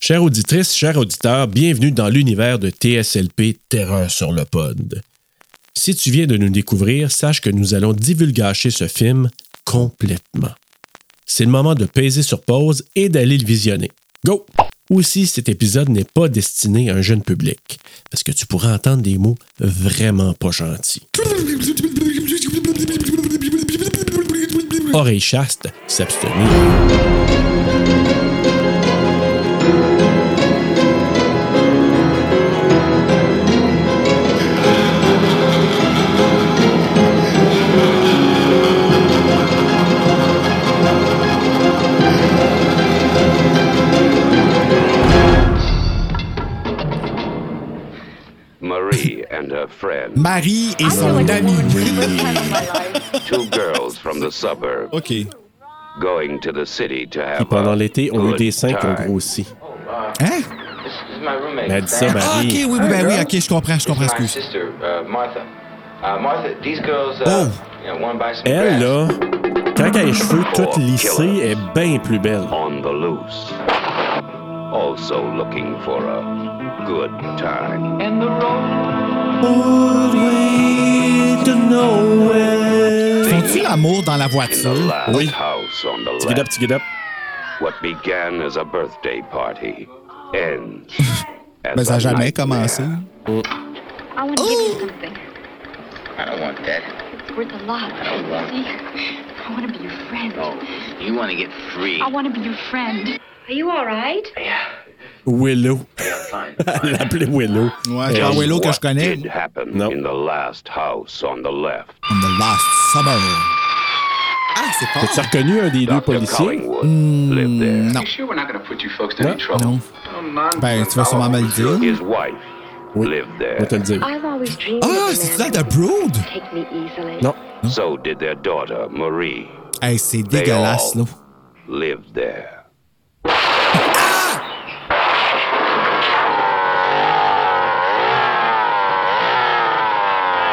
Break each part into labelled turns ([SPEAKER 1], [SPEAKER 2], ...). [SPEAKER 1] Chères auditrices, chers auditeurs, bienvenue dans l'univers de TSLP Terreur sur le Pod. Si tu viens de nous découvrir, sache que nous allons divulgacher ce film complètement. C'est le moment de peser sur pause et d'aller le visionner. Go! Aussi, cet épisode n'est pas destiné à un jeune public, parce que tu pourras entendre des mots vraiment pas gentils. Oreille chaste, s'abstenir.
[SPEAKER 2] Marie and her friend,
[SPEAKER 3] Marie et
[SPEAKER 4] I feel
[SPEAKER 3] son
[SPEAKER 4] like a
[SPEAKER 3] ami.
[SPEAKER 4] woman for the first time in my life.
[SPEAKER 2] two girls from the suburb,
[SPEAKER 3] OK.
[SPEAKER 2] going to the city to have
[SPEAKER 1] Puis pendant l'été, on a eu
[SPEAKER 2] good
[SPEAKER 1] des seins qui ont
[SPEAKER 2] time.
[SPEAKER 1] grossi.
[SPEAKER 3] Hein?
[SPEAKER 5] This is my roommate.
[SPEAKER 1] Mais elle dit ça,
[SPEAKER 5] Sam.
[SPEAKER 3] Ah, OK, oui,
[SPEAKER 1] Marie.
[SPEAKER 3] oui, ben oui, OK, je comprends, je comprends,
[SPEAKER 5] This is my
[SPEAKER 3] excuse.
[SPEAKER 5] sister, uh, Martha. Uh, Martha, these girls, uh,
[SPEAKER 3] Oh.
[SPEAKER 5] you know, one by some
[SPEAKER 1] Elle, là,
[SPEAKER 5] grass.
[SPEAKER 1] quand elle a les cheveux toutes lissés, elle est bien plus belle.
[SPEAKER 2] on the loose. Also looking for a good time.
[SPEAKER 3] Font-tu l'amour dans la
[SPEAKER 2] In the
[SPEAKER 3] voiture?
[SPEAKER 2] last
[SPEAKER 1] Oui.
[SPEAKER 2] house on the
[SPEAKER 1] Get up,
[SPEAKER 2] left,
[SPEAKER 1] get up.
[SPEAKER 2] what began as a birthday party ends as
[SPEAKER 3] Ben, ça
[SPEAKER 2] a
[SPEAKER 3] n'a jamais
[SPEAKER 2] nightmare.
[SPEAKER 3] commencé.
[SPEAKER 4] I want to give you something.
[SPEAKER 6] I don't want that.
[SPEAKER 4] It's worth a lot. See? I want to be your friend.
[SPEAKER 6] You want to get free.
[SPEAKER 4] I want to be your friend. Are you all right?
[SPEAKER 1] Willow. Elle l'appelait Willow.
[SPEAKER 3] Ouais, c'est pas
[SPEAKER 2] Just
[SPEAKER 3] Willow que je
[SPEAKER 2] what
[SPEAKER 3] connais.
[SPEAKER 2] did happen
[SPEAKER 1] Non.
[SPEAKER 2] in the last house on the left.
[SPEAKER 3] On the last summer. Ah, c'est
[SPEAKER 1] T'as
[SPEAKER 3] fort.
[SPEAKER 1] reconnu un des deux
[SPEAKER 2] Dr.
[SPEAKER 1] policiers? Hmm,
[SPEAKER 2] Collingwood lived there.
[SPEAKER 3] Non.
[SPEAKER 6] You sure we're not going to put you folks to
[SPEAKER 1] No,
[SPEAKER 6] any trouble?
[SPEAKER 3] Non. Ben, tu vas sûrement me le dire.
[SPEAKER 2] His wife
[SPEAKER 1] Oui.
[SPEAKER 2] lived
[SPEAKER 1] On va te
[SPEAKER 2] there.
[SPEAKER 1] le dire.
[SPEAKER 4] I've always dreamed
[SPEAKER 3] Ah, c'est ça de Brood?
[SPEAKER 4] Take me easily.
[SPEAKER 1] Non.
[SPEAKER 2] So did their daughter, Marie,
[SPEAKER 3] Hey, c'est dégueulasse, là.
[SPEAKER 2] lived there.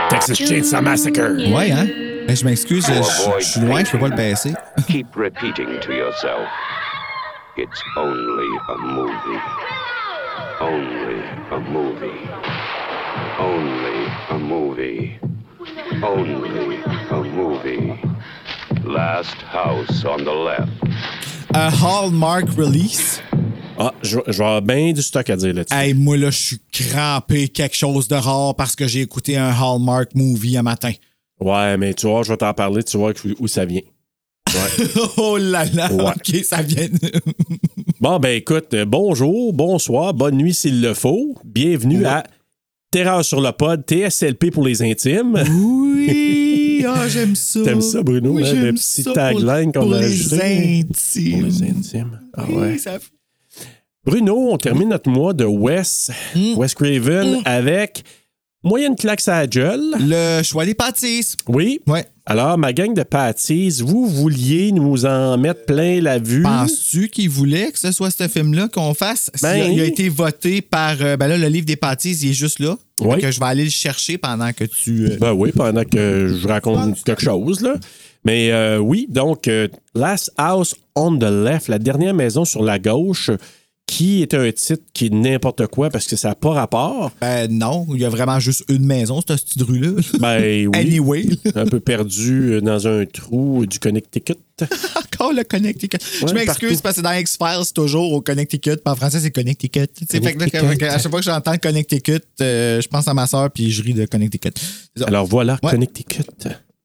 [SPEAKER 1] Texas Chainsaw Massacre.
[SPEAKER 3] Ouais, hein? Ben, je m'excuse, je- je je suis loin, je peux pas le baisser.
[SPEAKER 2] Keep repeating to yourself, it's only a movie. Only a movie. Only a movie. Only a movie. Last house on the left.
[SPEAKER 3] Un Hallmark release.
[SPEAKER 1] Ah, je je vais avoir bien du stock à dire là-dessus.
[SPEAKER 3] Hey, moi, là, je suis crampé quelque chose de rare parce que j'ai écouté un Hallmark movie un matin.
[SPEAKER 1] Ouais, mais tu vois, je vais t'en parler, tu vois où ça vient.
[SPEAKER 3] Oh là là,
[SPEAKER 1] Ouais.
[SPEAKER 3] ok, ça vient.
[SPEAKER 1] Bon, ben écoute, euh, bonjour, bonsoir, bonne nuit s'il le faut. Bienvenue à Terreur sur le pod, TSLP pour les intimes.
[SPEAKER 3] oui, ah, j'aime ça.
[SPEAKER 1] T'aimes ça, Bruno,
[SPEAKER 3] Oui,
[SPEAKER 1] hein,
[SPEAKER 3] j'aime
[SPEAKER 1] le petit
[SPEAKER 3] ça
[SPEAKER 1] tagline
[SPEAKER 3] pour-
[SPEAKER 1] qu'on
[SPEAKER 3] pour
[SPEAKER 1] a
[SPEAKER 3] les
[SPEAKER 1] ajouté. Pour
[SPEAKER 3] intimes.
[SPEAKER 1] les intimes. Ah
[SPEAKER 3] Oui,
[SPEAKER 1] ouais.
[SPEAKER 3] ça-
[SPEAKER 1] Bruno, on termine notre mois de Wes,
[SPEAKER 3] Mm.
[SPEAKER 1] Wes Craven, avec moyenne claque à gueule.
[SPEAKER 3] Le choix des pâtisses.
[SPEAKER 1] Oui.
[SPEAKER 3] Ouais.
[SPEAKER 1] Alors, ma gang de pâtisses, vous vouliez nous en mettre plein la vue.
[SPEAKER 3] Penses-tu qu'il voulait que ce soit ce film-là qu'on fasse? S'il a-
[SPEAKER 1] Ben.
[SPEAKER 3] il a été voté par. euh, ben là, le livre des pâtisses, il est juste là.
[SPEAKER 1] Oui.
[SPEAKER 3] Que je vais aller le chercher pendant que tu. euh,
[SPEAKER 1] Ben oui, pendant que je raconte quelque chose, là. Mais euh, oui, donc, euh, Last House on the Left, la dernière maison sur la gauche, qui est un titre qui est n'importe quoi parce que ça n'a pas rapport.
[SPEAKER 3] Ben non, il y a vraiment juste une maison, cette petite rue-là.
[SPEAKER 1] Ben oui,
[SPEAKER 3] Anyway,
[SPEAKER 1] un peu perdu euh, dans un trou du Connecticut.
[SPEAKER 3] encore le Connecticut.
[SPEAKER 1] Ouais,
[SPEAKER 3] je m'excuse
[SPEAKER 1] partout.
[SPEAKER 3] parce que dans X-Files, c'est toujours au Connecticut. Puis en français, c'est Connecticut. Tu sais, fait que là,
[SPEAKER 1] Connecticut.
[SPEAKER 3] à chaque fois que j'entends Connecticut, euh, je pense à ma soeur puis je ris de Connecticut. C'est ça.
[SPEAKER 1] Alors voilà,
[SPEAKER 3] Ouais.
[SPEAKER 1] Connecticut.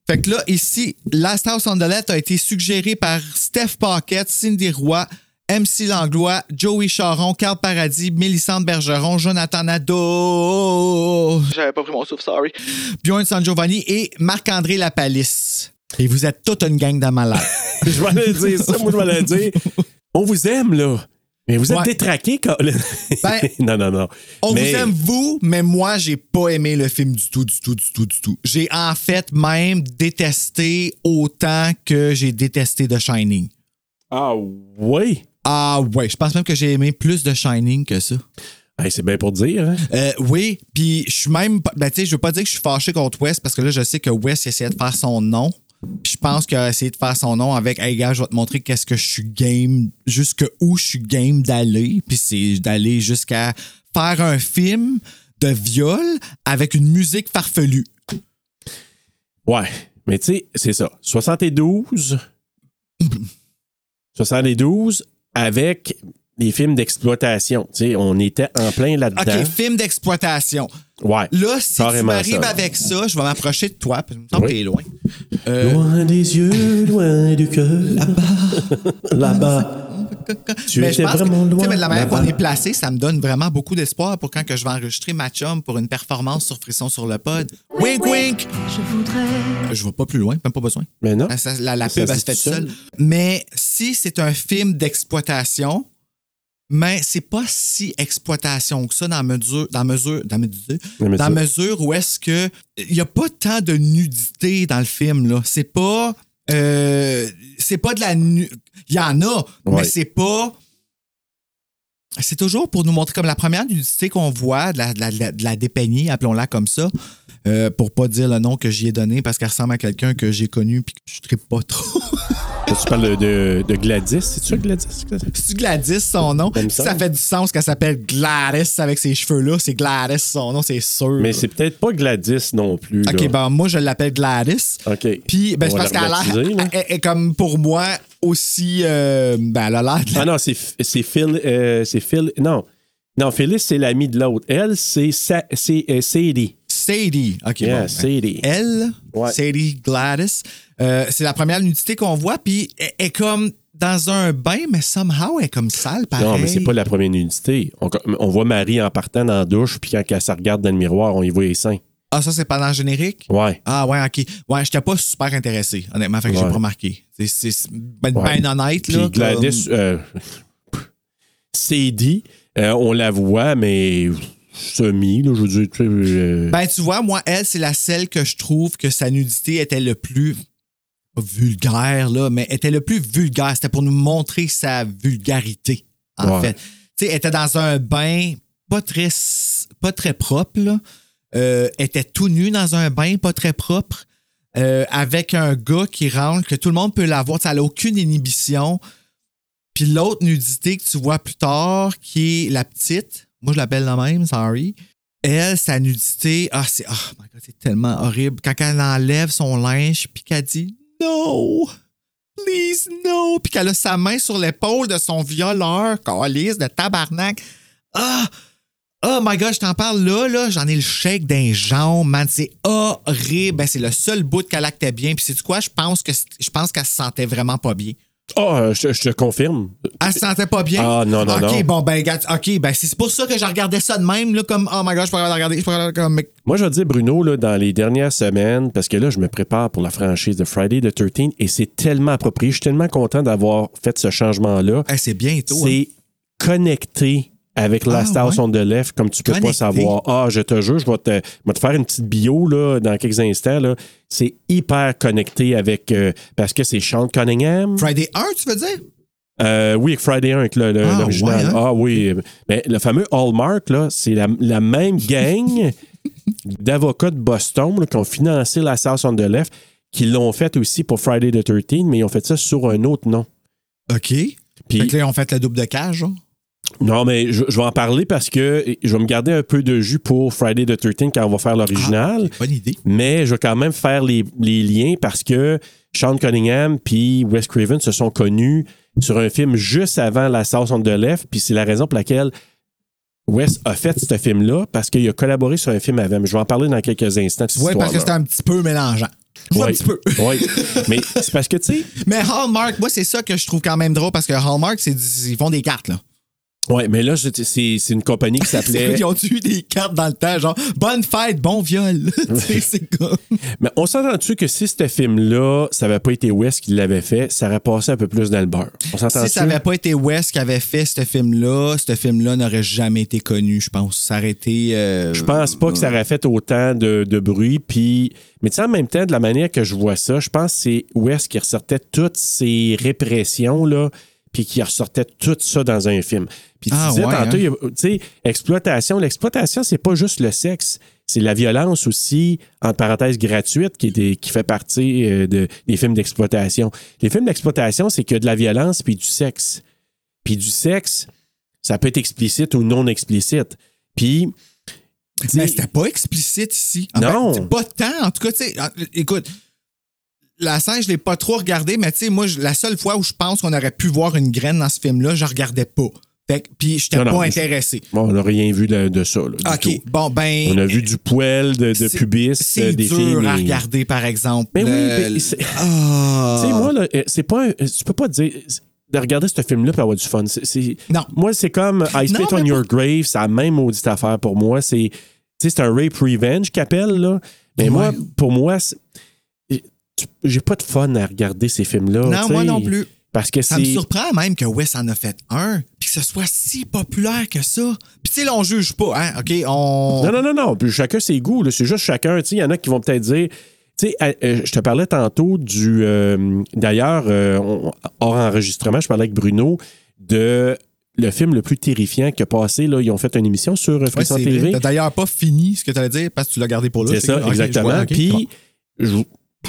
[SPEAKER 3] Fait que là, ici, Last House on the Left a été suggéré par Steph Paquette, Cindy Roy, MC Langlois, Joey Charon, Carl Paradis, Mélissande Bergeron, Jonathan Nadeau. J'avais pas pris mon souffle, sorry. Bjorn San Giovanni et Marc-André Lapalisse. Et vous êtes toute une gang de malades.
[SPEAKER 1] je vais aller dire ça, moi je vais aller dire. On vous aime, là. Mais vous êtes
[SPEAKER 3] Ouais.
[SPEAKER 1] détraqués, Colin.
[SPEAKER 3] Ben,
[SPEAKER 1] non, non, non.
[SPEAKER 3] On
[SPEAKER 1] Mais-
[SPEAKER 3] vous aime, vous, mais moi, j'ai pas aimé le film du tout, du tout, du tout, du tout. J'ai en fait même détesté autant que j'ai détesté The Shining.
[SPEAKER 1] Ah oui.
[SPEAKER 3] Ah ouais, je pense même que j'ai aimé plus de Shining que ça.
[SPEAKER 1] Hey, c'est bien pour dire. hein.
[SPEAKER 3] Euh, oui, puis je suis même pas- ben tu sais, je veux pas dire que je suis fâché contre Wes parce que là je sais que Wes essayait de faire son nom. Puis je pense qu'il a essayé de faire son nom avec Hey gars, je vais te montrer qu'est-ce que je suis game, jusque où je suis game d'aller. Puis c'est d'aller jusqu'à faire un film de viol avec une musique farfelue.
[SPEAKER 1] Ouais, mais tu sais, c'est ça. 72. 72 avec les films d'exploitation. Tu sais, on était en plein
[SPEAKER 3] OK,
[SPEAKER 1] là-dedans.
[SPEAKER 3] film d'exploitation.
[SPEAKER 1] Ouais.
[SPEAKER 3] Là, si tu
[SPEAKER 1] Carrément
[SPEAKER 3] m'arrives
[SPEAKER 1] ça.
[SPEAKER 3] avec ça, je vais m'approcher de toi. Puis, tant
[SPEAKER 1] Oui.
[SPEAKER 3] t'es loin. Euh,
[SPEAKER 1] Loin des yeux, loin du cœur. Là-bas. Là-bas. Tu
[SPEAKER 3] mais
[SPEAKER 1] étais
[SPEAKER 3] Ben, je pense que,
[SPEAKER 1] vraiment
[SPEAKER 3] tu sais,
[SPEAKER 1] loin.
[SPEAKER 3] mais de la manière
[SPEAKER 1] là-bas.
[SPEAKER 3] qu'on est placé, ça me donne vraiment beaucoup d'espoir pour quand que je vais enregistrer ma chum pour une performance sur Frisson sur le pod. Wink, wink!
[SPEAKER 7] Je voudrais
[SPEAKER 3] Je vais pas plus loin, même pas besoin.
[SPEAKER 1] Mais Ben non.
[SPEAKER 3] Ah, ça, la la
[SPEAKER 1] Ça
[SPEAKER 3] pub,
[SPEAKER 1] se
[SPEAKER 3] elle
[SPEAKER 1] dit
[SPEAKER 3] se fait
[SPEAKER 1] tout seul.
[SPEAKER 3] seule. Mais si c'est un film d'exploitation, mais c'est pas si exploitation que ça dans mesure, dans mesure, dans mesure,
[SPEAKER 1] Dans mesure.
[SPEAKER 3] dans mesure où est-ce que il y a pas tant de nudité dans le film là. C'est pas, euh, c'est pas de la, nu- il y en a,
[SPEAKER 1] Ouais.
[SPEAKER 3] mais c'est pas. C'est toujours pour nous montrer comme la première nudité qu'on voit, de la, de la- de la- de la dépeignée, appelons-la comme ça, euh, pour pas dire le nom que j'y ai donné parce qu'elle ressemble à quelqu'un que j'ai connu puis que je tripe pas trop.
[SPEAKER 1] Tu parles de, de Gladys. C'est ça, Gladys?
[SPEAKER 3] C'est Gladys son nom.
[SPEAKER 1] Comme ça. hein?
[SPEAKER 3] ça fait du sens qu'elle s'appelle Gladys avec ses cheveux là, c'est Gladys son nom, c'est sûr.
[SPEAKER 1] Mais c'est peut-être pas Gladys non plus. là.
[SPEAKER 3] OK, ben moi je l'appelle Gladys.
[SPEAKER 1] OK.
[SPEAKER 3] Puis ben c'est
[SPEAKER 1] On va
[SPEAKER 3] parce qu'elle
[SPEAKER 1] la
[SPEAKER 3] a
[SPEAKER 1] rebaptiser, là.
[SPEAKER 3] l'air elle- elle est comme pour moi aussi euh, ben elle a l'air de la-
[SPEAKER 1] Ah non, c'est c'est Phil. euh, c'est Phil. Non. Non, Phyllis, c'est l'amie de l'autre. Elle, c'est Sa- c'est, euh, Sadie.
[SPEAKER 3] Sadie. OK,
[SPEAKER 1] Yeah,
[SPEAKER 3] bon. ben,
[SPEAKER 1] Sadie.
[SPEAKER 3] Elle,
[SPEAKER 1] Ouais.
[SPEAKER 3] Sadie Gladys, euh, c'est la première nudité qu'on voit puis elle elle est comme dans un bain mais somehow elle est comme sale pareil.
[SPEAKER 1] Non, mais c'est pas la première nudité. On, on voit Marie en partant dans la douche, puis quand elle se regarde dans le miroir, on y voit les seins.
[SPEAKER 3] Ah ça c'est pas dans le générique
[SPEAKER 1] Ouais.
[SPEAKER 3] Ah ouais, ok. Ouais, j'étais pas super intéressé, honnêtement, fait que j'ai
[SPEAKER 1] Ouais.
[SPEAKER 3] pas remarqué. C'est- C'est c'est ben,
[SPEAKER 1] Ouais.
[SPEAKER 3] ben honnête,
[SPEAKER 1] Puis
[SPEAKER 3] là.
[SPEAKER 1] Gladys, euh, Sadie, euh, on la voit, mais semi, là, je veux dire. tu sais, euh,
[SPEAKER 3] comme- Ben tu vois, moi, elle, c'est la celle que je trouve que sa nudité était le plus pas vulgaire, là, mais était le plus vulgaire. C'était pour nous montrer sa vulgarité, en
[SPEAKER 1] Ouais.
[SPEAKER 3] fait. Tu sais, elle était dans un bain pas très, s- pas très propre, là. Euh, elle était tout nu dans un bain pas très propre. euh, avec un gars qui rentre, que tout le monde peut l'avoir. Tu sais, Elle n'a aucune inhibition. Puis l'autre nudité que tu vois plus tard, qui est la petite, moi je l'appelle la même, sorry. Elle, sa nudité, ah, c'est oh my God, c'est tellement horrible. Quand elle enlève son linge, puis qu'elle dit No, please no, puis qu'elle a sa main sur l'épaule de son violeur, calice de tabarnak. Ah, oh my God, je t'en parle là, là, j'en ai le chèque d'un jambes, man, c'est horrible. Ben, c'est le seul bout qu'elle actait bien. Puis c'est du quoi, je pense que c'est- je pense qu'elle se sentait vraiment pas bien.
[SPEAKER 1] Ah, euh, je, je te confirme.
[SPEAKER 3] Elle se sentait pas bien.
[SPEAKER 1] Ah, non, non,
[SPEAKER 3] OK,
[SPEAKER 1] non.
[SPEAKER 3] bon, ben, regarde, OK, ben, c'est pour ça que je regardais ça de même, là, comme, oh my god, je peux regarder, regarder, je peux regarder, comme, mais-
[SPEAKER 1] Moi, je vais te dire, Bruno, là, dans les dernières semaines, parce que là, je me prépare pour la franchise de Friday the 13 et c'est tellement approprié. Je suis tellement content d'avoir fait ce changement-là.
[SPEAKER 3] Eh, c'est bientôt. hein.
[SPEAKER 1] C'est connecté avec
[SPEAKER 3] Ah,
[SPEAKER 1] Last House
[SPEAKER 3] ouais.
[SPEAKER 1] on the Left, comme tu peux pas
[SPEAKER 3] Connecté.
[SPEAKER 1] savoir. Ah, je te jure, je vais te, je vais te faire une petite bio là, dans quelques instants. là. C'est hyper connecté avec. euh, parce que c'est Sean Cunningham.
[SPEAKER 3] Friday 1, tu veux dire?
[SPEAKER 1] Euh, oui, avec Friday 1, avec le- le-
[SPEAKER 3] Ah,
[SPEAKER 1] l'original.
[SPEAKER 3] ouais, hein?
[SPEAKER 1] Ah oui. Mais le fameux Hallmark, là, c'est la, la même gang d'avocats de Boston là, qui ont financé la South on the Left, qui l'ont fait aussi pour Friday the 13, mais ils ont fait ça sur un autre nom.
[SPEAKER 3] OK.
[SPEAKER 1] Puis-
[SPEAKER 3] Fait que là, on fait le double de cage, genre.
[SPEAKER 1] Non, mais je, je vais en parler parce que je vais me garder un peu de jus pour Friday the 13 quand on va faire l'original.
[SPEAKER 3] Ah, ok, bonne idée.
[SPEAKER 1] Mais je vais quand même faire les, les liens parce que Sean Cunningham puis Wes Craven se sont connus sur un film juste avant La Sauce on the Left. Puis c'est la raison pour laquelle Wes a fait ce film-là parce qu'il a collaboré sur un film avant. Mais je vais en parler dans quelques instants. de cette
[SPEAKER 3] Ouais, parce que
[SPEAKER 1] histoire-là.
[SPEAKER 3] c'était un petit peu mélangeant. Ouais, Un petit peu.
[SPEAKER 1] Ouais. Ouais. Mais c'est parce que, tu sais,
[SPEAKER 3] Mais Hallmark, moi, c'est ça que je trouve quand même drôle parce que Hallmark, c'est du- ils font des cartes, là.
[SPEAKER 1] ouais, mais là, c'est c'est- c'est une compagnie qui s'appelait.
[SPEAKER 3] Ils ont eu des cartes dans le temps, genre bonne fête, bon viol. Tu sais, c'est comme.
[SPEAKER 1] Mais on s'entend-tu que si ce film-là, ça n'avait pas été Wes qui l'avait fait, ça aurait passé un peu plus dans le beurre. On s'entend-tu?
[SPEAKER 3] Si ça n'avait pas été West qui avait fait ce film-là, ce film-là n'aurait jamais été connu, je pense. Ça aurait été. euh,
[SPEAKER 1] Je pense pas que ça aurait fait autant de, de bruit. Puis, mais tu sais, en même temps, de la manière que je vois ça, je pense que c'est West qui ressortait toutes ses répressions, là, puis qui ressortait tout ça dans un film. Puis tu
[SPEAKER 3] Ah,
[SPEAKER 1] disais
[SPEAKER 3] ouais,
[SPEAKER 1] tantôt,
[SPEAKER 3] hein?
[SPEAKER 1] il y a- tu sais, exploitation. L'exploitation, c'est pas juste le sexe, c'est la violence aussi, entre parenthèses, gratuite, qui, est des- qui fait partie euh, de- des films d'exploitation. Les films d'exploitation, c'est que de la violence puis du sexe. Puis du sexe, ça peut être explicite ou non explicite. Puis. tu
[SPEAKER 3] Mais
[SPEAKER 1] sais,
[SPEAKER 3] c'était pas explicite ici. En
[SPEAKER 1] Non.
[SPEAKER 3] fait, pas tant. En tout cas, tu sais, en- écoute, la scène, je l'ai pas trop regardée, mais tu sais, moi, je- la seule fois où je pense qu'on aurait pu voir une graine dans ce film-là, je regardais pas. Fait que- puis j'étais
[SPEAKER 1] Non,
[SPEAKER 3] pas
[SPEAKER 1] non, je-
[SPEAKER 3] intéressé.
[SPEAKER 1] bon, on n'a rien vu de, de ça. là, du
[SPEAKER 3] OK.
[SPEAKER 1] tout.
[SPEAKER 3] Bon, ben.
[SPEAKER 1] On a vu du poil de, de
[SPEAKER 3] c'est-
[SPEAKER 1] pubis, euh,
[SPEAKER 3] C'est
[SPEAKER 1] des
[SPEAKER 3] dur
[SPEAKER 1] filles.
[SPEAKER 3] à
[SPEAKER 1] mais-
[SPEAKER 3] regarder, par exemple.
[SPEAKER 1] Mais oui,
[SPEAKER 3] Le-
[SPEAKER 1] mais c'est-
[SPEAKER 3] Ah.
[SPEAKER 1] Tu sais, moi, là, euh, c'est pas. un- Tu peux pas dire. c'est- De regarder ce film-là pour avoir du fun. C'est- c'est-
[SPEAKER 3] Non.
[SPEAKER 1] Moi, c'est comme I Spit
[SPEAKER 3] Non,
[SPEAKER 1] on
[SPEAKER 3] mais
[SPEAKER 1] Your Grave, c'est la même maudite affaire pour moi. C'est. Tu sais, c'est un rape revenge qu'appelle, là. Mais moi,
[SPEAKER 3] Ouais.
[SPEAKER 1] pour moi, c'est- tu- j'ai pas de fun à regarder ces films-là.
[SPEAKER 3] Non,
[SPEAKER 1] tu
[SPEAKER 3] moi
[SPEAKER 1] sais,
[SPEAKER 3] non plus.
[SPEAKER 1] Parce que
[SPEAKER 3] Ça me
[SPEAKER 1] c'est.
[SPEAKER 3] surprend même que Wes en a fait un, puis que ce soit si populaire que ça. Puis tu sais, là, on juge pas, hein, OK? On...
[SPEAKER 1] Non, non, non, non. Puis chacun ses goûts. là. C'est juste chacun. Tu sais, Il y en a qui vont peut-être dire. Tu sais, euh, euh, je te parlais tantôt du. euh, D'ailleurs, euh, on- hors enregistrement, je parlais avec Bruno de le film le plus terrifiant qui a passé. Là. Ils ont fait une émission sur euh,
[SPEAKER 3] Ouais,
[SPEAKER 1] Frisson
[SPEAKER 3] c'est
[SPEAKER 1] TV.
[SPEAKER 3] vrai. T'as d'ailleurs pas fini ce que t'allais dire parce que tu l'as gardé pour là.
[SPEAKER 1] C'est ça,
[SPEAKER 3] que- ok,
[SPEAKER 1] exactement.
[SPEAKER 3] je vois, ok,
[SPEAKER 1] Puis,
[SPEAKER 3] bon.
[SPEAKER 1] je ne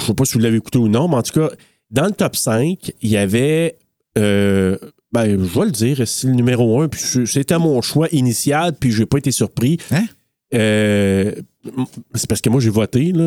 [SPEAKER 1] sais pas si vous l'avez écouté ou non, mais en tout cas, dans le top 5, il y avait. euh, ben, je vais le dire, c'est le numéro 1. Puis c'est- c'était mon choix initial, puis je n'ai pas été surpris.
[SPEAKER 3] Hein?
[SPEAKER 1] Euh, c'est parce que moi, j'ai voté. Là.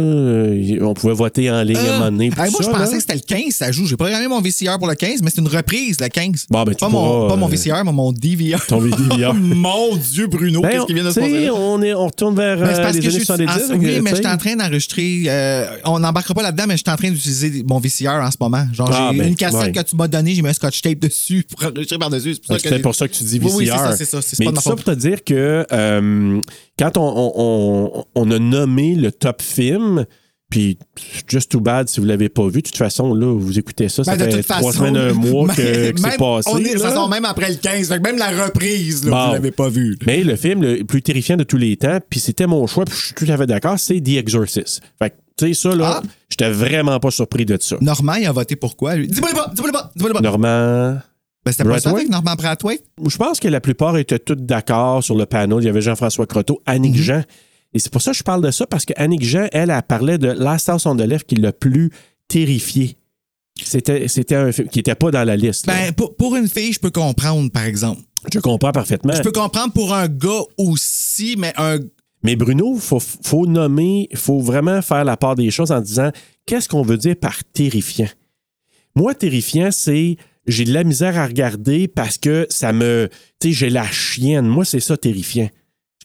[SPEAKER 1] On pouvait voter en ligne à un moment donné. puis
[SPEAKER 3] Euh, Ah. Hey,
[SPEAKER 1] tout
[SPEAKER 3] moi,
[SPEAKER 1] ça,
[SPEAKER 3] je
[SPEAKER 1] là.
[SPEAKER 3] pensais que c'était le 15, ça joue. J'ai programmé mon VCR pour le 15, mais c'est une reprise, le 15.
[SPEAKER 1] Bon, ben, tu
[SPEAKER 3] pas, mon,
[SPEAKER 1] pourras,
[SPEAKER 3] pas mon
[SPEAKER 1] euh,
[SPEAKER 3] VCR, mais mon DVR.
[SPEAKER 1] Ton VDVR.
[SPEAKER 3] mon Dieu, Bruno,
[SPEAKER 1] Ben,
[SPEAKER 3] qu'est-ce qui vient de se
[SPEAKER 1] tu sais,
[SPEAKER 3] passer? là?
[SPEAKER 1] on, est, on retourne vers
[SPEAKER 3] Ben, c'est
[SPEAKER 1] euh,
[SPEAKER 3] parce
[SPEAKER 1] les
[SPEAKER 3] que
[SPEAKER 1] années
[SPEAKER 3] je suis-
[SPEAKER 1] 70.
[SPEAKER 3] en- oui,
[SPEAKER 1] euh,
[SPEAKER 3] mais
[SPEAKER 1] tu
[SPEAKER 3] je suis
[SPEAKER 1] sais.
[SPEAKER 3] en train d'enregistrer. euh, on n'embarquera pas là-dedans, mais je suis en train d'utiliser mon VCR en ce moment. Genre,
[SPEAKER 1] Ah,
[SPEAKER 3] j'ai
[SPEAKER 1] ben,
[SPEAKER 3] une cassette
[SPEAKER 1] ouais.
[SPEAKER 3] que tu m'as donnée, j'ai mis un scotch tape dessus pour enregistrer par-dessus. C'est pour ça
[SPEAKER 1] C'est peut-être
[SPEAKER 3] que.
[SPEAKER 1] pour ça que tu dis VCR.
[SPEAKER 3] euh, Oui, oui, c'est ça, c'est ça, c'est
[SPEAKER 1] Mais
[SPEAKER 3] pas de
[SPEAKER 1] tout
[SPEAKER 3] ma
[SPEAKER 1] ça
[SPEAKER 3] faute.
[SPEAKER 1] pour te dire que euh, quand on, on- on- on a nommé le top film, puis Just Too Bad, si vous ne l'avez pas vu, de toute façon, là, vous écoutez ça, ça
[SPEAKER 3] Ben, de
[SPEAKER 1] fait
[SPEAKER 3] toute
[SPEAKER 1] trois
[SPEAKER 3] façon,
[SPEAKER 1] semaines, un mois que,
[SPEAKER 3] même-
[SPEAKER 1] que c'est passé.
[SPEAKER 3] on est-
[SPEAKER 1] là.
[SPEAKER 3] ça sort même après le 15, fait que même la reprise, là,
[SPEAKER 1] Bon.
[SPEAKER 3] vous l'avez pas vue.
[SPEAKER 1] Mais le film le plus terrifiant de tous les temps, puis c'était mon choix, puis je suis tout à fait d'accord, c'est The Exorcist. Fait que, tu sais, ça, là,
[SPEAKER 3] Ah.
[SPEAKER 1] j'étais vraiment pas surpris de ça.
[SPEAKER 3] Normand, il a voté pour quoi, lui? Dis-moi le pas, dis-moi le pas, dis-moi le pas.
[SPEAKER 1] Normand,
[SPEAKER 3] Ben, c'était pas ça
[SPEAKER 1] Brathwaite?
[SPEAKER 3] avec Normand Brathwaite?
[SPEAKER 1] je pense que la plupart étaient toutes d'accord sur le panel. Il y avait Jean-François Croteau, Annick
[SPEAKER 3] Mhm.
[SPEAKER 1] Jean. Et c'est pour ça que je parle de ça, parce que Annick Jean, elle, elle parlait de Last House on the Left qui l'a plus terrifié. C'était, c'était un film qui n'était pas dans la liste. là.
[SPEAKER 3] Ben, pour, pour une fille, je peux comprendre, par exemple.
[SPEAKER 1] je comprends parfaitement.
[SPEAKER 3] Je peux comprendre pour un gars aussi, mais un.
[SPEAKER 1] Mais Bruno, il faut, faut nommer, il faut vraiment faire la part des choses en disant qu'est-ce qu'on veut dire par terrifiant. Moi, terrifiant, c'est j'ai de la misère à regarder parce que ça me. Tu sais, j'ai la chienne. Moi, c'est ça, terrifiant.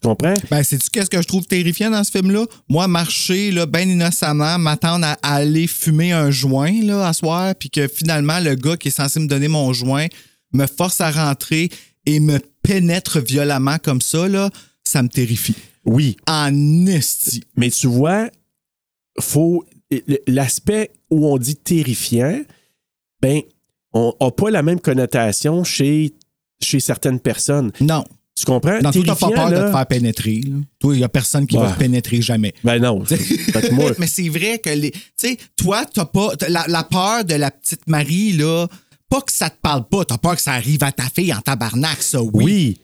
[SPEAKER 1] Tu comprends?
[SPEAKER 3] Ben, sais-tu qu'est-ce que je trouve terrifiant dans ce film-là? Moi, marcher, là, ben innocemment, m'attendre à aller fumer un joint, là, à soir, puis que finalement, le gars qui est censé me donner mon joint me force à rentrer et me pénètre violemment comme ça, là, ça me terrifie.
[SPEAKER 1] Oui.
[SPEAKER 3] En esti.
[SPEAKER 1] Mais tu vois, faut l'aspect où on dit terrifiant, ben on n'a pas la même connotation chez chez certaines personnes.
[SPEAKER 3] Non.
[SPEAKER 1] Tu comprends
[SPEAKER 3] Dans tout, t'as
[SPEAKER 1] Terrifiant,
[SPEAKER 3] pas peur de
[SPEAKER 1] là,
[SPEAKER 3] te faire pénétrer. là. Toi, il y a personne qui
[SPEAKER 1] Ouais.
[SPEAKER 3] va te pénétrer jamais.
[SPEAKER 1] Ben non. Fait que moi,
[SPEAKER 3] Mais c'est vrai que les. Tu sais, toi, t'as pas. t'as la, la peur de la petite Marie, là. Pas que ça te parle pas, t'as peur que ça arrive à ta fille en tabarnak, ça, oui.
[SPEAKER 1] oui.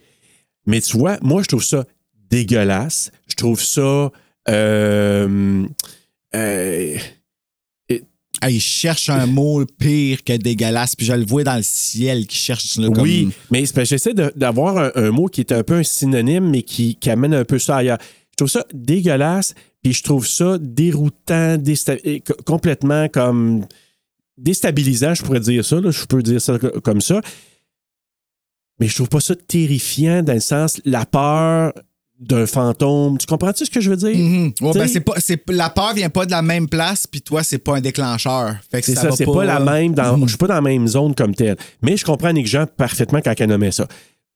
[SPEAKER 1] Mais tu vois, moi je trouve ça dégueulasse. Je trouve ça euh, euh,
[SPEAKER 3] Hey, il cherche un mot pire que dégueulasse, puis je le vois dans le ciel qui cherche là, comme-
[SPEAKER 1] Oui, mais c'est parce que j'essaie de- d'avoir un, un mot qui est un peu un synonyme, mais qui, qui amène un peu ça ailleurs. Je trouve ça dégueulasse, puis je trouve ça déroutant, désta- et co- complètement comme déstabilisant, je pourrais dire ça, là, je peux dire ça co- comme ça. Mais je trouve pas ça terrifiant dans le sens la peur d'un fantôme. Tu comprends-tu ce que je veux dire?
[SPEAKER 3] Mhm. Ouais,
[SPEAKER 1] T'sais-
[SPEAKER 3] ben, c'est pas, c'est, la peur vient pas de la même place, puis toi, c'est pas un déclencheur. Fait que
[SPEAKER 1] C'est
[SPEAKER 3] ça,
[SPEAKER 1] ça,
[SPEAKER 3] va
[SPEAKER 1] c'est pas, la même. Dans,
[SPEAKER 3] Mhm.
[SPEAKER 1] Je suis pas dans la même zone comme telle. Mais je comprends Nick Jean parfaitement quand elle nommait ça.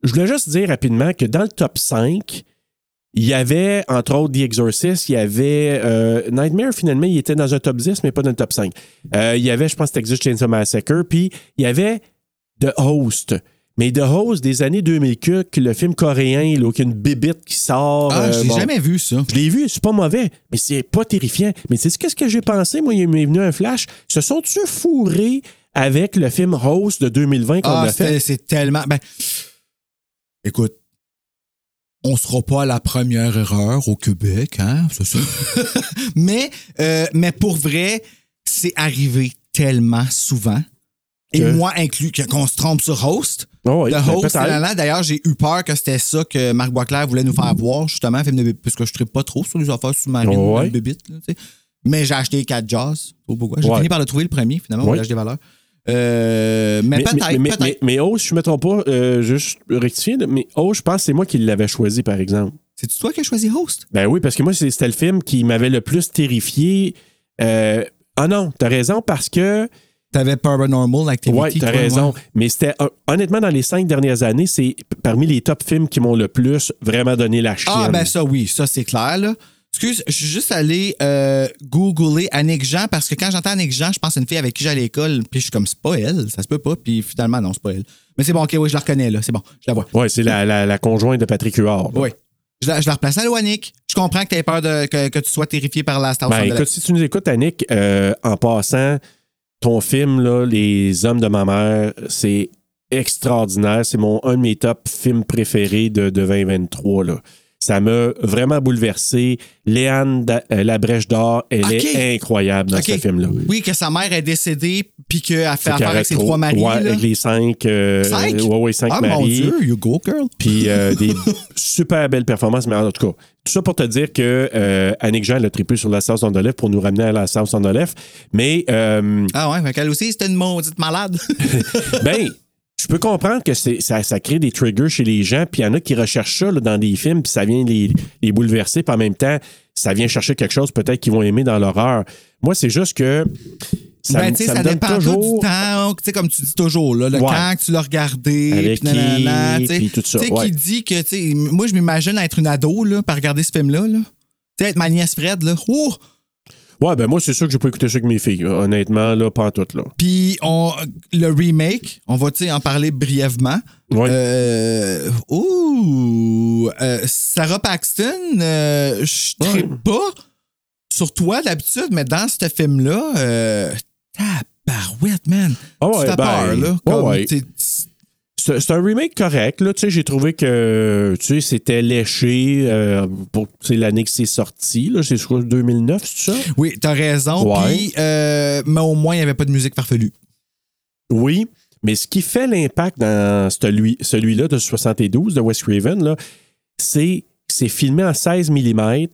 [SPEAKER 1] Je voulais juste dire rapidement que dans le top 5, il y avait, entre autres, The Exorcist, il y avait euh, Nightmare, finalement, il était dans un top 10, mais pas dans le top 5. Euh, il y avait, je pense, Texas Chainsaw Massacre, puis il y avait The Host. Mais The Host des années 2000, que le film coréen, là, où il y a une bibite qui sort.
[SPEAKER 3] Ah,
[SPEAKER 1] euh,
[SPEAKER 3] je l'ai
[SPEAKER 1] bon.
[SPEAKER 3] jamais vu, ça.
[SPEAKER 1] Je l'ai vu, c'est pas mauvais, mais c'est pas terrifiant. Mais tu sais, qu'est-ce que j'ai pensé? Moi, il m'est venu un flash. Se sont-tu fourrés avec le film Rose de 2020 qu'on
[SPEAKER 3] Ah,
[SPEAKER 1] a fait.
[SPEAKER 3] c'était- c'est tellement. Ben, écoute, on sera pas à la première erreur au Québec, hein, c'est ça. mais, euh, mais pour vrai, c'est arrivé tellement souvent. Et
[SPEAKER 1] Que-
[SPEAKER 3] moi inclus, que- qu'on se trompe sur host.
[SPEAKER 1] Oh, oui,
[SPEAKER 3] Le
[SPEAKER 1] ben,
[SPEAKER 3] host,
[SPEAKER 1] peut-être.
[SPEAKER 3] là, là. d'ailleurs, j'ai eu peur que c'était ça que Marc Boisclair voulait nous faire voir, justement, film de bébé, parce que je ne pas trop sur les affaires sous-marines
[SPEAKER 1] Ouais.
[SPEAKER 3] de bébites, là, tu sais. Mais j'ai acheté 4 jazz. Oh, pourquoi? J'ai
[SPEAKER 1] Ouais.
[SPEAKER 3] fini par le trouver le premier, finalement,
[SPEAKER 1] Ouais.
[SPEAKER 3] on lâche des valeurs. Euh, mais
[SPEAKER 1] Mais, mais-
[SPEAKER 3] peut-être,
[SPEAKER 1] mais-
[SPEAKER 3] peut-être.
[SPEAKER 1] mais- mais oh, si je ne me trompe pas, euh, juste rectifier, là, mais oh, je pense que c'est moi qui l'avais choisi, par exemple.
[SPEAKER 3] C'est-tu toi qui as choisi host?
[SPEAKER 1] Ben oui, parce que moi, c'est- c'était le film qui m'avait le plus terrifié. Euh, ah non, t'as raison, parce que.
[SPEAKER 3] T'avais Paranormal Activity.
[SPEAKER 1] Ouais, t'as
[SPEAKER 3] toi,
[SPEAKER 1] raison.
[SPEAKER 3] ouais.
[SPEAKER 1] Mais c'était. hon- Honnêtement, dans les cinq dernières années, c'est p- parmi les top films qui m'ont le plus vraiment donné la chienne.
[SPEAKER 3] Ah, ben ça, oui, ça, c'est clair, là. Excuse, je suis juste allé euh, googler Annick Jean parce que quand j'entends Annick Jean, je pense à une fille avec qui j'allais à l'école, puis je suis comme, c'est pas elle, ça se peut pas, puis finalement, non, c'est pas elle. Mais c'est bon, ok, oui, je la reconnais, là, c'est bon, je la vois.
[SPEAKER 1] Ouais, c'est la, la- la conjointe de Patrick Huard. là.
[SPEAKER 3] Oui. Je la, je la replace. Allô, Annick. Je comprends que tu peur de, que, que tu sois terrifié par la Star
[SPEAKER 1] Ben, écoute, si tu nous écoutes, Annick, euh, en passant, ton film, là, Les Hommes de ma mère, c'est extraordinaire. C'est mon un de mes top films préférés de, de 2023. Là. Ça m'a vraiment bouleversé. Léane Da- euh, Labrèche d'Or, elle
[SPEAKER 3] Ok.
[SPEAKER 1] est incroyable dans
[SPEAKER 3] Ok.
[SPEAKER 1] ce film-là.
[SPEAKER 3] Oui, que sa mère est décédée puis qu'elle a fait
[SPEAKER 1] Fait qu'elle
[SPEAKER 3] affaire avec ses
[SPEAKER 1] retrouve-
[SPEAKER 3] trois maris.
[SPEAKER 1] ouais,
[SPEAKER 3] là.
[SPEAKER 1] avec les cinq. euh,
[SPEAKER 3] Cinq?
[SPEAKER 1] ouais, ouais, cinq
[SPEAKER 3] ah, mon
[SPEAKER 1] maris.
[SPEAKER 3] Dieu, you go, girl.
[SPEAKER 1] Puis euh, des super belles performances, mais en tout cas, tout ça pour te dire que euh, Annick Jean elle a triplé sur la sauce d'Andolev pour nous ramener à la sauce d'Andolev. Mais euh,
[SPEAKER 3] Ah ouais, mais qu'elle aussi, c'était une maudite malade.
[SPEAKER 1] ben, je peux comprendre que c'est- ça, ça crée des triggers chez les gens, puis il y en a qui recherchent ça là, dans des films, puis ça vient les, les bouleverser, puis en même temps, ça vient chercher quelque chose peut-être qu'ils vont aimer dans l'horreur. Moi, c'est juste que ça, me-
[SPEAKER 3] ben, tu sais,
[SPEAKER 1] ça
[SPEAKER 3] ça,
[SPEAKER 1] me donne
[SPEAKER 3] dépend tout
[SPEAKER 1] toujours...
[SPEAKER 3] du temps. Tu sais, comme tu dis toujours, là, le
[SPEAKER 1] Ouais.
[SPEAKER 3] temps que tu l'as regardé.
[SPEAKER 1] Avec
[SPEAKER 3] puis nanana,
[SPEAKER 1] qui,
[SPEAKER 3] tu sais.
[SPEAKER 1] puis tout ça,
[SPEAKER 3] Tu sais,
[SPEAKER 1] ouais.
[SPEAKER 3] qui dit que, tu sais, moi, je m'imagine être une ado, là, par regarder ce film-là, là. Tu sais, être ma nièce Fred, là. Oh!
[SPEAKER 1] Ouais, ben moi, c'est sûr que j'ai pas écouté ça avec mes filles, honnêtement, là, pas en tout, là.
[SPEAKER 3] Puis on, le remake, on va tu sais, en parler brièvement.
[SPEAKER 1] Ouais.
[SPEAKER 3] Euh, ouh, euh, Sarah Paxton, euh, je ne
[SPEAKER 1] Ouais.
[SPEAKER 3] pas sur toi d'habitude, mais dans ce film-là, euh, tabarouette, man.
[SPEAKER 1] Ah ouais,
[SPEAKER 3] tu t'as
[SPEAKER 1] ben,
[SPEAKER 3] peur, là.
[SPEAKER 1] ouais,
[SPEAKER 3] Comme,
[SPEAKER 1] ouais.
[SPEAKER 3] t'es- t's-
[SPEAKER 1] C'est c'est un remake correct. Là, tu sais, j'ai trouvé que tu sais, c'était léché euh, pour tu sais, l'année que c'est sorti. Là, c'est je crois, 2009, c'est ça?
[SPEAKER 3] Oui, t'as raison.
[SPEAKER 1] Ouais.
[SPEAKER 3] Puis, euh, mais au moins, il n'y avait pas de musique farfelue.
[SPEAKER 1] Oui. Mais ce qui fait l'impact dans celui- celui-là de 72 de Wes Craven, là, c'est que c'est filmé en 16 mm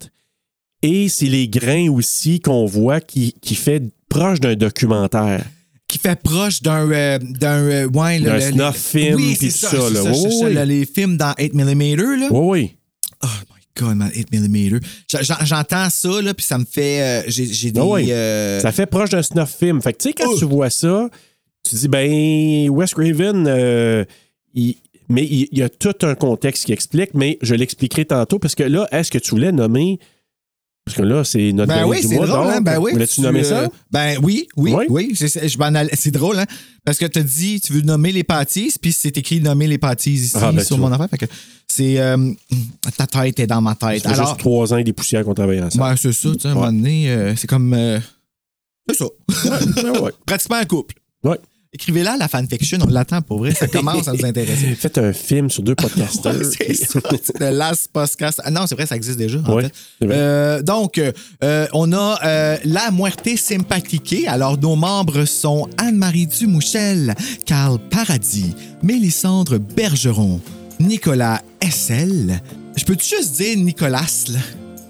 [SPEAKER 1] et c'est les grains aussi qu'on voit qui, qui fait proche d'un documentaire.
[SPEAKER 3] Qui fait proche d'un. euh, d'un euh, ouais, le-
[SPEAKER 1] D'un
[SPEAKER 3] le-
[SPEAKER 1] snuff film,
[SPEAKER 3] Oui,
[SPEAKER 1] puis
[SPEAKER 3] c'est
[SPEAKER 1] tout ça,
[SPEAKER 3] c'est
[SPEAKER 1] là.
[SPEAKER 3] je
[SPEAKER 1] Oui,
[SPEAKER 3] cherchais,
[SPEAKER 1] oui.
[SPEAKER 3] là, les films dans 8mm, là.
[SPEAKER 1] Oui, oui.
[SPEAKER 3] Oh my god, man, 8 mm. J'entends ça, là, puis ça me fait. euh, J'ai j'ai des.
[SPEAKER 1] Ah ouais.
[SPEAKER 3] euh,
[SPEAKER 1] Ça fait proche d'un snuff film. Fait que, tu sais, quand
[SPEAKER 3] Oh.
[SPEAKER 1] tu vois ça, tu dis, ben, Wes Craven, euh, il- mais il, il y a tout un contexte qui explique, mais je l'expliquerai tantôt parce que là, est-ce que tu voulais nommer. Parce que là, c'est notre.
[SPEAKER 3] ben
[SPEAKER 1] dernier
[SPEAKER 3] oui,
[SPEAKER 1] du
[SPEAKER 3] c'est
[SPEAKER 1] mois,
[SPEAKER 3] drôle,
[SPEAKER 1] donc,
[SPEAKER 3] hein? Ben oui.
[SPEAKER 1] Voulais-tu nommer
[SPEAKER 3] euh,
[SPEAKER 1] ça?
[SPEAKER 3] Ben oui, oui,
[SPEAKER 1] Oui.
[SPEAKER 3] oui. c'est- c'est je m'en allais- c'est drôle, hein? Parce que tu dit, tu veux nommer les pâtisses, puis c'est écrit nommer les pâtisses ici
[SPEAKER 1] Ah, ben,
[SPEAKER 3] sur
[SPEAKER 1] tu
[SPEAKER 3] mon
[SPEAKER 1] vois.
[SPEAKER 3] affaire. Fait que c'est. euh, ta tête est dans ma tête.
[SPEAKER 1] Ça fait
[SPEAKER 3] ben, Alors,
[SPEAKER 1] juste trois ans et des poussières qu'on travaille ensemble.
[SPEAKER 3] ben c'est ça, tu sais, à un
[SPEAKER 1] Ouais.
[SPEAKER 3] moment donné, euh, c'est comme. euh, c'est ça.
[SPEAKER 1] Ah Ouais, ouais.
[SPEAKER 3] Pratiquement un couple.
[SPEAKER 1] Ouais.
[SPEAKER 3] Écrivez-la, la fanfiction, on l'attend pour vrai, ça commence à nous intéresser.
[SPEAKER 1] Faites un film sur deux podcasters.
[SPEAKER 3] Ouais, c'est ça, c'est le last podcast. Ah non, c'est vrai, ça existe déjà. en
[SPEAKER 1] Ouais,
[SPEAKER 3] fait.
[SPEAKER 1] c'est vrai.
[SPEAKER 3] Euh, donc, euh, on a euh, La Muerte Sympathique. Alors, nos membres sont Anne-Marie Dumouchel, Carl Paradis, Mélissandre Bergeron, Nicolas Essel. Je peux juste dire Nicolas, là?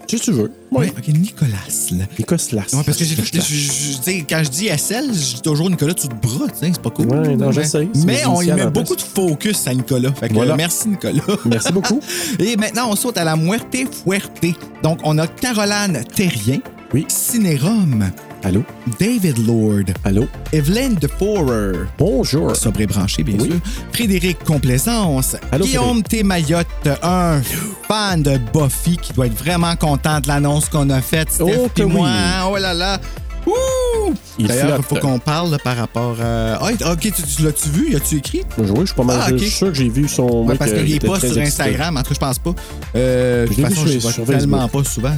[SPEAKER 1] Si tu veux. Oui.
[SPEAKER 3] Ok, Nicolas, là.
[SPEAKER 1] Nicolas Lass.
[SPEAKER 3] Ouais, parce que j'ai- je- je- je- tu sais, quand je dis SL, je dis toujours Nicolas, tu te bras, tu sais, c'est pas cool.
[SPEAKER 1] Ouais, non, je
[SPEAKER 3] Mais-
[SPEAKER 1] sais, c'est mes
[SPEAKER 3] Mais on y
[SPEAKER 1] initiales
[SPEAKER 3] met
[SPEAKER 1] en
[SPEAKER 3] beaucoup de focus à Nicolas. Fait que,
[SPEAKER 1] Voilà.
[SPEAKER 3] euh, merci Nicolas.
[SPEAKER 1] Merci beaucoup.
[SPEAKER 3] Et maintenant, on saute à la Muerte Fuerte. Donc, on a Caroline Terrien,
[SPEAKER 1] Oui.
[SPEAKER 3] Cinérum,
[SPEAKER 1] Allô?
[SPEAKER 3] David Lord,
[SPEAKER 1] Allô?
[SPEAKER 3] Evelyn DeForer,
[SPEAKER 1] Bonjour.
[SPEAKER 3] sobre et branché, bien
[SPEAKER 1] Oui.
[SPEAKER 3] sûr, Frédéric Complaisance,
[SPEAKER 1] Allô,
[SPEAKER 3] Guillaume T. Mayotte, un fan de Buffy qui doit être vraiment content de l'annonce qu'on a faite, Steph
[SPEAKER 1] Oh, que
[SPEAKER 3] et moi.
[SPEAKER 1] oui.
[SPEAKER 3] hein, Oh là là! Ouh!
[SPEAKER 1] Il
[SPEAKER 3] D'ailleurs, il faut
[SPEAKER 1] flotte.
[SPEAKER 3] qu'on parle là, par rapport à... Ah, ok, tu, tu- l'as-tu vu? As-tu écrit?
[SPEAKER 1] Oui, je suis pas mal
[SPEAKER 3] Ah, ok.
[SPEAKER 1] je suis sûr que j'ai vu son.
[SPEAKER 3] Ouais,
[SPEAKER 1] moi,
[SPEAKER 3] parce
[SPEAKER 1] que
[SPEAKER 3] qu'il n'est
[SPEAKER 1] j'étais
[SPEAKER 3] pas
[SPEAKER 1] très
[SPEAKER 3] sur
[SPEAKER 1] excité.
[SPEAKER 3] Instagram, en tout cas, je pense pas. Euh, de
[SPEAKER 1] Je l'ai
[SPEAKER 3] toute
[SPEAKER 1] vu
[SPEAKER 3] façon, je
[SPEAKER 1] sur-
[SPEAKER 3] vois
[SPEAKER 1] sur
[SPEAKER 3] tellement pas souvent.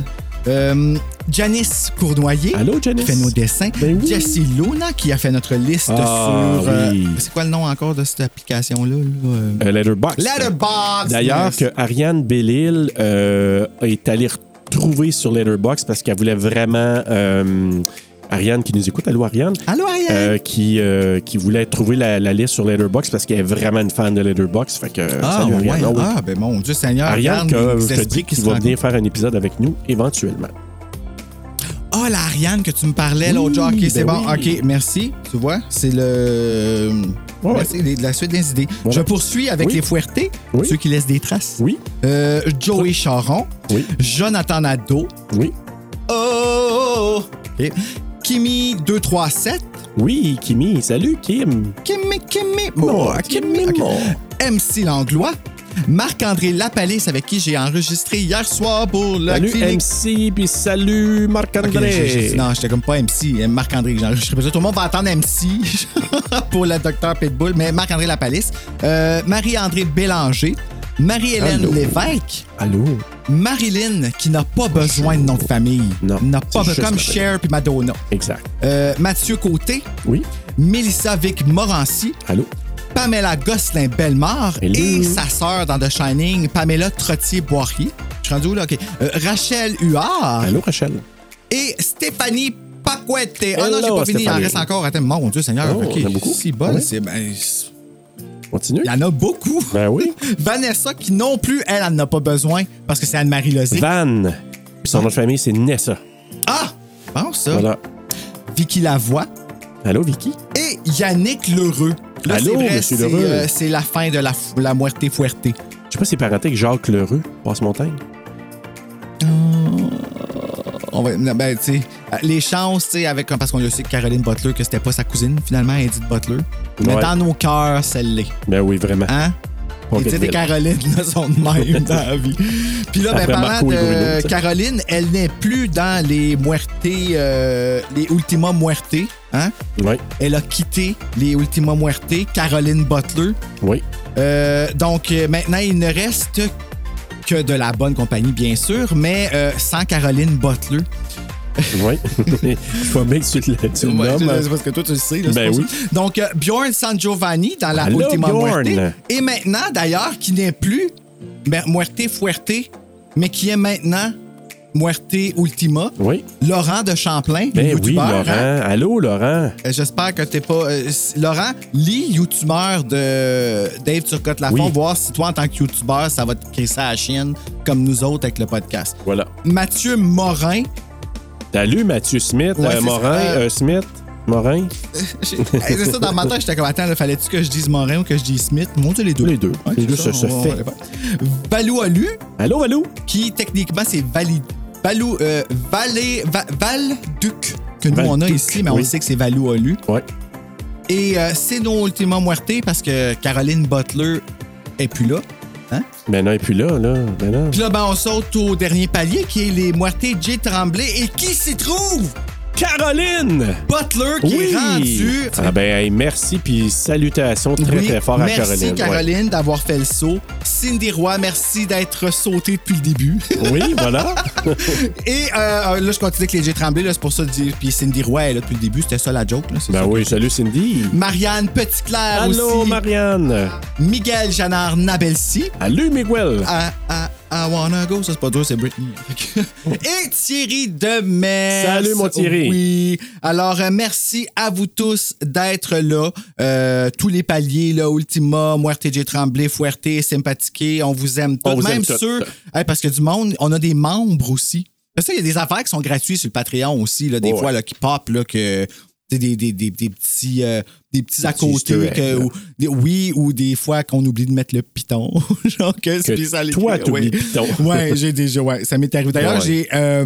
[SPEAKER 3] Euh, Janice Cournoyer.
[SPEAKER 1] Allô,
[SPEAKER 3] qui
[SPEAKER 1] Janice?
[SPEAKER 3] fait nos dessins.
[SPEAKER 1] Ben oui.
[SPEAKER 3] Jessie Luna qui a fait notre liste
[SPEAKER 1] Ah,
[SPEAKER 3] sur. euh,
[SPEAKER 1] oui.
[SPEAKER 3] C'est quoi le nom encore de cette application-là? là? Euh,
[SPEAKER 1] Euh, Letterboxd.
[SPEAKER 3] Letterboxd!
[SPEAKER 1] D'ailleurs, que Ariane Bellil euh, est allée retrouver sur Letterboxd parce qu'elle voulait vraiment. euh, Ariane qui nous écoute, allô Ariane?
[SPEAKER 3] Allô, Ariane!
[SPEAKER 1] Euh, qui, euh, qui voulait trouver la, la liste sur Letterboxd parce qu'elle est vraiment une fan de Letterboxd. Fait que,
[SPEAKER 3] ah,
[SPEAKER 1] salut,
[SPEAKER 3] ouais.
[SPEAKER 1] Ariane. Ah oui.
[SPEAKER 3] ah, ben mon Dieu Seigneur,
[SPEAKER 1] Ariane,
[SPEAKER 3] regarde
[SPEAKER 1] que,
[SPEAKER 3] les
[SPEAKER 1] je te
[SPEAKER 3] esprits
[SPEAKER 1] dis
[SPEAKER 3] qui
[SPEAKER 1] qu'il
[SPEAKER 3] se
[SPEAKER 1] va
[SPEAKER 3] rencontrent.
[SPEAKER 1] venir faire un épisode avec nous éventuellement.
[SPEAKER 3] Ah, la Ariane que tu me parlais l'autre
[SPEAKER 1] Oui,
[SPEAKER 3] jour. OK,
[SPEAKER 1] ben
[SPEAKER 3] c'est bon.
[SPEAKER 1] oui.
[SPEAKER 3] OK, merci. Tu vois, c'est le.
[SPEAKER 1] Ouais,
[SPEAKER 3] Ben,
[SPEAKER 1] ouais.
[SPEAKER 3] c'est les- la suite des idées.
[SPEAKER 1] Voilà.
[SPEAKER 3] Je poursuis avec
[SPEAKER 1] Oui.
[SPEAKER 3] les fouettés,
[SPEAKER 1] Oui.
[SPEAKER 3] ceux qui laissent des traces.
[SPEAKER 1] Oui,
[SPEAKER 3] Euh, Joey Charon.
[SPEAKER 1] Oui.
[SPEAKER 3] Jonathan Nadeau.
[SPEAKER 1] oui,
[SPEAKER 3] Oh, Oh! oh, oh. OK. Kimi 237.
[SPEAKER 1] oui, Kimi. Salut, Kim.
[SPEAKER 3] Kimi, Kimi. Oh, Kimi. OK.
[SPEAKER 1] mon.
[SPEAKER 3] MC Langlois. Marc-André Lapalisse, avec qui j'ai enregistré hier soir pour le
[SPEAKER 1] Salut,
[SPEAKER 3] clinique
[SPEAKER 1] MC, puis salut,
[SPEAKER 3] Ok, j'ai-
[SPEAKER 1] Marc-André.
[SPEAKER 3] j'ai- non, j'étais comme pas MC, euh, Marc-André que j'enregistrais pas ça. Tout le monde va attendre MC pour le docteur Pitbull, mais Marc-André Lapalisse. Euh, Marie-André Bélanger. Marie-Hélène
[SPEAKER 1] Allô.
[SPEAKER 3] Lévesque.
[SPEAKER 1] Allô?
[SPEAKER 3] Marilyn, qui n'a pas besoin de nom de famille.
[SPEAKER 1] Non,
[SPEAKER 3] N'a pas
[SPEAKER 1] c'est juste
[SPEAKER 3] besoin, comme
[SPEAKER 1] Marilyn.
[SPEAKER 3] Cher puis Madonna.
[SPEAKER 1] Exact.
[SPEAKER 3] Euh, Mathieu Côté.
[SPEAKER 1] Oui?
[SPEAKER 3] Mélissa Vic Morancy.
[SPEAKER 1] Allô?
[SPEAKER 3] Pamela Gosselin-Bellemare
[SPEAKER 1] Hello.
[SPEAKER 3] et sa sœur dans The Shining, Pamela Trottier-Boirier. Je suis rendu où, là? OK. Euh, Rachel Huard.
[SPEAKER 1] Allô, Rachel?
[SPEAKER 3] et Stéphanie Paquette. Ah non,
[SPEAKER 1] Hello,
[SPEAKER 3] j'ai pas fini, il en
[SPEAKER 1] Stéphanie.
[SPEAKER 3] reste encore. Attends, mon Dieu Seigneur,
[SPEAKER 1] Oh,
[SPEAKER 3] ok,
[SPEAKER 1] il y en a beaucoup.
[SPEAKER 3] si bon,
[SPEAKER 1] Ouais.
[SPEAKER 3] c'est- ben, c'est-
[SPEAKER 1] Continue?
[SPEAKER 3] il y en a beaucoup.
[SPEAKER 1] Ben oui.
[SPEAKER 3] Vanessa qui non plus, elle, elle n'en a pas besoin parce que c'est Anne-Marie Lozé.
[SPEAKER 1] Van. Puis son nom de famille, c'est Nessa.
[SPEAKER 3] ah! Bon, ça.
[SPEAKER 1] Voilà.
[SPEAKER 3] Vicky Lavoie
[SPEAKER 1] Allô, Vicky?
[SPEAKER 3] et Yannick Lheureux. Là,
[SPEAKER 1] Allô,
[SPEAKER 3] c'est vrai,
[SPEAKER 1] Monsieur
[SPEAKER 3] c'est,
[SPEAKER 1] Lheureux.
[SPEAKER 3] euh, c'est la fin de la, f- la Muerte Fuerte.
[SPEAKER 1] Je sais pas si c'est parenté avec Jacques Lheureux, Passe-Montagne.
[SPEAKER 3] On va, ben, tu sais, euh, les chances, tu sais, avec, comme- parce qu'on le sait que Caroline Butler, que c'était pas sa cousine, finalement, Edith Butler. Mais
[SPEAKER 1] Ouais.
[SPEAKER 3] dans nos cœurs, celle-là.
[SPEAKER 1] Ben oui, vraiment.
[SPEAKER 3] Hein?
[SPEAKER 1] Pas
[SPEAKER 3] Et tu sais, les
[SPEAKER 1] Ville.
[SPEAKER 3] Carolines là, sont de même dans la vie. Puis là, ben,
[SPEAKER 1] Après
[SPEAKER 3] parlant
[SPEAKER 1] Marco et Bruno, tu
[SPEAKER 3] de
[SPEAKER 1] sais.
[SPEAKER 3] Caroline, elle n'est plus dans les muertes, euh, les Ultima Muerte. Hein?
[SPEAKER 1] Oui,
[SPEAKER 3] Elle a quitté les Ultima Muerte, Caroline Butler.
[SPEAKER 1] oui.
[SPEAKER 3] Euh, donc, euh, maintenant, il ne reste que de la bonne compagnie, bien sûr, mais euh, sans Caroline Butler.
[SPEAKER 1] Oui. Je vois bien que tu le tu le
[SPEAKER 3] Ouais,
[SPEAKER 1] nommes. hein.
[SPEAKER 3] c'est parce que toi, tu le sais. là,
[SPEAKER 1] Ben
[SPEAKER 3] c'est pour
[SPEAKER 1] oui.
[SPEAKER 3] ça. Donc, euh, Bjorn San Giovanni dans la
[SPEAKER 1] Allô,
[SPEAKER 3] Ultima
[SPEAKER 1] Bjorn.
[SPEAKER 3] Muerte. Et maintenant, d'ailleurs, qui n'est plus ben, Muerte Fuerte, mais qui est maintenant Muerte Ultima.
[SPEAKER 1] Oui.
[SPEAKER 3] Laurent de Champlain,
[SPEAKER 1] Ben oui,
[SPEAKER 3] youtubeur.
[SPEAKER 1] Laurent.
[SPEAKER 3] hein.
[SPEAKER 1] Allô, Laurent.
[SPEAKER 3] Euh, J'espère que t'es pas. euh, s- Laurent, lis youtubeur de Dave Turcotte Lafont,
[SPEAKER 1] Oui.
[SPEAKER 3] voir si toi, en tant que youtubeur, ça va te crisser à la chienne, comme nous autres avec le podcast.
[SPEAKER 1] Voilà.
[SPEAKER 3] Mathieu Morin,
[SPEAKER 1] Salut, Mathieu Smith,
[SPEAKER 3] Ouais,
[SPEAKER 1] euh,
[SPEAKER 3] c'est
[SPEAKER 1] Morin,
[SPEAKER 3] ça.
[SPEAKER 1] euh, Smith, Morin.
[SPEAKER 3] J'ai- Hey, c'est ça, dans ma tête, j'étais comme, attends, là, fallait-tu que je dise Morin ou que je dise Smith? Mon Dieu, les deux.
[SPEAKER 1] Les deux.
[SPEAKER 3] Ouais,
[SPEAKER 1] Les
[SPEAKER 3] c'est
[SPEAKER 1] deux, ça se
[SPEAKER 3] on-
[SPEAKER 1] fait.
[SPEAKER 3] on- Balou Alu,
[SPEAKER 1] Allô, allô.
[SPEAKER 3] qui techniquement, c'est Valid... Balou... Euh, Valé... Va- Val-Duc, que nous, on a
[SPEAKER 1] Val-Duc,
[SPEAKER 3] ici, mais on
[SPEAKER 1] oui.
[SPEAKER 3] sait que c'est Valou Alu.
[SPEAKER 1] Ouais.
[SPEAKER 3] Et euh, c'est nos Ultima Muerte, parce que Caroline Butler est plus là. Hein?
[SPEAKER 1] Ben non, et puis là, là, ben non.
[SPEAKER 3] Puis là, ben, on saute au dernier palier, qui est les Muerte J. Tremblay. Et qui s'y trouve?
[SPEAKER 1] Caroline!
[SPEAKER 3] Butler, qui
[SPEAKER 1] Oui!
[SPEAKER 3] est rendu...
[SPEAKER 1] Ah ben, hey, merci, puis salutations très,
[SPEAKER 3] Oui,
[SPEAKER 1] très fort à Caroline.
[SPEAKER 3] merci
[SPEAKER 1] Ouais.
[SPEAKER 3] Caroline d'avoir fait le saut. Cindy Roy, merci d'être sautée depuis le début.
[SPEAKER 1] Oui, voilà.
[SPEAKER 3] Et euh, là, je continue avec les Jets Tremblay, là, c'est pour ça de dire. Puis Cindy Roy est là depuis le début, c'était ça la joke. Là, c'est
[SPEAKER 1] ben
[SPEAKER 3] ça.
[SPEAKER 1] oui, salut Cindy.
[SPEAKER 3] Marianne Petitclerc
[SPEAKER 1] Allô,
[SPEAKER 3] aussi.
[SPEAKER 1] Marianne.
[SPEAKER 3] Miguel Janard Nabelsi.
[SPEAKER 1] Allô, Miguel.
[SPEAKER 3] I, I- I wanna go. Ça, c'est pas dur, c'est Britney. Et Thierry Demers.
[SPEAKER 1] Salut, mon Thierry.
[SPEAKER 3] Oui. Alors, euh, merci à vous tous d'être là. Euh, tous les paliers, là, Ultima, Muerte J. Tremblay, Fuerte, Sympathiqué, on vous aime tous.
[SPEAKER 1] On vous
[SPEAKER 3] Même
[SPEAKER 1] aime tous.
[SPEAKER 3] ceux. Hey, parce que du monde, on a des membres aussi. Parce que Ça, il y a des affaires qui sont gratuites sur le Patreon aussi, là, des
[SPEAKER 1] Ouais.
[SPEAKER 3] fois, là, qui pop, là, que. Des, des, des, des, des petits, euh, des petits à
[SPEAKER 1] petits
[SPEAKER 3] côté.
[SPEAKER 1] easter eggs, là.
[SPEAKER 3] que- ou- des- oui, ou des fois qu'on oublie de mettre le piton. Genre que
[SPEAKER 1] Que
[SPEAKER 3] puis ça les-
[SPEAKER 1] toi, t'oublies
[SPEAKER 3] ouais.
[SPEAKER 1] le piton.
[SPEAKER 3] ouais, j'ai déjà, ouais, ça m'est arrivé. D'ailleurs,
[SPEAKER 1] Ouais.
[SPEAKER 3] j'ai. euh,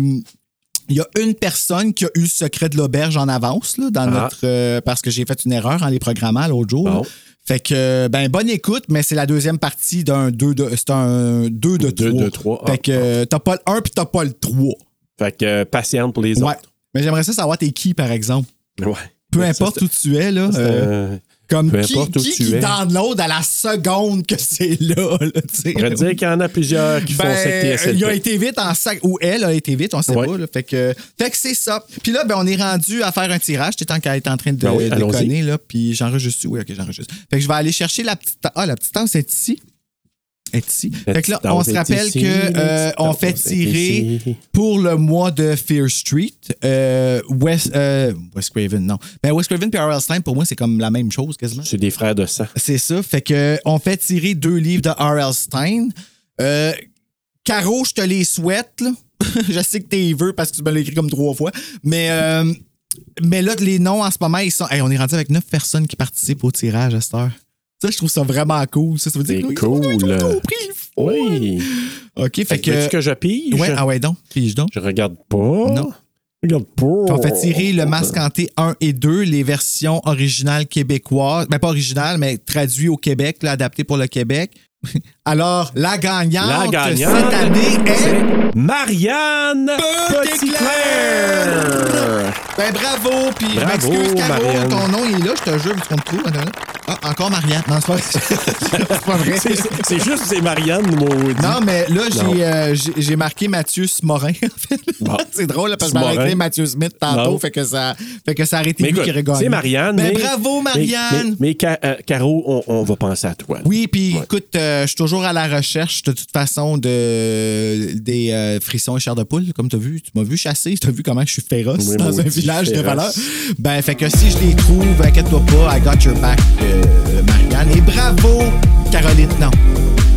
[SPEAKER 3] il y a une personne qui a eu le secret de l'auberge en avance là, dans
[SPEAKER 1] Ah.
[SPEAKER 3] notre euh, parce que j'ai fait une erreur en les programmant l'autre jour. là.
[SPEAKER 1] Bon.
[SPEAKER 3] Fait que ben bonne écoute, mais c'est la deuxième partie d'un 2 de c'est un 2 de 3.
[SPEAKER 1] Deux de trois, ah.
[SPEAKER 3] Fait que euh, t'as pas le 1 puis t'as pas le 3.
[SPEAKER 1] Fait que euh, patiente pour les
[SPEAKER 3] Ouais.
[SPEAKER 1] autres.
[SPEAKER 3] Mais j'aimerais ça savoir t'es qui par exemple.
[SPEAKER 1] Ouais.
[SPEAKER 3] Peu
[SPEAKER 1] Ça,
[SPEAKER 3] importe
[SPEAKER 1] c'est-
[SPEAKER 3] où tu es là.
[SPEAKER 1] c'est,
[SPEAKER 3] euh,
[SPEAKER 1] euh,
[SPEAKER 3] Comme
[SPEAKER 1] Peu
[SPEAKER 3] qui,
[SPEAKER 1] importe où
[SPEAKER 3] qui,
[SPEAKER 1] tu
[SPEAKER 3] qui
[SPEAKER 1] es.
[SPEAKER 3] download à la seconde que c'est là, là, tu sais,
[SPEAKER 1] Je pourrais
[SPEAKER 3] là.
[SPEAKER 1] te dire qu'il y en a plusieurs qui font cette
[SPEAKER 3] Ben,
[SPEAKER 1] TSLP.
[SPEAKER 3] il a été vite en sac, ou elle a été vite, on sait
[SPEAKER 1] Ouais.
[SPEAKER 3] pas. là. fait que, fait que c'est ça. Puis là, ben, on est rendu à faire un tirage, t'es tant qu'à être en train de
[SPEAKER 1] Ben oui, allons-y.
[SPEAKER 3] déconner, là, puis j'enregestre. Oui, ok, j'enregistre. Fait que je vais aller chercher la petite. Ah, la petite tasse est ici. Est ici.
[SPEAKER 1] La
[SPEAKER 3] fait que là,
[SPEAKER 1] petite
[SPEAKER 3] on
[SPEAKER 1] tasse
[SPEAKER 3] se
[SPEAKER 1] est
[SPEAKER 3] rappelle
[SPEAKER 1] ici,
[SPEAKER 3] que
[SPEAKER 1] la
[SPEAKER 3] euh,
[SPEAKER 1] petite
[SPEAKER 3] on
[SPEAKER 1] tasse
[SPEAKER 3] fait
[SPEAKER 1] est
[SPEAKER 3] tirer
[SPEAKER 1] ici.
[SPEAKER 3] pour le mois de Fear Street, euh, West, euh, West Craven, non. Ben, West Craven et R.L. Stein, pour moi, c'est comme la même chose quasiment.
[SPEAKER 1] C'est des frères de sang.
[SPEAKER 3] C'est ça. Fait que on fait tirer deux livres de R.L. Stein. Euh, Caro, je te les souhaite. là. je sais que t'es veux parce que tu me l'as écrit comme trois fois. Mais, euh, mais là, les noms en ce moment, ils sont. Hey, on est rendu avec neuf personnes qui participent au tirage à cette heure. Ça, je trouve ça vraiment cool. Ça, ça veut dire
[SPEAKER 1] C'est
[SPEAKER 3] que- Ils ont
[SPEAKER 1] cool.
[SPEAKER 3] compris le fond.
[SPEAKER 1] Oui.
[SPEAKER 3] OK, Oh. fait,
[SPEAKER 1] Fait que.
[SPEAKER 3] que.
[SPEAKER 1] Veux-tu que je pige?
[SPEAKER 3] Ouais, ah ouais, donc. Pige donc.
[SPEAKER 1] Je regarde pas. Non. Je regarde pas.
[SPEAKER 3] Puis on fait tirer le masque hanté 1 et 2, les versions originales québécoises. Ben, pas originales, mais traduites au Québec, là, adaptées pour le Québec. Alors, la gagnante,
[SPEAKER 1] La gagnante
[SPEAKER 3] cette année est.
[SPEAKER 1] Marianne
[SPEAKER 3] Petit-Clair.
[SPEAKER 1] Petit-Clair!
[SPEAKER 3] Ben, bravo! Puis je
[SPEAKER 1] Bravo,
[SPEAKER 3] m'excuse, Caro,
[SPEAKER 1] Marianne.
[SPEAKER 3] ton nom il est là, je te jure, parce qu'on me trouve. Attends, là. Ah, encore Marianne. Non, c'est pas, c'est pas vrai.
[SPEAKER 1] C'est- c'est- C'est juste c'est Marianne, maudit.
[SPEAKER 3] Non, mais là,
[SPEAKER 1] Non.
[SPEAKER 3] j'ai, euh, j'ai- j'ai marqué Mathieu Smorin, en fait.
[SPEAKER 1] Bon.
[SPEAKER 3] c'est drôle, là, parce que je
[SPEAKER 1] Smorin.
[SPEAKER 3] m'arrêtais Mathieu Smith tantôt,
[SPEAKER 1] Non.
[SPEAKER 3] fait que, ça, fait que ça a arrêté
[SPEAKER 1] Mais
[SPEAKER 3] lui
[SPEAKER 1] écoute,
[SPEAKER 3] qui aurait gagné.
[SPEAKER 1] c'est Marianne.
[SPEAKER 3] Ben,
[SPEAKER 1] mais-
[SPEAKER 3] bravo,
[SPEAKER 1] mais-
[SPEAKER 3] Marianne!
[SPEAKER 1] Mais, mais Ca- euh, Caro, on, on va penser à toi.
[SPEAKER 3] Oui, puis
[SPEAKER 1] Ouais.
[SPEAKER 3] écoute, euh, je suis toujours à la recherche de toute façon de des euh, frissons et chairs de poule, comme tu as vu. Tu m'as vu chasser, tu as vu comment je suis féroce
[SPEAKER 1] Oui,
[SPEAKER 3] dans un
[SPEAKER 1] maudit
[SPEAKER 3] village de
[SPEAKER 1] féroce.
[SPEAKER 3] valeur. Ben, fait que si je les trouve, inquiète-toi pas, I got your back, euh, Marianne. Et bravo, Caroline. Non.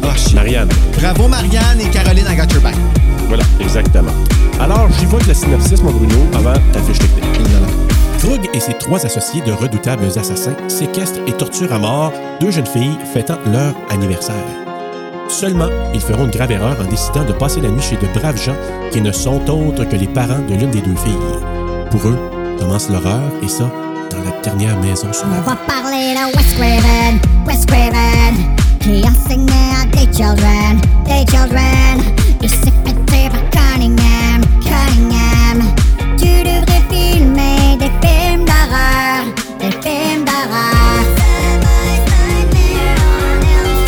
[SPEAKER 3] Oh, shit.
[SPEAKER 1] Marianne.
[SPEAKER 3] Bravo, Marianne et Caroline, I got your back.
[SPEAKER 1] Voilà, exactement. Alors, j'y vois que le synopsis, mon Bruno, avant ta fiche technique. Krug et ses trois associés de redoutables assassins séquestrent et torturent à mort deux jeunes filles fêtant leur anniversaire. Seulement, ils feront une grave erreur en décidant de passer la nuit chez de braves gens qui ne sont autres que les parents de l'une des deux filles. Pour eux, commence l'horreur, et ça, dans la dernière maison sur la
[SPEAKER 7] On
[SPEAKER 1] rue.
[SPEAKER 7] va parler de Wes Craven, Wes Craven, qui a signé à des children, des children. Il s'est pété par Cunningham, Cunningham. Tu devrais filmer des films d'horreur, des films d'horreur.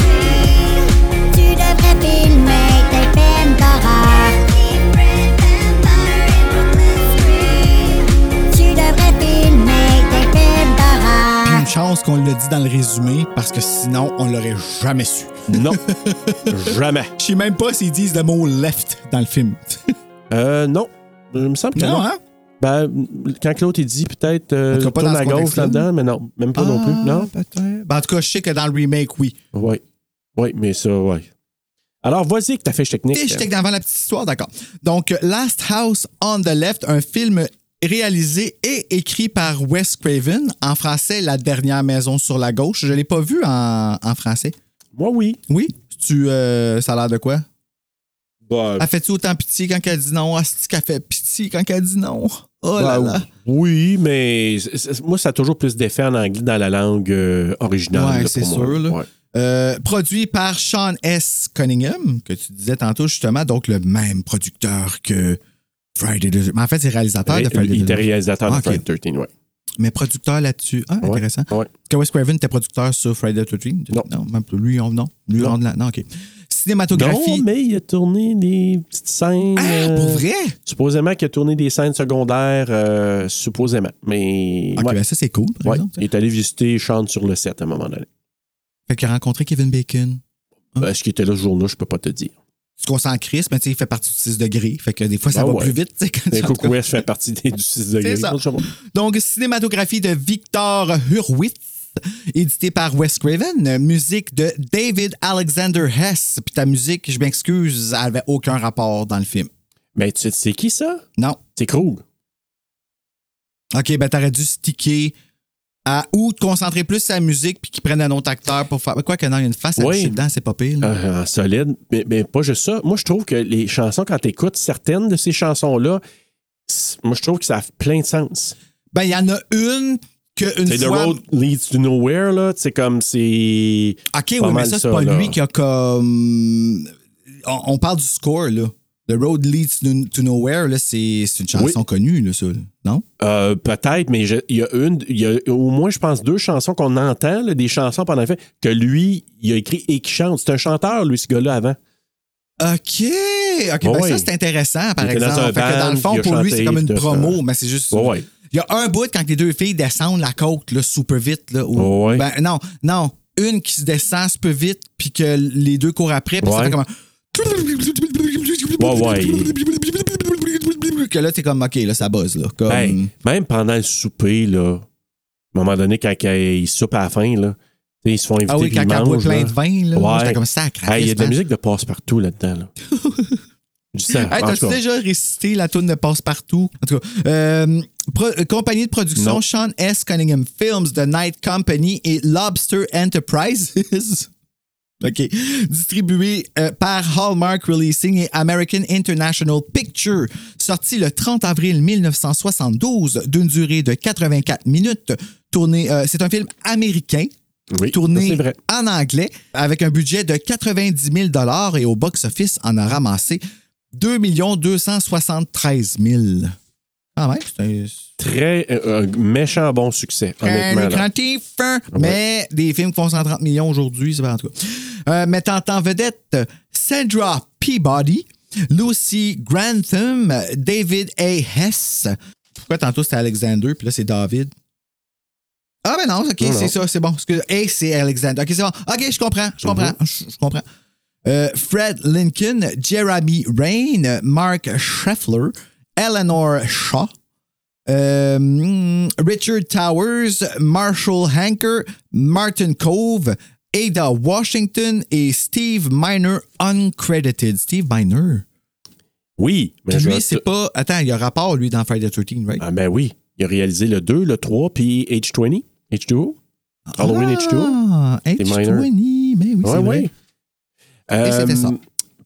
[SPEAKER 7] Tu devrais filmer des films d'horreur. Tu devrais filmer des films d'horreur.
[SPEAKER 3] Une chance qu'on le dit dans le résumé, parce que sinon, on l'aurait jamais su.
[SPEAKER 1] Non, jamais.
[SPEAKER 3] Je sais même pas s'ils disent le mot left dans le film.
[SPEAKER 1] Euh, non. Il me semble que non.
[SPEAKER 3] hein?
[SPEAKER 1] Ben, quand l'autre il dit peut-être
[SPEAKER 3] En
[SPEAKER 1] euh,
[SPEAKER 3] tout cas, pas
[SPEAKER 1] tourne
[SPEAKER 3] dans ce
[SPEAKER 1] à gauche
[SPEAKER 3] contexte-là.
[SPEAKER 1] là-dedans, mais non, même pas non plus.
[SPEAKER 3] Ah,
[SPEAKER 1] Non?
[SPEAKER 3] peut-être. Ben, en tout cas, je sais que dans le remake, oui.
[SPEAKER 1] Oui. Oui, mais ça, oui. Alors, vas-y avec ta fiche technique.
[SPEAKER 3] Et je t'ai avant la petite histoire, d'accord. Donc, euh, Last House on the Left, un film réalisé et écrit par Wes Craven. En français, La dernière maison sur la gauche. Je ne l'ai pas vu en, en français.
[SPEAKER 1] Moi, oui.
[SPEAKER 3] Oui? Tu, euh, ça a l'air de quoi?
[SPEAKER 1] Bah,
[SPEAKER 3] Elle fait-tu autant pitié quand elle dit non? Ah, c'est-tu qu'elle fait pitié quand elle dit non? Oh là là!
[SPEAKER 1] Bah, Oui, mais c- c- moi, ça a toujours plus d'effet en anglais dans la langue euh, originale.
[SPEAKER 3] Ouais,
[SPEAKER 1] là,
[SPEAKER 3] c'est
[SPEAKER 1] pour moi.
[SPEAKER 3] sûr, là.
[SPEAKER 1] Ouais.
[SPEAKER 3] Euh, produit par Sean S. Cunningham, que tu disais tantôt justement, donc le même producteur que Friday the Mais en fait, c'est réalisateur de
[SPEAKER 1] Ré-
[SPEAKER 3] Friday
[SPEAKER 1] Il
[SPEAKER 3] the
[SPEAKER 1] était réalisateur de
[SPEAKER 3] Ah, ok.
[SPEAKER 1] Friday 13, ouais.
[SPEAKER 3] Mais producteur là-dessus. Ah,
[SPEAKER 1] Ouais.
[SPEAKER 3] intéressant.
[SPEAKER 1] Ouais.
[SPEAKER 3] Parce que Wes Craven était producteur sur Friday the 13
[SPEAKER 1] Non.
[SPEAKER 3] même plus. Lui, on, non. Lui,
[SPEAKER 1] Non.
[SPEAKER 3] on non. non, OK.
[SPEAKER 1] Non,
[SPEAKER 3] Cinématographie.
[SPEAKER 1] mais il a tourné des petites scènes.
[SPEAKER 3] Ah,
[SPEAKER 1] euh,
[SPEAKER 3] pour vrai?
[SPEAKER 1] Supposément qu'il a tourné des scènes secondaires, euh, supposément. Mais.
[SPEAKER 3] OK,
[SPEAKER 1] ouais.
[SPEAKER 3] ben ça, c'est cool, par
[SPEAKER 1] Ouais,
[SPEAKER 3] exemple. ça.
[SPEAKER 1] il est allé visiter Sean sur le set à un moment donné.
[SPEAKER 3] Fait qu'il a rencontré Kevin Bacon. Ah.
[SPEAKER 1] Ben, Est-ce qu'il était là ce jour-là, je peux pas te dire.
[SPEAKER 3] Ce qu'on s'en crisse, mais tu sais, il fait partie du 6 degrés. Fait que des fois, ça
[SPEAKER 1] Ben
[SPEAKER 3] va
[SPEAKER 1] ouais.
[SPEAKER 3] plus vite. tu sais, quand
[SPEAKER 1] Mais
[SPEAKER 3] tu-
[SPEAKER 1] Cook West fait partie des, du 6 degrés.
[SPEAKER 3] ça.
[SPEAKER 1] Je sais pas.
[SPEAKER 3] Donc, cinématographie de Victor Hurwitz, édité par Wes Craven, musique de David Alexander Hess. Puis ta musique, je m'excuse, elle avait aucun rapport dans le film.
[SPEAKER 1] Mais tu sais c'est qui ça?
[SPEAKER 3] Non.
[SPEAKER 1] C'est Krug.
[SPEAKER 3] OK, ben t'aurais dû sticker à ou te concentrer plus sur la musique puis qu'ils prennent un autre acteur pour faire. Quoi que non, il y a une face à
[SPEAKER 1] Oui.
[SPEAKER 3] affichée dedans, c'est pas pire. là.
[SPEAKER 1] Euh, en solide. Mais, mais pas juste ça. Moi, je trouve que les chansons, quand tu écoutes certaines de ces chansons-là, c'est- moi, je trouve que ça a plein de sens.
[SPEAKER 3] Ben, il y en a une que une
[SPEAKER 1] C'est The
[SPEAKER 3] fois.
[SPEAKER 1] Road Leads to Nowhere, là. C'est comme c'est.
[SPEAKER 3] OK,
[SPEAKER 1] pas
[SPEAKER 3] oui, mais
[SPEAKER 1] mal
[SPEAKER 3] ça, c'est
[SPEAKER 1] ça,
[SPEAKER 3] pas
[SPEAKER 1] là.
[SPEAKER 3] lui qui a comme. On, on parle du score, là. The Road Leads to, to Nowhere, là, c'est c'est une chanson
[SPEAKER 1] Oui.
[SPEAKER 3] connue, là, ça, là. non?
[SPEAKER 1] Euh, peut-être, mais je- il y a une, il y a au moins, je pense, deux chansons qu'on entend, là, des chansons pendant le fait, que lui, il a écrit et qui chante. C'est un chanteur, lui, ce gars-là, avant.
[SPEAKER 3] OK! OK, ben
[SPEAKER 1] Ouais.
[SPEAKER 3] ça, c'est intéressant, par
[SPEAKER 1] Il était dans
[SPEAKER 3] exemple.
[SPEAKER 1] un
[SPEAKER 3] Fait que dans
[SPEAKER 1] band,
[SPEAKER 3] le fond,
[SPEAKER 1] il a
[SPEAKER 3] pour lui,
[SPEAKER 1] chanté,
[SPEAKER 3] c'est comme une
[SPEAKER 1] tout ça.
[SPEAKER 3] promo, mais c'est juste.
[SPEAKER 1] Ouais, ouais.
[SPEAKER 3] Il y a un bout quand les deux filles descendent la côte, là, super vite, là. où-
[SPEAKER 1] Oh, Ouais.
[SPEAKER 3] Ben, non, non. Une qui se descend super vite, puis que les deux courent après, puis ça
[SPEAKER 1] Ouais.
[SPEAKER 3] fait comme un-
[SPEAKER 1] Ouais,
[SPEAKER 3] Que là, t'es comme, OK, là, ça buzz, là. Comme...
[SPEAKER 1] Ben, même pendant le souper, là, à un moment donné, quand ils ils soupent à la fin, là, tu sais, ils se font inviter
[SPEAKER 3] ah oui,
[SPEAKER 1] puis
[SPEAKER 3] quand
[SPEAKER 1] ils
[SPEAKER 3] elle boit
[SPEAKER 1] mangent,
[SPEAKER 3] plein
[SPEAKER 1] là.
[SPEAKER 3] de vin, là.
[SPEAKER 1] hein. Ouais.
[SPEAKER 3] moi, J'étais comme hein. ça,
[SPEAKER 1] Hey, il y a de la musique de passe-partout là-dedans. Là. Je dis ça,
[SPEAKER 3] Hey,
[SPEAKER 1] en
[SPEAKER 3] t'as-tu
[SPEAKER 1] tout cas.
[SPEAKER 3] déjà récité la toune de Passe-Partout? En tout cas, euh, pro- euh, compagnie de production
[SPEAKER 1] Non.
[SPEAKER 3] Sean S. Cunningham Films, The Night Company et Lobster Enterprises. OK. Distribué euh, par Hallmark Releasing et American International Picture. Sorti le 30 avril 1972, d'une durée de 84 minutes. Tourné, euh, c'est un film américain
[SPEAKER 1] Oui, ça,
[SPEAKER 3] tourné
[SPEAKER 1] c'est vrai.
[SPEAKER 3] en anglais avec un budget de 90 000 et au box-office en a ramassé 2 273 000 Quand même, c'est un-
[SPEAKER 1] Très euh, un méchant bon succès,
[SPEAKER 3] un
[SPEAKER 1] honnêtement. là.
[SPEAKER 3] lucratif, hein? Mais des films qui font 130 millions aujourd'hui, c'est pas en tout cas. Euh, mettant en vedette Sandra Peabody, Lucy Grantham, David A. Hess. Pourquoi tantôt c'était Alexander, puis là c'est David? Ah ben non, ok,
[SPEAKER 1] Non, non.
[SPEAKER 3] c'est ça, c'est bon. Excuse, A, c'est Alexander. Ok, c'est bon. Ok, je comprends, je comprends,
[SPEAKER 1] Mhm.
[SPEAKER 3] je je comprends. Euh, Fred Lincoln, Jeremy Rain, Mark Scheffler, Eleanor Shaw, euh, hmm, Richard Towers, Marshall Hanker, Martin Cove, Ada Washington et Steve Miner uncredited. Steve Miner.
[SPEAKER 1] Oui, mais je
[SPEAKER 3] lui,
[SPEAKER 1] vais-
[SPEAKER 3] c'est pas. Attends, il y a rapport, lui, dans Friday the 13, right?
[SPEAKER 1] Ah ben oui, il a réalisé le 2, le 3, puis H20, H2O. Halloween H2O.
[SPEAKER 3] Ah,
[SPEAKER 1] C'est
[SPEAKER 3] H20, ben oui, c'est
[SPEAKER 1] Ouais,
[SPEAKER 3] vrai.
[SPEAKER 1] ouais.
[SPEAKER 3] Et c'était ça.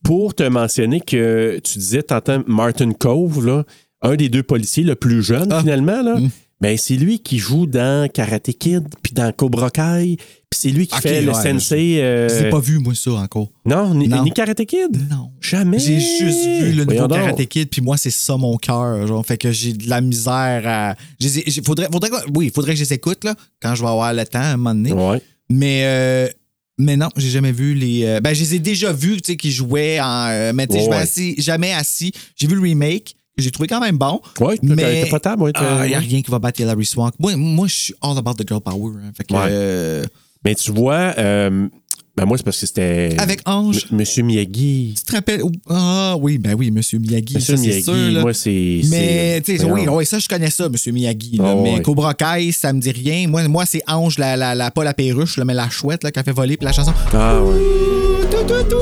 [SPEAKER 1] Pour te mentionner que tu disais, t'entends Martin Cove, là, un des deux policiers, le plus jeune
[SPEAKER 3] Ah.
[SPEAKER 1] finalement, là.
[SPEAKER 3] Mm.
[SPEAKER 1] Ben, c'est lui qui joue dans Karate Kid, puis dans Cobra Kai, puis c'est lui qui
[SPEAKER 3] Ok,
[SPEAKER 1] fait le
[SPEAKER 3] ouais,
[SPEAKER 1] sensei. euh,
[SPEAKER 3] Je l'ai pas vu, moi, ça, encore.
[SPEAKER 1] Non, ni,
[SPEAKER 3] Non.
[SPEAKER 1] ni Karate Kid.
[SPEAKER 3] Non.
[SPEAKER 1] Jamais.
[SPEAKER 3] J'ai juste vu le nouveau
[SPEAKER 1] Voyons donc.
[SPEAKER 3] Karate Kid, puis moi, c'est ça mon cœur. genre. Fait que j'ai de la misère à. j'ai- j'ai- Faudrait, faudrait, que- oui, faudrait que je les écoute, là, quand je vais avoir le temps, à un moment donné.
[SPEAKER 1] Ouais.
[SPEAKER 3] Mais, euh, mais non, j'ai jamais vu les. euh, ben, je les ai déjà vus, tu sais, qui jouaient en. euh, mais tu sais, je
[SPEAKER 1] Ouais,
[SPEAKER 3] m'en
[SPEAKER 1] ouais.
[SPEAKER 3] assis- jamais assis. J'ai vu le remake, que j'ai trouvé quand même bon.
[SPEAKER 1] Ouais, t'as-
[SPEAKER 3] Mais- ah,
[SPEAKER 1] t'as pas table, ouais,
[SPEAKER 3] Il
[SPEAKER 1] t'as-
[SPEAKER 3] n'y a rien qui va battre Hilary Swank. Moi, moi je suis all about the girl power. hein. Fait que,
[SPEAKER 1] Ouais.
[SPEAKER 3] euh,
[SPEAKER 1] Mais Ben, tu vois, euh, ben moi, c'est parce que c'était.
[SPEAKER 3] avec Ange,
[SPEAKER 1] M- Monsieur Miyagi.
[SPEAKER 3] tu te rappelles. Ah oui, ben oui, Monsieur Miyagi.
[SPEAKER 1] Monsieur
[SPEAKER 3] ça, c'est
[SPEAKER 1] Miyagi,
[SPEAKER 3] sûr, là.
[SPEAKER 1] moi, c'est.
[SPEAKER 3] Mais, tu sais,
[SPEAKER 1] c'est-
[SPEAKER 3] oui, oui, ça, je connais ça, Monsieur Miyagi. là,
[SPEAKER 1] Ah,
[SPEAKER 3] mais
[SPEAKER 1] ouais.
[SPEAKER 3] Cobra Kai, ça me dit rien. Moi, moi c'est Ange, la, la, la- pas la perruche, là, mais la chouette, là, qui a fait voler, puis la chanson.
[SPEAKER 1] Ah, ouais.
[SPEAKER 3] Tout, tout,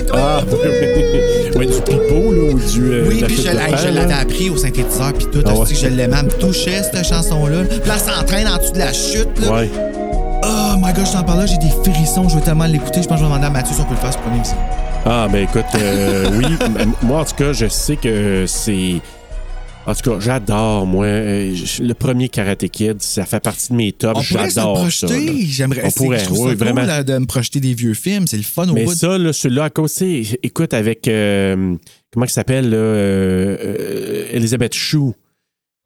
[SPEAKER 3] tout, tout,
[SPEAKER 1] Ah, oui, oui. Ouais, du pipeau, là, ou du. euh, de
[SPEAKER 3] Oui,
[SPEAKER 1] la
[SPEAKER 3] puis
[SPEAKER 1] fibre
[SPEAKER 3] je,
[SPEAKER 1] de
[SPEAKER 3] hey,
[SPEAKER 1] fer,
[SPEAKER 3] je
[SPEAKER 1] là.
[SPEAKER 3] l'avais appris au synthétiseur, puis tout,
[SPEAKER 1] Ah
[SPEAKER 3] hostie,
[SPEAKER 1] ouais.
[SPEAKER 3] que je l'aimais, elle me touchait, cette chanson-là. Puis là, elle s'entraîne en dessous de la chute. Là.
[SPEAKER 1] Ouais.
[SPEAKER 3] Oh my god, je t'en parle là, j'ai des frissons, je veux tellement l'écouter. Je pense que je vais demander à Mathieu si on peut le faire ce premier émission.
[SPEAKER 1] Ah, ben écoute, euh, oui. m- Moi, en tout cas, je sais que c'est. En tout cas, j'adore, moi. euh, j- Le premier Karate Kid, ça fait partie de mes tops.
[SPEAKER 3] On pourrait se
[SPEAKER 1] J'adore ça. là.
[SPEAKER 3] projeter. J'aimerais
[SPEAKER 1] On
[SPEAKER 3] c'est-
[SPEAKER 1] pourrait,
[SPEAKER 3] je trouve
[SPEAKER 1] oui,
[SPEAKER 3] ça
[SPEAKER 1] vraiment.
[SPEAKER 3] cool, là, de me projeter des vieux films, c'est le fun au
[SPEAKER 1] Mais
[SPEAKER 3] bout.
[SPEAKER 1] ça, là, celui-là, à cause, tu sais, écoute, avec. euh, comment il s'appelle, là euh, euh, Elisabeth Chou.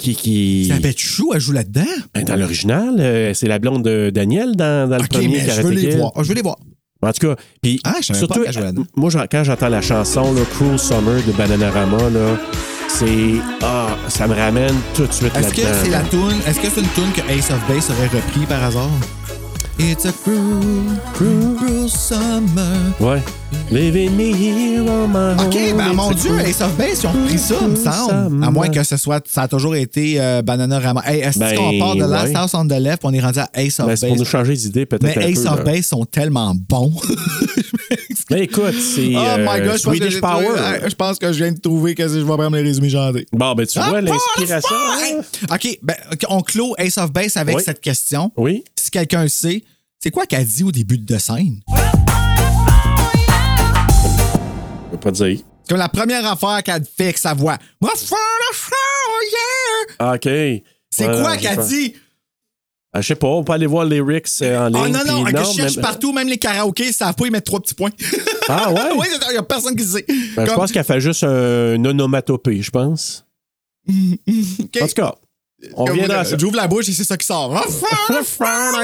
[SPEAKER 1] Qui. qui...
[SPEAKER 3] Ça bête chou, elle joue là-dedans.
[SPEAKER 1] Ben, dans l'original, euh, c'est la blonde de Daniel dans, dans le
[SPEAKER 3] Ok,
[SPEAKER 1] premier
[SPEAKER 3] mais je
[SPEAKER 1] Karate
[SPEAKER 3] veux les
[SPEAKER 1] Kid.
[SPEAKER 3] voir. Ah, je veux les voir.
[SPEAKER 1] En tout cas, puis
[SPEAKER 3] Ah, je savais pas
[SPEAKER 1] surtout,
[SPEAKER 3] qu'elle jouait là-dedans.
[SPEAKER 1] moi, j'en- quand j'entends la chanson là, Cruel Summer de Bananarama, là, c'est. Ah, ça me ramène tout de suite
[SPEAKER 3] Est-ce
[SPEAKER 1] là-dedans.
[SPEAKER 3] que c'est la
[SPEAKER 1] là.
[SPEAKER 3] toune, est-ce que c'est une toune que Ace of Base aurait repris par hasard? It's a cruel, cruel, cruel summer.
[SPEAKER 1] Ouais. Living me here on my
[SPEAKER 3] OK,
[SPEAKER 1] own,
[SPEAKER 3] ben
[SPEAKER 1] it's
[SPEAKER 3] mon
[SPEAKER 1] a
[SPEAKER 3] Dieu,
[SPEAKER 1] Oh, cool-
[SPEAKER 3] Ace of Base, ils ont repris ça, me semble. À moins que ce soit, ça a toujours été euh, Banana Rama. Hey, est-ce
[SPEAKER 1] Ben,
[SPEAKER 3] qu'on part de Last
[SPEAKER 1] ouais.
[SPEAKER 3] House on the Left, on est rendu à Ace of
[SPEAKER 1] Ben,
[SPEAKER 3] Base?
[SPEAKER 1] c'est pour nous changer d'idée, peut-être.
[SPEAKER 3] Mais
[SPEAKER 1] un
[SPEAKER 3] Ace
[SPEAKER 1] peu,
[SPEAKER 3] of
[SPEAKER 1] là.
[SPEAKER 3] Base sont tellement bons.
[SPEAKER 1] Ben, écoute, c'est.
[SPEAKER 3] oh my
[SPEAKER 1] euh,
[SPEAKER 3] god, je pense, que
[SPEAKER 1] Swedish
[SPEAKER 3] j'ai
[SPEAKER 1] Power.
[SPEAKER 3] trouvé- euh, Hey, je pense que je viens de trouver que c'est- je vais prendre le résumé genré.
[SPEAKER 1] Bon, ben, tu
[SPEAKER 3] Ah,
[SPEAKER 1] vois
[SPEAKER 3] pas
[SPEAKER 1] l'inspiration.
[SPEAKER 3] Hey!
[SPEAKER 1] hein?
[SPEAKER 3] OK, ben, ok, on clôt Ace of Base avec
[SPEAKER 1] Oui.
[SPEAKER 3] cette question.
[SPEAKER 1] Oui.
[SPEAKER 3] Si quelqu'un le sait, c'est quoi qu'elle dit au début de scène?
[SPEAKER 1] Je peux pas dire.
[SPEAKER 3] C'est comme la première affaire qu'elle fait avec sa voix. Moi, je fais le show, yeah!
[SPEAKER 1] Ah, OK.
[SPEAKER 3] C'est quoi qu'elle dit?
[SPEAKER 1] Ah, je sais pas, on peut aller voir les lyrics euh, en ligne.
[SPEAKER 3] oh non, non,
[SPEAKER 1] puis
[SPEAKER 3] que je cherche
[SPEAKER 1] mais-
[SPEAKER 3] partout, même les karaokés, ils savent pas, ils mettent trois petits points.
[SPEAKER 1] Ah ouais?
[SPEAKER 3] oui, il y a personne qui le sait.
[SPEAKER 1] Ben, Je
[SPEAKER 3] Comme-
[SPEAKER 1] pense qu'elle fait juste un, une onomatopée, je pense.
[SPEAKER 3] OK.
[SPEAKER 1] En tout cas, on
[SPEAKER 3] Comme
[SPEAKER 1] reviendra
[SPEAKER 3] moi,
[SPEAKER 1] à ça. Ah,
[SPEAKER 3] J'ouvre la bouche et c'est ça qui sort. Ah,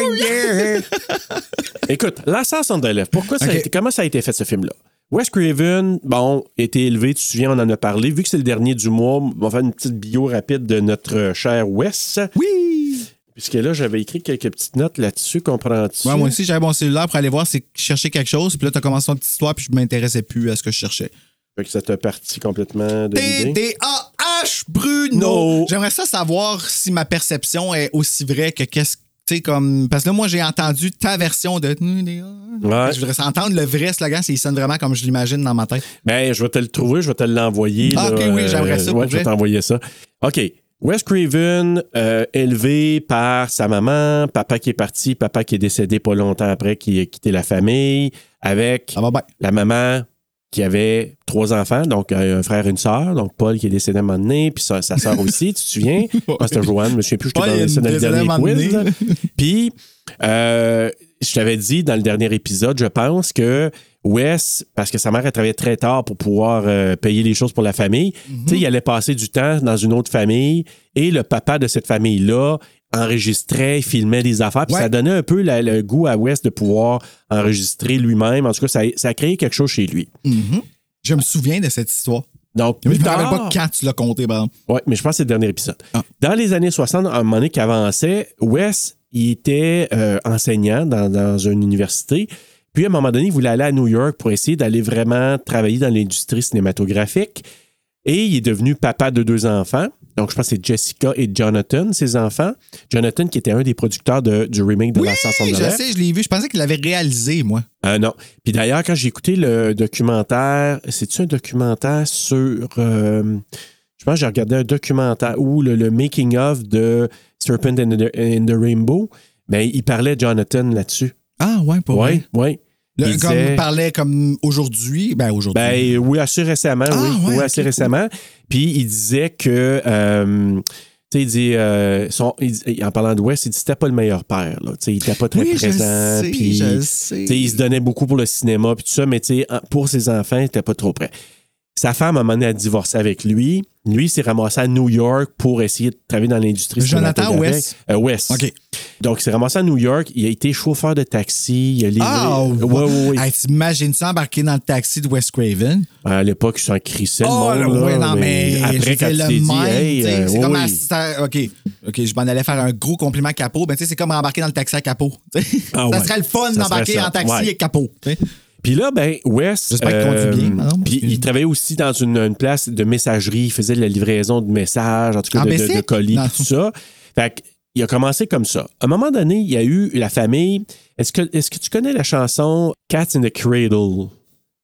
[SPEAKER 1] Écoute, La Sauce on the Left, pourquoi ça a
[SPEAKER 3] Ok.
[SPEAKER 1] été- comment ça a été fait ce film-là? Wes Craven, bon, était élevé, tu te souviens, on en a parlé. Vu que c'est le dernier du mois, on va faire une petite bio rapide de notre euh, cher Wes.
[SPEAKER 3] oui!
[SPEAKER 1] Puisque là, j'avais écrit quelques petites notes là-dessus, comprends-tu?
[SPEAKER 3] Ouais, moi aussi, j'avais mon cellulaire pour aller voir c'est chercher quelque chose. Puis là, t'as commencé ton petite histoire, puis je m'intéressais plus à ce que je cherchais.
[SPEAKER 1] Fait que ça t'a parti complètement de l'idée.
[SPEAKER 3] T-D-A-H Bruno!
[SPEAKER 1] No.
[SPEAKER 3] J'aimerais ça savoir si ma perception est aussi vraie que qu'est-ce tu sais, comme. Parce que là, moi, j'ai entendu ta version de.
[SPEAKER 1] Ouais.
[SPEAKER 3] Je voudrais entendre le vrai slogan, s'il sonne vraiment comme je l'imagine dans ma tête.
[SPEAKER 1] Ben, je vais te le trouver, je vais te l'envoyer. là,
[SPEAKER 3] Ah,
[SPEAKER 1] euh,
[SPEAKER 3] ok, oui, j'aimerais
[SPEAKER 1] ouais,
[SPEAKER 3] ça, pour
[SPEAKER 1] je vais
[SPEAKER 3] vrai.
[SPEAKER 1] t'envoyer ça. OK. Wes Craven, euh, élevé par sa maman, papa qui est parti, papa qui est décédé pas longtemps après, qui a quitté la famille, avec
[SPEAKER 3] Ça va bien.
[SPEAKER 1] la maman qui avait trois enfants, donc euh, un frère et une sœur, donc Paul qui est décédé à un moment donné, puis sa, sa sœur aussi, tu te souviens?
[SPEAKER 3] Ouais.
[SPEAKER 1] Ah, c'était Joanne, je me souviens plus, je t'ai
[SPEAKER 3] Paul
[SPEAKER 1] parlé de ça
[SPEAKER 3] est
[SPEAKER 1] dans le
[SPEAKER 3] décédé à un
[SPEAKER 1] dernier
[SPEAKER 3] moment
[SPEAKER 1] quiz.
[SPEAKER 3] donné.
[SPEAKER 1] là. Puis, euh, je t'avais dit dans le dernier épisode, je pense que Wes, parce que sa mère, elle travaillait très tard pour pouvoir euh, payer les choses pour la famille,
[SPEAKER 3] Mhm.
[SPEAKER 1] tu sais, il allait passer du temps dans une autre famille et le papa de cette famille-là enregistrait, filmait des affaires. Puis
[SPEAKER 3] Ouais.
[SPEAKER 1] ça donnait un peu la- le goût à Wes de pouvoir enregistrer lui-même. En tout cas, ça, ça a créé quelque chose chez lui.
[SPEAKER 3] Je me souviens de cette histoire.
[SPEAKER 1] Donc, Ah!
[SPEAKER 3] Mais
[SPEAKER 1] plus
[SPEAKER 3] je me rappelle
[SPEAKER 1] tard-
[SPEAKER 3] pas quand tu l'as compté, par exemple.
[SPEAKER 1] oui, mais je pense que c'est le dernier épisode.
[SPEAKER 3] Ah.
[SPEAKER 1] Dans les années 60, à un moment donné qui avançait, Wes, il était euh, enseignant dans, dans une université. Puis à un moment donné, il voulait aller à New York pour essayer d'aller vraiment travailler dans l'industrie cinématographique. Et il est devenu papa de deux enfants. Donc, je pense que c'est Jessica et Jonathan, ses enfants. Jonathan, qui était un des producteurs de- du remake de La Sauce en
[SPEAKER 3] Hey, je
[SPEAKER 1] Dollars.
[SPEAKER 3] sais, je l'ai vu. Je pensais qu'il l'avait réalisé, moi.
[SPEAKER 1] Ah non. Puis d'ailleurs, quand j'ai écouté le documentaire, c'est-tu un documentaire sur. euh, je pense que j'ai regardé un documentaire où le, le making of de Serpent and the, and the Rainbow, mais il parlait de Jonathan là-dessus.
[SPEAKER 3] Ah, ouais, pour
[SPEAKER 1] Oui,
[SPEAKER 3] vrai.
[SPEAKER 1] oui.
[SPEAKER 3] Le-
[SPEAKER 1] Il
[SPEAKER 3] comme
[SPEAKER 1] disait-
[SPEAKER 3] il parlait comme aujourd'hui. Ben, aujourd'hui.
[SPEAKER 1] Ben oui, assez récemment,
[SPEAKER 3] Ah,
[SPEAKER 1] oui.
[SPEAKER 3] ouais,
[SPEAKER 1] Oui,
[SPEAKER 3] ok,
[SPEAKER 1] assez
[SPEAKER 3] cool.
[SPEAKER 1] récemment. Puis il disait que. euh, tu sais, il dit, euh, son- il dit- en parlant de West, il dit c'était pas le meilleur père. Là. Tu sais, Il était pas très
[SPEAKER 3] oui, je
[SPEAKER 1] présent.
[SPEAKER 3] sais,
[SPEAKER 1] puis-
[SPEAKER 3] je sais.
[SPEAKER 1] Tu sais, il se donnait beaucoup pour le cinéma, puis tout ça, mais tu sais, en- pour ses enfants, il n'était pas trop prêt. Sa femme, à un moment donné, a divorcé avec lui. Lui, il s'est ramassé à New York pour essayer de travailler dans l'industrie
[SPEAKER 3] Jonathan
[SPEAKER 1] cinématographique.
[SPEAKER 3] West?
[SPEAKER 1] Euh, West.
[SPEAKER 3] OK.
[SPEAKER 1] Donc, il s'est ramassé à New York. Il a été chauffeur de taxi. Il a livré.
[SPEAKER 3] Ah,
[SPEAKER 1] ouais,
[SPEAKER 3] ouais.
[SPEAKER 1] ouais, ouais.
[SPEAKER 3] Hey, T'imagines ça embarquer dans le taxi de West Craven?
[SPEAKER 1] À l'époque, il s'en crissait le monde.
[SPEAKER 3] là,
[SPEAKER 1] là,
[SPEAKER 3] Oh, ouais, non, mais. je veux
[SPEAKER 1] après, quand tu
[SPEAKER 3] dire, le
[SPEAKER 1] t'es dit,
[SPEAKER 3] même,
[SPEAKER 1] hey,
[SPEAKER 3] tu sais,
[SPEAKER 1] euh,
[SPEAKER 3] c'est
[SPEAKER 1] ouais,
[SPEAKER 3] comme.
[SPEAKER 1] ouais.
[SPEAKER 3] à- OK, OK, je m'en allais faire un gros compliment à Capot. Ben, tu sais, c'est comme embarquer dans le taxi à Capot. tu sais.
[SPEAKER 1] Ah,
[SPEAKER 3] ça
[SPEAKER 1] ouais.
[SPEAKER 3] serait le fun
[SPEAKER 1] Ça
[SPEAKER 3] d'embarquer
[SPEAKER 1] serait ça,
[SPEAKER 3] en taxi
[SPEAKER 1] ouais.
[SPEAKER 3] avec Capot. tu sais.
[SPEAKER 1] Puis là, ben, Wes. euh,
[SPEAKER 3] J'espère qu'il conduit bien, madame, parce
[SPEAKER 1] Puis
[SPEAKER 3] que-
[SPEAKER 1] il travaillait aussi dans une, une place de messagerie. Il faisait de la livraison de messages, en tout cas
[SPEAKER 3] En
[SPEAKER 1] de, de-
[SPEAKER 3] bicycle?
[SPEAKER 1] de colis,
[SPEAKER 3] ben Non.
[SPEAKER 1] puis tout ça. Fait qu'il a commencé comme ça. À un moment donné, il y a eu la famille. Est-ce que, est que tu connais la chanson Cats in the Cradle?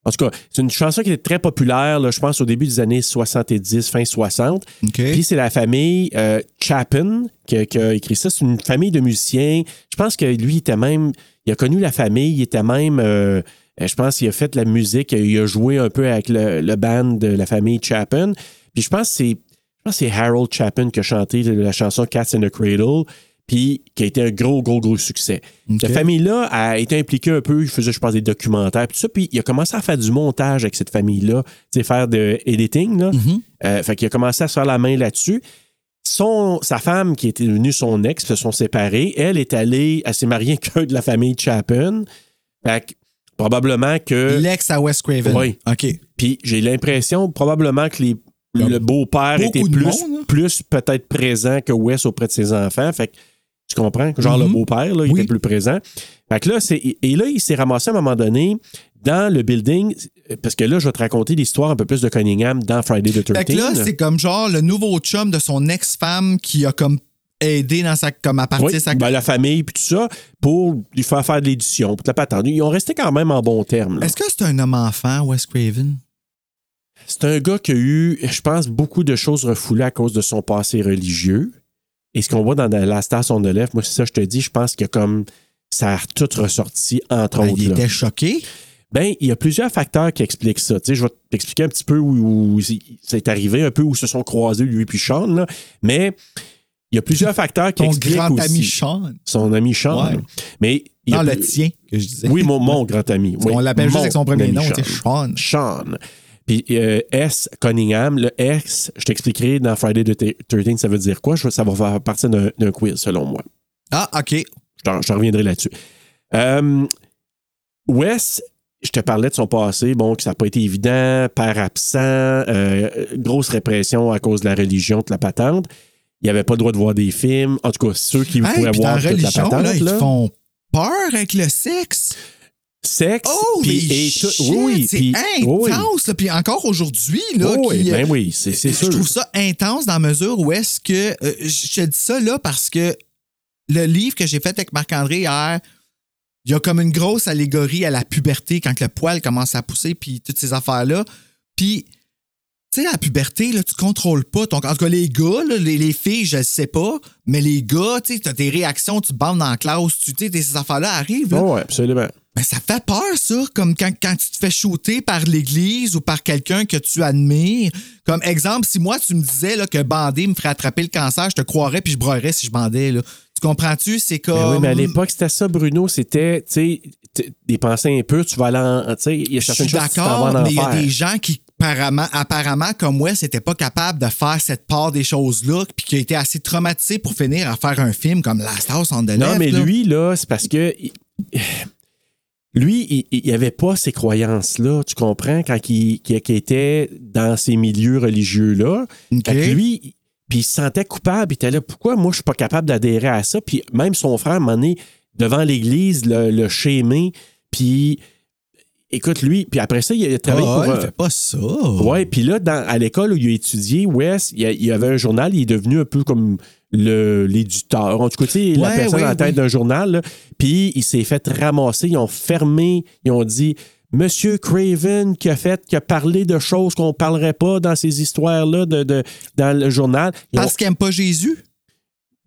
[SPEAKER 1] En tout cas, c'est une chanson qui était très populaire, là, je pense, au début des années 70, fin 60.
[SPEAKER 3] OK.
[SPEAKER 1] Puis c'est la famille euh, Chapin qui, a- qui a écrit ça. C'est une famille de musiciens. Je pense que lui, il était même. Il a connu la famille, il était même. euh, je pense qu'il a fait de la musique, il a joué un peu avec le, le band de la famille Chapin. Puis je pense que c'est. Je pense que c'est Harold Chapin qui a chanté la chanson Cats in the Cradle, puis qui a été un gros, gros, gros succès.
[SPEAKER 3] OK.
[SPEAKER 1] Cette famille-là a été impliquée un peu, il faisait, je pense, des documentaires, puis tout ça, puis il a commencé à faire du montage avec cette famille-là, tu sais, faire de editing,
[SPEAKER 3] Mm-hmm.
[SPEAKER 1] là. Euh, fait qu'il a commencé à se faire la main là-dessus. Son, sa femme, qui était devenue son ex, se sont séparés. Elle est allée, elle s'est mariée avec un de la famille Chapin. Fait que probablement que.
[SPEAKER 3] L'ex à West Craven.
[SPEAKER 1] Euh, Oui.
[SPEAKER 3] OK.
[SPEAKER 1] Puis j'ai l'impression probablement que les- le beau-père
[SPEAKER 3] beaucoup
[SPEAKER 1] était
[SPEAKER 3] de
[SPEAKER 1] plus,
[SPEAKER 3] monde, hein? là.
[SPEAKER 1] plus peut-être présent que Wes auprès de ses enfants. Fait que tu comprends? Genre le
[SPEAKER 3] Mhm.
[SPEAKER 1] beau-père, là, il
[SPEAKER 3] Oui.
[SPEAKER 1] était plus présent. Fait que là, c'est, et là, il s'est ramassé à un moment donné dans le building, parce que là, je vais te raconter l'histoire un peu plus de Cunningham dans Friday the 13th.
[SPEAKER 3] Fait que là, c'est comme genre le nouveau chum de son ex-femme qui a comme aidé dans sa. comme à partir
[SPEAKER 1] Oui,
[SPEAKER 3] sa.
[SPEAKER 1] ben, la famille puis tout ça, pour lui faire faire de l'édition, pour te la patente. Ils ont resté quand même en bon terme.
[SPEAKER 3] Est-ce que c'est un homme enfant, Wes Craven?
[SPEAKER 1] C'est un gars qui a eu, je pense, beaucoup de choses refoulées à cause de son passé religieux. Et ce qu'on voit dans La Star Son de moi, c'est ça, je te dis, je pense que comme ça a tout ressorti, entre
[SPEAKER 3] Ben,
[SPEAKER 1] autres.
[SPEAKER 3] il
[SPEAKER 1] là.
[SPEAKER 3] était choqué.
[SPEAKER 1] Ben, il y a plusieurs facteurs qui expliquent ça. Tu sais, je vais t'expliquer un petit peu où, où c'est c'est arrivé, un peu où se sont croisés lui puis Sean. là. Mais il y a plusieurs facteurs qui
[SPEAKER 3] Ton
[SPEAKER 1] expliquent
[SPEAKER 3] grand
[SPEAKER 1] aussi.
[SPEAKER 3] ami Sean.
[SPEAKER 1] Son ami Sean.
[SPEAKER 3] Ouais.
[SPEAKER 1] Mais il y a
[SPEAKER 3] Non, le
[SPEAKER 1] plus-
[SPEAKER 3] tien, que je disais.
[SPEAKER 1] Oui, mon, mon grand ami.
[SPEAKER 3] On
[SPEAKER 1] oui,
[SPEAKER 3] l'appelle juste
[SPEAKER 1] mon
[SPEAKER 3] avec son premier
[SPEAKER 1] ami
[SPEAKER 3] nom, c'est Sean.
[SPEAKER 1] Sean. Puis euh, S, Cunningham. Le S, je t'expliquerai dans Friday the 13 ça veut dire quoi. Je- ça va faire partie d'un d'un quiz, selon moi.
[SPEAKER 3] Ah, OK.
[SPEAKER 1] Je t'en- je t'en reviendrai là-dessus. Euh, Wes, je te parlais de son passé, bon, que ça n'a pas été évident, père absent, euh, grosse répression à cause de la religion, de la patente. Il n'avait pas le droit de voir des films. En tout cas, ceux qui
[SPEAKER 3] Hey,
[SPEAKER 1] pouvaient
[SPEAKER 3] puis
[SPEAKER 1] voir
[SPEAKER 3] dans
[SPEAKER 1] toute
[SPEAKER 3] la religion,
[SPEAKER 1] la patente.
[SPEAKER 3] là, ils
[SPEAKER 1] là.
[SPEAKER 3] te font peur avec le sexe.
[SPEAKER 1] Sexe,
[SPEAKER 3] Oh,
[SPEAKER 1] puis-
[SPEAKER 3] mais
[SPEAKER 1] et tout-
[SPEAKER 3] shit,
[SPEAKER 1] oui, oui,
[SPEAKER 3] c'est
[SPEAKER 1] puis- oui,
[SPEAKER 3] intense. là. Puis encore aujourd'hui, là,
[SPEAKER 1] oui,
[SPEAKER 3] qui, euh,
[SPEAKER 1] ben oui, c'est c'est
[SPEAKER 3] je
[SPEAKER 1] sûr.
[SPEAKER 3] trouve ça intense dans la mesure où est-ce que. euh, je te dis ça là parce que le livre que j'ai fait avec Marc-André hier, il y a comme une grosse allégorie à la puberté quand que le poil commence à pousser puis toutes ces affaires-là. Puis, tu sais, la puberté, là, tu contrôles pas. Ton... En tout cas, les gars, là, les, les filles, je le sais pas, mais les gars, tu sais, t'as tes réactions, tu bandes dans la classe, tu tu sais, ces affaires-là arrivent. là.
[SPEAKER 1] Oh, ouais, absolument.
[SPEAKER 3] Ben, ça fait peur, ça, comme quand, quand tu te fais shooter par l'Église ou par quelqu'un que tu admires. Comme exemple, si moi, tu me disais là, que bander me ferait attraper le cancer, je te croirais puis je broyerais si je bandais. Là. Tu comprends-tu? C'est comme...
[SPEAKER 1] Ben oui, mais à l'époque, c'était ça, Bruno. C'était, tu sais, t- des pensées impures, tu vas aller en. Tu sais, il y a
[SPEAKER 3] je
[SPEAKER 1] certaines
[SPEAKER 3] suis
[SPEAKER 1] choses que tu t'en
[SPEAKER 3] d'accord,
[SPEAKER 1] vas en
[SPEAKER 3] mais il y a
[SPEAKER 1] enfer.
[SPEAKER 3] des gens qui, apparemment, apparemment comme Wes, n'étaient pas capables de faire cette part des choses-là puis qui a été assez traumatisé pour finir à faire un film comme Last House on the
[SPEAKER 1] Non,
[SPEAKER 3] Left,
[SPEAKER 1] mais
[SPEAKER 3] là.
[SPEAKER 1] lui, là, c'est parce que. il- Lui, il- il n'y avait pas ces croyances-là, tu comprends, quand il, qu'il- qu'il était dans ces milieux religieux-là.
[SPEAKER 3] OK.
[SPEAKER 1] Fait que lui, il- puis il se sentait coupable. Il était là, pourquoi moi, je suis pas capable d'adhérer à ça? Puis même son frère, à un moment donné, devant l'église, le, le schémé. Puis, écoute, lui, puis après ça, il a travaillé
[SPEAKER 3] Ah,
[SPEAKER 1] pour... euh,
[SPEAKER 3] il
[SPEAKER 1] un-
[SPEAKER 3] fait pas ça.
[SPEAKER 1] Ouais, puis là, dans- à l'école où il a étudié, Wes, il, y a- il y avait un journal, il est devenu un peu comme le- l'éditeur. En tout cas, tu sais, la
[SPEAKER 3] Ouais,
[SPEAKER 1] personne
[SPEAKER 3] ouais,
[SPEAKER 1] à la tête
[SPEAKER 3] oui.
[SPEAKER 1] d'un journal, là. puis il s'est fait ramasser, ils ont fermé, ils ont dit Monsieur Craven qui a fait, qui a parlé de choses qu'on parlerait pas dans ces histoires-là de, de- dans le journal. Ils ont-
[SPEAKER 3] Parce qu'il aime pas Jésus?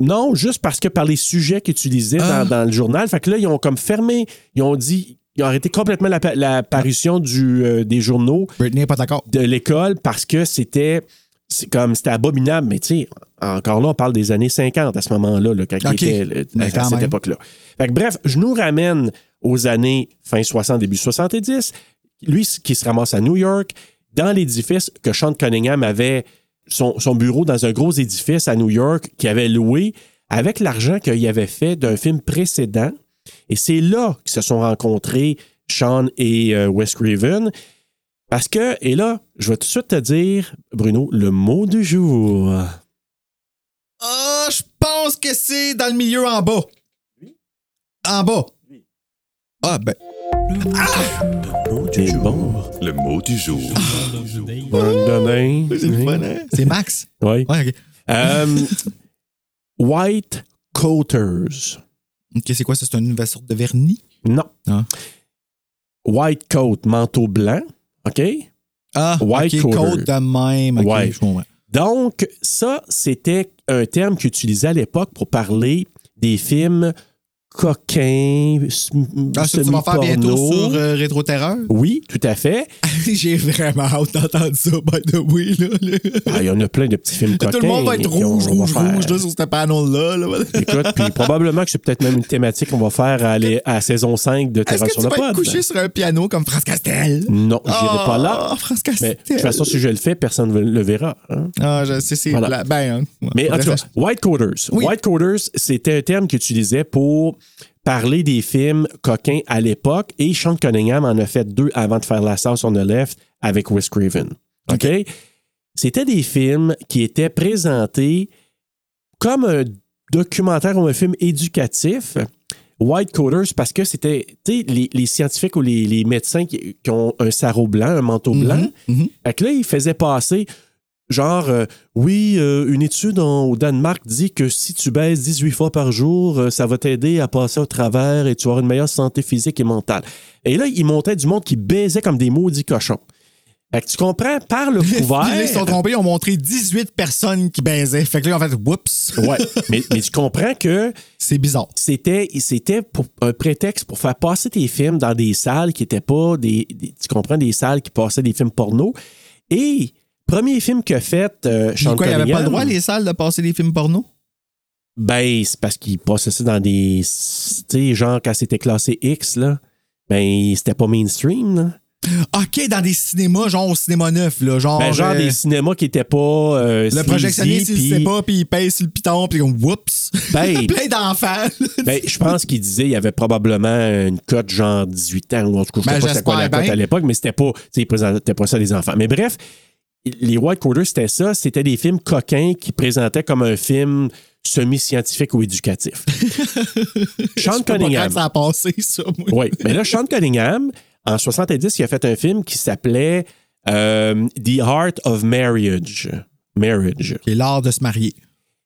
[SPEAKER 1] non, juste parce que par les sujets qu'ils utilisaient
[SPEAKER 3] Ah.
[SPEAKER 1] dans, dans le journal. Fait que là, ils ont comme fermé, ils ont dit, ils ont arrêté complètement la, pa- la parution du, euh, des journaux
[SPEAKER 3] Britney n'est pas d'accord.
[SPEAKER 1] de l'école parce que c'était c'est comme c'était abominable mais tu sais encore là on parle des années 50 à ce moment-là là, quand il
[SPEAKER 3] Ok.
[SPEAKER 1] était, euh, le-
[SPEAKER 3] Mais
[SPEAKER 1] à,
[SPEAKER 3] quand
[SPEAKER 1] cette
[SPEAKER 3] même.
[SPEAKER 1] époque-là. Fait que bref, je nous ramène aux années fin 60 début 70, lui c- qui se ramasse à New York dans l'édifice que Sean Cunningham avait son, son bureau dans un gros édifice à New York qu'il avait loué avec l'argent qu'il avait fait d'un film précédent et c'est là qu'ils se sont rencontrés Sean et euh, Wes Craven parce que, et là, je vais tout de suite te dire, Bruno, le mot du jour.
[SPEAKER 3] Ah, je pense que c'est dans le milieu en bas. En bas. Ah, ben. Ah!
[SPEAKER 1] C'est bon.
[SPEAKER 8] Le mot du jour.
[SPEAKER 1] Bonne demain.
[SPEAKER 3] C'est Max.
[SPEAKER 1] Oui.
[SPEAKER 3] Ouais, ok.
[SPEAKER 1] Euh, White Coaters.
[SPEAKER 3] Ok, c'est quoi ça? C'est une nouvelle sorte de vernis?
[SPEAKER 1] Non.
[SPEAKER 3] Ah.
[SPEAKER 1] White coat, manteau blanc. OK?
[SPEAKER 3] Ah,
[SPEAKER 1] White
[SPEAKER 3] ok,
[SPEAKER 1] coater.
[SPEAKER 3] côte de même. Ok,
[SPEAKER 1] Ouais.
[SPEAKER 3] je comprends.
[SPEAKER 1] Donc, ça, c'était un terme qu'ils utilisaient à l'époque pour parler des films coquins, semi
[SPEAKER 3] Ah, ça, tu vas faire bientôt sur euh, Rétro-Terreur?
[SPEAKER 1] Oui, tout à fait.
[SPEAKER 3] J'ai vraiment hâte d'entendre ça, by the way. Là, là.
[SPEAKER 1] Ah, Il y en a plein de petits films coquins.
[SPEAKER 3] Tout le monde va être
[SPEAKER 1] qu'on
[SPEAKER 3] rouge,
[SPEAKER 1] va
[SPEAKER 3] rouge,
[SPEAKER 1] faire.
[SPEAKER 3] rouge là, sur ce panneau-là. là.
[SPEAKER 1] Écoute, puis probablement que c'est peut-être même une thématique qu'on va faire à, les- à saison 5 de
[SPEAKER 3] Est-ce
[SPEAKER 1] Terreur
[SPEAKER 3] que
[SPEAKER 1] sur
[SPEAKER 3] tu
[SPEAKER 1] le
[SPEAKER 3] vas
[SPEAKER 1] pod.
[SPEAKER 3] être couché sur un piano comme France Castel?
[SPEAKER 1] Non, j'irai pas là.
[SPEAKER 3] Ah, France
[SPEAKER 1] Mais
[SPEAKER 3] Castel.
[SPEAKER 1] de toute façon, si je le fais, personne ne le verra. hein.
[SPEAKER 3] Ah, je sais, c'est.
[SPEAKER 1] Voilà.
[SPEAKER 3] la- Ben, hein, ouais,
[SPEAKER 1] Mais en tout
[SPEAKER 3] faudrait
[SPEAKER 1] cas,
[SPEAKER 3] faire-
[SPEAKER 1] White Coders.
[SPEAKER 3] Oui.
[SPEAKER 1] White Coders, c'était un terme qu'ils utilisaient pour parler des films coquins à l'époque et Sean Cunningham en a fait deux avant de faire La Sauce on the Left avec Wes Craven. OK? C'était des films qui étaient présentés comme un documentaire ou un film éducatif. White Coders, parce que c'était tu sais, les, les scientifiques ou les, les médecins qui, qui ont un sarrau blanc, un manteau blanc. Fait que là, ils faisaient passer Genre, euh, oui, euh, une étude en- au Danemark dit que si tu baisses 18 fois par jour, euh, ça va t'aider à passer au travers et tu auras une meilleure santé physique et mentale. Et là, il montait du monde qui baisait comme des maudits cochons. Fait que tu comprends, par le
[SPEAKER 3] Puis là, ils se sont
[SPEAKER 1] couvert...
[SPEAKER 3] trompés, ils ont montré 18 personnes qui baisaient. Fait que là, en fait, whoops,
[SPEAKER 1] ouais, mais, mais tu comprends que
[SPEAKER 3] c'est bizarre.
[SPEAKER 1] c'était c'était pour un prétexte pour faire passer tes films dans des salles qui n'étaient pas des, des- tu comprends des salles qui passaient des films porno et premier film que fait euh,
[SPEAKER 3] Puis
[SPEAKER 1] Sean
[SPEAKER 3] quoi, il n'y avait pas
[SPEAKER 1] Cunningham-
[SPEAKER 3] le droit, les salles, de passer des films porno?
[SPEAKER 1] Ben, c'est parce qu'ils processaient dans des. Tu sais, genre, quand c'était classé X, là, ben, c'était pas mainstream, là.
[SPEAKER 3] OK, dans des cinémas, genre au cinéma neuf, là. Genre,
[SPEAKER 1] Ben, genre
[SPEAKER 3] euh,
[SPEAKER 1] des cinémas qui étaient pas. euh,
[SPEAKER 3] le
[SPEAKER 1] sleazy,
[SPEAKER 3] projectionniste, il le sait
[SPEAKER 1] puis-
[SPEAKER 3] pas, puis il pèse sur le piton, puis comme whoops.
[SPEAKER 1] Ben,
[SPEAKER 3] Plein d'enfants.
[SPEAKER 1] ben, je pense qu'il disait il y avait probablement une cote genre 18 ans, ou en tout cas, je
[SPEAKER 3] Ben,
[SPEAKER 1] sais pas c'était quoi la
[SPEAKER 3] j'espère
[SPEAKER 1] cote
[SPEAKER 3] bien.
[SPEAKER 1] à l'époque, mais c'était pas. Tu sais, il présentait pas ça à des enfants. Mais bref, les White Quarters, c'était ça. C'était des films coquins qui présentaient comme un film semi-scientifique ou éducatif.
[SPEAKER 3] Je
[SPEAKER 1] Sean
[SPEAKER 3] peux pas
[SPEAKER 1] Cunningham.
[SPEAKER 3] croire que Ça a passé, ça, moi.
[SPEAKER 1] Oui. Mais là, Sean Cunningham, en 70, il a fait un film qui s'appelait euh, The Art of Marriage. Marriage.
[SPEAKER 3] Qui est l'art de se marier.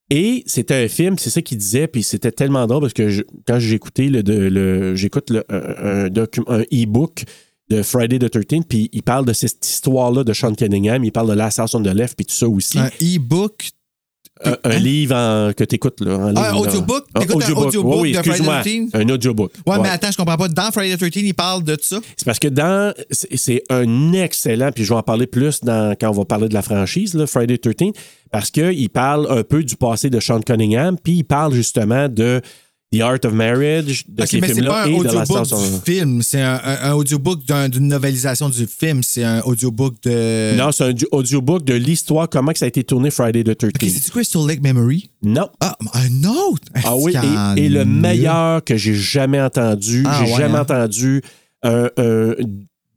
[SPEAKER 1] Et c'était un film, c'est ça qu'il disait, puis c'était tellement drôle parce que je- quand j'écoutais le, de- le- j'écoute le- un, un docu- un e-book de Friday the 13 puis il parle de cette histoire-là de Sean Cunningham, il parle de l'assassin de l'EF, puis tout ça aussi.
[SPEAKER 3] Un e-book.
[SPEAKER 1] un, un livre en- que t'écoutes, là. en
[SPEAKER 3] Hein? Ah,
[SPEAKER 1] livre, là.
[SPEAKER 3] audiobook? T'écoutes un audiobook
[SPEAKER 1] Oui, oui,
[SPEAKER 3] de Friday the
[SPEAKER 1] excuse-moi.
[SPEAKER 3] 13th?
[SPEAKER 1] Un audiobook.
[SPEAKER 3] Ouais,
[SPEAKER 1] Ouais.
[SPEAKER 3] mais attends, je comprends pas. Dans Friday the 13, il parle de ça.
[SPEAKER 1] C'est parce que dans. c'est- C'est un excellent, puis je vais en parler plus dans, quand on va parler de la franchise, là, Friday 13, parce qu'il parle un peu du passé de Sean Cunningham, puis il parle justement de The Art of Marriage, de
[SPEAKER 3] Ok,
[SPEAKER 1] ces
[SPEAKER 3] mais c'est
[SPEAKER 1] films-là
[SPEAKER 3] pas un
[SPEAKER 1] et de la
[SPEAKER 3] audiobook du film. C'est un, un- un audiobook d'un- d'une novelisation du film. C'est un audiobook de.
[SPEAKER 1] Non, c'est un du- audiobook de l'histoire, comment que ça a été tourné Friday the 13.
[SPEAKER 3] Ok, c'est-tu Crystal Lake Memory?
[SPEAKER 1] Non.
[SPEAKER 3] Ah, un autre!
[SPEAKER 1] Ah oui, et- et,
[SPEAKER 3] Scandaleux.
[SPEAKER 1] le meilleur que j'ai jamais entendu,
[SPEAKER 3] Ah
[SPEAKER 1] j'ai
[SPEAKER 3] ouais,
[SPEAKER 1] jamais
[SPEAKER 3] hein?
[SPEAKER 1] entendu un, un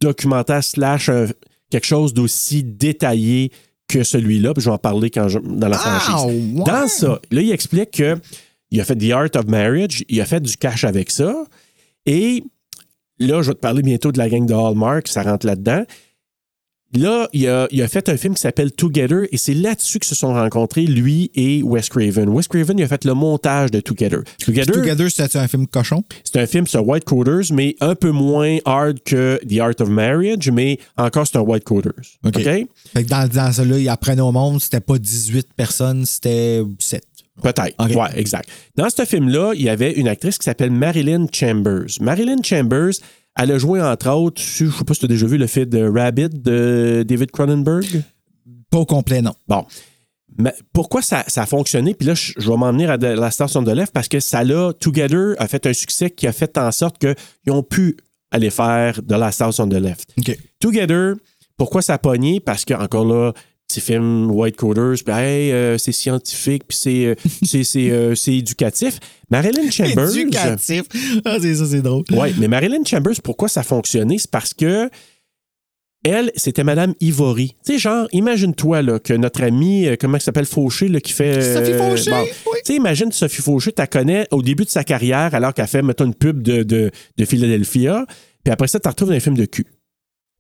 [SPEAKER 1] documentaire slash un- quelque chose d'aussi détaillé que celui-là, puis je vais en parler quand je- dans la
[SPEAKER 3] Ah,
[SPEAKER 1] franchise.
[SPEAKER 3] ouais.
[SPEAKER 1] Dans ça, là, il explique que il a fait The Art of Marriage, il a fait du cash avec ça, et là, je vais te parler bientôt de la gang de Hallmark, ça rentre là-dedans. Là, il a, il a fait un film qui s'appelle Together et c'est là-dessus que se sont rencontrés lui et Wes Craven. Wes Craven, il a fait le montage de Together. Together,
[SPEAKER 3] Together, c'était un film cochon.
[SPEAKER 1] c'est un film sur White Coders, mais un peu moins hard que The Art of Marriage, mais encore c'est un White Coders.
[SPEAKER 3] OK.
[SPEAKER 1] OK?
[SPEAKER 3] Fait que dans, dans celui-là, ils apprennent au monde, c'était pas 18 personnes, c'était 7.
[SPEAKER 1] Peut-être.
[SPEAKER 3] Ok.
[SPEAKER 1] Ouais, exact. Dans ce film-là, il y avait une actrice qui s'appelle Marilyn Chambers. Marilyn Chambers, elle a joué entre autres, je sais pas si tu as déjà vu le film de Rabbit de David Cronenberg.
[SPEAKER 3] Pas au complet, non.
[SPEAKER 1] Bon. Mais pourquoi ça, ça a fonctionné? Puis là, je, je vais m'en venir à de- la station de l'EF parce que ça l'a, Together a fait un succès qui a fait en sorte qu'ils ont pu aller faire de la station de l'EF.
[SPEAKER 3] OK.
[SPEAKER 1] Together, pourquoi ça a pogné? Parce que, encore là, petit film White Coders, puis hey, euh, c'est scientifique, puis c'est, euh, c'est, c'est, euh, c'est éducatif. Marilyn Chambers.
[SPEAKER 3] Éducatif. Ah, c'est ça, c'est drôle.
[SPEAKER 1] Oui, mais Marilyn Chambers, pourquoi ça fonctionnait? C'est parce que elle, c'était Madame Ivory. Tu sais, genre, imagine-toi là, que notre amie, euh, comment elle s'appelle, Fauché, là, qui fait. euh,
[SPEAKER 3] Sophie Fauché, oui.
[SPEAKER 1] Tu sais, imagine Sophie Fauché, tu la connais au début de sa carrière, alors qu'elle fait, mettons, une pub de, de, de Philadelphia, puis après ça, tu la retrouves dans un film de cul.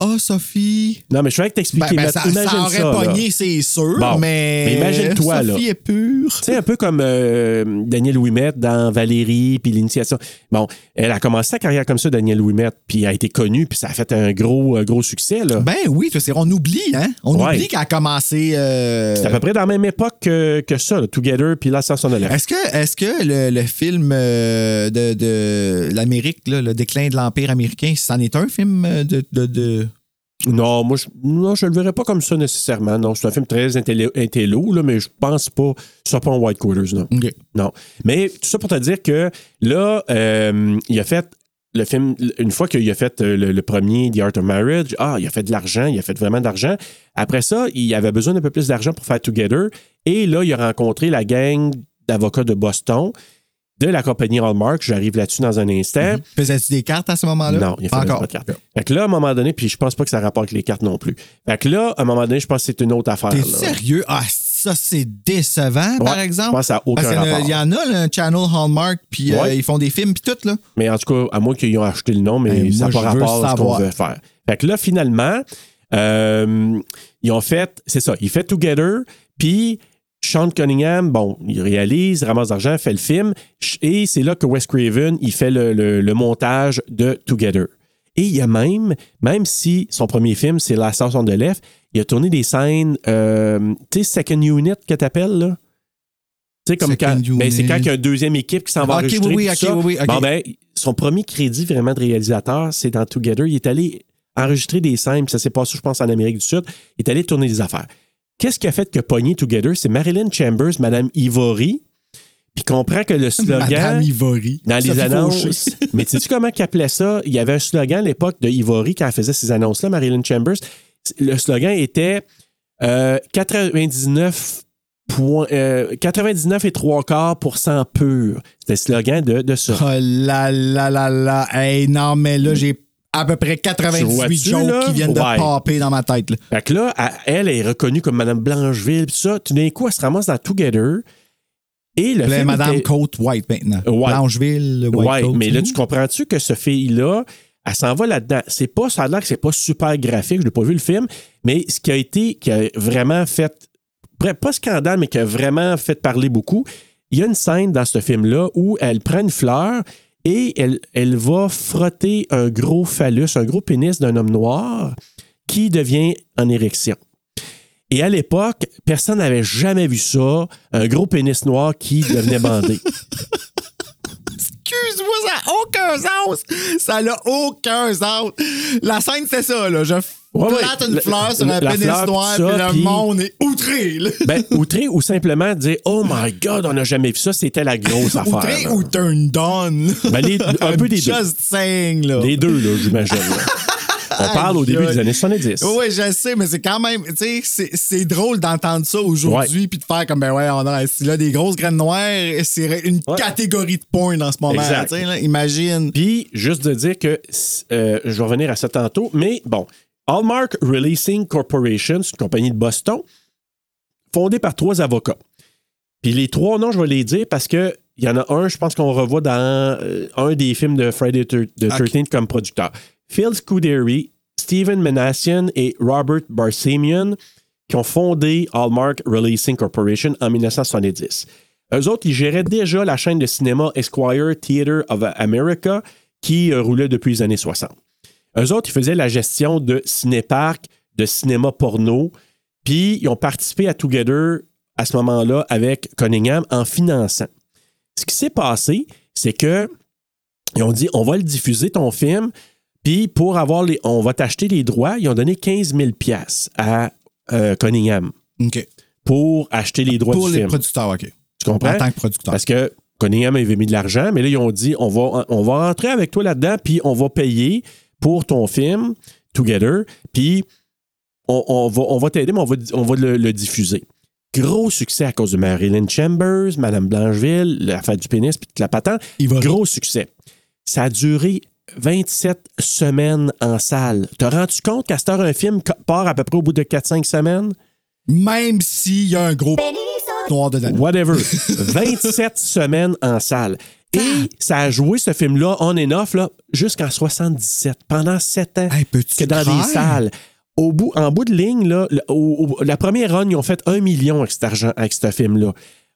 [SPEAKER 3] Ah, Sophie.
[SPEAKER 1] Non, mais je voulais que t'expliquer.
[SPEAKER 3] Ben, ben,
[SPEAKER 1] mais
[SPEAKER 3] ça,
[SPEAKER 1] imagine
[SPEAKER 3] ça aurait
[SPEAKER 1] là.
[SPEAKER 3] pogné, c'est sûr,
[SPEAKER 1] Bon.
[SPEAKER 3] mais.
[SPEAKER 1] Mais imagine-toi, là.
[SPEAKER 3] Sophie est pure.
[SPEAKER 1] Tu sais, un peu comme euh, Daniel Ouimet dans Valérie, puis l'initiation. Bon, elle a commencé sa carrière comme ça, Daniel Ouimet, puis elle a été connue, puis ça a fait un gros, euh, gros succès. Là.
[SPEAKER 3] Ben oui, tu sais, on oublie, hein? On
[SPEAKER 1] Ouais.
[SPEAKER 3] oublie qu'elle a commencé. euh,
[SPEAKER 1] C'est à peu près dans la même époque que, que ça, là, Together, puis l'ascension de l'air.
[SPEAKER 3] Est-ce que, est-ce que le, le film euh, de, de l'Amérique, là, le déclin de l'Empire américain, c'en est un film euh, de. de, de-
[SPEAKER 1] Non, moi, je, non, je le verrais pas comme ça nécessairement. Non, c'est un film très intello, intello, là, mais je pense pas. Ça pas en White Quarters, non.
[SPEAKER 3] OK.
[SPEAKER 1] Non. Mais tout ça pour te dire que là, euh, il a fait le film, une fois qu'il a fait euh, le, le premier The Art of Marriage, ah, il a fait de l'argent, il a fait vraiment de l'argent. Après ça, il avait besoin d'un peu plus d'argent pour faire Together. Et là, il a rencontré la gang d'avocats de Boston, de la compagnie Hallmark. J'arrive là-dessus dans un instant.
[SPEAKER 3] Faisais-tu des cartes à ce moment-là?
[SPEAKER 1] Non, il a fait
[SPEAKER 3] Pas encore.
[SPEAKER 1] pas de cartes. Fait que là, à un moment donné, puis je pense pas que ça a rapport avec les cartes non plus. Fait que là, à un moment donné, je pense que c'est une autre affaire.
[SPEAKER 3] T'es
[SPEAKER 1] là.
[SPEAKER 3] sérieux? Ah, ça, c'est décevant,
[SPEAKER 1] Ouais,
[SPEAKER 3] par
[SPEAKER 1] Je
[SPEAKER 3] exemple.
[SPEAKER 1] pense que ça n'a aucun
[SPEAKER 3] Parce qu'il y en a-
[SPEAKER 1] rapport.
[SPEAKER 3] il y en a, là, un channel Hallmark, puis euh,
[SPEAKER 1] Ouais.
[SPEAKER 3] ils font des films, puis tout, là.
[SPEAKER 1] Mais en tout cas, à moins qu'ils aient acheté le nom, mais
[SPEAKER 3] Hey,
[SPEAKER 1] ça n'a pas
[SPEAKER 3] Ben, moi, je veux
[SPEAKER 1] rapport à ce qu'on
[SPEAKER 3] savoir.
[SPEAKER 1] veut faire. Fait que là, finalement, euh, ils ont fait, c'est ça, ils fait Together, puis Sean Cunningham, bon, il réalise, ramasse d'argent, fait le film, ch- et c'est là que Wes Craven, il fait le, le- le montage de Together. Et il y a même, même si son premier film, c'est La Station de l'Ef, il a tourné des scènes, euh, tu sais, Second Unit, que t'appelles, là? Tu sais, comme
[SPEAKER 3] Second
[SPEAKER 1] quand, ben, c'est
[SPEAKER 3] Unit.
[SPEAKER 1] quand il y a une deuxième équipe qui s'en va
[SPEAKER 3] Ok, oui,
[SPEAKER 1] enregistrer.
[SPEAKER 3] oui,
[SPEAKER 1] tout
[SPEAKER 3] ok,
[SPEAKER 1] ça.
[SPEAKER 3] oui, oui, ok.
[SPEAKER 1] Bon, ben, son premier crédit vraiment de réalisateur, c'est dans Together. Il est allé enregistrer des scènes, puis ça s'est passé, je pense, en Amérique du Sud. Il est allé tourner des affaires. Qu'est-ce qui a fait que Pogné Together, c'est Marilyn Chambers, Madame Ivory, Puis comprends que le slogan
[SPEAKER 3] Madame Ivory.
[SPEAKER 1] dans les
[SPEAKER 3] Sophie
[SPEAKER 1] annonces.
[SPEAKER 3] Fauché.
[SPEAKER 1] Mais sais-tu comment qu'elle appelait ça? Il y avait un slogan à l'époque de Ivory quand elle faisait ces annonces-là, Marilyn Chambers. Le slogan était euh, 99, point- euh, 99 et 3 quarts pour cent pur. C'était le slogan de, de ça.
[SPEAKER 3] Oh là là là là. Hey, non, mais là, j'ai à peu près
[SPEAKER 1] Tu
[SPEAKER 3] 98
[SPEAKER 1] vois-tu,
[SPEAKER 3] jokes
[SPEAKER 1] là?
[SPEAKER 3] qui viennent
[SPEAKER 1] Ouais.
[SPEAKER 3] de popper dans ma tête. là.
[SPEAKER 1] Fait que là, à- elle est reconnue comme Madame Blancheville, pis ça. Tout d'un coup, elle se ramasse dans Together. Et le
[SPEAKER 3] Là,
[SPEAKER 1] film
[SPEAKER 3] Madame
[SPEAKER 1] était-
[SPEAKER 3] Côte White maintenant.
[SPEAKER 1] Ouais.
[SPEAKER 3] Blancheville, White
[SPEAKER 1] ouais,
[SPEAKER 3] Coat. hein?
[SPEAKER 1] mais là, tu comprends-tu que ce fille-là, elle s'en va là-dedans. C'est pas, ça a l'air que c'est pas super graphique, je n'ai pas vu le film, mais ce qui a été, qui a vraiment fait, pre- pas scandale, mais qui a vraiment fait parler beaucoup, il y a une scène dans ce film-là où elle prend une fleur et elle, elle va frotter un gros phallus, un gros pénis d'un homme noir qui devient en érection. Et à l'époque, personne n'avait jamais vu ça, un gros pénis noir qui devenait bandé.
[SPEAKER 3] Excuse-moi, ça n'a aucun sens. Ça n'a aucun sens. La scène, c'est ça, là. Je
[SPEAKER 1] Ouais, ouais.
[SPEAKER 3] plante une
[SPEAKER 1] La-
[SPEAKER 3] fleur sur un
[SPEAKER 1] la
[SPEAKER 3] pénis
[SPEAKER 1] fleur,
[SPEAKER 3] noir,
[SPEAKER 1] tout ça,
[SPEAKER 3] puis le
[SPEAKER 1] puis-
[SPEAKER 3] monde est outré, là.
[SPEAKER 1] Ben, outré ou simplement dire Oh my God, on n'a jamais vu ça, c'était la grosse affaire.
[SPEAKER 3] Outré
[SPEAKER 1] là.
[SPEAKER 3] ou turn down.
[SPEAKER 1] Ben, les- un peu des deux.
[SPEAKER 3] Just saying, là.
[SPEAKER 1] Les deux, là, j'imagine. là. On parle au début
[SPEAKER 3] Aïe.
[SPEAKER 1] des années 70.
[SPEAKER 3] Oui, oui, je sais, mais c'est quand même, tu sais, c'est- c'est drôle d'entendre ça aujourd'hui puis de faire comme, ben ouais, on a si là, des grosses graines noires, c'est une
[SPEAKER 1] Ouais.
[SPEAKER 3] catégorie de points en ce moment.
[SPEAKER 1] Exact.
[SPEAKER 3] tu sais, là, imagine.
[SPEAKER 1] Puis, juste de dire que, euh, je vais revenir à ça tantôt, mais bon, Hallmark Releasing Corporation, c'est une compagnie de Boston, fondée par trois avocats. Puis les trois noms, je vais les dire parce que il y en a un, je pense qu'on revoit dans euh, un des films de Friday the thir- the 13th comme producteur. Phil Scuderi, Steven Manassian et Robert Barsamian qui ont fondé Hallmark Releasing Corporation en 1970. Eux autres, ils géraient déjà la chaîne de cinéma Esquire Theatre of America qui euh, roulait depuis les années 60. Eux autres, ils faisaient la gestion de cinéparcs, de cinéma porno, puis ils ont participé à Together à ce moment-là avec Cunningham en finançant. Ce qui s'est passé, c'est que ils ont dit on va le diffuser ton film, puis pour avoir les, on va t'acheter les droits. Ils ont donné 15 000 pièces à euh, Cunningham
[SPEAKER 3] OK.
[SPEAKER 1] pour acheter les droits
[SPEAKER 3] Pour
[SPEAKER 1] du
[SPEAKER 3] les
[SPEAKER 1] film.
[SPEAKER 3] producteurs, OK.
[SPEAKER 1] Tu comprends?
[SPEAKER 3] En tant que producteur.
[SPEAKER 1] Parce que Cunningham avait mis de l'argent, mais là, ils ont dit on va, on va rentrer avec toi là-dedans, puis on va payer pour ton film, Together, puis on, on va, on va t'aider, mais on va, on va le, le diffuser. Gros succès à cause de Marilyn Chambers, Madame Blancheville, l'affaire du pénis, puis toute la patente.
[SPEAKER 3] Ivory.
[SPEAKER 1] Gros succès. Ça a duré 27 semaines en salle. Te rends-tu compte qu'à cette heure, un film co- part à peu près au bout de 4-5 semaines?
[SPEAKER 3] Même s'il y a un gros noir dedans.
[SPEAKER 1] Whatever. 27 semaines en salle.
[SPEAKER 3] Ah.
[SPEAKER 1] Et ça a joué ce film-là on and off là, jusqu'en 77, pendant 7 ans.
[SPEAKER 3] Hey, peux-tu
[SPEAKER 1] que dans
[SPEAKER 3] croire?
[SPEAKER 1] des salles. Au bout, en bout de ligne, là, le- au- au- la première run, ils ont fait 1 million avec cet argent, avec ce film-là.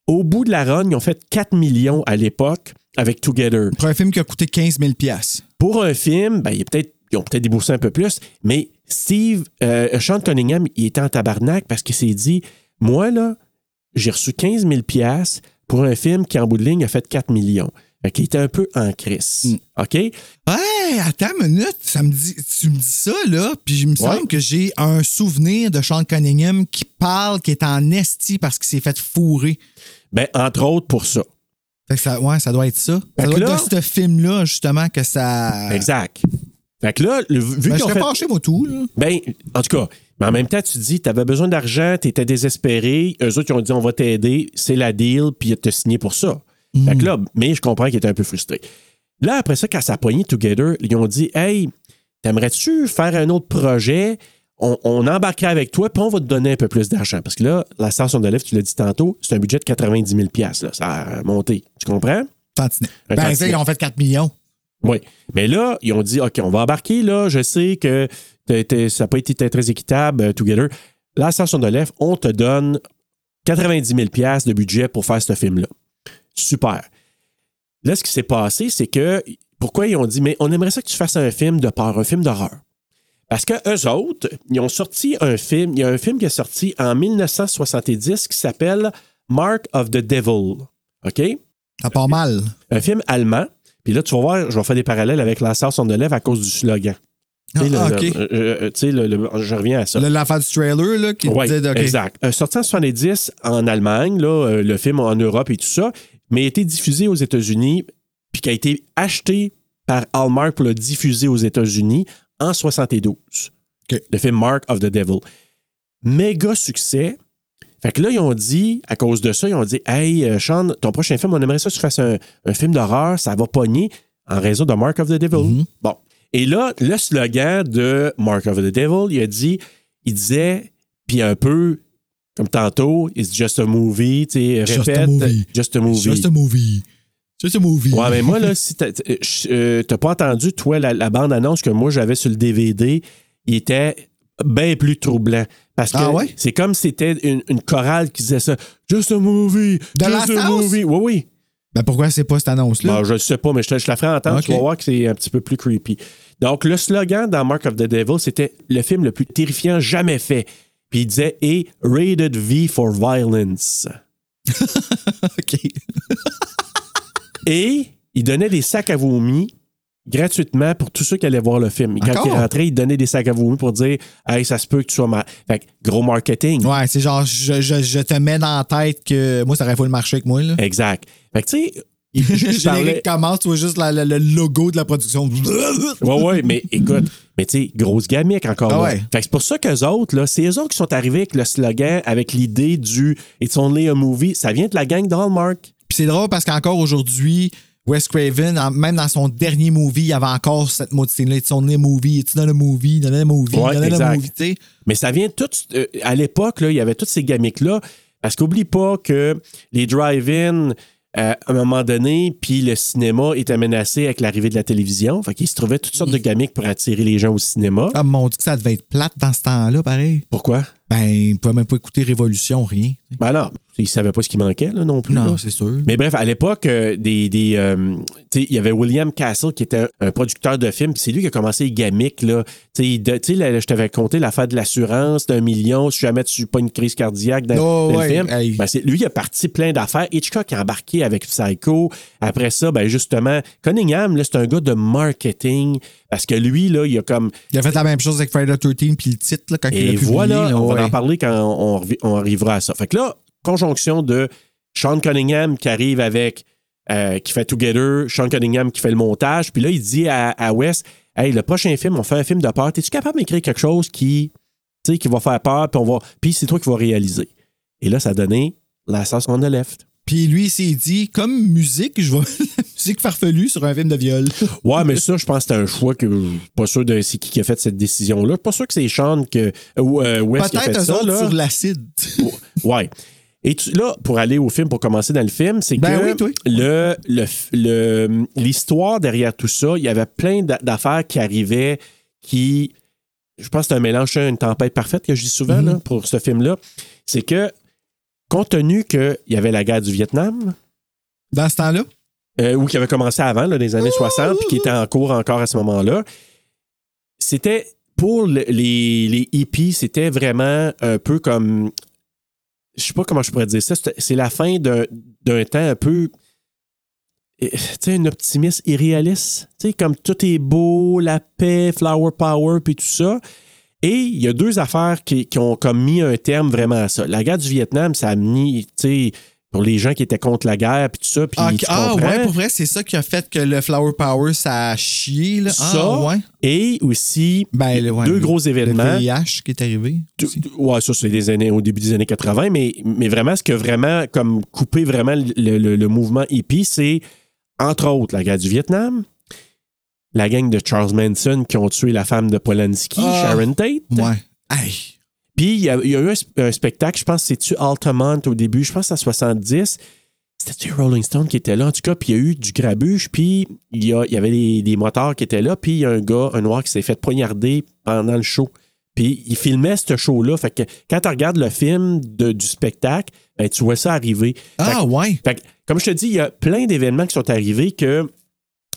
[SPEAKER 1] Au bout de la run, ils ont fait 4 millions à l'époque avec Together.
[SPEAKER 3] Pour un film qui a coûté 15 000 piastres.
[SPEAKER 1] Pour un film, ben, il est peut-être- ils ont peut-être déboursé un peu plus, mais Steve, euh, Sean Cunningham, il était en tabarnak parce qu'il s'est dit Moi, là, j'ai reçu 15 000 piastres pour un film qui, en bout de ligne, a fait 4 millions. Fait qu'il était un peu en crise.
[SPEAKER 3] Mm.
[SPEAKER 1] OK?
[SPEAKER 3] Hey, attends une minute, ça me dit, tu me dis ça, là, puis il me semble que j'ai un souvenir de Sean Cunningham qui parle, qui est en esti parce qu'il s'est fait fourrer.
[SPEAKER 1] Ben, entre autres pour ça.
[SPEAKER 3] Fait que ça, ouais, ça doit être ça.
[SPEAKER 1] Fait
[SPEAKER 3] Ça
[SPEAKER 1] que
[SPEAKER 3] doit
[SPEAKER 1] là-
[SPEAKER 3] être de ce film-là, justement, que ça.
[SPEAKER 1] Exact. Fait que là, le- vu
[SPEAKER 3] Ah. Ben, je
[SPEAKER 1] qu'ils ont
[SPEAKER 3] serais
[SPEAKER 1] fait-
[SPEAKER 3] fâché, moi, tout. Là.
[SPEAKER 1] Ben, en tout cas, mais en même temps, tu dis, tu avais besoin d'argent, tu étais désespéré, eux autres, ils ont dit, on va t'aider, c'est la deal, puis ils te signé pour ça. Fait que là, mais je comprends qu'ils étaient un peu frustrés. Là, après ça, quand ça a pogné Together, ils ont dit, hey, t'aimerais-tu faire un autre projet? On, on embarquerait avec toi, puis on va te donner un peu plus d'argent. Parce que là, la station de lèvres, tu l'as dit tantôt, c'est un budget de 90 000 là. Ça a monté. Tu comprends?
[SPEAKER 3] Tantinet.
[SPEAKER 1] Un
[SPEAKER 3] Ben,
[SPEAKER 1] tantinet.
[SPEAKER 3] tu sais, ils ont fait 4 millions.
[SPEAKER 1] Oui. Mais là, ils ont dit OK, on va embarquer, là. Je sais que t'as été- ça n'a pas été très- très équitable, euh, Together. Là, Station de l'EF, on te donne 90 000 de budget pour faire ce film-là. Super. Là, ce qui s'est passé, c'est que pourquoi ils ont dit Mais on aimerait ça que tu fasses un film de peur, un film d'horreur. Parce que eux autres, ils ont sorti un film. Il y a un film qui est sorti en 1970 qui s'appelle Mark of the Devil. OK?
[SPEAKER 3] Ça part mal.
[SPEAKER 1] un film allemand. Puis là, tu vas voir, je vais faire des parallèles avec La Sœur son élève à cause du slogan. Tu sais, le-
[SPEAKER 3] Ah, OK.
[SPEAKER 1] le- euh, euh, tu sais, le- le- je reviens à ça.
[SPEAKER 3] Le- L'affaire du trailer, là, qui
[SPEAKER 1] Ouais,
[SPEAKER 3] disait. OK.
[SPEAKER 1] Exact. Euh, sorti en 70 en Allemagne, là, euh, le film en Europe et tout ça, mais a été diffusé aux États-Unis, puis qui a été acheté par Hallmark pour le diffuser aux États-Unis en 72.
[SPEAKER 3] OK.
[SPEAKER 1] Le film Mark of the Devil. Méga succès. Fait que là, ils ont dit, à cause de ça, ils ont dit Hey, euh, Sean, ton prochain film, on aimerait ça que tu fasses un, un film d'horreur, ça va pogner en raison de Mark of the Devil.
[SPEAKER 3] Mhm.
[SPEAKER 1] Bon. Et là, le slogan de Mark of the Devil, il a dit Il disait, puis un peu comme tantôt, It's just a movie, tu sais,
[SPEAKER 3] Just a
[SPEAKER 1] répète,
[SPEAKER 3] movie.
[SPEAKER 1] Just a movie.
[SPEAKER 3] Just a movie. Just a movie.
[SPEAKER 1] Ouais, mais moi, là, si t'as euh, je- euh, t'as pas entendu, toi, la, la bande-annonce que moi j'avais sur le DVD, il était bien plus troublant. Parce que
[SPEAKER 3] Ah ouais?
[SPEAKER 1] c'est comme si c'était une, une chorale qui disait ça. Just a movie!
[SPEAKER 3] De
[SPEAKER 1] just
[SPEAKER 3] la
[SPEAKER 1] a
[SPEAKER 3] sauce?
[SPEAKER 1] movie! Oui, oui.
[SPEAKER 3] Ben pourquoi c'est pas cette annonce-là?
[SPEAKER 1] Bon, Bah, je le sais pas, mais je te- je la ferai entendre. Tu
[SPEAKER 3] Ok.
[SPEAKER 1] vas voir que c'est un petit peu plus creepy. Donc, le slogan dans Mark of the Devil, c'était le film le plus terrifiant jamais fait. Puis il disait et rated V for violence.
[SPEAKER 3] OK.
[SPEAKER 1] Et il donnait des sacs à vomi gratuitement pour tous ceux qui allaient voir le film. Et Quand
[SPEAKER 3] Encore?
[SPEAKER 1] il rentrait, il donnait des sacs à vomi pour dire Hey, ça se peut que tu sois mal. Fait que, gros marketing.
[SPEAKER 3] Ouais, c'est genre, je, je- je te mets dans la tête que moi, ça aurait fallu marcher avec moi. Là.
[SPEAKER 1] Exact. Fait que, tu sais, il-
[SPEAKER 3] Le
[SPEAKER 1] je parlais.
[SPEAKER 3] générique commence, tu vois juste la- la- le logo de la production.
[SPEAKER 1] Ouais, ouais, mais écoute, mais tu sais, grosse gamique encore.
[SPEAKER 3] Ah
[SPEAKER 1] là.
[SPEAKER 3] ouais.
[SPEAKER 1] Fait que c'est pour ça qu'eux autres, là, c'est eux autres qui sont arrivés avec le slogan, avec l'idée du It's only a movie. Ça vient de la gang d'Hallmark.
[SPEAKER 3] Puis c'est drôle parce qu'encore aujourd'hui, Wes Craven, en- même dans son dernier movie, il y avait encore cette motive-là. It's only a movie, it's not a movie, not a movie,
[SPEAKER 1] Ouais,
[SPEAKER 3] not a
[SPEAKER 1] exact.
[SPEAKER 3] movie. tu sais.
[SPEAKER 1] Mais ça vient tout. euh, à l'époque, là, il y avait toutes ces gamiques-là. Parce qu'oublie pas que les drive-in, euh, à un moment donné, puis le cinéma était menacé avec l'arrivée de la télévision. Fait qu'il se trouvait toutes sortes de gamiques pour attirer les gens au cinéma.
[SPEAKER 3] Ah mon dieu, que ça devait être plate dans ce temps-là, pareil.
[SPEAKER 1] Pourquoi?
[SPEAKER 3] Ben, il pouvait même pas écouter Révolution, rien.
[SPEAKER 1] Ben non, ils savaient pas ce qui manquait là, non plus. là.
[SPEAKER 3] Non, c'est sûr.
[SPEAKER 1] Mais bref, à l'époque, euh, des, des, euh, tu sais, il y avait William Castle qui était un, un producteur de films, puis c'est lui qui a commencé les gamiques. Là. Tu sais, il de- tu sais, là, je t'avais conté l'affaire de l'assurance d'un million, si jamais tu pas une crise cardiaque dans,
[SPEAKER 3] Oh,
[SPEAKER 1] dans
[SPEAKER 3] ouais,
[SPEAKER 1] le film.
[SPEAKER 3] hey.
[SPEAKER 1] Ben, c'est- lui, il a parti plein d'affaires. Hitchcock a embarqué avec Psycho. Après ça, ben, justement, Cunningham, là, c'est un gars de marketing, parce que lui, là, il a comme...
[SPEAKER 3] Il a fait la même chose avec Friday the 13 puis le titre, là, quand il l'a
[SPEAKER 1] Et
[SPEAKER 3] publié.
[SPEAKER 1] voilà,
[SPEAKER 3] là,
[SPEAKER 1] on
[SPEAKER 3] ouais.
[SPEAKER 1] va en parler quand on, revi- on arrivera à ça. Fait que là, conjonction de Sean Cunningham qui arrive avec, euh, qui fait Together, Sean Cunningham qui fait le montage, puis là, il dit à, à Wes, hey, le prochain film, on fait un film de peur, es-tu capable d'écrire quelque chose qui, tu sais, qui va faire peur, puis on va, puis c'est toi qui vas réaliser. Et là, ça a donné la sauce on the left.
[SPEAKER 3] Puis lui, il s'est dit, comme musique, je vais la musique farfelue sur un film de viol.
[SPEAKER 1] Ouais, mais ça, je pense que c'est un choix que je suis pas sûr de c'est qui qui a fait cette décision-là. Je suis pas sûr que c'est Sean que, ou euh, Wes qui a fait
[SPEAKER 3] Peut-être eux
[SPEAKER 1] ça.
[SPEAKER 3] autres
[SPEAKER 1] là.
[SPEAKER 3] sur l'acide.
[SPEAKER 1] Ouais. Et tu- là, pour aller au film, pour commencer dans le film, c'est
[SPEAKER 3] Ben
[SPEAKER 1] que
[SPEAKER 3] oui, toi.
[SPEAKER 1] le- le f- le- l'histoire derrière tout ça, il y avait plein d'a- d'affaires qui arrivaient qui. Je pense que c'est un mélange, c'est une tempête parfaite que je dis souvent
[SPEAKER 3] Mhm.
[SPEAKER 1] là, pour ce film-là. C'est que, compte tenu qu'il y avait la guerre du Vietnam,
[SPEAKER 3] Dans ce temps-là,
[SPEAKER 1] euh, ou qui avait commencé avant, là, dans les années 60, puis qui était en cours encore à ce moment-là, c'était pour le- les, les hippies, c'était vraiment un peu comme. Je sais pas comment je pourrais dire ça. c'était- C'est la fin d'un d'un temps un peu. eh, Tu sais, un optimiste irréaliste. Tu sais, comme tout est beau, la paix, flower power, puis tout ça. Et il y a deux affaires qui, qui ont comme mis un terme vraiment à ça. La guerre du Vietnam, ça a mis, tu sais, pour les gens qui étaient contre la guerre, puis tout ça, puis
[SPEAKER 3] Ah,
[SPEAKER 1] tu
[SPEAKER 3] ah,
[SPEAKER 1] comprends.
[SPEAKER 3] ouais, pour vrai, c'est ça qui a fait que le Flower Power, ça a chié. Là. Ah,
[SPEAKER 1] Ça,
[SPEAKER 3] ouais.
[SPEAKER 1] Et aussi,
[SPEAKER 3] Ben, le- ouais,
[SPEAKER 1] deux
[SPEAKER 3] le-
[SPEAKER 1] gros
[SPEAKER 3] Le
[SPEAKER 1] événements.
[SPEAKER 3] VIH qui est arrivé.
[SPEAKER 1] Tout-
[SPEAKER 3] aussi.
[SPEAKER 1] tout- ouais, ça, c'est des années, au début des années 80, mais, mais vraiment, ce qui a vraiment comme coupé vraiment le, le- le mouvement hippie, c'est entre autres la guerre du Vietnam, la gang de Charles Manson qui ont tué la femme de Polanski,
[SPEAKER 3] Ah.
[SPEAKER 1] Sharon Tate.
[SPEAKER 3] Ouais. Hey.
[SPEAKER 1] Puis il y, a il y a eu un, sp- un spectacle, je pense, c'est-tu Altamont au début, je pense en 70. C'était-tu Rolling Stone qui était là, en tout cas, puis il y a eu du grabuge, puis il y, a- il y avait des, des motards qui étaient là, puis il y a un gars, un noir, qui s'est fait poignarder pendant le show. Puis il filmait ce show-là. Fait que quand tu regardes le film de- du spectacle, ben, tu vois ça arriver. Fait que-
[SPEAKER 3] Ah, ouais.
[SPEAKER 1] fait que, comme je te dis, il y a plein d'événements qui sont arrivés que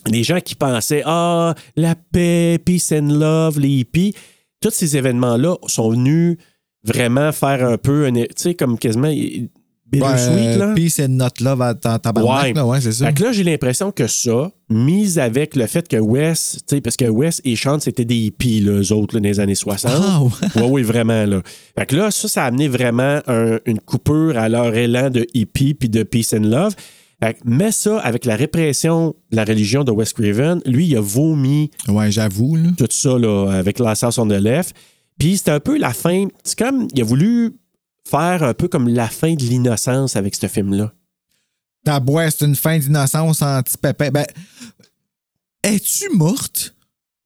[SPEAKER 1] les gens qui pensaient Ah, la paix, peace and love, les hippies, tous ces événements-là sont venus vraiment faire un peu, un- tu sais, comme quasiment euh, bittersweet,
[SPEAKER 3] Ben,
[SPEAKER 1] là.
[SPEAKER 3] Peace and not love à ta- tabarnak,
[SPEAKER 1] Ouais.
[SPEAKER 3] là, ouais, c'est ça.
[SPEAKER 1] Fait que là, j'ai l'impression que ça, mise avec le fait que Wes, tu sais, parce que Wes et Sean, c'était des hippies, là, eux autres, là, dans les années 60.
[SPEAKER 3] Ah, ouais.
[SPEAKER 1] Oui, oui, vraiment. Là. Fait que là, ça, ça a amené vraiment un- une coupure à leur élan de hippie puis de peace and love. Fait que mets ça avec la répression de la religion de Wes Craven. Lui, il a vomi
[SPEAKER 3] Ouais, j'avoue. là.
[SPEAKER 1] tout ça là, avec la sauce on the left. Puis c'était un peu la fin. C'est comme, il a voulu faire un peu comme la fin de l'innocence avec ce film-là.
[SPEAKER 3] Tabouin, c'est une fin d'innocence anti-pépin. Ben, es-tu morte?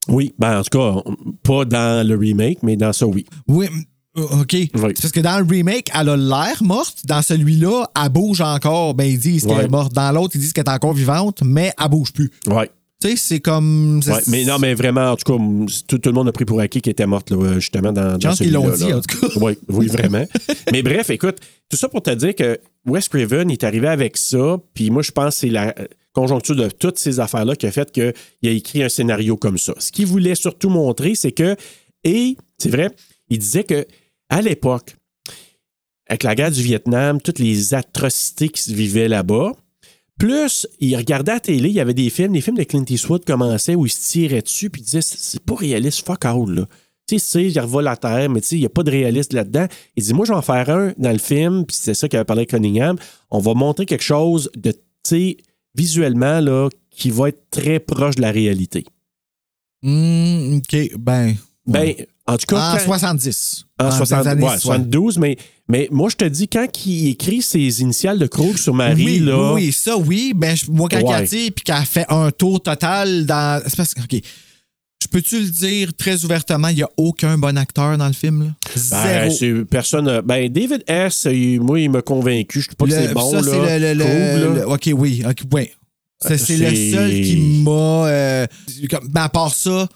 [SPEAKER 1] Oui, ben en tout cas, on- pas dans le remake, mais dans ça, oui.
[SPEAKER 3] Oui. m- euh, OK. C'est parce que dans le remake, elle a l'air morte. Dans celui-là, elle bouge encore. Ben, ils disent qu'elle
[SPEAKER 1] Ouais.
[SPEAKER 3] est morte. Dans l'autre, ils disent qu'elle est encore vivante, mais elle bouge plus.
[SPEAKER 1] Ouais.
[SPEAKER 3] Tu sais, c'est comme. c'est-
[SPEAKER 1] ouais. Mais non, mais vraiment, en tout cas, m- tout, tout le monde a pris pour acquis qu'elle était morte, là, justement, dans, dans
[SPEAKER 3] Chance qu'ils
[SPEAKER 1] celui-là,
[SPEAKER 3] l'ont dit,
[SPEAKER 1] là.
[SPEAKER 3] en tout cas.
[SPEAKER 1] Oui, oui, vraiment. mais bref, écoute, tout ça pour te dire que Wes Craven est arrivé avec ça, puis moi, je pense que c'est la euh, conjoncture de toutes ces affaires-là qui a fait qu'il a écrit un scénario comme ça. Ce qu'il voulait surtout montrer, c'est que, et c'est vrai, il disait que à l'époque, avec la guerre du Vietnam, toutes les atrocités qui se vivaient là-bas, plus il regardait à la télé, il y avait des films, les films de Clint Eastwood commençaient où il se tirait dessus, puis il disait, c'est c'est pas réaliste, fuck all, là tu sais, c'est, il revole la terre, mais tu sais, il n'y a pas de réaliste là-dedans. Il dit, moi, je vais en faire un dans le film, puis c'est ça qu'il avait parlé avec Cunningham. On va montrer quelque chose de, tu sais, visuellement, là, qui va être très proche de la réalité.
[SPEAKER 3] Hmm, OK. Ben. ouais. Ah,
[SPEAKER 1] Ben, en tout cas,
[SPEAKER 3] en
[SPEAKER 1] quand-
[SPEAKER 3] 70.
[SPEAKER 1] en
[SPEAKER 3] Dans les
[SPEAKER 1] 60
[SPEAKER 3] années
[SPEAKER 1] ouais,
[SPEAKER 3] 60.
[SPEAKER 1] 72, mais, mais moi, je te dis, quand il écrit ses initiales de Krog sur Marie,
[SPEAKER 3] oui,
[SPEAKER 1] là,
[SPEAKER 3] oui, oui, ça, oui. Ben, je- moi, quand
[SPEAKER 1] Ouais.
[SPEAKER 3] elle dit puis qu'elle fait un tour total dans. C'est parce que, OK. Je peux-tu le dire très ouvertement, il n'y a aucun bon acteur dans le film, là?
[SPEAKER 1] ben,
[SPEAKER 3] Zéro.
[SPEAKER 1] c'est personne. euh, Ben, David S., il- moi, il m'a convaincu. Je ne pas que
[SPEAKER 3] Le-
[SPEAKER 1] c'est bon,
[SPEAKER 3] ça,
[SPEAKER 1] là.
[SPEAKER 3] c'est le- le- le-
[SPEAKER 1] Krog, là. Euh,
[SPEAKER 3] le- OK, oui. OK, oui. Ça, c'est le
[SPEAKER 1] c'est-
[SPEAKER 3] seul qui m'a. euh, comme- ben, à part ça,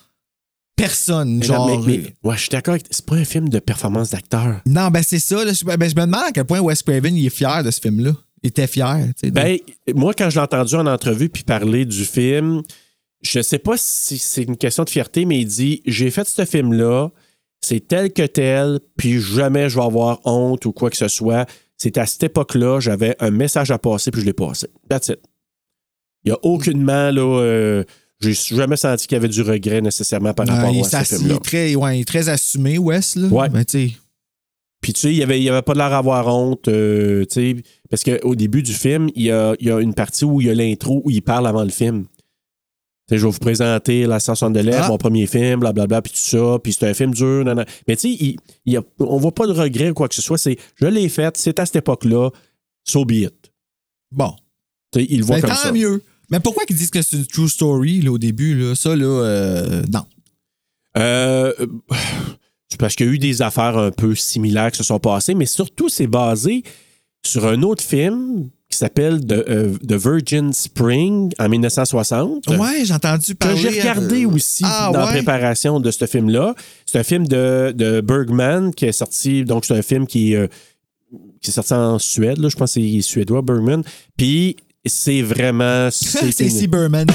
[SPEAKER 3] personne.
[SPEAKER 1] Mais non,
[SPEAKER 3] genre. euh,
[SPEAKER 1] mais- mais- ouais, je suis d'accord. avec- C'est pas un film de performance d'acteur.
[SPEAKER 3] Non, ben, c'est ça. là. je, ben, je me demande à quel point Wes Craven il est fier de ce film-là. Il était fier. tu sais, de-
[SPEAKER 1] Ben, moi, quand je l'ai entendu en entrevue puis parler du film, je sais pas si c'est une question de fierté, mais il dit J'ai fait ce film-là, c'est tel que tel, puis jamais je vais avoir honte ou quoi que ce soit. C'est à cette époque-là, j'avais un message à passer, puis je l'ai passé. That's it. Il n'y a aucunement, là, euh, j'ai jamais senti qu'il y avait du regret nécessairement par
[SPEAKER 3] Ah,
[SPEAKER 1] rapport
[SPEAKER 3] il, est
[SPEAKER 1] à ce
[SPEAKER 3] assis, il,
[SPEAKER 1] film-là.
[SPEAKER 3] est très, ouais, il est très assumé, Wes. Là.
[SPEAKER 1] Ouais.
[SPEAKER 3] Ben, tu sais,
[SPEAKER 1] Puis tu sais, il n'y avait, il avait pas de l'air à avoir honte, euh, tu sais, parce qu'au début du film, il y a, il y a une partie où il y a l'intro où il parle avant le film. Tu sais, je vais vous présenter La Sanson de l'air,
[SPEAKER 3] Ah.
[SPEAKER 1] mon premier film, blablabla, puis tout ça, puis c'est un film dur, nanana. Mais tu sais, il, il y a- on voit pas de regret ou quoi que ce soit, c'est je l'ai fait, c'est à cette époque-là, so be it.
[SPEAKER 3] Bon.
[SPEAKER 1] Tu sais, il le voit
[SPEAKER 3] Ben,
[SPEAKER 1] comme
[SPEAKER 3] tant
[SPEAKER 1] ça.
[SPEAKER 3] mieux. Mais pourquoi qu'ils disent que c'est une true story là, au début? Là? Ça, là, euh, non.
[SPEAKER 1] Euh, c'est parce qu'il y a eu des affaires un peu similaires qui se sont passées, mais surtout, c'est basé sur un autre film qui s'appelle The, euh, The Virgin Spring en 1960.
[SPEAKER 3] Ouais, j'ai entendu
[SPEAKER 1] Que
[SPEAKER 3] parler.
[SPEAKER 1] j'ai regardé
[SPEAKER 3] euh,
[SPEAKER 1] aussi
[SPEAKER 3] ah,
[SPEAKER 1] dans la
[SPEAKER 3] ouais?
[SPEAKER 1] préparation de ce film-là. C'est un film de, de Bergman qui est sorti. Donc, c'est un film qui, est, euh, qui est sorti en Suède. là. je pense que c'est suédois, Bergman. Puis, c'est vraiment.
[SPEAKER 3] C'est
[SPEAKER 1] une-
[SPEAKER 3] Cyberman.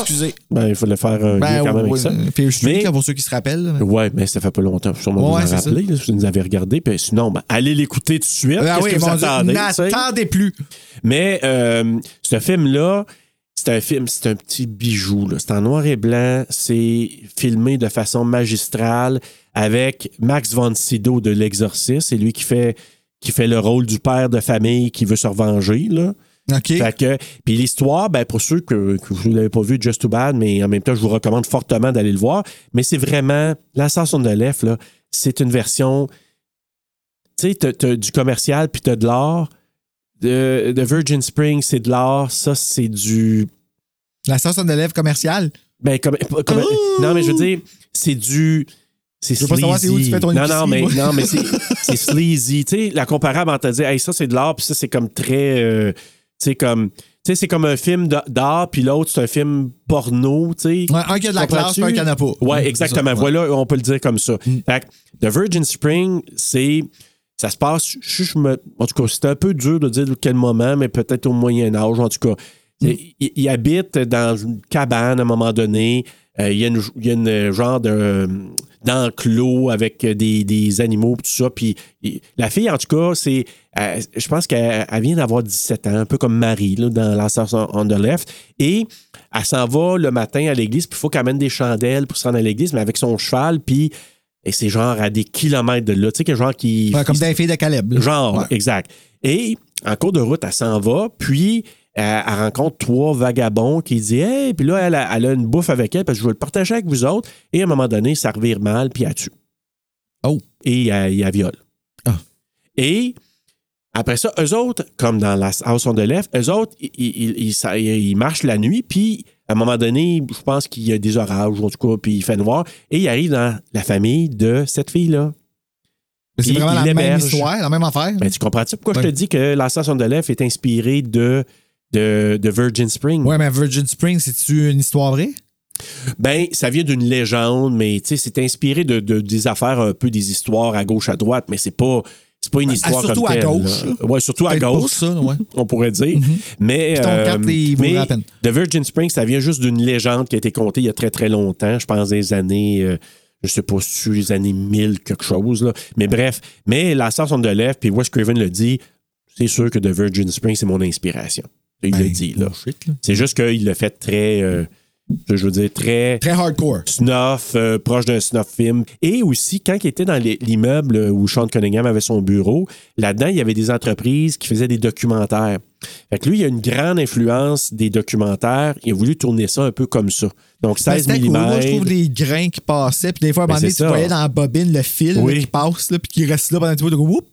[SPEAKER 3] Excusez.
[SPEAKER 1] Ben, il faut le faire un lien
[SPEAKER 3] Ben,
[SPEAKER 1] quand même
[SPEAKER 3] oui,
[SPEAKER 1] avec ça.
[SPEAKER 3] Puis, je suis
[SPEAKER 1] Mais-
[SPEAKER 3] là pour ceux qui se rappellent. là.
[SPEAKER 1] Ouais, mais ça fait pas longtemps. Sûrement
[SPEAKER 3] Ouais,
[SPEAKER 1] vous en
[SPEAKER 3] c'est ça.
[SPEAKER 1] rappelez, là, si vous nous avez regardé. Puis sinon, ben, allez l'écouter tout de suite.
[SPEAKER 3] Ah
[SPEAKER 1] Qu'est-ce
[SPEAKER 3] oui,
[SPEAKER 1] que vous
[SPEAKER 3] mon Dieu,
[SPEAKER 1] attendez? tu sais?
[SPEAKER 3] n'attendez plus.
[SPEAKER 1] Mais euh, ce film-là, c'est un film, c'est un petit bijou. là. C'est en noir et blanc. C'est filmé de façon magistrale avec Max von Sydow de L'Exorciste. C'est lui qui fait, qui fait le rôle du père de famille qui veut se revenger. Là.
[SPEAKER 3] OK.
[SPEAKER 1] Fait que, puis l'histoire, ben, pour ceux que, que vous ne l'avez pas vu, Just Too Bad, mais en même temps, je vous recommande fortement d'aller le voir. Mais c'est vraiment, l'Assassin de l'EF, là, c'est une version, tu sais, t'as- t'as du commercial, puis t'as de l'art. De, de Virgin Spring, c'est de l'art. Ça, c'est du...
[SPEAKER 3] La sauce en élève commerciale.
[SPEAKER 1] Ben, comme, pas- comme-
[SPEAKER 3] Ouh!
[SPEAKER 1] non, mais je veux dire, c'est du... C'est
[SPEAKER 3] veux pas savoir c'est où tu
[SPEAKER 1] sleazy.
[SPEAKER 3] fais ton
[SPEAKER 1] non, non,
[SPEAKER 3] épicerie,
[SPEAKER 1] mais,
[SPEAKER 3] moi.
[SPEAKER 1] non, mais c'est c'est sleazy. Tu sais, la comparable entre dire, hey, ça, c'est de l'art, puis ça, c'est comme très... euh, tu sais, comme... Tu sais, c'est comme un film de- d'art, puis l'autre, c'est un film porno, tu sais.
[SPEAKER 3] Ouais, un qui a de la classe,
[SPEAKER 1] Comprends-tu?
[SPEAKER 3] puis un qui en a pas. Ouais,
[SPEAKER 1] Ouais, exactement.
[SPEAKER 3] c'est ça, ouais.
[SPEAKER 1] Voilà, on peut le dire comme ça.
[SPEAKER 3] Mm.
[SPEAKER 1] Fait que The Virgin Spring, c'est. Ça se passe. je- je me- en tout cas, c'est un peu dur de dire de quel moment, mais peut-être au Moyen Âge, en tout cas. Il, il habite dans une cabane à un moment donné. Euh, il y a une, il y a une genre de, euh, d'enclos avec des, des animaux pis tout ça. Puis il- la fille, en tout cas, c'est. euh, je pense qu'elle elle vient d'avoir 17 ans, un peu comme Marie là, dans L'Assassin on on the Left. Et elle s'en va le matin à l'église, puis il faut qu'elle amène des chandelles pour se rendre à l'église, mais avec son cheval, puis Et c'est genre à des kilomètres de là. Tu sais, que genre qui.
[SPEAKER 3] Ouais, comme des filles de Caleb. là.
[SPEAKER 1] Genre,
[SPEAKER 3] Ouais.
[SPEAKER 1] exact. Et en cours de route, elle s'en va, puis euh, elle rencontre trois vagabonds qui disent Hey, puis là, elle a, elle a une bouffe avec elle, parce que je veux le partager avec vous autres. Et à un moment donné, ça revire mal, puis elle tue.
[SPEAKER 3] Oh.
[SPEAKER 1] Et euh, il la viole.
[SPEAKER 3] Ah.
[SPEAKER 1] Et après ça, eux autres, comme dans la House on the Left, eux autres, ils, ils- ils- ça- ils marchent la nuit, puis à un moment donné, je pense qu'il y a des orages, ou en tout cas, puis il fait noir, et ils arrivent dans la famille de cette fille-là.
[SPEAKER 3] Mais C'est
[SPEAKER 1] Puis
[SPEAKER 3] vraiment
[SPEAKER 1] il
[SPEAKER 3] la même
[SPEAKER 1] héberge.
[SPEAKER 3] histoire, la même affaire.
[SPEAKER 1] Ben, tu comprends-tu pourquoi
[SPEAKER 3] Ouais.
[SPEAKER 1] je te dis que la Station de l'Ef est inspirée de, de, de Virgin Spring?
[SPEAKER 3] Ouais, mais Virgin Springs, c'est-tu une histoire vraie?
[SPEAKER 1] Ben, ça vient d'une légende, mais tu sais, c'est inspiré de, de- des affaires un peu des histoires à gauche, à droite, mais c'est pas. C'est pas une
[SPEAKER 3] Ah,
[SPEAKER 1] histoire
[SPEAKER 3] surtout
[SPEAKER 1] comme
[SPEAKER 3] à
[SPEAKER 1] telle,
[SPEAKER 3] gauche,
[SPEAKER 1] là.
[SPEAKER 3] là.
[SPEAKER 1] Ouais, surtout à
[SPEAKER 3] Peut-être
[SPEAKER 1] gauche.
[SPEAKER 3] pour ça, ouais.
[SPEAKER 1] On pourrait dire. Mais, euh,
[SPEAKER 3] Mhm. Puis ton quatre, il vaut
[SPEAKER 1] mais
[SPEAKER 3] la peine.
[SPEAKER 1] The Virgin Spring, ça vient juste d'une légende qui a été contée il y a très, très longtemps. Je pense des années, euh, je sais pas, sur les années 1000, quelque chose. Là. Mais bref, mais la star sonne de lèvres, puis Wes Craven le dit, c'est sûr que The Virgin Spring, c'est mon inspiration. Il le
[SPEAKER 3] Ben,
[SPEAKER 1] dit, là.
[SPEAKER 3] bullshit, là.
[SPEAKER 1] C'est juste qu'il le fait très, euh, je veux dire, très
[SPEAKER 3] Très hardcore.
[SPEAKER 1] snuff, euh, proche d'un snuff film. Et aussi, quand il était dans les- l'immeuble où Sean Cunningham avait son bureau, là-dedans, il y avait des entreprises qui faisaient des documentaires. Fait que lui, il a une grande influence des documentaires. Il a voulu tourner ça un peu comme ça. Donc,
[SPEAKER 3] Mais
[SPEAKER 1] 16
[SPEAKER 3] c'était cool. Moi, je trouve
[SPEAKER 1] mm.
[SPEAKER 3] des grains qui passaient, puis des fois, à un
[SPEAKER 1] Ben,
[SPEAKER 3] moment donné,
[SPEAKER 1] c'est
[SPEAKER 3] tu
[SPEAKER 1] ça.
[SPEAKER 3] voyais dans la bobine le fil là,
[SPEAKER 1] Oui.
[SPEAKER 3] qui passe, là, puis qui reste là pendant un petit bout de whoop.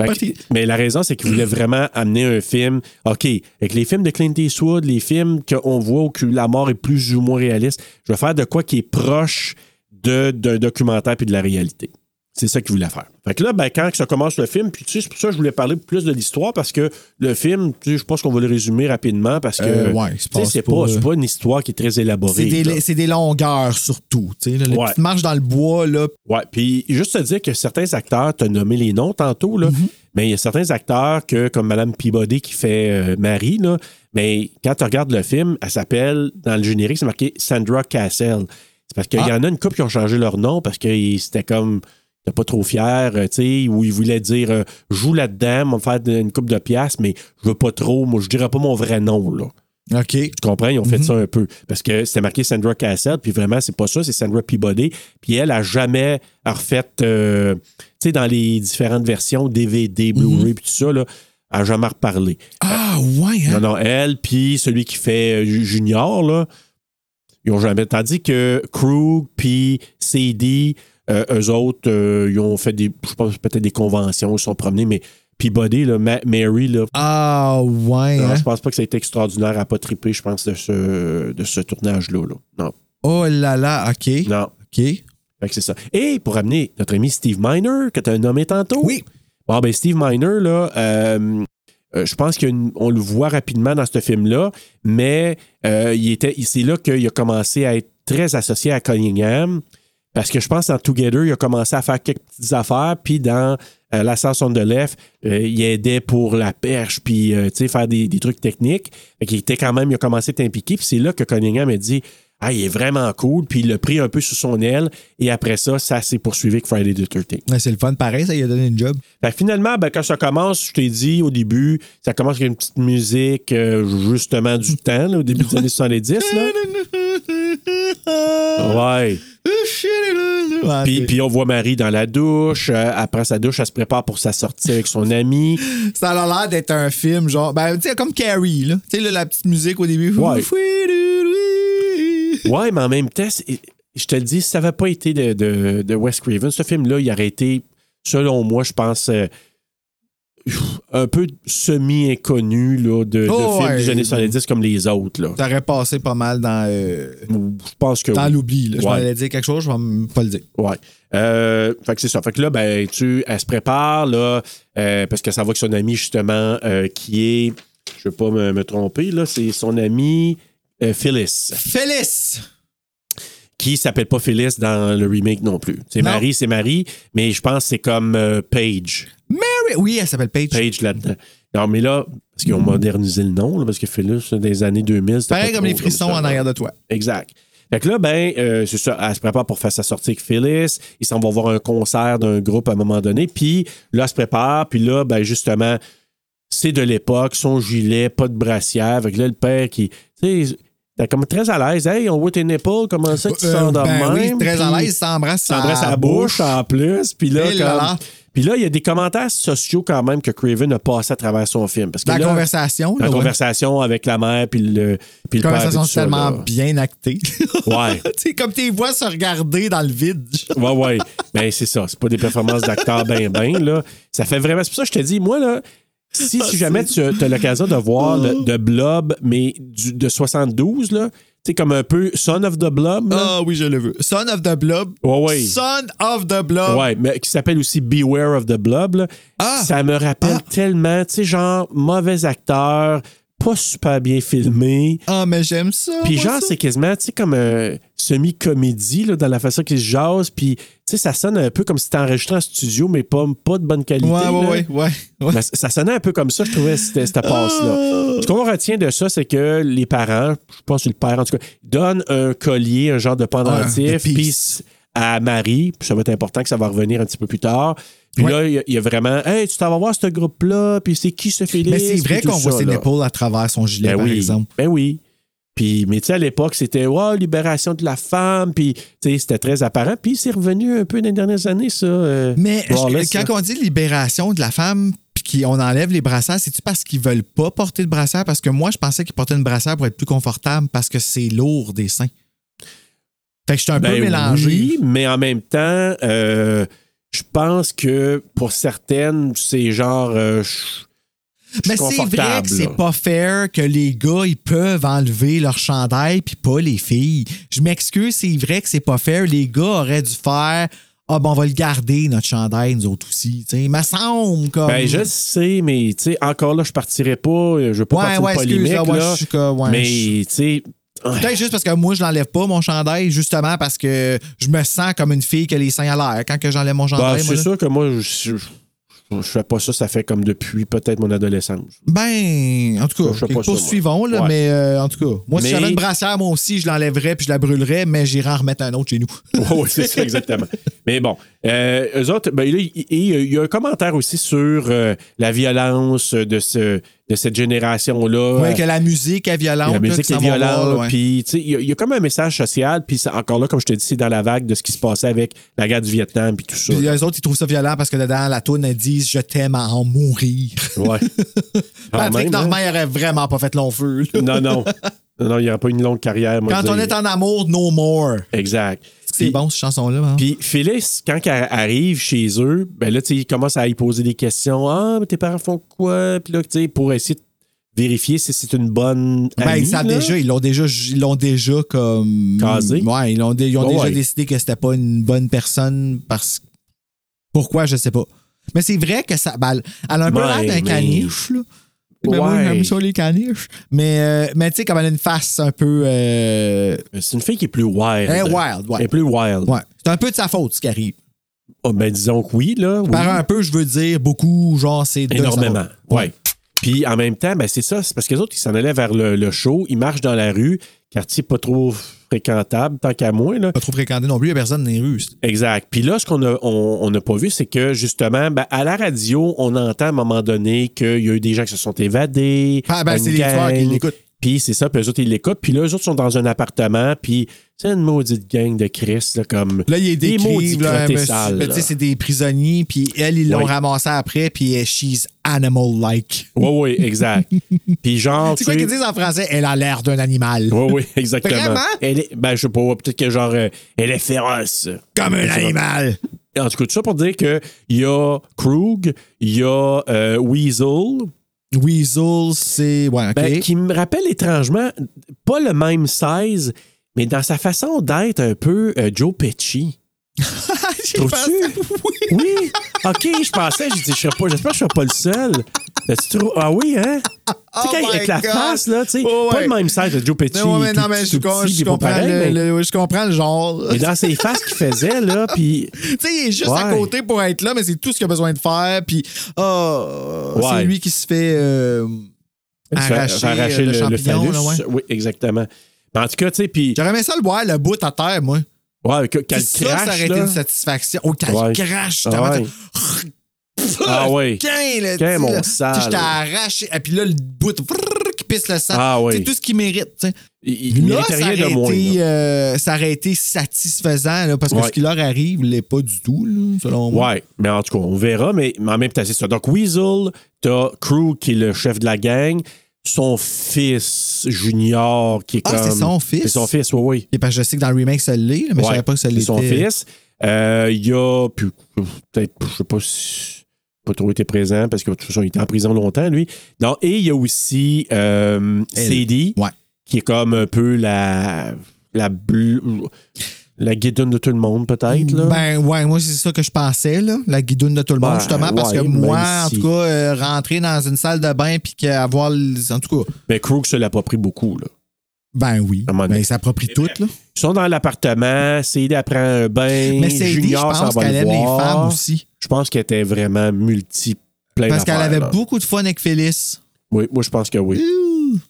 [SPEAKER 1] Fait que- mais la raison, c'est qu'il voulait vraiment amener un film. OK, avec les films de Clint Eastwood, les films qu'on voit où que la mort est plus ou moins réaliste, je vais faire de quoi qui est proche de- d'un documentaire puis de la réalité. C'est ça qu'il voulait faire. Fait que là, ben, quand ça commence le film, puis tu sais, c'est pour ça que je voulais parler plus de l'histoire parce que le film, tu sais, je pense qu'on va le résumer rapidement parce que
[SPEAKER 3] Euh, ouais, il se
[SPEAKER 1] tu sais,
[SPEAKER 3] passe
[SPEAKER 1] c'est
[SPEAKER 3] pas,
[SPEAKER 1] pas,
[SPEAKER 3] euh,
[SPEAKER 1] c'est pas une histoire qui est très élaborée.
[SPEAKER 3] C'est des,
[SPEAKER 1] là.
[SPEAKER 3] c'est des longueurs surtout. Tu sais, là, les
[SPEAKER 1] Ouais.
[SPEAKER 3] petites marches dans le bois, là.
[SPEAKER 1] Ouais, puis juste te dire que certains acteurs, tu as nommé les noms tantôt, là, mais il y a certains acteurs que, comme Madame Peabody qui fait euh, Marie, là, mais quand tu regardes le film, elle s'appelle, dans le générique, c'est marqué Sandra Cassell. C'est parce qu'il y
[SPEAKER 3] Ah.
[SPEAKER 1] en a une couple qui ont changé leur nom parce que ils- c'était comme. ils étaient pas trop fier, euh, tu sais, où ils voulaient dire euh, joue là-dedans, on va me faire de- une coupe de pièces, mais je veux pas trop, moi je dirais pas mon vrai nom là.
[SPEAKER 3] OK.
[SPEAKER 1] Tu comprends? Ils ont fait ça un peu. Parce que c'était marqué Sandra Cassell, puis vraiment, c'est pas ça, c'est Sandra Peabody. Puis elle a jamais refait, euh, tu sais, dans les différentes versions, DVD, Blu-ray, puis tout ça, là, elle a jamais reparlé.
[SPEAKER 3] Ah, ouais,
[SPEAKER 1] Non,
[SPEAKER 3] hein?
[SPEAKER 1] non, elle, puis celui qui fait euh, Junior, là, ils ont jamais. Tandis que Krug, puis CD, euh, eux autres, euh, ils ont fait des, je pense, peut-être des conventions, ils se sont promenés, mais Peabody, là, Ma- Mary, là,
[SPEAKER 3] Ah, ouais,
[SPEAKER 1] non,
[SPEAKER 3] hein?
[SPEAKER 1] je pense pas que ça a été extraordinaire à pas triper, je pense, de ce, de ce tournage-là. là. Non.
[SPEAKER 3] Oh là là, OK.
[SPEAKER 1] Non.
[SPEAKER 3] OK.
[SPEAKER 1] Fait que c'est ça. Et pour amener notre ami Steve Miner, que tu as nommé tantôt.
[SPEAKER 3] Oui.
[SPEAKER 1] Bon, ben, Steve Miner, là, euh, euh, je pense qu'on le voit rapidement dans ce film-là, mais euh, il était, il- c'est là qu'il a commencé à être très associé à Cunningham. Parce que je pense dans Together, il a commencé à faire quelques petites affaires, puis dans euh, l'ascension de l'EF, euh, il aidait pour la perche, puis euh, tu sais, faire des, des trucs techniques. Fait qu'il était quand même, il a commencé à être impliqué, puis c'est là que Cunningham a dit Ah, il est vraiment cool, puis il l'a pris un peu sous son aile, et après ça, ça s'est poursuivi avec Friday the 13
[SPEAKER 3] Ouais, c'est le fun. Pareil, ça, il a donné une job.
[SPEAKER 1] fait que finalement, ben, quand ça commence, je t'ai dit au début, ça commence avec une petite musique euh, justement du temps, là, au début des années 70. Là. Ouais.
[SPEAKER 3] Ouais,
[SPEAKER 1] Puis,
[SPEAKER 3] Ah, c'est-
[SPEAKER 1] puis on voit Marie dans la douche. euh, après sa douche, elle se prépare pour sa sortie avec son ami.
[SPEAKER 3] Ça a l'air d'être un film, genre, ben, tu sais, comme Carrie, là. Tu sais, là, la petite musique au début.
[SPEAKER 1] Ouais. Ouais, mais en même temps, c'est- je te le dis, si ça n'avait pas été de, de, de Wes Craven, ce film-là, il aurait été, selon moi, je pense, euh, un peu semi-inconnu là, de, de
[SPEAKER 3] Oh,
[SPEAKER 1] films
[SPEAKER 3] ouais.
[SPEAKER 1] des années 70 comme les autres. Là.
[SPEAKER 3] T'aurais passé pas mal dans, euh,
[SPEAKER 1] Je pense que
[SPEAKER 3] dans
[SPEAKER 1] oui.
[SPEAKER 3] l'oubli, là. Je
[SPEAKER 1] Ouais.
[SPEAKER 3] m'en allais dire quelque chose, je vais m- pas le dire.
[SPEAKER 1] Ouais. Euh, fait que c'est ça. Fait que là, ben, tu, elle se prépare, là, euh, parce que ça va que son ami, justement, euh, qui est, je ne veux pas me, me tromper, là, c'est son ami euh, Phyllis,
[SPEAKER 3] Félix!
[SPEAKER 1] qui s'appelle pas Phyllis dans le remake non plus. C'est
[SPEAKER 3] Non.
[SPEAKER 1] Marie, c'est Marie, mais je pense que c'est comme euh, Paige.
[SPEAKER 3] Mary! Oui, elle s'appelle Paige.
[SPEAKER 1] Paige là-dedans. Non, mais là, parce qu'ils ont modernisé le nom, là, parce que Phyllis, c'est des années 2000, c'était
[SPEAKER 3] Mm. Pareil
[SPEAKER 1] pas
[SPEAKER 3] comme
[SPEAKER 1] trop
[SPEAKER 3] les frissons
[SPEAKER 1] ça,
[SPEAKER 3] en
[SPEAKER 1] là.
[SPEAKER 3] arrière de toi.
[SPEAKER 1] Exact. Fait que là, ben, euh, c'est ça, elle se prépare pour faire sa sortie avec Phyllis. Ils s'en vont voir un concert d'un groupe à un moment donné. Puis là, elle se prépare. Puis là, ben, justement, c'est de l'époque, son gilet, pas de brassière. Fait que là, le père qui. Tu sais, T'es comme très à l'aise. Hey, on voit tes nipples, comment ça que tu
[SPEAKER 3] Euh,
[SPEAKER 1] sors de même?
[SPEAKER 3] ben oui, très à
[SPEAKER 1] Puis
[SPEAKER 3] l'aise, ça embrasse
[SPEAKER 1] Ça embrasse
[SPEAKER 3] sa
[SPEAKER 1] la bouche en plus. Puis là,
[SPEAKER 3] Et là
[SPEAKER 1] comme-
[SPEAKER 3] là.
[SPEAKER 1] puis là, il y a des commentaires sociaux quand même que Craven a passé à travers son film. Parce que
[SPEAKER 3] La
[SPEAKER 1] là,
[SPEAKER 3] conversation,
[SPEAKER 1] la
[SPEAKER 3] là, ouais.
[SPEAKER 1] conversation avec la mère, puis le, puis le
[SPEAKER 3] La
[SPEAKER 1] père.
[SPEAKER 3] conversation
[SPEAKER 1] puis tout ça,
[SPEAKER 3] tellement
[SPEAKER 1] là.
[SPEAKER 3] bien actée.
[SPEAKER 1] Ouais.
[SPEAKER 3] tu sais, comme tes voix se regarder dans le vide.
[SPEAKER 1] Ouais, ouais. Ben, c'est ça. C'est pas des performances d'acteurs ben, ben, là. Ça fait vraiment. C'est pour ça que je te dis, moi, là, si, si jamais tu as l'occasion de voir le- de Blob, mais du- de 72, là, tu sais, comme un peu Son of the Blob, là.
[SPEAKER 3] Ah oui, je le veux. Son of the Blob.
[SPEAKER 1] Ouais, ouais.
[SPEAKER 3] Son of the Blob.
[SPEAKER 1] Ouais, mais qui s'appelle aussi Beware of the Blob. là.
[SPEAKER 3] Ah!
[SPEAKER 1] Ça me rappelle
[SPEAKER 3] Ah!
[SPEAKER 1] tellement, tu sais, genre, mauvais acteur, pas super bien filmé.
[SPEAKER 3] Ah, mais j'aime ça.
[SPEAKER 1] Puis
[SPEAKER 3] moi,
[SPEAKER 1] genre,
[SPEAKER 3] ça.
[SPEAKER 1] c'est quasiment, tu sais, comme un semi-comédie, là, dans la façon qu'ils se jasent. Puis, tu sais, ça sonne un peu comme si t'es enregistré en studio, mais pas, pas de bonne qualité.
[SPEAKER 3] Ouais,
[SPEAKER 1] là.
[SPEAKER 3] ouais, ouais, ouais. ouais.
[SPEAKER 1] Mais ça- ça sonnait un peu comme ça, je trouvais, cette, cette passe-là.
[SPEAKER 3] Ah!
[SPEAKER 1] Ce qu'on retient de ça, c'est que les parents, je pense que le père en tout cas, donnent un collier, un genre de
[SPEAKER 3] Ouais, de
[SPEAKER 1] pendentif,
[SPEAKER 3] peace.
[SPEAKER 1] peace à Marie. Puis ça va être important que ça va revenir un petit peu plus tard. Puis
[SPEAKER 3] Ouais.
[SPEAKER 1] là, il y a- il y, a vraiment, hey, tu t'en vas voir ce groupe-là, puis c'est qui ce Félix?
[SPEAKER 3] Mais c'est vrai
[SPEAKER 1] Puis tout
[SPEAKER 3] qu'on voit
[SPEAKER 1] ça,
[SPEAKER 3] ses
[SPEAKER 1] là.
[SPEAKER 3] épaules à travers son gilet,
[SPEAKER 1] Ben
[SPEAKER 3] par
[SPEAKER 1] oui.
[SPEAKER 3] exemple.
[SPEAKER 1] Ben oui. Puis, mais tu sais, à l'époque, c'était wow, libération de la femme, puis tu sais, c'était très apparent. Puis c'est revenu un peu dans les dernières années, ça. euh,
[SPEAKER 3] Mais je-
[SPEAKER 1] Wallace, là.
[SPEAKER 3] quand on dit libération de la femme, puis qu'on enlève les brassards, c'est-tu parce qu'ils veulent pas porter de brassard? Parce que moi, je pensais qu'ils portaient une brassard pour être plus confortable parce que c'est lourd des seins. Fait que je suis un peu
[SPEAKER 1] Ben
[SPEAKER 3] mélangé.
[SPEAKER 1] oui, mais en même temps, euh, je pense que pour certaines, c'est genre. euh, je- je suis
[SPEAKER 3] Mais c'est vrai
[SPEAKER 1] confortable,
[SPEAKER 3] que c'est
[SPEAKER 1] là.
[SPEAKER 3] pas fair que les gars, ils peuvent enlever leur chandail puis pas les filles. Je m'excuse, c'est vrai que c'est pas fair. Les gars auraient dû faire Ah, ben, on va le garder, notre chandail, nous autres aussi. Tu sais, il me semble comme.
[SPEAKER 1] Ben, je le sais, mais tu sais, encore là, je partirais pas. euh, Je veux pas
[SPEAKER 3] Ouais,
[SPEAKER 1] partir
[SPEAKER 3] ouais,
[SPEAKER 1] de
[SPEAKER 3] excuse,
[SPEAKER 1] polémique.
[SPEAKER 3] là, ouais,
[SPEAKER 1] là,
[SPEAKER 3] je suis comme, ouais,
[SPEAKER 1] mais
[SPEAKER 3] je-
[SPEAKER 1] tu sais,
[SPEAKER 3] Peut-être juste parce que moi, je l'enlève pas, mon chandail, justement parce que je me sens comme une fille qui a les seins à l'air quand que j'enlève mon
[SPEAKER 1] bah,
[SPEAKER 3] chandail. moi,
[SPEAKER 1] c'est
[SPEAKER 3] là.
[SPEAKER 1] sûr que moi, je, je, je fais pas ça, ça fait comme depuis peut-être mon adolescence.
[SPEAKER 3] Ben, en tout cas,
[SPEAKER 1] Je sais
[SPEAKER 3] ok,
[SPEAKER 1] pas ça,
[SPEAKER 3] poursuivons,
[SPEAKER 1] moi.
[SPEAKER 3] là,
[SPEAKER 1] Ouais.
[SPEAKER 3] mais euh, en tout cas, moi,
[SPEAKER 1] Mais-
[SPEAKER 3] si j'avais une brassière, moi aussi, je l'enlèverais puis je la brûlerais, mais j'irai en remettre un autre chez nous.
[SPEAKER 1] Oui, c'est ça, exactement. Mais bon, euh, eux autres, ben, là, il il- il y a un commentaire aussi sur euh, la violence de, ce, de cette génération-là.
[SPEAKER 3] Ouais, que la musique est violente.
[SPEAKER 1] La
[SPEAKER 3] là,
[SPEAKER 1] musique
[SPEAKER 3] que ça
[SPEAKER 1] est
[SPEAKER 3] va voir,
[SPEAKER 1] violente.
[SPEAKER 3] ouais.
[SPEAKER 1] Puis, tu sais, il y, a- il y a comme un message social. Puis, ça- encore là, comme je te dis, c'est dans la vague de ce qui se passait avec la guerre du Vietnam. Puis tout ça.
[SPEAKER 3] Puis euh, eux autres, ils trouvent ça violent parce que dedans, la toune, elle dit Je t'aime à en mourir.
[SPEAKER 1] Ouais. Quand
[SPEAKER 3] Patrick
[SPEAKER 1] même, hein?
[SPEAKER 3] Normand, il aurait vraiment pas fait long feu. là.
[SPEAKER 1] Non, non. Non, non, il n'y aura pas une longue carrière. moi,
[SPEAKER 3] Quand
[SPEAKER 1] je
[SPEAKER 3] on
[SPEAKER 1] dis.
[SPEAKER 3] est en amour, no more.
[SPEAKER 1] Exact.
[SPEAKER 3] C'est
[SPEAKER 1] Puis-
[SPEAKER 3] bon, cette chanson-là. hein?
[SPEAKER 1] Puis Phyllis, quand elle arrive chez eux, ben là, tu sais, il commence à y poser des questions. Ah, mais tes parents font quoi? Puis là, tu sais, pour essayer de vérifier si c'est une bonne.
[SPEAKER 3] Ben,
[SPEAKER 1] amie,
[SPEAKER 3] ils savent
[SPEAKER 1] là.
[SPEAKER 3] déjà, ils l'ont déjà, ils l'ont déjà comme.
[SPEAKER 1] Casé.
[SPEAKER 3] Ouais, ils, l'ont dé- ils ont
[SPEAKER 1] Ouais,
[SPEAKER 3] déjà
[SPEAKER 1] ouais.
[SPEAKER 3] décidé que c'était pas une bonne personne parce. Pourquoi, je sais pas. Mais c'est vrai que ça. ben, elle a un peu
[SPEAKER 1] Ouais,
[SPEAKER 3] l'air d'un
[SPEAKER 1] mais-
[SPEAKER 3] caniche, là. Ben Mais
[SPEAKER 1] Ouais.
[SPEAKER 3] moi, j'aime ça, les caniches. Mais, euh, mais tu sais, comme elle a une face un peu. euh,
[SPEAKER 1] C'est une fille qui est plus wild.
[SPEAKER 3] Elle est wild, ouais.
[SPEAKER 1] Elle est plus wild.
[SPEAKER 3] Ouais. C'est un peu de sa faute, ce qui arrive.
[SPEAKER 1] Ah, ben, disons que oui, là. oui.
[SPEAKER 3] Par un peu, je veux dire beaucoup, genre, c'est de sa
[SPEAKER 1] Énormément.
[SPEAKER 3] faute.
[SPEAKER 1] Ouais. Puis en même temps, ben, c'est ça, c'est parce que les autres, ils s'en allaient vers le, le show, ils marchent dans la rue, quartier pas trop fréquentable, tant qu'à moi. Là.
[SPEAKER 3] Pas trop fréquenté non plus, il n'y a personne dans les rues.
[SPEAKER 1] Exact. Puis là, ce qu'on n'a on, on n'a pas vu, c'est que justement, ben, à la radio, on entend à un moment donné qu'il y a eu des gens qui se sont évadés.
[SPEAKER 3] Ah, ben,
[SPEAKER 1] une
[SPEAKER 3] c'est les tueurs qui
[SPEAKER 1] gang.
[SPEAKER 3] l'écoutent.
[SPEAKER 1] Puis c'est ça, puis eux autres, ils l'écoutent. Puis là, eux autres sont dans un appartement, puis c'est une maudite gang de Chris, là, comme.
[SPEAKER 3] Là, il est
[SPEAKER 1] des maudits
[SPEAKER 3] décrit, là, un
[SPEAKER 1] crottés
[SPEAKER 3] monsieur-
[SPEAKER 1] sales,
[SPEAKER 3] ben, tu
[SPEAKER 1] là.
[SPEAKER 3] sais, c'est des prisonniers, puis elle, ils l'ont
[SPEAKER 1] Oui.
[SPEAKER 3] ramassé après, puis euh, she's animal-like.
[SPEAKER 1] Oui, oui, exact. puis genre.
[SPEAKER 3] C'est quoi
[SPEAKER 1] tu sais-
[SPEAKER 3] qu'ils disent en français? Elle a l'air d'un animal.
[SPEAKER 1] Oui, oui, exactement.
[SPEAKER 3] Vraiment?
[SPEAKER 1] Elle est, ben, je sais pas, peut-être que genre, euh, elle est féroce.
[SPEAKER 3] Comme un animal.
[SPEAKER 1] En tout cas, tout ça pour dire qu'il y a Krug, il y a euh, Weasel,
[SPEAKER 3] Weasel, c'est. Ouais, OK.
[SPEAKER 1] ben, qui me rappelle étrangement, pas le même size, mais dans sa façon d'être un peu euh, Joe Pesci.
[SPEAKER 3] J'ai
[SPEAKER 1] Trouves-tu? Oui. OK, je pensais, je dis, je serais pas, j'espère que je serais pas le seul. Mais tu trouves- ah oui, hein? Tu sais,
[SPEAKER 3] Oh
[SPEAKER 1] quand- avec
[SPEAKER 3] my
[SPEAKER 1] la
[SPEAKER 3] God.
[SPEAKER 1] face, là, tu sais,
[SPEAKER 3] Oh,
[SPEAKER 1] pas
[SPEAKER 3] ouais.
[SPEAKER 1] le même size de Joe Pesci.
[SPEAKER 3] Non, mais,
[SPEAKER 1] tout
[SPEAKER 3] non, mais
[SPEAKER 1] petit,
[SPEAKER 3] je,
[SPEAKER 1] tout
[SPEAKER 3] com-
[SPEAKER 1] petit,
[SPEAKER 3] je
[SPEAKER 1] puis pas
[SPEAKER 3] comprends
[SPEAKER 1] pareil,
[SPEAKER 3] le,
[SPEAKER 1] mais-
[SPEAKER 3] le- oui, je comprends le genre.
[SPEAKER 1] mais dans ses faces qu'il faisait, là, puis
[SPEAKER 3] tu sais, il est juste à
[SPEAKER 1] Ouais.
[SPEAKER 3] côté pour être là, mais c'est tout ce qu'il a besoin de faire. Puis, ah,
[SPEAKER 1] Ouais.
[SPEAKER 3] c'est lui qui se fait euh,
[SPEAKER 1] Arracher,
[SPEAKER 3] arracher, euh, le, champignon.
[SPEAKER 1] phallus.
[SPEAKER 3] là, ouais.
[SPEAKER 1] Oui, exactement. Mais en tout cas, tu sais, puis
[SPEAKER 3] J'aurais aimé ça le voir, le bout à terre, moi.
[SPEAKER 1] ouais, que- qu'elle
[SPEAKER 3] Puis ça, ça
[SPEAKER 1] crache,
[SPEAKER 3] aurait été
[SPEAKER 1] là.
[SPEAKER 3] une satisfaction. Oh, qu'elle
[SPEAKER 1] Ouais.
[SPEAKER 3] crache.
[SPEAKER 1] Ah ouais.
[SPEAKER 3] Putain,
[SPEAKER 1] Ah ouais.
[SPEAKER 3] Quin, là,
[SPEAKER 1] Quin,
[SPEAKER 3] tu sais,
[SPEAKER 1] mon
[SPEAKER 3] là.
[SPEAKER 1] sale.
[SPEAKER 3] Tu sais, Je t'ai arraché. Et puis là, le bout brrr, qui pisse le sang.
[SPEAKER 1] Ah oui.
[SPEAKER 3] C'est tout ce qu'il mérite. tu sais.
[SPEAKER 1] Il, il
[SPEAKER 3] Là,
[SPEAKER 1] méritait
[SPEAKER 3] ça
[SPEAKER 1] rien de
[SPEAKER 3] aurait
[SPEAKER 1] moins.
[SPEAKER 3] été,
[SPEAKER 1] là.
[SPEAKER 3] euh, ça aurait été satisfaisant là, parce que
[SPEAKER 1] Ouais.
[SPEAKER 3] ce qui leur arrive l'est pas du tout, là, selon moi.
[SPEAKER 1] Ouais, mais en tout cas, on verra, mais mais en même temps, c'est ça. Donc, Weasel, t'as Crew qui est le chef de la gang, son fils Junior qui est
[SPEAKER 3] Ah,
[SPEAKER 1] comme.
[SPEAKER 3] c'est son fils?
[SPEAKER 1] C'est son fils, oui, oui.
[SPEAKER 3] Et parce que je sais que dans le remake, ça l'est, là, mais je
[SPEAKER 1] Ouais,
[SPEAKER 3] savais pas que ça
[SPEAKER 1] C'est
[SPEAKER 3] l'était.
[SPEAKER 1] son fils. Euh, Il y a. puis, Peut-être, je sais pas si. Pas trop été présent parce que de toute façon, il était en prison longtemps, lui. Non, et il y a aussi euh,
[SPEAKER 3] Elle.
[SPEAKER 1] Sadie,
[SPEAKER 3] Ouais.
[SPEAKER 1] qui est comme un peu la. La, bl- la guidonne de tout le monde, peut-être. là.
[SPEAKER 3] Ben ouais, moi c'est ça que je pensais, là, la guidoune de tout le monde,
[SPEAKER 1] Ben,
[SPEAKER 3] justement, parce que
[SPEAKER 1] ouais,
[SPEAKER 3] moi,
[SPEAKER 1] même
[SPEAKER 3] en
[SPEAKER 1] si-
[SPEAKER 3] tout cas, euh, rentrer dans une salle de bain puis qu'avoir les- en tout cas,
[SPEAKER 1] Mais Crew se l'approprie beaucoup. Là.
[SPEAKER 3] ben oui.
[SPEAKER 1] À un moment
[SPEAKER 3] Ben,
[SPEAKER 1] donné.
[SPEAKER 3] il s'approprie tout, là.
[SPEAKER 1] Ils sont dans l'appartement, Sadie apprend un bain,
[SPEAKER 3] Mais c'est dit, je
[SPEAKER 1] Junior s'en
[SPEAKER 3] pense
[SPEAKER 1] va
[SPEAKER 3] qu'elle
[SPEAKER 1] le
[SPEAKER 3] aime les
[SPEAKER 1] voir.
[SPEAKER 3] femmes aussi.
[SPEAKER 1] Je pense qu'elle était vraiment multi, plein
[SPEAKER 3] Parce qu'elle
[SPEAKER 1] d'affaires,
[SPEAKER 3] avait
[SPEAKER 1] là.
[SPEAKER 3] beaucoup de fun avec Phyllis.
[SPEAKER 1] Oui, moi je pense que oui.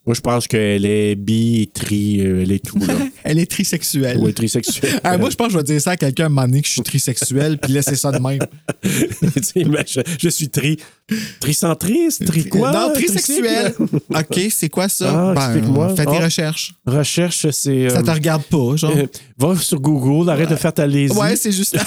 [SPEAKER 1] Moi je pense qu'elle est bi, tri, euh, elle est tout là.
[SPEAKER 3] Elle est trisexuelle.
[SPEAKER 1] Ou est trisexuelle.
[SPEAKER 3] Ah, moi, je pense que je vais dire ça à quelqu'un à un moment donné que je suis trisexuel, puis laissez ça de même.
[SPEAKER 1] Tu sais, mais je, je suis tri, tricentriste, tri quoi
[SPEAKER 3] non,
[SPEAKER 1] trisexuelle.
[SPEAKER 3] trisexuel. OK, c'est quoi ça? Ben,
[SPEAKER 1] Ah, explique-moi.
[SPEAKER 3] Fais tes
[SPEAKER 1] Ah.
[SPEAKER 3] recherches.
[SPEAKER 1] Recherche, c'est.
[SPEAKER 3] Ça
[SPEAKER 1] euh,
[SPEAKER 3] te regarde pas, genre.
[SPEAKER 1] euh, va sur Google, arrête de faire ta lésine.
[SPEAKER 3] Ouais, c'est juste.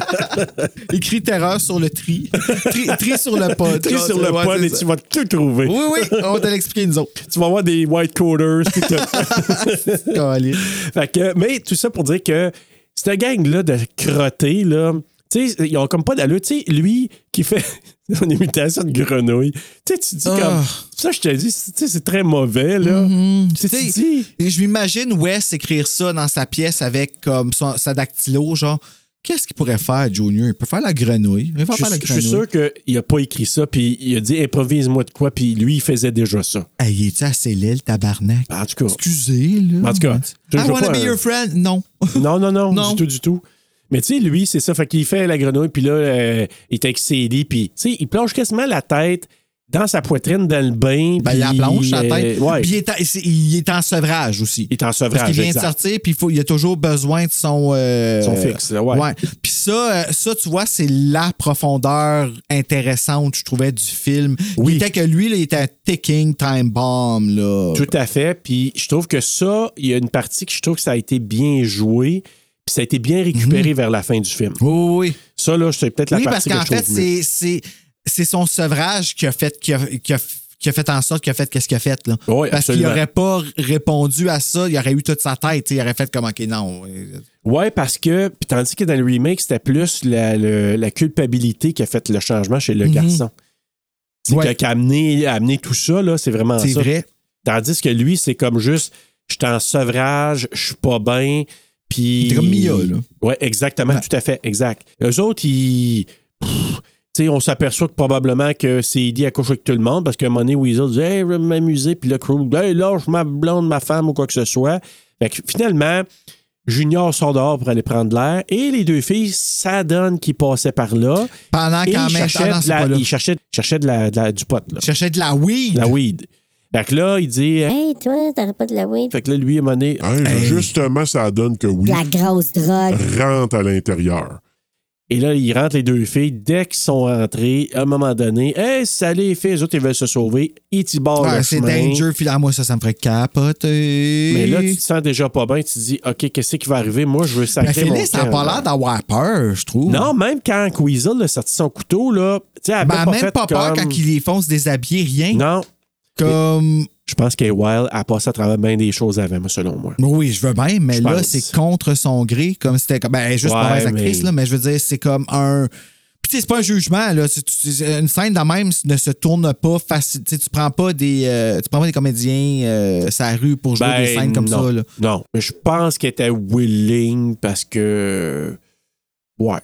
[SPEAKER 3] Écris terreur sur le tri. Tri, tri sur le pod.
[SPEAKER 1] Tri
[SPEAKER 3] Genre,
[SPEAKER 1] sur le
[SPEAKER 3] ouais,
[SPEAKER 1] pod
[SPEAKER 3] c'est
[SPEAKER 1] et
[SPEAKER 3] ça.
[SPEAKER 1] tu vas tout trouver.
[SPEAKER 3] Oui, oui, on va te l'expliquer, nous autres.
[SPEAKER 1] Tu vas avoir des white coders. puis t'as-
[SPEAKER 3] Caliste.
[SPEAKER 1] Fait que, mais tout ça pour dire que cette gang-là de crottés, là, tu sais, ils ont comme pas d'allure. Tu sais, lui qui fait son imitation de grenouille, tu sais, tu dis comme.
[SPEAKER 3] Ah.
[SPEAKER 1] Ça, je te dis, c'est- tu sais, c'est très mauvais, là. Tu sais, tu
[SPEAKER 3] T'sais,
[SPEAKER 1] dis.
[SPEAKER 3] Je m'imagine Wes écrire ça dans sa pièce avec comme son- sa dactylo, genre. Qu'est-ce qu'il pourrait faire, Junior? Il peut faire la grenouille. Il
[SPEAKER 1] Je
[SPEAKER 3] va faire la
[SPEAKER 1] suis- je suis
[SPEAKER 3] grenouille.
[SPEAKER 1] sûr qu'il a pas écrit ça, puis il a dit improvise-moi de quoi, puis lui, il faisait déjà ça.
[SPEAKER 3] Hey, est tu assez laid, tabarnak?
[SPEAKER 1] En tout cas,
[SPEAKER 3] Excusez, là.
[SPEAKER 1] En tout cas, je- je
[SPEAKER 3] I
[SPEAKER 1] veux
[SPEAKER 3] wanna
[SPEAKER 1] pas euh,
[SPEAKER 3] be
[SPEAKER 1] un-
[SPEAKER 3] your friend. Non.
[SPEAKER 1] non, non, non,
[SPEAKER 3] Non.
[SPEAKER 1] du tout, du tout. Mais tu sais, lui, c'est ça. Fait qu'il fait la grenouille, puis là, euh, il est avec Sadie, puis tu sais, il plonge quasiment la tête dans sa poitrine, dans le bain.
[SPEAKER 3] Ben, il la
[SPEAKER 1] puis,
[SPEAKER 3] planche, sa
[SPEAKER 1] euh,
[SPEAKER 3] tête.
[SPEAKER 1] ouais.
[SPEAKER 3] Puis il est, en, c'est- il est en sevrage aussi.
[SPEAKER 1] Il est en
[SPEAKER 3] Parce
[SPEAKER 1] sevrage,
[SPEAKER 3] qu'il vient
[SPEAKER 1] exact.
[SPEAKER 3] de sortir, puis il, faut, il a toujours besoin de son... euh,
[SPEAKER 1] Son fixe, là, ouais.
[SPEAKER 3] Puis ça, euh, ça, tu vois, c'est la profondeur intéressante, je trouvais, du film.
[SPEAKER 1] Oui.
[SPEAKER 3] Il était que lui, là, il était un ticking time bomb, là.
[SPEAKER 1] Tout à fait. Puis je trouve que ça, il y a une partie que je trouve que ça a été bien joué, puis ça a été bien récupéré vers la fin du film.
[SPEAKER 3] Oui, oui, oui.
[SPEAKER 1] Ça, là, c'est peut-être la
[SPEAKER 3] Mhm. oui, parce
[SPEAKER 1] partie
[SPEAKER 3] qu'en
[SPEAKER 1] que je
[SPEAKER 3] fait,
[SPEAKER 1] trouve mieux.
[SPEAKER 3] c'est- c'est c'est son sevrage qui a fait qui a, qui a- qui a fait en sorte qu'il a fait qu'est-ce qu'il a fait là.
[SPEAKER 1] Oui,
[SPEAKER 3] parce qu'il
[SPEAKER 1] absolument.
[SPEAKER 3] n'aurait pas répondu à ça, il aurait eu toute sa tête, tu sais, il aurait fait comme ok non. euh,
[SPEAKER 1] Ouais, parce que, puis tandis que dans le remake, c'était plus la, le- la culpabilité qui a fait le changement chez le garçon. C'est
[SPEAKER 3] Mhm. Ouais.
[SPEAKER 1] que- qui a amené, a amené tout ça, là, c'est vraiment
[SPEAKER 3] C'est
[SPEAKER 1] Ah, ça.
[SPEAKER 3] vrai.
[SPEAKER 1] Tandis que lui, c'est comme juste, je suis en sevrage, je suis pas bien, puis...
[SPEAKER 3] C'est comme Mia, là.
[SPEAKER 1] Ouais, exactement,
[SPEAKER 3] Ouais.
[SPEAKER 1] tout à fait, exact. Eux autres, ils... pff, Tu sais, on s'aperçoit que probablement que Sadie accouche avec tout le monde parce qu'à un moment donné, Weasel dit Hey, je vais m'amuser, puis le crew, hey, lâche ma blonde, ma femme ou quoi que ce soit. Fait que finalement, Junior sort dehors pour aller prendre l'air et les deux filles, ça donne qu'ils passaient par là.
[SPEAKER 3] Pendant
[SPEAKER 1] et
[SPEAKER 3] qu'en
[SPEAKER 1] ils
[SPEAKER 3] même temps,
[SPEAKER 1] cherchaient,
[SPEAKER 3] non,
[SPEAKER 1] de
[SPEAKER 3] c'est
[SPEAKER 1] la-
[SPEAKER 3] pas là.
[SPEAKER 1] ils cherchaient- cherchaient de la- de la- du pot, là.
[SPEAKER 3] Il cherchait de la weed.
[SPEAKER 1] La weed. Fait que là, il dit
[SPEAKER 8] Hey, toi, t'aurais pas de la weed?
[SPEAKER 1] Fait que là, lui, à un moment donné,
[SPEAKER 9] Hein, Justement, ça donne que oui,
[SPEAKER 7] La grosse drogue.
[SPEAKER 9] rentre à l'intérieur.
[SPEAKER 1] Et là, ils rentrent les deux filles. Dès qu'ils sont rentrés, à un moment donné, Hey, salut les filles, les autres, ils veulent se sauver. Ils t'y barrent
[SPEAKER 3] Ouais,
[SPEAKER 1] le
[SPEAKER 3] Ah, c'est
[SPEAKER 1] chemin.
[SPEAKER 3] danger, puis là, moi, ça, ça me ferait capoter.
[SPEAKER 1] Mais là, tu te sens déjà pas bien. Tu te dis, OK, qu'est-ce qui va arriver? Moi, je veux
[SPEAKER 3] Mais
[SPEAKER 1] sacrer mon
[SPEAKER 3] Phyllis, Ben, ça n'a
[SPEAKER 1] camp,
[SPEAKER 3] pas
[SPEAKER 1] là.
[SPEAKER 3] l'air d'avoir peur, je trouve.
[SPEAKER 1] Non, même quand Weasel a sorti son couteau, là, tu sais, elle
[SPEAKER 3] Ben,
[SPEAKER 1] n'a
[SPEAKER 3] même
[SPEAKER 1] fait
[SPEAKER 3] pas peur
[SPEAKER 1] comme-
[SPEAKER 3] quand ils les font se déshabiller, rien.
[SPEAKER 1] Non,
[SPEAKER 3] Comme.
[SPEAKER 1] je pense qu'elle est wild. Elle passe à travers bien des choses avant, moi, selon moi.
[SPEAKER 3] Oui, je veux bien, mais
[SPEAKER 1] Je
[SPEAKER 3] là,
[SPEAKER 1] pense.
[SPEAKER 3] c'est contre son gré. Comme c'était. comme- Ben, elle est juste
[SPEAKER 1] Ouais,
[SPEAKER 3] mauvaise actrice,
[SPEAKER 1] mais-
[SPEAKER 3] là, mais je veux dire, c'est comme un. Puis, tu sais, c'est pas un jugement, là. C'est- tu- c'est- Une scène de même ne se tourne pas facile. Tu sais, tu prends pas des. euh, tu prends pas des comédiens euh, sa rue pour jouer des scènes comme
[SPEAKER 1] Ben, non,
[SPEAKER 3] ça, là.
[SPEAKER 1] Non, mais je pense qu'elle était willing parce que. Ouais.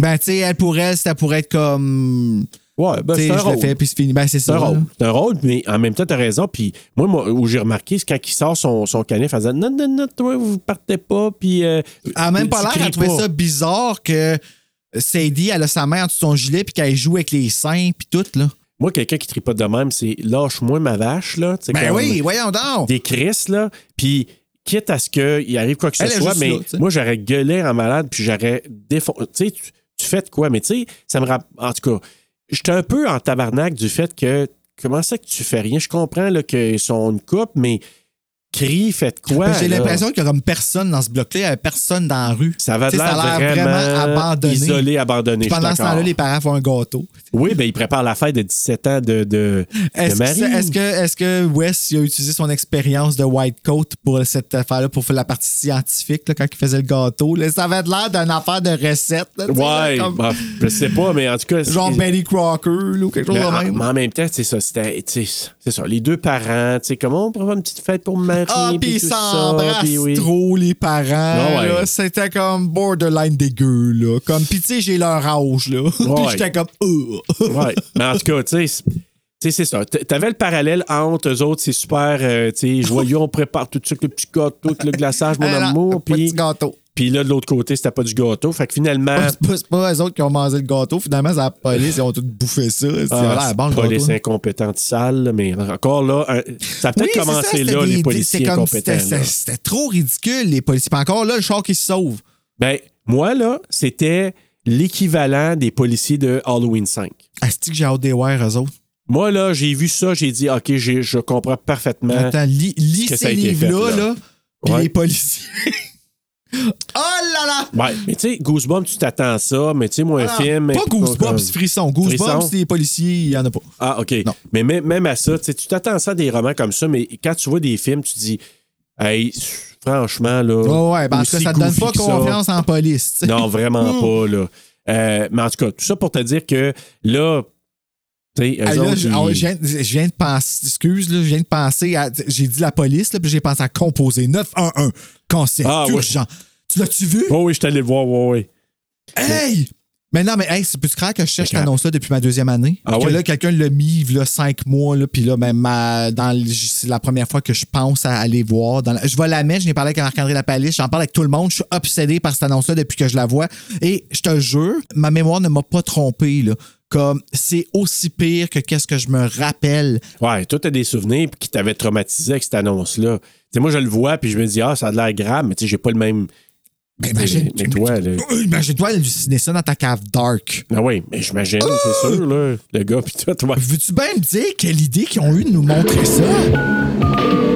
[SPEAKER 3] Ben, tu sais, elle pour elle, ça pourrait être comme.
[SPEAKER 1] Ouais, ben,
[SPEAKER 3] tu sais,
[SPEAKER 1] c'est un
[SPEAKER 3] je le
[SPEAKER 1] rôle.
[SPEAKER 3] fais, puis c'est fini. Ben, c'est
[SPEAKER 1] C'est
[SPEAKER 3] ça.
[SPEAKER 1] un
[SPEAKER 3] là.
[SPEAKER 1] rôle. C'est un rôle, mais en même temps, t'as raison. Puis moi, moi, où j'ai remarqué, c'est quand il sort son, son canif en disant Non, non, non, toi, vous partez pas. Puis. euh,
[SPEAKER 3] Elle a même pas
[SPEAKER 1] tu
[SPEAKER 3] l'air
[SPEAKER 1] cries
[SPEAKER 3] à trouver
[SPEAKER 1] pas.
[SPEAKER 3] ça bizarre que Sadie, elle a sa main en dessous de son gilet puis qu'elle joue avec les seins puis tout, là.
[SPEAKER 1] Moi, quelqu'un qui tripote de même, c'est Lâche-moi ma vache, là. Tu sais,
[SPEAKER 3] Ben
[SPEAKER 1] comme
[SPEAKER 3] oui, voyons donc!
[SPEAKER 1] Des crises, là. Puis. Quitte à ce qu'il arrive quoi que ce
[SPEAKER 3] Elle est
[SPEAKER 1] soit,
[SPEAKER 3] juste
[SPEAKER 1] mais
[SPEAKER 3] là, tu sais.
[SPEAKER 1] moi, j'aurais gueulé en malade, puis j'aurais défoncé. Tu sais, tu- tu fais de quoi? Mais tu sais, ça me rappelle. En tout cas, j'étais un peu en tabarnak du fait que comment ça que tu fais rien? Je comprends là, qu'ils sont une coupe, mais crie, faites quoi?
[SPEAKER 3] Ben, J'ai
[SPEAKER 1] là?
[SPEAKER 3] l'impression qu'il y a comme personne dans ce bloc-là, il y avait personne dans la rue.
[SPEAKER 1] Ça va
[SPEAKER 3] Tu sais, ça a l'air vraiment abandonné.
[SPEAKER 1] isolé, abandonné.
[SPEAKER 3] Puis
[SPEAKER 1] je suis
[SPEAKER 3] pendant ce
[SPEAKER 1] d'accord.
[SPEAKER 3] temps-là, les parents font un gâteau.
[SPEAKER 1] Oui, ben, il prépare la fête de 17 ans de, de, de
[SPEAKER 3] Est-ce que,
[SPEAKER 1] Marie.
[SPEAKER 3] c'est- est-ce que, est-ce que Wes il a utilisé son expérience de White Coat pour cette affaire-là, pour faire la partie scientifique, là, quand il faisait le gâteau? là? ça avait l'air d'une affaire de recette. là, tu sais,
[SPEAKER 1] Ouais,
[SPEAKER 3] là, comme-
[SPEAKER 1] bah, je sais pas, mais en tout cas.
[SPEAKER 3] genre
[SPEAKER 1] c'est-
[SPEAKER 3] Betty Crocker là, ou quelque chose
[SPEAKER 1] mais
[SPEAKER 3] de
[SPEAKER 1] en,
[SPEAKER 3] même.
[SPEAKER 1] mais en même temps, c'est ça, c'était, tu sais, c'est ça. Les deux parents, tu sais, comment on pourrait une petite fête pour Marie?
[SPEAKER 3] Ah, puis
[SPEAKER 1] puis
[SPEAKER 3] ils
[SPEAKER 1] tout ça,
[SPEAKER 3] s'embrassent
[SPEAKER 1] puis oui.
[SPEAKER 3] trop, les parents.
[SPEAKER 1] Ah ouais.
[SPEAKER 3] là. C'était comme borderline dégueu. Là. Comme, pis tu sais, j'ai leur âge. Là.
[SPEAKER 1] Ouais.
[SPEAKER 3] puis j'étais comme. euh, Ugh.
[SPEAKER 1] Ouais. Mais en tout cas, tu sais, c'est- tu sais, c'est ça. T- T'avais le parallèle entre eux autres, c'est super, euh, tu sais, joyeux, on prépare tout de suite le petit gâteau, le glaçage, mon
[SPEAKER 3] Alors,
[SPEAKER 1] amour.
[SPEAKER 3] pas
[SPEAKER 1] Puis
[SPEAKER 3] de Ah, petit gâteau.
[SPEAKER 1] puis là, de l'autre côté, c'était pas du gâteau. Fait que finalement,
[SPEAKER 3] C'est pas, c'est pas eux autres qui ont mangé le gâteau. Finalement, c'est la police. Ils ont tout bouffé ça. C'est
[SPEAKER 1] ah,
[SPEAKER 3] l'air bon, le
[SPEAKER 1] pas
[SPEAKER 3] gâteau.
[SPEAKER 1] les incompétents de salle, là, mais encore là, un- ça a peut-être
[SPEAKER 3] Oui, c'est ça,
[SPEAKER 1] commencé
[SPEAKER 3] c'était
[SPEAKER 1] là,
[SPEAKER 3] des-
[SPEAKER 1] les
[SPEAKER 3] des-
[SPEAKER 1] policiers
[SPEAKER 3] c'est comme-
[SPEAKER 1] incompétents.
[SPEAKER 3] c'était-
[SPEAKER 1] là.
[SPEAKER 3] C'était c'était trop ridicule, les policiers. Puis encore là, le char qui se sauve.
[SPEAKER 1] Ben, moi, là, c'était l'équivalent des policiers de Halloween 5.
[SPEAKER 3] Asti que j'ai hâte des voir, eux autres.
[SPEAKER 1] Moi, là, j'ai vu ça, j'ai dit, OK, j'ai- je comprends parfaitement.
[SPEAKER 3] Attends, lis, lis
[SPEAKER 1] Hein? que ça a
[SPEAKER 3] ces
[SPEAKER 1] été
[SPEAKER 3] livres-là,
[SPEAKER 1] fait, là.
[SPEAKER 3] là, puis
[SPEAKER 1] Ouais.
[SPEAKER 3] les policiers. oh là là!
[SPEAKER 1] Ouais, mais tu sais, Goosebumps, tu t'attends à ça, mais tu sais, moi, un
[SPEAKER 3] Ah,
[SPEAKER 1] film.
[SPEAKER 3] Pas Goosebumps, c'est frisson. Goosebumps,
[SPEAKER 1] Frisson?
[SPEAKER 3] c'est les policiers, il n'y en a pas.
[SPEAKER 1] Ah, OK.
[SPEAKER 3] Non.
[SPEAKER 1] Mais même, même à ça, tu sais, tu t'attends ça à des romans comme ça, mais quand tu vois des films, tu dis, hey, franchement, là.
[SPEAKER 3] Ouais, ouais, ben, en tout cas,
[SPEAKER 1] Oh. aussi
[SPEAKER 3] ça te donne
[SPEAKER 1] goofy
[SPEAKER 3] pas
[SPEAKER 1] que ça.
[SPEAKER 3] confiance en police. tu sais.
[SPEAKER 1] Non, vraiment
[SPEAKER 3] Hmm.
[SPEAKER 1] pas, là. Euh, mais en tout cas, tout ça pour te dire que là, tu sais, eux
[SPEAKER 3] Hey, là,
[SPEAKER 1] autres,
[SPEAKER 3] je,
[SPEAKER 1] ils-
[SPEAKER 3] oh, je viens, je viens de penser, excuse, là, je viens de penser à. J'ai dit la police, là, puis j'ai pensé à composer 911, concept
[SPEAKER 1] Ah, ouais.
[SPEAKER 3] urgent. Tu l'as-tu vu?
[SPEAKER 1] Oh oui, je suis allé le voir, ouais, ouais.
[SPEAKER 3] Hey! Mais non, mais hey, c'est plus clair que je cherche cette
[SPEAKER 1] D'accord.
[SPEAKER 3] annonce-là depuis ma deuxième année.
[SPEAKER 1] Ah
[SPEAKER 3] que
[SPEAKER 1] ouais?
[SPEAKER 3] là, quelqu'un l'a mis, là, cinq mois, là, puis là, ben, ma- dans le- c'est la première fois que je pense à aller voir. dans la- je vais la mettre, je n'ai parlé avec Marc-André Lapalisse, j'en parle avec tout le monde, je suis obsédé par cette annonce-là depuis que je la vois. Et je te jure, ma mémoire ne m'a pas trompé, là. Comme, c'est aussi pire que qu'est-ce que je me rappelle.
[SPEAKER 1] Ouais, toi, t'as des souvenirs qui t'avaient traumatisé avec cette annonce-là. Tu sais, moi, je le vois, puis je me dis, ah, ça a l'air grave, mais tu sais, j'ai pas le même.
[SPEAKER 3] Ben, imagine,
[SPEAKER 1] mais toi, là.
[SPEAKER 3] imagine-toi halluciner ça dans ta cave dark.
[SPEAKER 1] Ah oui, mais j'imagine, c'est sûr, là. Le gars, puis toi, toi.
[SPEAKER 3] Veux-tu bien me dire quelle idée qu'ils ont eu de nous montrer ça?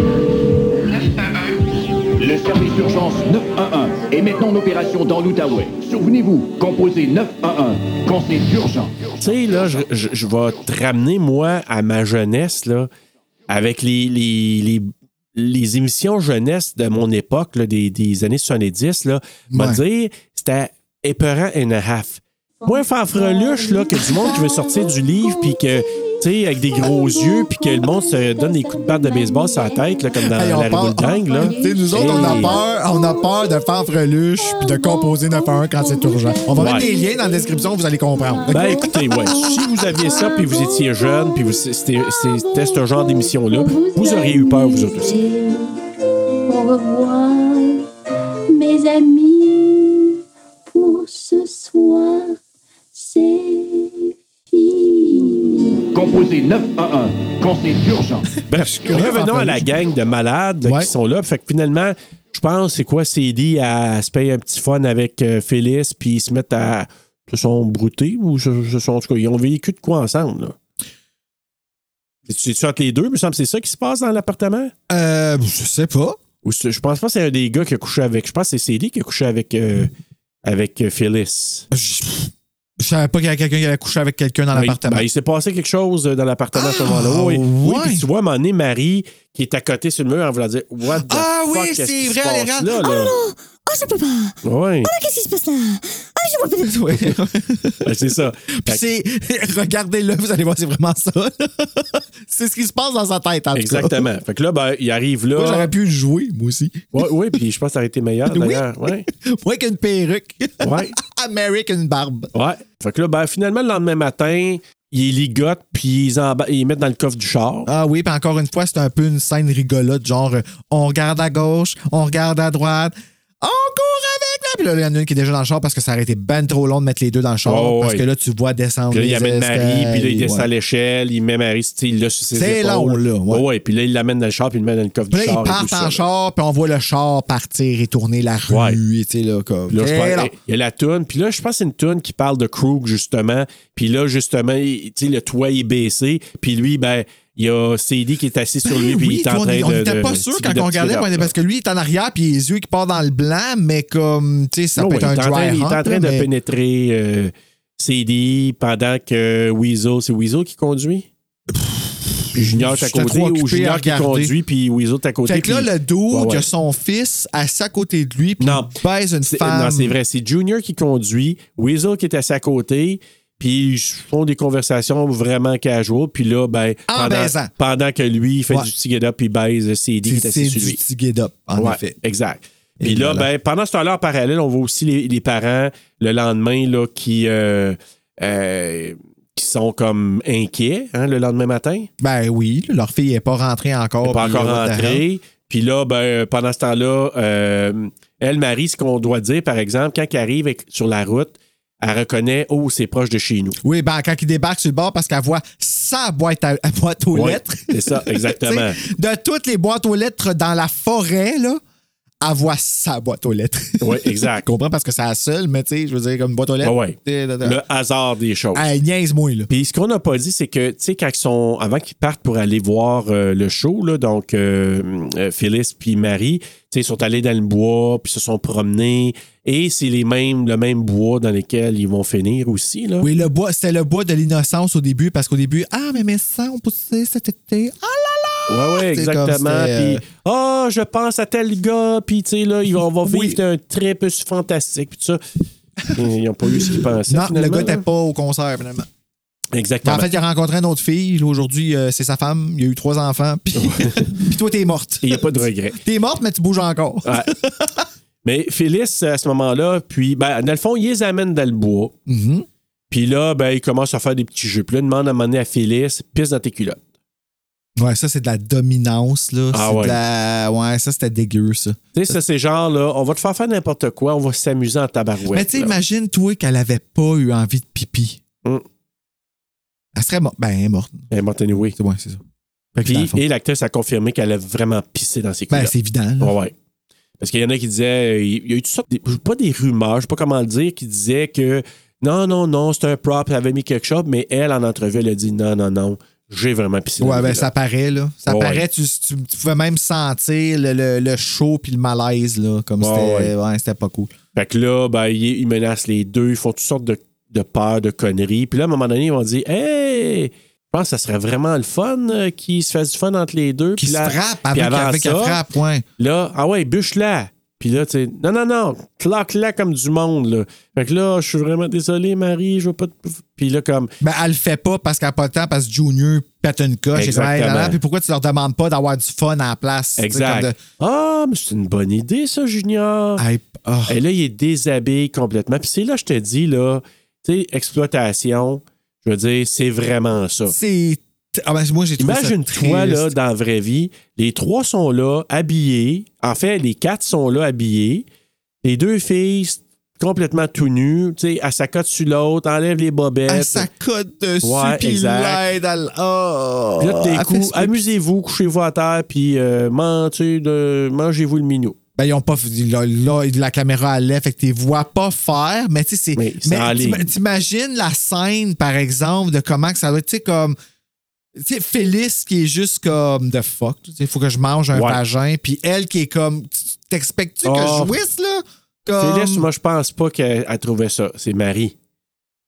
[SPEAKER 10] Le service d'urgence 911 est maintenant en opération dans l'Outaouais. Souvenez-vous, composez 911 quand c'est urgent.
[SPEAKER 1] Tu sais, là, je, je- je vais te ramener, moi, à ma jeunesse, là, avec les, les, les, les émissions jeunesse de mon époque, là, des, des années 70, là. Me
[SPEAKER 3] Ouais.
[SPEAKER 1] dire, c'était épeurant and a half. Moi, un fanfreluche, là, que du monde qui veut sortir du livre, puis que, tu sais, avec des gros yeux, puis que le monde se donne des coups de patte de baseball sur la tête, là, comme dans
[SPEAKER 3] Hey, on
[SPEAKER 1] Euh, la
[SPEAKER 3] parle- Ah,
[SPEAKER 1] révolte dingue, là.
[SPEAKER 3] Tu sais, nous autres, on a
[SPEAKER 1] Hey.
[SPEAKER 3] peur, on a peur de faire freluche puis de composer 911 quand c'est urgent. On va
[SPEAKER 1] Ouais.
[SPEAKER 3] mettre des liens dans la description, vous allez comprendre.
[SPEAKER 1] Ben écoutez, ouais, si vous aviez ça, puis vous étiez jeune, puis vous- c'était c'était ce genre d'émission-là, vous auriez eu peur, vous autres aussi.
[SPEAKER 8] Au revoir, mes amis, pour ce soir, c'est fini.
[SPEAKER 10] Composez 911 quand c'est urgent.
[SPEAKER 1] Bref,
[SPEAKER 3] curieux,
[SPEAKER 1] revenons à la
[SPEAKER 3] Anthony.
[SPEAKER 1] gang de malades là,
[SPEAKER 3] Ouais.
[SPEAKER 1] qui sont là. Fait que finalement, je pense, c'est quoi, CD à se payer un petit fun avec euh, Phyllis, puis ils se mettent à. se sont broutés ou se, se sont. En tout cas, ils ont vécu de quoi ensemble, là? C'est-tu c'est-tu entre les deux? Il me semble que c'est ça qui se passe dans l'appartement?
[SPEAKER 3] Euh, je sais pas.
[SPEAKER 1] Ou c'est- je pense pas que c'est un des gars qui a couché avec. Je pense que c'est CD qui a couché avec, euh, avec euh, Phyllis.
[SPEAKER 3] Je je savais pas qu'il y avait quelqu'un qui avait couché avec quelqu'un dans
[SPEAKER 1] Ben,
[SPEAKER 3] l'appartement.
[SPEAKER 1] ben, il s'est passé quelque chose euh, dans l'appartement à ce
[SPEAKER 3] Ah,
[SPEAKER 1] moment-là. Oui, oui.
[SPEAKER 3] ouais.
[SPEAKER 1] puis tu vois, à un moment donné, Marie qui est à côté sur le mur en voulant dire What the
[SPEAKER 3] Ah
[SPEAKER 1] fuck,
[SPEAKER 3] oui,
[SPEAKER 1] qu'est-ce
[SPEAKER 3] c'est
[SPEAKER 1] qui se
[SPEAKER 3] vrai, elle
[SPEAKER 1] passe
[SPEAKER 3] est
[SPEAKER 1] là,
[SPEAKER 3] rentre-
[SPEAKER 1] là?
[SPEAKER 7] Oh, je peux pas.
[SPEAKER 1] Ouais,
[SPEAKER 7] Ah, qu'est-ce qui se passe là? Ah, je vois pas de
[SPEAKER 3] Ouais.
[SPEAKER 1] ben, c'est ça.
[SPEAKER 3] Puis
[SPEAKER 1] Fait que-
[SPEAKER 3] c'est. Regardez-le, vous allez voir, c'est vraiment ça. c'est ce qui se passe dans sa tête, en tout cas.
[SPEAKER 1] Exactement. Fait que là, ben, il arrive
[SPEAKER 3] Moi, j'aurais
[SPEAKER 1] là.
[SPEAKER 3] pu le jouer, moi aussi.
[SPEAKER 1] Oui, ouais, puis je pense que ça aurait été meilleur
[SPEAKER 3] Oui.
[SPEAKER 1] d'ailleurs. Ouais.
[SPEAKER 3] Moi, qu'une perruque.
[SPEAKER 1] Ouais.
[SPEAKER 3] American barbe.
[SPEAKER 1] ouais. Fait que là, ben, finalement, le lendemain matin, ils ligotent, puis ils, emba- ils mettent dans le coffre du char.
[SPEAKER 3] Ah oui, puis encore une fois, c'est un peu une scène rigolote, genre euh, on regarde à gauche, on regarde à droite, on court avec la Puis là, il y en a une qui est déjà dans le char parce que ça aurait été ben trop long de mettre les deux dans le char.
[SPEAKER 1] Oh,
[SPEAKER 3] parce
[SPEAKER 1] ouais.
[SPEAKER 3] que là, tu vois descendre.
[SPEAKER 1] Puis là, il
[SPEAKER 3] les
[SPEAKER 1] amène Marie,
[SPEAKER 3] escaliers,
[SPEAKER 1] puis là, il descend
[SPEAKER 3] ouais.
[SPEAKER 1] l'échelle, il met Marie, tu sais, il l'a sur ses
[SPEAKER 3] C'est
[SPEAKER 1] épaules.
[SPEAKER 3] long, là, ouais.
[SPEAKER 1] ouais. Puis là, il l'amène dans le char, puis il le met dans le coffre
[SPEAKER 3] Puis
[SPEAKER 1] du
[SPEAKER 3] là,
[SPEAKER 1] char.
[SPEAKER 3] ils
[SPEAKER 1] et tout
[SPEAKER 3] partent
[SPEAKER 1] ça,
[SPEAKER 3] en
[SPEAKER 1] là.
[SPEAKER 3] char, puis on voit le char partir et tourner la rue.
[SPEAKER 1] Ouais.
[SPEAKER 3] Et tu sais, là, comme.
[SPEAKER 1] Puis là, je
[SPEAKER 3] c'est
[SPEAKER 1] pense-
[SPEAKER 3] long.
[SPEAKER 1] il y a la toune. Puis là, je pense que c'est une toune qui parle de Krug, justement. Puis là, justement, il- tu sais, le toit est baissé. Puis lui, ben, il y a CD qui est assis sur lui,
[SPEAKER 3] Ben
[SPEAKER 1] puis
[SPEAKER 3] oui,
[SPEAKER 1] il est
[SPEAKER 3] toi,
[SPEAKER 1] en
[SPEAKER 3] on
[SPEAKER 1] train de.
[SPEAKER 3] on était
[SPEAKER 1] de-
[SPEAKER 3] pas
[SPEAKER 1] de-
[SPEAKER 3] sûr
[SPEAKER 1] de-
[SPEAKER 3] quand
[SPEAKER 1] de-
[SPEAKER 3] on regardait,
[SPEAKER 1] de-
[SPEAKER 3] on est- parce que lui, il est en arrière, puis les yeux qui partent dans le blanc, mais comme, tu sais, ça
[SPEAKER 1] Non, ouais,
[SPEAKER 3] peut être un
[SPEAKER 1] il est en train- Il
[SPEAKER 3] dry
[SPEAKER 1] est
[SPEAKER 3] hump,
[SPEAKER 1] en train
[SPEAKER 3] là,
[SPEAKER 1] de
[SPEAKER 3] mais-
[SPEAKER 1] pénétrer euh, CD pendant que Weasel, c'est Weasel qui conduit? Puis Junior est à
[SPEAKER 3] J'étais
[SPEAKER 1] côté,
[SPEAKER 3] trop
[SPEAKER 1] ou
[SPEAKER 3] occupé à
[SPEAKER 1] Junior qui
[SPEAKER 3] regarder.
[SPEAKER 1] conduit, puis Weasle est à côté.
[SPEAKER 3] Fait que là,
[SPEAKER 1] puis-
[SPEAKER 3] le dos,
[SPEAKER 1] Ouais,
[SPEAKER 3] il y
[SPEAKER 1] ouais.
[SPEAKER 3] a son fils assis à côté de lui, puis
[SPEAKER 1] Non.
[SPEAKER 3] il baise une
[SPEAKER 1] C'est-
[SPEAKER 3] femme.
[SPEAKER 1] Non, c'est vrai. C'est Junior qui conduit, Weasel qui est assis à côté, puis ils font des conversations vraiment casual. Puis là, ben,
[SPEAKER 3] En
[SPEAKER 1] pendant,
[SPEAKER 3] baisant.
[SPEAKER 1] pendant que lui, il fait
[SPEAKER 3] Ouais.
[SPEAKER 1] du petit get-up, il baise CD qui est
[SPEAKER 3] C'est c'est
[SPEAKER 1] assis sur
[SPEAKER 3] du
[SPEAKER 1] lui.
[SPEAKER 3] petit get-up, en
[SPEAKER 1] Ouais,
[SPEAKER 3] effet.
[SPEAKER 1] Exact.
[SPEAKER 3] Et
[SPEAKER 1] Puis là,
[SPEAKER 3] voilà.
[SPEAKER 1] ben, pendant ce temps-là, en parallèle, on voit aussi les, les parents le lendemain là, qui, euh, euh, qui sont comme inquiets hein, le lendemain matin.
[SPEAKER 3] Ben oui, là, leur fille n'est pas rentrée encore.
[SPEAKER 1] Elle est pas
[SPEAKER 3] puis
[SPEAKER 1] encore
[SPEAKER 3] là, what the hell.
[SPEAKER 1] rentrée. Puis là, ben, pendant ce temps-là, euh, elle, Marie, ce qu'on doit dire, par exemple, quand elle arrive avec- sur la route, elle reconnaît Oh, c'est proche de chez nous.
[SPEAKER 3] Oui, ben quand il débarque sur le bord parce qu'elle voit sa boîte, à, à boîte aux
[SPEAKER 1] Ouais,
[SPEAKER 3] lettres.
[SPEAKER 1] c'est ça, exactement.
[SPEAKER 3] Tu sais, de toutes les boîtes aux lettres dans la forêt, là, elle voit sa boîte aux lettres.
[SPEAKER 1] Oui, exact.
[SPEAKER 3] Je comprends parce que c'est la seule, mais tu sais, je veux dire, comme une boîte aux lettres.
[SPEAKER 1] Ouais, ouais.
[SPEAKER 3] t'sais, t'sais,
[SPEAKER 1] Le hasard des choses.
[SPEAKER 3] Elle niaise-moi, là.
[SPEAKER 1] Puis ce qu'on n'a pas dit, c'est que, tu sais, quand ils sont, avant qu'ils partent pour aller voir euh, le show, là, donc euh, euh, Phyllis puis Marie, tu sais, ils sont allés dans le bois, puis se sont promenés, et c'est les mêmes, le même bois dans lequel ils vont finir aussi, là.
[SPEAKER 3] Oui, le bois, c'était le bois de l'innocence au début, parce qu'au début, ah, mais mes sangs ont poussé cet été. Ah là là!
[SPEAKER 1] Ouais, ouais,
[SPEAKER 3] C'est comme
[SPEAKER 1] exactement.
[SPEAKER 3] c'était, euh,
[SPEAKER 1] Puis, ah, je pense à tel gars, puis, tu sais, là, ils vont- on va vivre
[SPEAKER 3] Oui.
[SPEAKER 1] un trip fantastique, puis tout ça. Ils n'ont pas eu ce qu'ils pensaient.
[SPEAKER 3] euh, Non, le
[SPEAKER 1] finalement,
[SPEAKER 3] gars n'était
[SPEAKER 1] là.
[SPEAKER 3] pas au concert, finalement.
[SPEAKER 1] Exactement.
[SPEAKER 3] en fait, il a rencontré une autre fille. Là, Aujourd'hui, euh, c'est sa femme. Il a eu trois enfants. Puis, puis toi, t'es morte.
[SPEAKER 1] il n'y a pas de regret.
[SPEAKER 3] T'es morte, mais tu bouges encore.
[SPEAKER 1] Ouais. Mais Phyllis, à ce moment-là, puis, ben, dans le fond, ils les amènent dans le bois.
[SPEAKER 3] Mhm.
[SPEAKER 1] Puis là, ben, ils commencent à faire des petits jeux. Puis là, ils demandent à mener à Phyllis, pisse dans tes culottes.
[SPEAKER 3] Ouais, ça, c'est de la dominance. Là.
[SPEAKER 1] Ah
[SPEAKER 3] c'est
[SPEAKER 1] ouais.
[SPEAKER 3] de la... ouais, ça, c'était dégueu, ça.
[SPEAKER 1] Tu sais, ça, c'est genre, là, on va te faire faire n'importe quoi, on va s'amuser en tabarouette.
[SPEAKER 3] mais tu sais,
[SPEAKER 1] là.
[SPEAKER 3] imagine, toi, qu'elle avait pas eu envie de pipi.
[SPEAKER 1] Mm.
[SPEAKER 3] Elle serait morte. Ben, elle est morte.
[SPEAKER 1] Eh, bon, anyway.
[SPEAKER 3] C'est ouais, c'est ça. Fait que dans le
[SPEAKER 1] Puis,
[SPEAKER 3] fond-
[SPEAKER 1] et l'actrice a confirmé qu'elle a vraiment pissé dans ses
[SPEAKER 3] Ben,
[SPEAKER 1] culottes.
[SPEAKER 3] c'est évident. là.
[SPEAKER 1] Ouais, ouais. Parce qu'il y en a qui disaient, euh, il y a eu toutes sortes, des- pas des rumeurs, je sais pas comment le dire, qui disaient que non, non, non, c'est un prop, elle avait mis quelque chose, mais elle, en entrevue, elle a dit non, non, non, j'ai vraiment pissé dans
[SPEAKER 3] Ouais,
[SPEAKER 1] mes
[SPEAKER 3] ben
[SPEAKER 1] culottes.
[SPEAKER 3] ça paraît, là. Ça
[SPEAKER 1] Ouais,
[SPEAKER 3] paraît,
[SPEAKER 1] ouais.
[SPEAKER 3] Tu, tu, tu pouvais même sentir le, le, le chaud puis le malaise, là. Comme
[SPEAKER 1] Ouais,
[SPEAKER 3] c'était. Ouais, c'était pas cool.
[SPEAKER 1] Fait que là, ben, ils, ils menacent les deux, ils font toutes sortes de, de peurs, de conneries. Puis là, à un moment donné, ils vont dire Hey, je pense que ça serait vraiment le fun euh, qu'ils se fassent du fun entre les deux.
[SPEAKER 3] Qui
[SPEAKER 1] Puis
[SPEAKER 3] se
[SPEAKER 1] là,
[SPEAKER 3] frappe
[SPEAKER 1] puis
[SPEAKER 3] avec,
[SPEAKER 1] avant
[SPEAKER 3] avec
[SPEAKER 1] ça,
[SPEAKER 3] la frappe, ouais.
[SPEAKER 1] Là, ah ouais, bûche-la. Puis là, tu sais, non, non, non, claque-la comme du monde, là. Fait que là, je suis vraiment désolé, Marie, je veux pas te. Puis là, comme.
[SPEAKER 3] Ben, elle le fait pas parce qu'elle n'a pas le temps, parce que Junior pète une coche. et comme, hey,
[SPEAKER 1] Exactement.
[SPEAKER 3] nanana, Puis pourquoi tu leur demandes pas d'avoir du fun à la place? tu sais, comme
[SPEAKER 1] Exact.
[SPEAKER 3] de-
[SPEAKER 1] Ah, mais c'est une bonne idée, ça, Junior.
[SPEAKER 3] Hey, ah.
[SPEAKER 1] Et là, il est déshabillé complètement. Puis c'est là, je te dis, là, tu sais, exploitation, je veux dire, c'est vraiment ça.
[SPEAKER 3] C'est. Ah ben, moi, j'ai trouvé ça
[SPEAKER 1] Imagine-toi,
[SPEAKER 3] triste.
[SPEAKER 1] là, dans la vraie vie, les trois sont là, habillés. En fait, les quatre sont là, habillés. Les deux filles, complètement tout nues. Tu sais, elle s'accote sur l'autre, enlève les bobettes.
[SPEAKER 3] Elle s'accote Ah, dessus,
[SPEAKER 1] Ouais,
[SPEAKER 3] puis
[SPEAKER 1] exact.
[SPEAKER 3] l'aide à l- Ah!
[SPEAKER 1] Puis là, tout d'un
[SPEAKER 3] Elle
[SPEAKER 1] coup,
[SPEAKER 3] fait ce-
[SPEAKER 1] amusez-vous, couchez-vous à terre, puis euh, man- tu sais, de- mangez-vous le minou.
[SPEAKER 3] Ben, ils ont pas. Là, là, la caméra allait, fait que tu les vois pas faire, mais tu sais, c'est.
[SPEAKER 1] Mais c'est en
[SPEAKER 3] t'im-
[SPEAKER 1] ligne.
[SPEAKER 3] t'imagines la scène, par exemple, de comment que ça doit être, tu sais, comme. Tu sais, Félix qui est juste comme de fuck, il faut que je mange un
[SPEAKER 1] Ouais.
[SPEAKER 3] vagin, puis elle qui est comme. tu- tu- T'expectes-tu que
[SPEAKER 1] Oh.
[SPEAKER 3] je jouisse, là? Comme...
[SPEAKER 1] Félix, moi, je pense pas qu'elle elle trouvait ça. C'est Marie.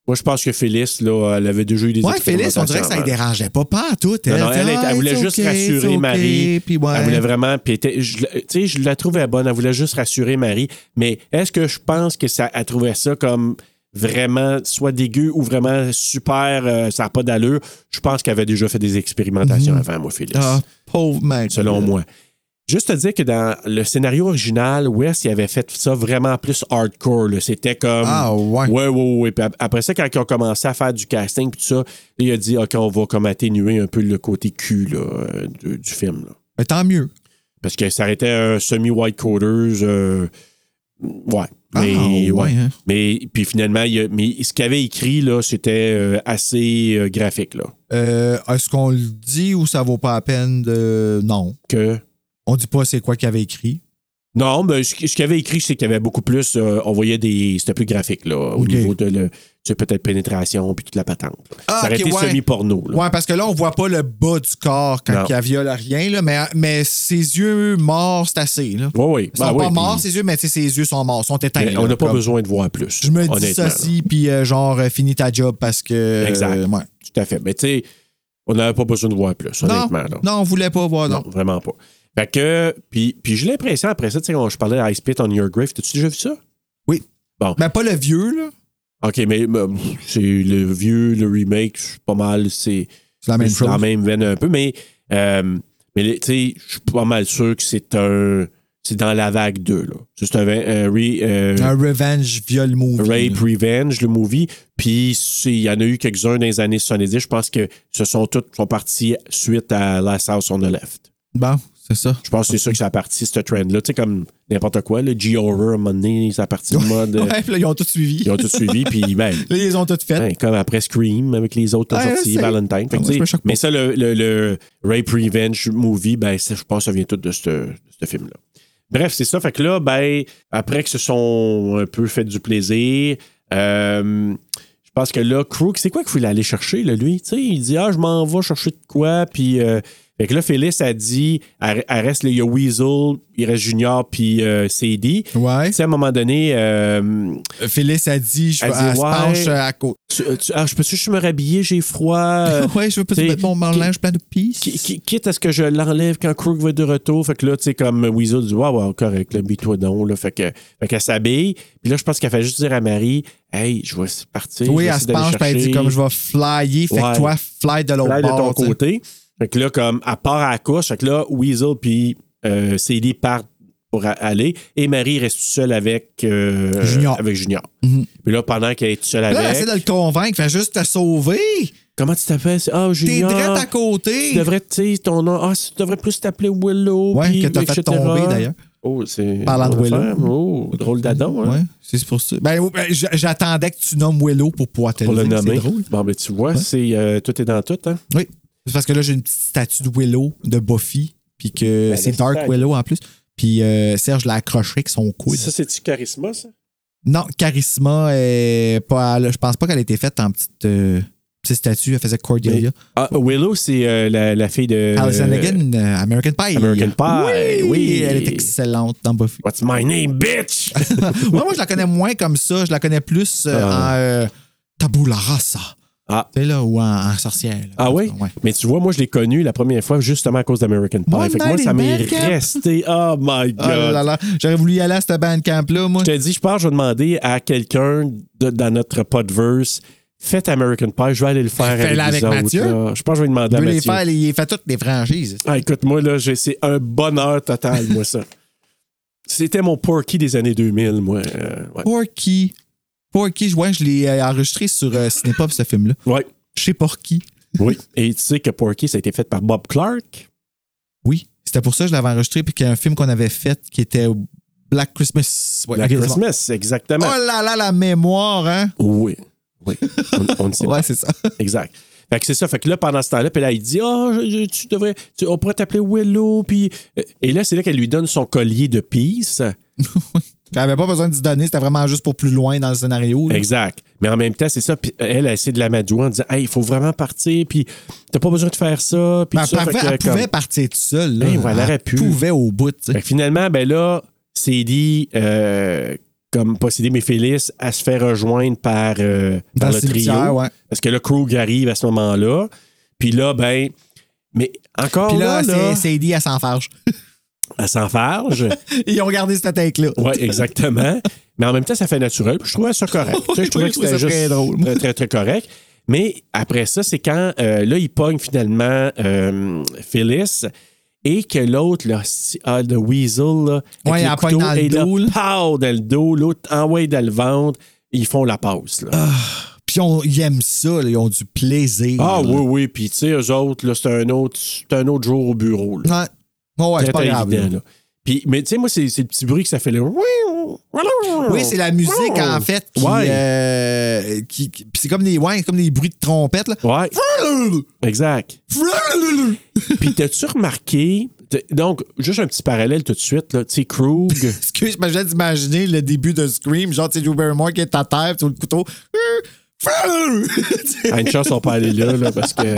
[SPEAKER 1] Moi, je pense que Félix, là, elle avait déjà eu des
[SPEAKER 3] Ouais, Félix, on dirait que ça ne
[SPEAKER 1] expérimentations
[SPEAKER 3] dérangeait pas, pas à tout.
[SPEAKER 1] Non, non, elle,
[SPEAKER 3] disait,
[SPEAKER 1] elle-
[SPEAKER 3] Ah,
[SPEAKER 1] elle voulait
[SPEAKER 3] it's
[SPEAKER 1] juste
[SPEAKER 3] okay, it's
[SPEAKER 1] rassurer
[SPEAKER 3] okay,
[SPEAKER 1] Marie.
[SPEAKER 3] puis ouais.
[SPEAKER 1] Elle voulait vraiment. Puis elle était- je, la- tu sais, je la trouvais bonne. Elle voulait juste rassurer Marie. Mais est-ce que je pense que ça, elle trouvait ça comme vraiment soit dégueu ou vraiment super, euh, ça n'a pas d'allure? Je pense qu'elle avait déjà fait des expérimentations avant, moi, Félix.
[SPEAKER 3] Ah, pauvre Marie.
[SPEAKER 1] selon moi. Juste te dire que dans le scénario original, Wes, il avait fait ça vraiment plus hardcore. là. C'était comme.
[SPEAKER 3] Ah, ouais.
[SPEAKER 1] Ouais, ouais, ouais. Puis ap- après ça, quand ils ont commencé à faire du casting, puis tout ça, il a dit, OK, on va comme atténuer un peu le côté cul là, euh, du, du film. là.
[SPEAKER 3] Mais tant mieux.
[SPEAKER 1] Parce que ça aurait été un semi-white coders, euh, Ouais.
[SPEAKER 3] Ah,
[SPEAKER 1] Mais,
[SPEAKER 3] ouais,
[SPEAKER 1] ouais.
[SPEAKER 3] hein.
[SPEAKER 1] mais puis finalement, il y a- mais ce qu'il avait écrit, là, c'était euh, assez euh, graphique. Là,
[SPEAKER 3] Euh, Est-ce qu'on le dit ou ça vaut pas la peine de. Non.
[SPEAKER 1] que...
[SPEAKER 3] On dit pas c'est quoi qu'il avait écrit.
[SPEAKER 1] Non, mais ce qui- ce qu'il avait écrit, c'est qu'il y avait beaucoup plus. euh, on voyait des. C'était plus graphique, là, au
[SPEAKER 3] Ok.
[SPEAKER 1] niveau de le, tu sais, peut-être pénétration puis toute la patente.
[SPEAKER 3] Ah,
[SPEAKER 1] ça aurait
[SPEAKER 3] ok,
[SPEAKER 1] été
[SPEAKER 3] ouais.
[SPEAKER 1] semi-porno. là.
[SPEAKER 3] Ouais, parce que là, on voit pas le bas du corps
[SPEAKER 1] Non.
[SPEAKER 3] quand il y a viol rien, là, mais, mais ses yeux morts, c'est assez. Là.
[SPEAKER 1] Ouais, ouais.
[SPEAKER 3] Ils sont
[SPEAKER 1] Ah,
[SPEAKER 3] pas
[SPEAKER 1] ouais,
[SPEAKER 3] morts,
[SPEAKER 1] puis-
[SPEAKER 3] ses yeux, mais tu sais, ses yeux sont morts, sont éteints.
[SPEAKER 1] Mais
[SPEAKER 3] là,
[SPEAKER 1] on n'a pas
[SPEAKER 3] comme-
[SPEAKER 1] besoin de voir plus.
[SPEAKER 3] Je me dis
[SPEAKER 1] honnêtement, là.
[SPEAKER 3] ceci, puis euh, genre, euh, finis ta job parce que. euh,
[SPEAKER 1] Exact.
[SPEAKER 3] ouais.
[SPEAKER 1] Tout à fait. Mais tu sais, on n'avait pas besoin de voir plus,
[SPEAKER 3] Non,
[SPEAKER 1] honnêtement. là.
[SPEAKER 3] non, on voulait pas voir, non.
[SPEAKER 1] Non, vraiment pas. Fait que, puis, puis j'ai l'impression, après ça, tu sais, quand je parlais d'Ice Pit on Your Grave, t'as-tu déjà vu ça?
[SPEAKER 3] Mais pas le vieux, là.
[SPEAKER 1] OK, mais mais, pff, c'est le vieux, le remake, c'est pas mal, c'est
[SPEAKER 3] C'est la même
[SPEAKER 1] c'est
[SPEAKER 3] chose.
[SPEAKER 1] la même veine un peu, mais, euh, mais les- tu sais, je suis pas mal sûr que c'est un... C'est dans la vague 2, là. C'est un, un re- euh,
[SPEAKER 3] Un revenge viol movie.
[SPEAKER 1] Rape
[SPEAKER 3] là.
[SPEAKER 1] Revenge, le movie. Puis c'est- il y en a eu quelques-uns dans les années 70. Je pense que ce sont toutes sont partis suite à Last House on the Left.
[SPEAKER 3] Bon, c'est ça.
[SPEAKER 1] Je pense que c'est sûr que ça a parti, ce trend-là. Tu sais, comme n'importe quoi, le G-Horror, à un moment donné, ça a parti de mode. euh,
[SPEAKER 3] Ouais, puis là, ils ont tout suivi.
[SPEAKER 1] Ils ont tout suivi, puis ben,
[SPEAKER 3] Là, ils ont tout fait.
[SPEAKER 1] ben, comme après Scream, avec les autres qui ont
[SPEAKER 3] Hein? Ouais,
[SPEAKER 1] sorti
[SPEAKER 3] c'est-
[SPEAKER 1] Valentine. Fait que
[SPEAKER 3] Ah, moi, je
[SPEAKER 1] tu
[SPEAKER 3] me
[SPEAKER 1] sais,
[SPEAKER 3] choque pas.
[SPEAKER 1] mais ça, le, le- le Rape Revenge movie, ben, ça, je pense que ça vient tout de ce, de ce film-là. Bref, c'est ça. Fait que là, ben, après que se sont un peu fait du plaisir, euh, je pense que là, Crook, c'est quoi qu'il voulait aller chercher, là, lui? Tu sais, il dit, ah, je m'en vais chercher de quoi, puis... euh, fait que là, Phyllis a dit, elle, elle reste, là, il y a Weasel, il reste Junior, puis euh, CD.
[SPEAKER 3] Ouais.
[SPEAKER 1] Tu sais, à un moment donné, euh,
[SPEAKER 3] Félix a dit, je,
[SPEAKER 1] Elle
[SPEAKER 3] elle,
[SPEAKER 1] dit,
[SPEAKER 3] se
[SPEAKER 1] ouais.
[SPEAKER 3] penche euh, à côté.
[SPEAKER 1] tu, tu- ah, je peux-tu juste me rhabiller, j'ai froid. euh,
[SPEAKER 3] ouais, je veux pas te
[SPEAKER 1] t'sais,
[SPEAKER 3] mettre mon linge plein de pisse.
[SPEAKER 1] qui- qui- quitte à ce que je l'enlève quand Crook va être de retour. Fait que là, tu sais, comme Weasel dit, waouh, wow, correct, là, bille-toi donc. Là, fait que, fait qu'elle s'habille. Puis là, je pense qu'elle fait juste dire à Marie, hey, je vais partir. je vais
[SPEAKER 3] oui, elle
[SPEAKER 1] essayer
[SPEAKER 3] se
[SPEAKER 1] d'aller
[SPEAKER 3] penche, puis elle dit,
[SPEAKER 1] chercher.
[SPEAKER 3] comme je vais flyer, fait
[SPEAKER 1] Ouais.
[SPEAKER 3] que toi, fly de l'autre
[SPEAKER 1] Fly de ton
[SPEAKER 3] bord. t'sais.
[SPEAKER 1] côté. Fait que là, comme, à part à la couche, fait que là, Weasel puis euh, Sadie partent pour a- aller. Et Marie reste seule avec, euh,
[SPEAKER 3] Junior.
[SPEAKER 1] avec Junior.
[SPEAKER 3] Mhm.
[SPEAKER 1] Puis là, pendant qu'elle est seule
[SPEAKER 3] Puis Là, elle
[SPEAKER 1] avec.
[SPEAKER 3] essaie de le convaincre, fait juste te sauver.
[SPEAKER 1] Comment tu t'appelles? Ah,
[SPEAKER 3] T'es
[SPEAKER 1] Junior.
[SPEAKER 3] direct à côté.
[SPEAKER 1] Tu devrais, tu sais, ton nom, ah, tu devrais plus t'appeler Willow.
[SPEAKER 3] Ouais,
[SPEAKER 1] puis
[SPEAKER 3] que t'as fait
[SPEAKER 1] etc.
[SPEAKER 3] tomber d'ailleurs.
[SPEAKER 1] Oh, c'est.
[SPEAKER 3] Parlant de
[SPEAKER 1] drôle
[SPEAKER 3] Willow.
[SPEAKER 1] affaire. Oh, drôle d'adon, hein.
[SPEAKER 3] Ouais, c'est pour ça. Ben, oh, ben, j- j'attendais que tu nommes Willow pour pouvoir te
[SPEAKER 1] Pour le
[SPEAKER 3] dire,
[SPEAKER 1] nommer.
[SPEAKER 3] C'est drôle.
[SPEAKER 1] Bon, ben, tu vois, c'est. euh, tout est dans tout, hein.
[SPEAKER 3] Oui. C'est parce que là, j'ai une petite statue de Willow, de Buffy, puis que
[SPEAKER 1] Ben,
[SPEAKER 3] c'est
[SPEAKER 1] la
[SPEAKER 3] Dark
[SPEAKER 1] statue.
[SPEAKER 3] Willow en plus. Puis euh, Serge l'a accroché avec son coude.
[SPEAKER 1] Ça, c'est-tu charisma, ça?
[SPEAKER 3] Non, Charisma, est pas, je pense pas qu'elle a été faite en petite, euh, petite statue. Elle faisait Cordelia.
[SPEAKER 1] Ah, Willow, c'est euh, la, la fille de.
[SPEAKER 3] Alice Hannigan, euh, American Pie.
[SPEAKER 1] American Pie,
[SPEAKER 3] Oui,
[SPEAKER 1] oui.
[SPEAKER 3] elle est excellente dans Buffy.
[SPEAKER 1] What's my name, bitch?
[SPEAKER 3] moi, moi, je la connais moins comme ça. Je la connais plus euh,
[SPEAKER 1] Ah.
[SPEAKER 3] en euh, Tabula Rasa.
[SPEAKER 1] Ah.
[SPEAKER 3] Tu sais, là, ou en, en sorcière. là.
[SPEAKER 1] Ah oui?
[SPEAKER 3] Ouais.
[SPEAKER 1] Mais tu vois, moi, je l'ai connue la première fois justement à cause d'American Pie.
[SPEAKER 3] One
[SPEAKER 1] fait que moi,
[SPEAKER 3] night
[SPEAKER 1] ça
[SPEAKER 3] in
[SPEAKER 1] m'est
[SPEAKER 3] Bangkok.
[SPEAKER 1] resté. Oh my
[SPEAKER 3] Ah là
[SPEAKER 1] God.
[SPEAKER 3] là là. J'aurais voulu y aller à ce bandcamp-là, moi.
[SPEAKER 1] Je t'ai dit, je pense, je vais demander à quelqu'un de- dans notre podverse, faites American Pie, je vais aller le faire
[SPEAKER 3] Fais-le
[SPEAKER 1] avec,
[SPEAKER 3] avec
[SPEAKER 1] vous autres,
[SPEAKER 3] Mathieu.
[SPEAKER 1] là. Je pense que je vais demander
[SPEAKER 3] Il
[SPEAKER 1] à
[SPEAKER 3] veut les
[SPEAKER 1] Mathieu.
[SPEAKER 3] faire, il fait toutes les franchises.
[SPEAKER 1] Ah, écoute, moi, là, j'ai- c'est un bonheur total, moi, ça. C'était mon Porky des années 2000, moi. euh, ouais.
[SPEAKER 3] Porky. Porky, ouais, je l'ai euh, enregistré sur euh, Cinépop, ce film-là.
[SPEAKER 1] Ouais.
[SPEAKER 3] Chez Porky.
[SPEAKER 1] Oui. Et tu sais que Porky, ça a été fait par Bob Clark.
[SPEAKER 3] Oui, c'était pour ça que je l'avais enregistré, puis qu'il y a un film qu'on avait fait qui était Black Christmas. Ouais,
[SPEAKER 1] Black
[SPEAKER 3] ok, c'est bon.
[SPEAKER 1] Christmas, exactement.
[SPEAKER 3] Oh là là, la mémoire, hein?
[SPEAKER 1] Oui. Oui. On, on ne sait
[SPEAKER 3] Ouais,
[SPEAKER 1] pas.
[SPEAKER 3] c'est ça.
[SPEAKER 1] Exact. Fait que c'est ça. Fait que là, pendant ce temps-là, puis là, il dit Ah, je- je- tu devrais. tu- on pourrait t'appeler Willow. Puis. euh, Et là, c'est là qu'elle lui donne son collier de peace.
[SPEAKER 3] J'avais pas besoin de se donner, c'était vraiment juste pour plus loin dans le scénario. là.
[SPEAKER 1] Exact. Mais en même temps, c'est ça. Puis elle, elle essaie de l'amadouer en disant Hey, il faut vraiment partir. Puis t'as pas besoin de faire ça. Puis
[SPEAKER 3] Mais
[SPEAKER 1] tout ça.
[SPEAKER 3] Ben, elle, pouvait,
[SPEAKER 1] Fait que,
[SPEAKER 3] elle pouvait
[SPEAKER 1] comme-
[SPEAKER 3] partir toute seule. Là.
[SPEAKER 1] Ben, voilà, elle aurait pu.
[SPEAKER 3] pouvait au bout. tu sais.
[SPEAKER 1] Fait que finalement, ben là, c'est dit. euh, comme possédé, mais Félix, à se faire rejoindre par, euh, par
[SPEAKER 3] Dans
[SPEAKER 1] le trio.
[SPEAKER 3] cimetière, ouais.
[SPEAKER 1] Parce que là, Krug arrive à ce moment-là. Puis là, ben. Mais encore
[SPEAKER 3] Puis
[SPEAKER 1] là,
[SPEAKER 3] là,
[SPEAKER 1] là,
[SPEAKER 3] c'est Sadie, elle s'en fâche.
[SPEAKER 1] elle s'enfarge.
[SPEAKER 3] Ils ont gardé cette tête-là.
[SPEAKER 1] Oui, exactement. Mais en même temps, ça fait naturel. Puis je trouvais ça correct. Tu sais, je trouvais
[SPEAKER 3] oui,
[SPEAKER 1] que
[SPEAKER 3] je
[SPEAKER 1] c'était
[SPEAKER 3] trouvais ça
[SPEAKER 1] juste
[SPEAKER 3] très
[SPEAKER 1] très,
[SPEAKER 3] drôle.
[SPEAKER 1] très, très, correct. Mais après ça, c'est quand euh, là, il pogne finalement euh, Phyllis et que l'autre, là, si- ah, le Weasel, là, avec
[SPEAKER 3] Ouais,
[SPEAKER 1] le
[SPEAKER 3] il la pogne
[SPEAKER 1] couteau,
[SPEAKER 3] dans le
[SPEAKER 1] et là,
[SPEAKER 3] dos, là.
[SPEAKER 1] pow, dans le dos, l'autre envoie dans le ventre, ils font la passe. là.
[SPEAKER 3] Ah. Puis on, ils aiment ça, là, ils ont du plaisir.
[SPEAKER 1] Ah,
[SPEAKER 3] là.
[SPEAKER 1] oui, oui. Puis tu sais, eux autres, là, c'est un, autre- c'est un autre jour au bureau. là.
[SPEAKER 3] Ouais, Ouais, ouais,
[SPEAKER 1] Très,
[SPEAKER 3] c'est pas
[SPEAKER 1] très
[SPEAKER 3] grave.
[SPEAKER 1] évident,
[SPEAKER 3] là.
[SPEAKER 1] là. Puis, mais tu sais, moi, c'est c'est le petit bruit que ça fait là.
[SPEAKER 3] Oui, c'est la musique, en fait, qui.
[SPEAKER 1] Oh. Ouais.
[SPEAKER 3] euh, qui- qui- puis c'est comme des, ouais, comme des bruits de trompette, là.
[SPEAKER 1] Ouais, exact. Puis, t'as-tu remarqué. t'as- Donc, juste un petit parallèle tout de suite, là. Tu sais, Krug.
[SPEAKER 3] Excuse, mais je viens d'imaginer le début de Scream, genre, tu sais, Drew Barrymore qui est à terre, sur le couteau. Tu sais,
[SPEAKER 1] Ah, Une chance, on peut aller là, là, parce que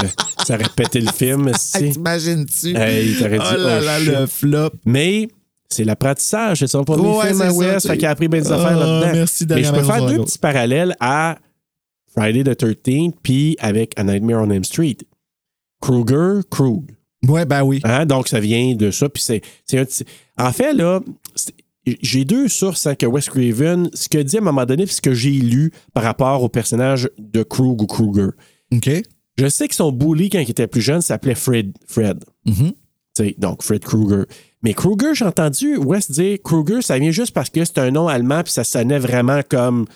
[SPEAKER 1] ça répétait le film.
[SPEAKER 3] Ah,
[SPEAKER 1] esti.
[SPEAKER 3] T'imagines-tu?
[SPEAKER 1] Hey, t'aurais dit,
[SPEAKER 3] oh là
[SPEAKER 1] oh,
[SPEAKER 3] là,
[SPEAKER 1] shit.
[SPEAKER 3] le flop.
[SPEAKER 1] Mais c'est l'apprentissage. C'est son premier
[SPEAKER 3] Ouais,
[SPEAKER 1] film
[SPEAKER 3] c'est
[SPEAKER 1] à
[SPEAKER 3] ça,
[SPEAKER 1] West.
[SPEAKER 3] c'est-
[SPEAKER 1] Fait qu'il a appris bien des
[SPEAKER 3] Ah,
[SPEAKER 1] affaires là-dedans.
[SPEAKER 3] merci,
[SPEAKER 1] Mais
[SPEAKER 3] Daniel
[SPEAKER 1] je peux faire
[SPEAKER 3] Alonso.
[SPEAKER 1] deux petits parallèles à Friday the 13th puis avec A Nightmare on Elm Street. Kruger, Krug.
[SPEAKER 3] Ouais, ben oui.
[SPEAKER 1] Hein, Donc, ça vient de ça. Puis c'est, c'est un petit- En fait, là, c'est- j'ai deux sources hein, que Wes Craven, ce que dit à un moment donné, puis ce que j'ai lu par rapport au personnage de Krug ou Kruger.
[SPEAKER 3] OK.
[SPEAKER 1] Je sais que son bully, quand il était plus jeune, s'appelait Fred. Fred.
[SPEAKER 3] Mhm.
[SPEAKER 1] Tu sais, donc, Fred Krueger. Mais Krueger, j'ai entendu West dire Krueger, ça vient juste parce que c'est un nom allemand puis ça sonnait vraiment comme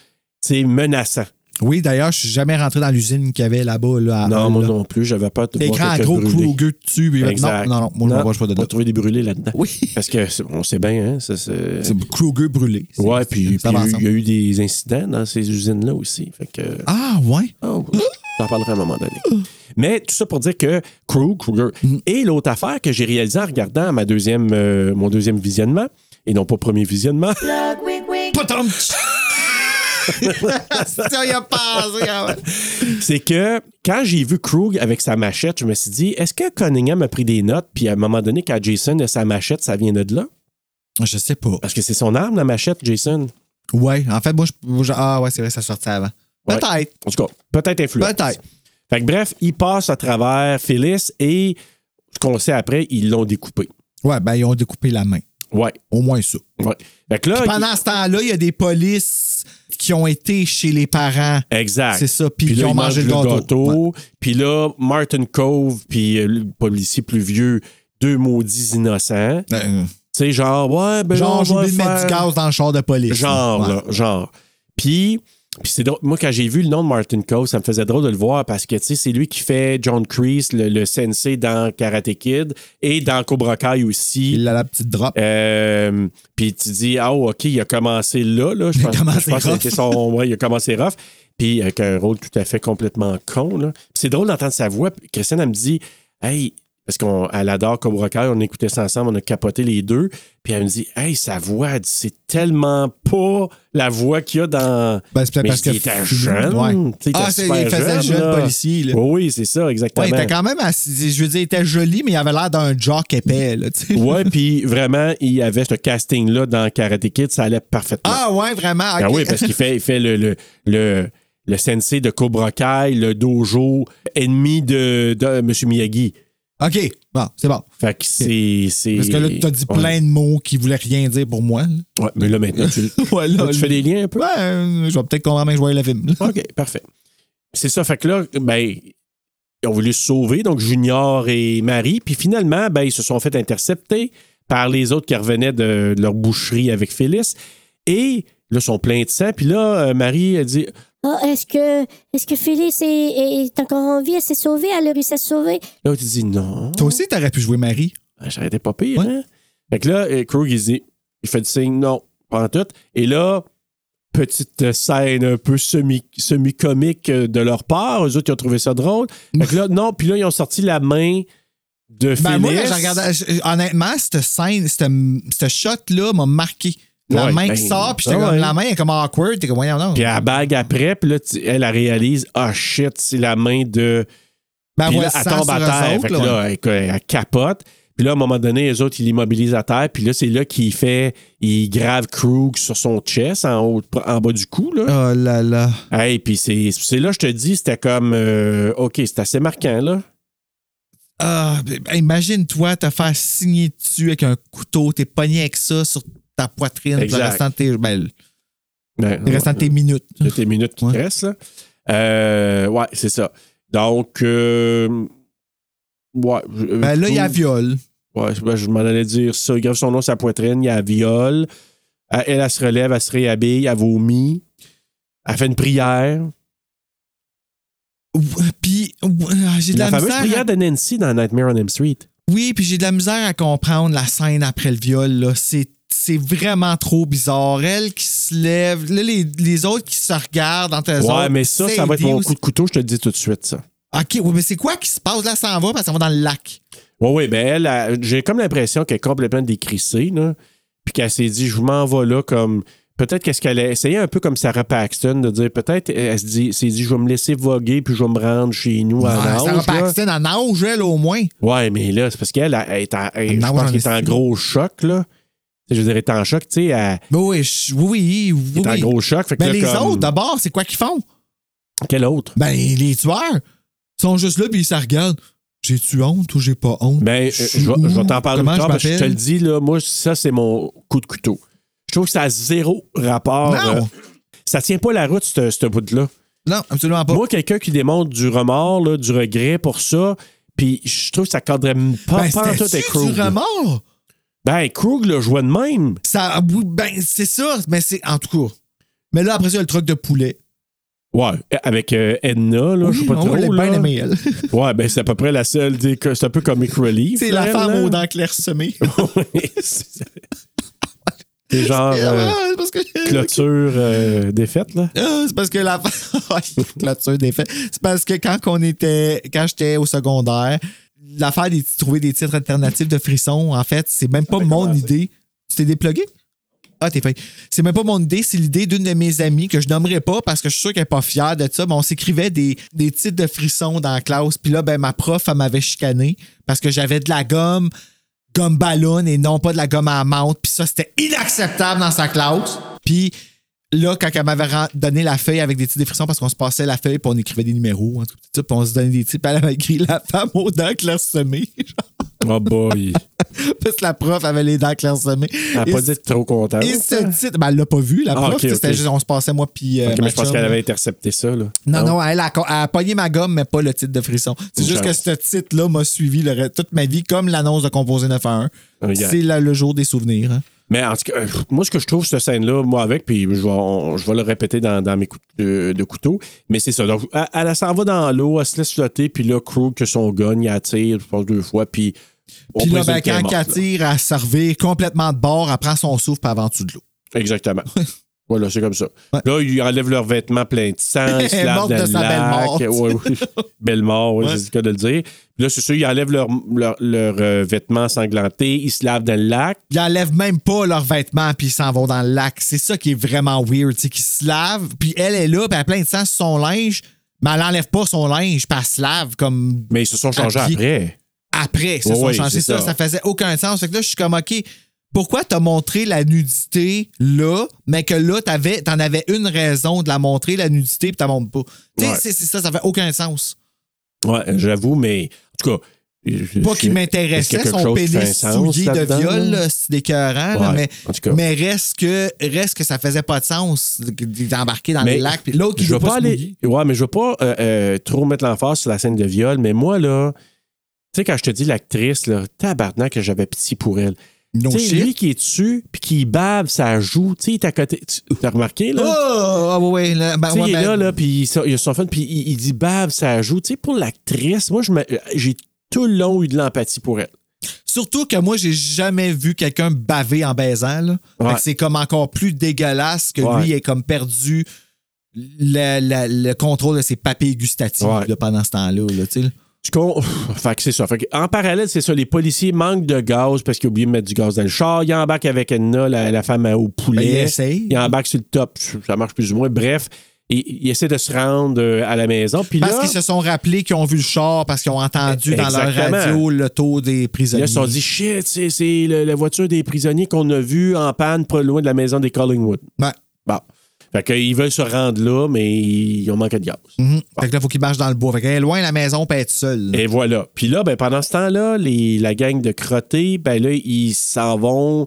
[SPEAKER 1] tu sais, menaçant.
[SPEAKER 3] Oui, d'ailleurs, je suis jamais rentré dans l'usine qu'il y avait là-bas. Là, à
[SPEAKER 1] non,
[SPEAKER 3] Hull,
[SPEAKER 1] moi
[SPEAKER 3] là.
[SPEAKER 1] non plus, j'avais pas de
[SPEAKER 3] Des
[SPEAKER 1] voir
[SPEAKER 3] grands,
[SPEAKER 1] quelqu'un
[SPEAKER 3] gros
[SPEAKER 1] brûlé.
[SPEAKER 3] Kruger dessus. puis- Non,
[SPEAKER 1] Exact.
[SPEAKER 3] non, non, moi, je ne vois pas de
[SPEAKER 1] on va trouver des brûlés là-dedans.
[SPEAKER 3] Oui.
[SPEAKER 1] Parce que c'est- on sait bien, hein, ça, c'est-
[SPEAKER 3] C'est Kruger brûlé. C'est-
[SPEAKER 1] Ouais, puis puis
[SPEAKER 3] ça
[SPEAKER 1] il y
[SPEAKER 3] va
[SPEAKER 1] a eu- il
[SPEAKER 3] ensemble.
[SPEAKER 1] y a eu des incidents dans ces usines-là aussi. Fait que.
[SPEAKER 3] Ah, ouais.
[SPEAKER 1] Oh, j'en parlerai à un moment donné. Mais tout ça pour dire que Crew, Kruger.
[SPEAKER 3] Mm-hmm.
[SPEAKER 1] Et l'autre affaire que j'ai réalisée en regardant ma deuxième, euh, mon deuxième visionnement, et non pas premier visionnement,
[SPEAKER 3] Potom! Ça y a passé.
[SPEAKER 1] c'est que quand j'ai vu Krug avec sa machette, je me suis dit, est-ce que Cunningham a pris des notes, puis à un moment donné, quand Jason a sa machette, ça vient de là?
[SPEAKER 3] Je sais pas.
[SPEAKER 1] Parce que c'est son arme, la machette, Jason.
[SPEAKER 3] Ouais, en fait, moi, je- moi, je. Ah, ouais, c'est vrai, ça sortait avant.
[SPEAKER 1] Ouais.
[SPEAKER 3] Peut-être.
[SPEAKER 1] En tout cas, peut-être influence.
[SPEAKER 3] Peut-être.
[SPEAKER 1] Fait que bref, il passe à travers Phyllis et ce qu'on sait après, ils l'ont découpé.
[SPEAKER 3] Ouais, ben, ils ont découpé la main.
[SPEAKER 1] Ouais,
[SPEAKER 3] Au moins ça.
[SPEAKER 1] ouais. Fait que là,
[SPEAKER 3] Puis pendant ce temps-là, il y a des polices qui ont été chez les parents.
[SPEAKER 1] Exact.
[SPEAKER 3] C'est ça, puis ils
[SPEAKER 1] là,
[SPEAKER 3] ont
[SPEAKER 1] ils
[SPEAKER 3] mangé
[SPEAKER 1] mangent
[SPEAKER 3] le gâteau.
[SPEAKER 1] Puis là, Martin Cove, puis euh, le policier plus vieux, deux maudits innocents. Tu
[SPEAKER 3] Euh,
[SPEAKER 1] sais, genre, ouais, ben là, Ben, on
[SPEAKER 3] genre, j'ai
[SPEAKER 1] va
[SPEAKER 3] oublié de mettre
[SPEAKER 1] faire-
[SPEAKER 3] du gaz dans le char de police.
[SPEAKER 1] Genre,
[SPEAKER 3] Ouais.
[SPEAKER 1] là, genre. Puis, puis c'est drôle. Moi, quand j'ai vu le nom de Martin Cove, ça me faisait drôle de le voir parce que, tu sais, c'est lui qui fait John Kreese, le, le sensei dans Karate Kid et dans Cobra Kai aussi.
[SPEAKER 3] Il a la petite drop.
[SPEAKER 1] Euh, puis tu dis, ah, oh, OK, il a commencé là. là. Je
[SPEAKER 3] Il a
[SPEAKER 1] pense,
[SPEAKER 3] commencé
[SPEAKER 1] je pense que
[SPEAKER 3] rough.
[SPEAKER 1] c'est son- ouais, il a commencé rough. Puis avec un rôle tout à fait complètement con. là. Puis C'est drôle d'entendre sa voix. Puis Christiane, elle me dit, hey, parce qu'elle adore Cobra Kai, on écoutait ça ensemble, on a capoté les deux. Puis elle me dit, hey, sa voix, elle dit, c'est tellement pas la voix qu'il y a dans.
[SPEAKER 3] Ben, c'est peut-être
[SPEAKER 1] Mais
[SPEAKER 3] parce que.
[SPEAKER 1] il était jeune.
[SPEAKER 3] Ouais.
[SPEAKER 1] tu sais, il
[SPEAKER 3] Ah,
[SPEAKER 1] était
[SPEAKER 3] c'est-
[SPEAKER 1] super
[SPEAKER 3] il faisait jeune
[SPEAKER 1] là. Oh,
[SPEAKER 3] policier, là.
[SPEAKER 1] Oui, oui, c'est ça, exactement.
[SPEAKER 3] Ben, Ouais, il était quand même assez- Je veux dire, il était joli, mais il avait l'air d'un jock épais, là, tu sais.
[SPEAKER 1] Ouais, puis vraiment, il y avait ce casting-là dans Karate Kid, ça allait parfaitement.
[SPEAKER 3] Ah, ouais, vraiment.
[SPEAKER 1] Ben
[SPEAKER 3] ok.
[SPEAKER 1] oui, parce qu'il fait, il fait le, le, le, le sensei de Cobra Kai, le dojo ennemi de, de M. Miyagi.
[SPEAKER 3] OK, bon, c'est bon.
[SPEAKER 1] Fait que c'est. c'est-
[SPEAKER 3] Parce que là, t'as dit
[SPEAKER 1] Ouais.
[SPEAKER 3] plein de mots qui voulaient rien dire pour moi. là.
[SPEAKER 1] Ouais, mais là, maintenant, tu,
[SPEAKER 3] Ouais, là,
[SPEAKER 1] là, tu fais des liens un peu.
[SPEAKER 3] Ouais, euh, je vais peut-être convaincre mes joueurs le film. là.
[SPEAKER 1] OK, parfait. C'est ça. Fait que là, ben, ils ont voulu se sauver, donc Junior et Marie. Puis finalement, ben, ils se sont fait intercepter par les autres qui revenaient de, de leur boucherie avec Phyllis. Et là, ils sont pleins de sang. Puis là, euh, Marie, elle dit
[SPEAKER 11] Ah, est-ce que, est-ce que Phyllis est, est- est encore en vie? Elle s'est sauvée? Elle a réussi à se sauver?
[SPEAKER 1] Là, tu dis non.
[SPEAKER 3] Toi aussi, t'aurais pu jouer Marie.
[SPEAKER 1] Ah, J'arrêtais pas pire,
[SPEAKER 3] Ouais.
[SPEAKER 1] hein? Fait que là, euh, Krug, il dit, il fait du signe, non, pas en tout. Et là, petite euh, scène un peu semi- semi-comique euh, de leur part. Eux autres, ils ont trouvé ça drôle. Fait que là, non, puis là, ils ont sorti la main de
[SPEAKER 3] Ben, moi,
[SPEAKER 1] Phyllis.
[SPEAKER 3] quand je regardais, je- honnêtement, cette scène, cette, cette shot-là m'a marqué. La
[SPEAKER 1] Ouais,
[SPEAKER 3] main
[SPEAKER 1] ben,
[SPEAKER 3] qui sort, puis j'étais
[SPEAKER 1] ah
[SPEAKER 3] comme,
[SPEAKER 1] ouais.
[SPEAKER 3] la main est comme awkward, t'es comme, voyons, non.
[SPEAKER 1] Puis elle bague après, puis là, tu- elle, elle réalise, ah shit, c'est la main de.
[SPEAKER 3] Ben,
[SPEAKER 1] Puis
[SPEAKER 3] ouais,
[SPEAKER 1] là, elle
[SPEAKER 3] sang
[SPEAKER 1] tombe à
[SPEAKER 3] sur eux
[SPEAKER 1] terre.
[SPEAKER 3] autres,
[SPEAKER 1] Fait que
[SPEAKER 3] là, ouais.
[SPEAKER 1] là, elle, elle capote. Puis là, à un moment donné, les autres, ils l'immobilisent à terre. Puis là, c'est là qu'il fait, il grave Krug sur son chest, en, haut, en bas du cou, là.
[SPEAKER 3] Oh là là.
[SPEAKER 1] Hey, puis c'est c'est là, je te dis, c'était comme. euh, OK, c'est assez marquant, là.
[SPEAKER 3] Ah, ben, imagine-toi te faire signer dessus avec un couteau, t'es pogné avec ça sur ta poitrine pour le
[SPEAKER 1] Exact.
[SPEAKER 3] restant de tes, ben,
[SPEAKER 1] Ben,
[SPEAKER 3] le restant de tes minutes.
[SPEAKER 1] de tes minutes qui
[SPEAKER 3] Ouais.
[SPEAKER 1] te restent, là. Euh, ouais, c'est ça. Donc. euh, ouais. je-
[SPEAKER 3] Ben là, il y a viol.
[SPEAKER 1] Ouais, je- je m'en allais dire ça. Il grave son nom sur sa poitrine, il y a viol. Elle, elle, elle se relève, elle se réhabille, elle vomit. Elle fait une prière.
[SPEAKER 3] Puis, ah, j'ai de
[SPEAKER 1] La,
[SPEAKER 3] la,
[SPEAKER 1] fameuse
[SPEAKER 3] misère. à-
[SPEAKER 1] prière de Nancy dans Nightmare on M Street.
[SPEAKER 3] Oui, puis j'ai de la misère à comprendre la scène après le viol. là. C'est c'est vraiment trop bizarre. Elle qui se lève, là, les, les autres qui se regardent entre eux
[SPEAKER 1] Ouais,
[SPEAKER 3] autres,
[SPEAKER 1] mais ça, ça
[SPEAKER 3] Sadie
[SPEAKER 1] va être mon
[SPEAKER 3] aussi.
[SPEAKER 1] coup de couteau, je te le dis tout de suite, ça.
[SPEAKER 3] OK, ouais, mais c'est quoi qui se passe? Là, ça en va parce qu'on va dans le lac.
[SPEAKER 1] Oui, oui, ben elle, elle- j'ai comme l'impression qu'elle est complètement décrissée, là. Puis qu'elle s'est dit, je m'en vais là comme. Peut-être qu'est-ce qu'elle a essayé un peu comme Sarah Paxton de dire, peut-être, elle se dit, s'est dit, je vais me laisser voguer puis je vais me rendre chez nous à
[SPEAKER 3] Ah,
[SPEAKER 1] Nantes,
[SPEAKER 3] Sarah
[SPEAKER 1] là.
[SPEAKER 3] Paxton en nage, elle, au moins.
[SPEAKER 1] Ouais, mais là, c'est parce qu'elle elle est en, elle- je
[SPEAKER 3] nage
[SPEAKER 1] pense
[SPEAKER 3] en
[SPEAKER 1] qu'elle est en
[SPEAKER 3] esti.
[SPEAKER 1] gros choc, là. Je veux dire, elle est en choc, tu sais. elle-
[SPEAKER 3] Ben oui, je- oui, oui, oui.
[SPEAKER 1] Elle est en gros choc. Fait que
[SPEAKER 3] Ben,
[SPEAKER 1] là,
[SPEAKER 3] les
[SPEAKER 1] comme-
[SPEAKER 3] autres, d'abord, c'est quoi qu'ils font?
[SPEAKER 1] Quel autre?
[SPEAKER 3] Ben, les tueurs sont juste là, puis ils se regardent. J'ai-tu honte ou j'ai pas honte?
[SPEAKER 1] Ben, euh,
[SPEAKER 3] Je suis
[SPEAKER 1] je vais je vais
[SPEAKER 3] où?
[SPEAKER 1] t'en parler
[SPEAKER 3] Comment
[SPEAKER 1] plus tard,
[SPEAKER 3] je
[SPEAKER 1] parce que je te le
[SPEAKER 3] m'appelle?
[SPEAKER 1] dis, là, moi, ça, c'est mon coup de couteau. Je trouve que ça a zéro rapport. euh,
[SPEAKER 3] Non.
[SPEAKER 1] ça tient pas la route, ce ce bout-là.
[SPEAKER 3] Non, absolument pas.
[SPEAKER 1] Moi, quelqu'un qui démontre du remords, là, du regret pour ça, puis je trouve que ça cadrait m- pas,
[SPEAKER 3] ben,
[SPEAKER 1] pas en tout avec
[SPEAKER 3] c'était-tu
[SPEAKER 1] Krug.
[SPEAKER 3] du
[SPEAKER 1] là.
[SPEAKER 3] remords?
[SPEAKER 1] Ben, Krug le jouait de même.
[SPEAKER 3] Ça, oui, ben, c'est ça, mais c'est, en tout cas. Mais là, après ça, il y a le truc de poulet.
[SPEAKER 1] Ouais, avec euh, Edna, là, je sais pas
[SPEAKER 3] on
[SPEAKER 1] trop.
[SPEAKER 3] l'a bien
[SPEAKER 1] là.
[SPEAKER 3] aimée, elle.
[SPEAKER 1] ouais, ben c'est à peu près la seule. des- que- C'est un peu comic relief.
[SPEAKER 3] C'est la
[SPEAKER 1] elle,
[SPEAKER 3] femme
[SPEAKER 1] là.
[SPEAKER 3] aux dents clairsemées.
[SPEAKER 1] Oui, c'est- C'est genre euh,
[SPEAKER 3] Ah, c'est parce que...
[SPEAKER 1] clôture euh, défaite, là.
[SPEAKER 3] Ah, c'est parce que la clôture des faits. C'est parce que quand on était quand j'étais au secondaire, l'affaire de trouver des titres alternatifs de frissons, en fait, c'est même pas mon idée. Tu t'es déplugué? Ah, t'es fait. C'est même pas mon idée, c'est l'idée d'une de mes amies que je nommerai pas parce que je suis sûr qu'elle est pas fière de ça, mais on s'écrivait des, des titres de frissons dans la classe. Puis là, ben, ma prof, elle m'avait chicané parce que j'avais de la gomme, gomme ballon et non pas de la gomme à menthe. Puis ça, c'était inacceptable dans sa classe. Puis là, quand elle m'avait ren- donné la feuille avec des titres de frissons parce qu'on se passait la feuille, puis on écrivait des numéros, hein, tout ça, puis on se donnait des titres, puis elle avait écrit la femme aux dents clairsemées.
[SPEAKER 1] Oh boy.
[SPEAKER 3] parce que la prof avait les dents clairsemées.
[SPEAKER 1] Elle a
[SPEAKER 3] Et
[SPEAKER 1] pas dit d'être trop contente.
[SPEAKER 3] et ce titre, ben, elle l'a pas vu, la
[SPEAKER 1] Ah,
[SPEAKER 3] prof.
[SPEAKER 1] ok,
[SPEAKER 3] tu sais,
[SPEAKER 1] ok.
[SPEAKER 3] C'était juste, on se passait moi, puis. euh,
[SPEAKER 1] Ok,
[SPEAKER 3] ma
[SPEAKER 1] mais je pense
[SPEAKER 3] chum,
[SPEAKER 1] qu'elle
[SPEAKER 3] là.
[SPEAKER 1] avait intercepté ça, là.
[SPEAKER 3] Non, non, elle a, elle a pogné ma gomme, mais pas le titre de frisson. C'est
[SPEAKER 1] Une
[SPEAKER 3] juste que
[SPEAKER 1] chance.
[SPEAKER 3] ce titre-là m'a suivi le reste- toute ma vie, comme l'annonce de Composé 9 à 1.
[SPEAKER 1] Regarde.
[SPEAKER 3] C'est la- le jour des souvenirs. hein.
[SPEAKER 1] Mais en tout cas, euh, moi, ce que je trouve, cette scène-là, moi avec, puis je vais, on- je vais le répéter dans, dans mes coups de, de couteau, mais c'est ça. Donc, elle, elle s'en va dans l'eau, elle se laisse flotter, puis là, Krug, que son gun, il attire, je pense, deux fois, puis. on
[SPEAKER 3] Puis là,
[SPEAKER 1] présume
[SPEAKER 3] ben,
[SPEAKER 1] qu'elle est
[SPEAKER 3] quand
[SPEAKER 1] morte,
[SPEAKER 3] elle
[SPEAKER 1] là.
[SPEAKER 3] tire, elle se revire complètement de bord, elle prend son souffle, puis avant dessous de l'eau.
[SPEAKER 1] Exactement. voilà, c'est comme ça.
[SPEAKER 3] Ouais.
[SPEAKER 1] Là, ils enlèvent leurs vêtements pleins de sang, ils se
[SPEAKER 3] Elle est
[SPEAKER 1] lavent
[SPEAKER 3] morte
[SPEAKER 1] dans
[SPEAKER 3] de
[SPEAKER 1] le
[SPEAKER 3] sa
[SPEAKER 1] lac.
[SPEAKER 3] belle mort.
[SPEAKER 1] Ouais, oui. Belle mort, oui,
[SPEAKER 3] Ouais.
[SPEAKER 1] c'est le cas de le dire. Puis là, c'est sûr, ils enlèvent leurs leurs- leurs, euh, vêtements sanglantés, ils se lavent dans le lac.
[SPEAKER 3] Ils enlèvent même pas leurs vêtements puis ils s'en vont dans le lac. C'est ça qui est vraiment weird, c'est qu'ils se lavent puis elle est là puis elle a plein de sang sur son linge, mais elle enlève pas son linge puis elle se lave comme
[SPEAKER 1] Mais ils se sont changés
[SPEAKER 3] Habillés.
[SPEAKER 1] après.
[SPEAKER 3] après. Ça,
[SPEAKER 1] Oui,
[SPEAKER 3] son
[SPEAKER 1] oui,
[SPEAKER 3] changé,
[SPEAKER 1] c'est
[SPEAKER 3] ça,
[SPEAKER 1] ça.
[SPEAKER 3] ça faisait aucun sens. Fait que là, je suis comme ok, pourquoi t'as montré la nudité là, mais que là t'avais, t'en avais une raison de la montrer la nudité puis t'en montres pas. Tu sais,
[SPEAKER 1] Ouais.
[SPEAKER 3] c'est- c'est ça, ça fait aucun sens.
[SPEAKER 1] Ouais, j'avoue, mais en tout cas. je-
[SPEAKER 3] Pas
[SPEAKER 1] je-
[SPEAKER 3] qu'il
[SPEAKER 1] est-ce
[SPEAKER 3] m'intéressait
[SPEAKER 1] qu'il y a quelque
[SPEAKER 3] son
[SPEAKER 1] chose qui fait
[SPEAKER 3] pénis
[SPEAKER 1] un sens
[SPEAKER 3] souillé de
[SPEAKER 1] là-dedans,
[SPEAKER 3] viol,
[SPEAKER 1] là?
[SPEAKER 3] là, c'est décœurant, là,
[SPEAKER 1] Ouais,
[SPEAKER 3] mais,
[SPEAKER 1] en tout cas.
[SPEAKER 3] mais reste que reste que ça faisait pas de sens d'embarquer dans
[SPEAKER 1] Mais
[SPEAKER 3] le lac. Puis l'autre qui
[SPEAKER 1] je
[SPEAKER 3] veut
[SPEAKER 1] veux
[SPEAKER 3] pas,
[SPEAKER 1] pas
[SPEAKER 3] se
[SPEAKER 1] aller.
[SPEAKER 3] mouiller.
[SPEAKER 1] Ouais, mais je veux pas euh, euh, trop mettre l'emphase sur la scène de viol, mais moi, là, tu sais, quand je te dis l'actrice, là, tabarnak, que j'avais pitié pour elle.
[SPEAKER 3] No
[SPEAKER 1] Tu sais,
[SPEAKER 3] shit.
[SPEAKER 1] lui qui est dessus, puis qui bave, ça joue, tu sais, il est à côté. tu- T'as remarqué,
[SPEAKER 3] Oh,
[SPEAKER 1] là?
[SPEAKER 3] ah ouais, ouais, là, ben,
[SPEAKER 1] Tu sais,
[SPEAKER 3] ouais,
[SPEAKER 1] il est
[SPEAKER 3] ben,
[SPEAKER 1] là, là, puis il sort- il a son fun, puis il, il dit bave, ça joue. Tu sais, pour l'actrice, moi, je me- j'ai tout le long eu de l'empathie pour elle.
[SPEAKER 3] Surtout que moi, j'ai jamais vu quelqu'un baver en baisant. là. Fait
[SPEAKER 1] Ouais.
[SPEAKER 3] que C'est comme encore plus dégueulasse que
[SPEAKER 1] Ouais.
[SPEAKER 3] lui ait comme perdu le, le- le contrôle de ses papilles gustatives
[SPEAKER 1] Ouais.
[SPEAKER 3] là, pendant ce temps-là. là, tu sais, là.
[SPEAKER 1] Je con- fait que c'est ça. Fait que en parallèle, c'est ça. Les policiers manquent de gaz parce qu'ils ont oublié de mettre du gaz dans le char. Ils embarquent avec Edna, la, la femme à- au
[SPEAKER 3] Ben, il
[SPEAKER 1] poulet.
[SPEAKER 3] essaye.
[SPEAKER 1] ils embarquent sur le top. Ça marche plus ou moins. Bref, ils, ils essaient de se rendre euh, à la maison. Puis
[SPEAKER 3] Parce
[SPEAKER 1] là,
[SPEAKER 3] qu'ils se sont rappelés qu'ils ont vu le char, parce qu'ils ont entendu dans leur
[SPEAKER 1] Exactement.
[SPEAKER 3] radio le taux des prisonniers.
[SPEAKER 1] là, ils se sont dit shit, c'est, c'est le- la voiture des prisonniers qu'on a vue en panne pas loin de la maison des Collingwood.
[SPEAKER 3] Ouais.
[SPEAKER 1] Bon. Fait qu'ils veulent se rendre là, mais ils ont manqué de gaz.
[SPEAKER 3] Mhm. Fait que là, faut qu'il marche dans le bois. Fait qu'elle est loin de la maison, pas être seule.
[SPEAKER 1] ah. Et voilà. Puis là, ben, pendant ce temps-là, les- la gang de crottés, ben là, ils s'en vont.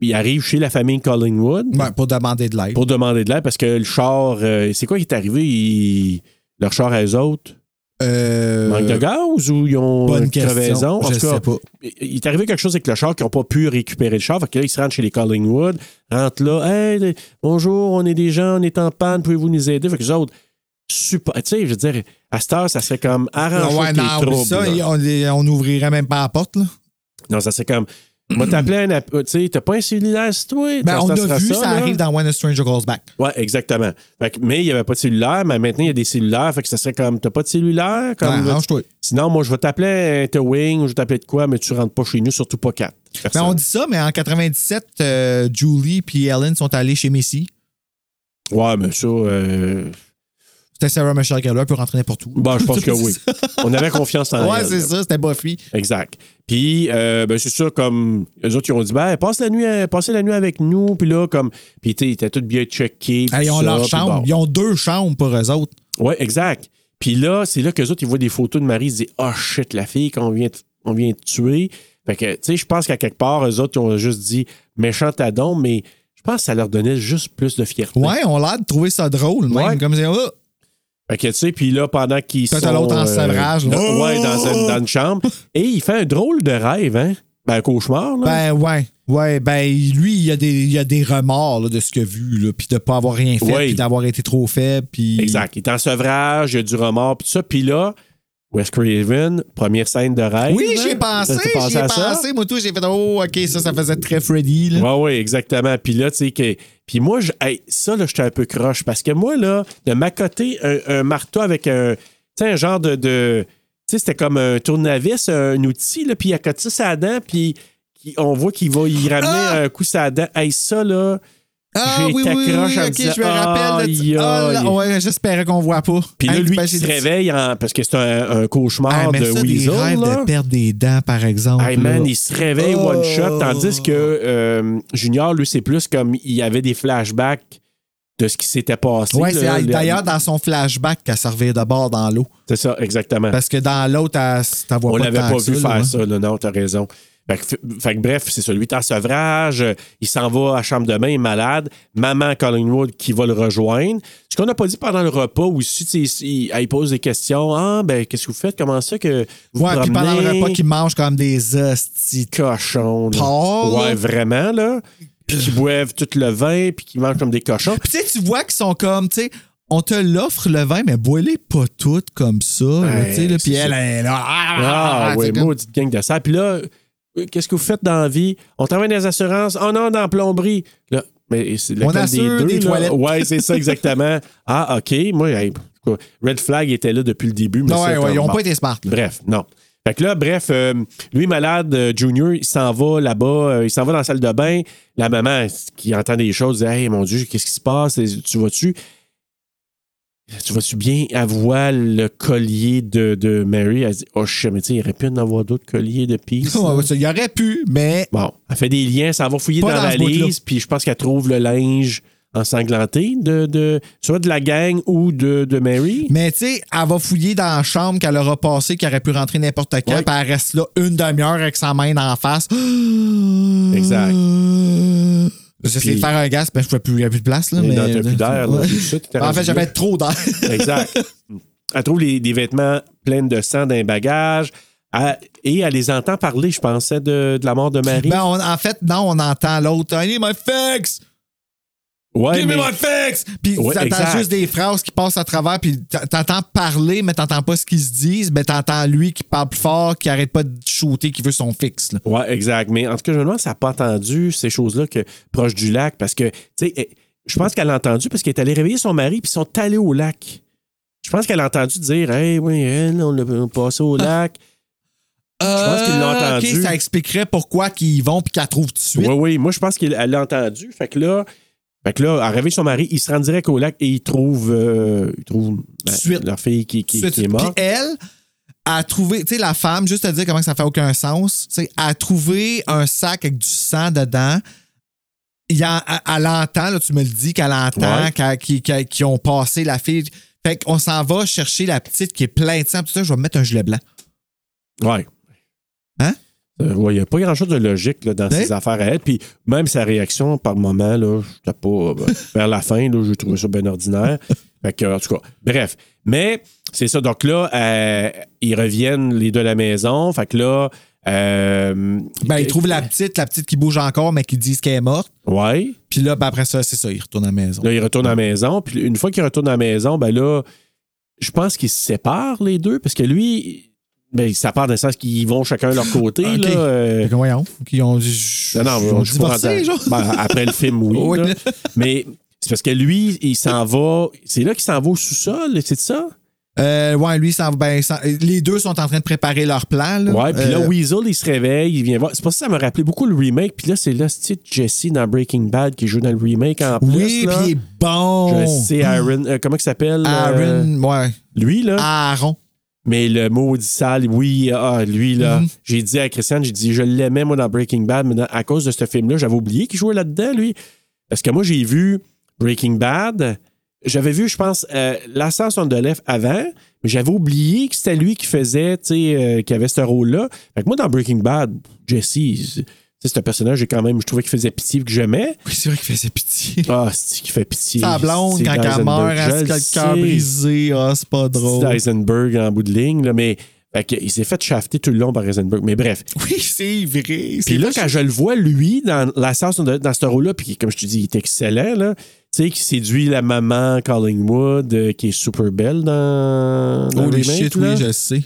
[SPEAKER 1] Ils arrivent chez la famille Collingwood
[SPEAKER 3] Ouais, pour demander de l'aide.
[SPEAKER 1] pour demander de l'aide parce que le char, euh, c'est quoi qui est arrivé? Ils- leur char à eux autres?
[SPEAKER 3] Euh,
[SPEAKER 1] Manque de gaz ou ils ont
[SPEAKER 3] bonne
[SPEAKER 1] une
[SPEAKER 3] question.
[SPEAKER 1] crevaison? En
[SPEAKER 3] Je
[SPEAKER 1] tout cas,
[SPEAKER 3] sais pas.
[SPEAKER 1] Il est arrivé quelque chose avec le char qu'ils n'ont pas pu récupérer le char. Fait que là, ils se rendent chez les Collingwood, rentrent là. Hey, les- bonjour, on est des gens, on est en panne, pouvez-vous nous aider? Fait que les autres, super. Tu sais, je veux dire, À cette heure, ça serait comme arranger
[SPEAKER 3] ouais,
[SPEAKER 1] tes
[SPEAKER 3] non,
[SPEAKER 1] troubles.
[SPEAKER 3] oublie ça,
[SPEAKER 1] là.
[SPEAKER 3] et on, les- on n'ouvrirait même pas la porte. Là.
[SPEAKER 1] Non, ça serait comme. Moi, t'appelais un. app- euh, Tu sais, t'as pas un cellulaire sur toi?
[SPEAKER 3] Ben,
[SPEAKER 1] Ça,
[SPEAKER 3] on
[SPEAKER 1] ça
[SPEAKER 3] a
[SPEAKER 1] sera
[SPEAKER 3] vu, ça,
[SPEAKER 1] là.
[SPEAKER 3] arrive dans When a Stranger Goes Back.
[SPEAKER 1] Ouais, exactement. Fait que- mais il n'y avait pas de cellulaire, mais maintenant il y a des cellulaires. Fait que ça serait comme t'as pas de cellulaire? Comme,
[SPEAKER 3] Ouais, arrange-toi.
[SPEAKER 1] Sinon, moi je vais t'appeler un T-Wing ou je vais t'appeler de quoi, mais tu rentres pas chez nous, surtout pas quatre.
[SPEAKER 3] Ben,
[SPEAKER 1] personnes.
[SPEAKER 3] on dit ça, mais en 97, euh, Julie puis Ellen sont allés chez Messi.
[SPEAKER 1] Ouais, mais ça. euh,
[SPEAKER 3] C'était Sarah Michelle Gellar, peut rentrer n'importe où.
[SPEAKER 1] Bon, Ben, je pense que oui. On avait confiance en
[SPEAKER 3] Ouais,
[SPEAKER 1] elle,
[SPEAKER 3] c'est
[SPEAKER 1] là.
[SPEAKER 3] ça, c'était Buffy.
[SPEAKER 1] Exact. Puis, euh, ben, c'est sûr, comme eux autres, ils ont dit, ben, passe la nuit, euh, passez la nuit avec nous. Puis là, comme, puis, tu sais, ils étaient tous bien checkés.
[SPEAKER 3] Ah, ils ont leur chambre. Ils ont deux chambres pour eux autres.
[SPEAKER 1] Ouais, exact. Puis là, c'est là qu'eux autres, ils voient des photos de Marie, ils se disent, oh shit, la fille qu'on vient, on vient de tuer. Fait que, tu sais, je pense qu'à quelque part, eux autres, ils ont juste dit, méchant tadon, mais je pense que ça leur donnait juste plus de fierté.
[SPEAKER 3] Ouais, on a l'air de trouver ça drôle, même. Comme c'est, oh,
[SPEAKER 1] Fait que, tu sais, puis là, pendant qu'ils sont... euh,
[SPEAKER 3] Peut-être à l'autre en sevrage, là.
[SPEAKER 1] dans- Ouais, dans une, dans une chambre. Et il fait un drôle de rêve, hein? Ben, un cauchemar, là.
[SPEAKER 3] ben ouais. Ouais, ben lui, il y a des, il y a des remords là, de ce qu'il a vu, là, puis de pas avoir rien fait,
[SPEAKER 1] Ouais.
[SPEAKER 3] puis d'avoir été trop faible, puis.
[SPEAKER 1] Exact. Il est en sevrage, il y a du remords, puis tout ça. Puis là, Wes Craven, première scène de rêve.
[SPEAKER 3] Oui,
[SPEAKER 1] hein?
[SPEAKER 3] j'ai pensé,
[SPEAKER 1] T'as- t'as
[SPEAKER 3] j'y ai
[SPEAKER 1] à ça?
[SPEAKER 3] pensé, moi tout, j'ai fait Oh, ok, ça, ça faisait très Freddy. Là.
[SPEAKER 1] Ouais, ouais, exactement. Puis là, tu sais, que... puis moi, je... hey, ça, là, j'étais un peu croche parce que moi, là, de m'accoter un, un marteau avec un, tu sais, un genre de. de- Tu sais, c'était comme un tournevis, un outil, là, puis il accote ça sa dent, puis qui- on voit qu'il va y ramener un coup sa dent. Hey, ça, là.
[SPEAKER 3] Ah
[SPEAKER 1] j'ai
[SPEAKER 3] oui,
[SPEAKER 1] été
[SPEAKER 3] oui, oui,
[SPEAKER 1] accroche en me
[SPEAKER 3] ok,
[SPEAKER 1] disant,
[SPEAKER 3] je me rappelle de
[SPEAKER 1] aïe,
[SPEAKER 3] Ah, là,
[SPEAKER 1] aïe.
[SPEAKER 3] ouais, j'espérais qu'on voit pas.
[SPEAKER 1] Puis là,
[SPEAKER 3] Hey,
[SPEAKER 1] lui,
[SPEAKER 3] ben,
[SPEAKER 1] il
[SPEAKER 3] j'ai
[SPEAKER 1] se
[SPEAKER 3] dit-
[SPEAKER 1] réveille en- parce que c'est un, un
[SPEAKER 3] Ah,
[SPEAKER 1] cauchemar
[SPEAKER 3] mais
[SPEAKER 1] de
[SPEAKER 3] ça,
[SPEAKER 1] Weasel.
[SPEAKER 3] des rêves
[SPEAKER 1] là.
[SPEAKER 3] de perdre des dents, par exemple.
[SPEAKER 1] Hey man,
[SPEAKER 3] là.
[SPEAKER 1] il se réveille
[SPEAKER 3] Oh.
[SPEAKER 1] one shot, tandis que euh, Junior, lui, c'est plus comme il y avait des flashbacks de ce qui s'était passé.
[SPEAKER 3] Ouais,
[SPEAKER 1] là,
[SPEAKER 3] c'est
[SPEAKER 1] le-
[SPEAKER 3] d'ailleurs dans son flashback qu'elle servait de bord dans l'eau.
[SPEAKER 1] C'est ça, exactement.
[SPEAKER 3] Parce que dans l'autre, elle- t'en vois
[SPEAKER 1] On
[SPEAKER 3] pas
[SPEAKER 1] l'avait
[SPEAKER 3] tant
[SPEAKER 1] pas
[SPEAKER 3] que
[SPEAKER 1] vu
[SPEAKER 3] ça,
[SPEAKER 1] faire
[SPEAKER 3] là,
[SPEAKER 1] ça, là, non, t'as raison. Fait que, f- fait que bref, c'est ça. Lui est en sevrage, euh, il s'en va à la chambre de bain, il est malade. Maman Collingwood qui va le rejoindre. Ce qu'on n'a pas dit pendant le repas aussi, tu sais, il, il pose des questions. Ah, ben, qu'est-ce que vous faites? Comment ça que vous
[SPEAKER 3] Ouais,
[SPEAKER 1] vous
[SPEAKER 3] puis pendant le
[SPEAKER 1] promenez?
[SPEAKER 3] repas, qu'il mange comme des hosties.
[SPEAKER 1] cochons. là.
[SPEAKER 3] Porc, là.
[SPEAKER 1] Ouais, vraiment, là. Puis qui boivent tout le vin, puis qui mangent comme des cochons.
[SPEAKER 3] Puis tu sais, tu vois qu'ils sont comme, tu sais, on te l'offre le vin, mais bois-les pas toutes comme ça. là, tu sais, là.
[SPEAKER 1] c'est
[SPEAKER 3] puis elle,
[SPEAKER 1] ça.
[SPEAKER 3] elle, là, ah,
[SPEAKER 1] Ah,
[SPEAKER 3] ah,
[SPEAKER 1] ouais,
[SPEAKER 3] c'est comme-
[SPEAKER 1] maudite gang de sale. Puis là, euh, qu'est-ce que vous faites dans la vie? On travaille dans les assurances. Oh non, dans la plomberie. Là, mais c'est lequel
[SPEAKER 3] assure
[SPEAKER 1] des deux?
[SPEAKER 3] des
[SPEAKER 1] là?
[SPEAKER 3] toilettes.
[SPEAKER 1] Ouais, c'est ça, exactement. ah, OK. Moi, hey, quoi, Red Flag était là depuis le début. Mais ça,
[SPEAKER 3] Non, ouais, ouais,
[SPEAKER 1] comme,
[SPEAKER 3] ils ont
[SPEAKER 1] bon.
[SPEAKER 3] pas été smart. là.
[SPEAKER 1] Bref, non. Fait que là, bref, euh, lui malade, euh, Junior, il s'en va là-bas, euh, il s'en va dans la salle de bain. La maman qui entend des choses, dit Hey mon Dieu, qu'est-ce qui se passe? Tu vas-tu? Tu vas-tu bien avoir le collier de, de Mary? Elle dit Oh shit, mais tu sais, il aurait pu en avoir d'autres colliers de piste.
[SPEAKER 3] Ouais, ouais, ça, Il aurait pu, mais
[SPEAKER 1] Bon, elle fait des liens, ça va fouiller dans,
[SPEAKER 3] Pas
[SPEAKER 1] la
[SPEAKER 3] dans ce bout-là.
[SPEAKER 1] valise, puis je pense qu'elle trouve le linge ensanglanté de, de soit de la gang ou de, de Mary.
[SPEAKER 3] Mais tu sais, elle va fouiller dans la chambre qu'elle aura passée, qu'elle aurait pu rentrer n'importe quand,
[SPEAKER 1] Ouais.
[SPEAKER 3] puis elle reste là une demi-heure avec sa main dans la face.
[SPEAKER 1] Exact.
[SPEAKER 3] J'essaie de
[SPEAKER 1] Puis-
[SPEAKER 3] faire un gaz, mais je pouvais plus, il n'y a plus de place. Là,
[SPEAKER 1] Mais
[SPEAKER 3] mais euh,
[SPEAKER 1] non, t'as plus d'air, là,
[SPEAKER 3] Ouais. Ben,
[SPEAKER 1] tout ça, t'es
[SPEAKER 3] en
[SPEAKER 1] rendu
[SPEAKER 3] fait, j'avais
[SPEAKER 1] là.
[SPEAKER 3] trop d'air.
[SPEAKER 1] Exact. elle trouve les, des vêtements pleins de sang dans les bagages Elle- et elle les entend parler, je pensais, de, de la mort de Marie.
[SPEAKER 3] Ben, on- en fait, non, on entend l'autre. I need my fix!
[SPEAKER 1] ouais,
[SPEAKER 3] Give me
[SPEAKER 1] mais-
[SPEAKER 3] my fix! Puis
[SPEAKER 1] Ouais, exact.
[SPEAKER 3] t'entends juste des phrases qui passent à travers, puis t- t'entends parler, mais t'entends pas ce qu'ils se disent, mais t'entends lui qui parle plus fort, qui arrête pas de shooter, qui veut son fixe. là.
[SPEAKER 1] Ouais, exact. Mais en tout cas, je me demande si elle n'a pas entendu ces choses-là que proche du lac parce que, tu sais, elle- je pense qu'elle a entendu parce qu'elle est allée réveiller son mari puis ils sont allés au lac. Je pense qu'elle a entendu dire, hey, oui, elle, on l'a passé
[SPEAKER 3] Ah,
[SPEAKER 1] au lac.
[SPEAKER 3] Je
[SPEAKER 1] pense qu'il l'a entendu.
[SPEAKER 3] Euh, ça expliquerait pourquoi qu'ils y vont puis qu'elle trouve tout de suite.
[SPEAKER 1] Oui, oui. Moi, je pense qu'elle elle l'a entendu. Fait que là, fait que là, elle réveille son mari, il se rend direct au lac et il trouve, euh, il trouve ben,
[SPEAKER 3] Suite.
[SPEAKER 1] leur fille qui, qui-
[SPEAKER 3] Tout de
[SPEAKER 1] qui est
[SPEAKER 3] suite.
[SPEAKER 1] morte.
[SPEAKER 3] Puis elle a trouvé, tu sais, la femme, juste à dire comment que ça fait aucun sens, tu sais, a trouvé un sac avec du sang dedans. Il en- elle, elle entend, là, tu me le dis, qu'elle entend,
[SPEAKER 1] Ouais.
[SPEAKER 3] qu'elle- qu'ils qu'ils- qu'ils ont passé la fille. Fait qu'on s'en va chercher la petite qui est plein de sang. Tout ça, je vais me mettre un gilet blanc.
[SPEAKER 1] Ouais.
[SPEAKER 3] Hein?
[SPEAKER 1] Euh, ouais, il n'y a pas grand-chose de logique là, dans
[SPEAKER 3] Hein?
[SPEAKER 1] ses affaires à elle. Puis même sa réaction par moment, là, j'étais pas. ben, vers la fin, là, j'ai trouvé ça bien ordinaire. Fait que, en tout cas, bref. Mais c'est ça. Donc là, euh, ils reviennent les deux à la maison. Fait que là. euh,
[SPEAKER 3] Ben, ils trouvent la petite, la petite qui bouge encore, mais qui disent qu'elle est morte.
[SPEAKER 1] Ouais.
[SPEAKER 3] Puis là, ben, après ça, c'est ça, ils retournent à la maison.
[SPEAKER 1] Là, il retourne à la maison. Puis une fois qu'il retourne à la maison, ben là, je pense qu'ils se séparent les deux parce que lui, ben, ils se séparent dans le sens qu'ils vont chacun leur côté.
[SPEAKER 3] Ah, Ok.
[SPEAKER 1] Là, euh,
[SPEAKER 3] Fait que voyons, qu'ils ont,
[SPEAKER 1] non, non,
[SPEAKER 3] ils ont
[SPEAKER 1] je suis pas rendu à-
[SPEAKER 3] divorcé, genre.
[SPEAKER 1] Ben, après le film, oui.
[SPEAKER 3] Oui,
[SPEAKER 1] là.
[SPEAKER 3] là.
[SPEAKER 1] Mais c'est parce que lui, il s'en va. C'est là qu'il s'en va au sous-sol, c'est ça?
[SPEAKER 3] Euh, ouais, lui, s'en- ben, s'en- les deux sont en train de préparer leur plan. Là.
[SPEAKER 1] Ouais, puis là,
[SPEAKER 3] Euh,
[SPEAKER 1] Weasel, il se réveille, il vient voir. C'est pour ça que ça m'a rappelé beaucoup le remake. Puis là, c'est là, c'est Jesse dans Breaking Bad qui joue dans le remake en plus.
[SPEAKER 3] Oui,
[SPEAKER 1] là.
[SPEAKER 3] puis il est bon. Hum,
[SPEAKER 1] Je sais, Aaron. euh, comment il s'appelle? euh,
[SPEAKER 3] Aaron, ouais.
[SPEAKER 1] lui, là.
[SPEAKER 3] Aaron.
[SPEAKER 1] Mais le maudit sale, oui, ah, lui,
[SPEAKER 3] Mhm.
[SPEAKER 1] là. J'ai dit à Christiane, j'ai dit, je l'aimais, moi, dans Breaking Bad, mais dans- à cause de ce film-là, j'avais oublié qu'il jouait là-dedans, lui. Parce que moi, j'ai vu Breaking Bad. J'avais vu, je pense, euh, L'Ascension de l'Ef avant, mais j'avais oublié que c'était lui qui faisait, tu sais, euh, qui avait ce rôle-là. Fait que moi, dans Breaking Bad, Jesse, c'est- tu sais, c'est un personnage, j'ai quand même, je trouvais qu'il faisait pitié, que j'aimais.
[SPEAKER 3] Oui, c'est vrai qu'il faisait pitié.
[SPEAKER 1] Ah, c'est qui fait pitié.
[SPEAKER 3] Sa blonde,
[SPEAKER 1] C'est
[SPEAKER 3] quand elle
[SPEAKER 1] Heisenberg.
[SPEAKER 3] meurt,
[SPEAKER 1] Je
[SPEAKER 3] elle
[SPEAKER 1] le
[SPEAKER 3] se cœur
[SPEAKER 1] sais.
[SPEAKER 3] brisé. Ah, c'est pas
[SPEAKER 1] C'est
[SPEAKER 3] drôle.
[SPEAKER 1] Heisenberg en bout de ligne, là, mais fait que il s'est fait shafter tout le long par Heisenberg. Mais bref.
[SPEAKER 3] Oui, c'est vrai.
[SPEAKER 1] Puis là, quand je le vois, lui, dans la sauce, de- dans ce rôle-là, puis comme je te dis, il est excellent, là. Tu sais, qui séduit la maman Collingwood, euh, qui est super belle dans. dans
[SPEAKER 3] Oh,
[SPEAKER 1] le
[SPEAKER 3] les
[SPEAKER 1] remake,
[SPEAKER 3] shit,
[SPEAKER 1] là.
[SPEAKER 3] oui, je sais.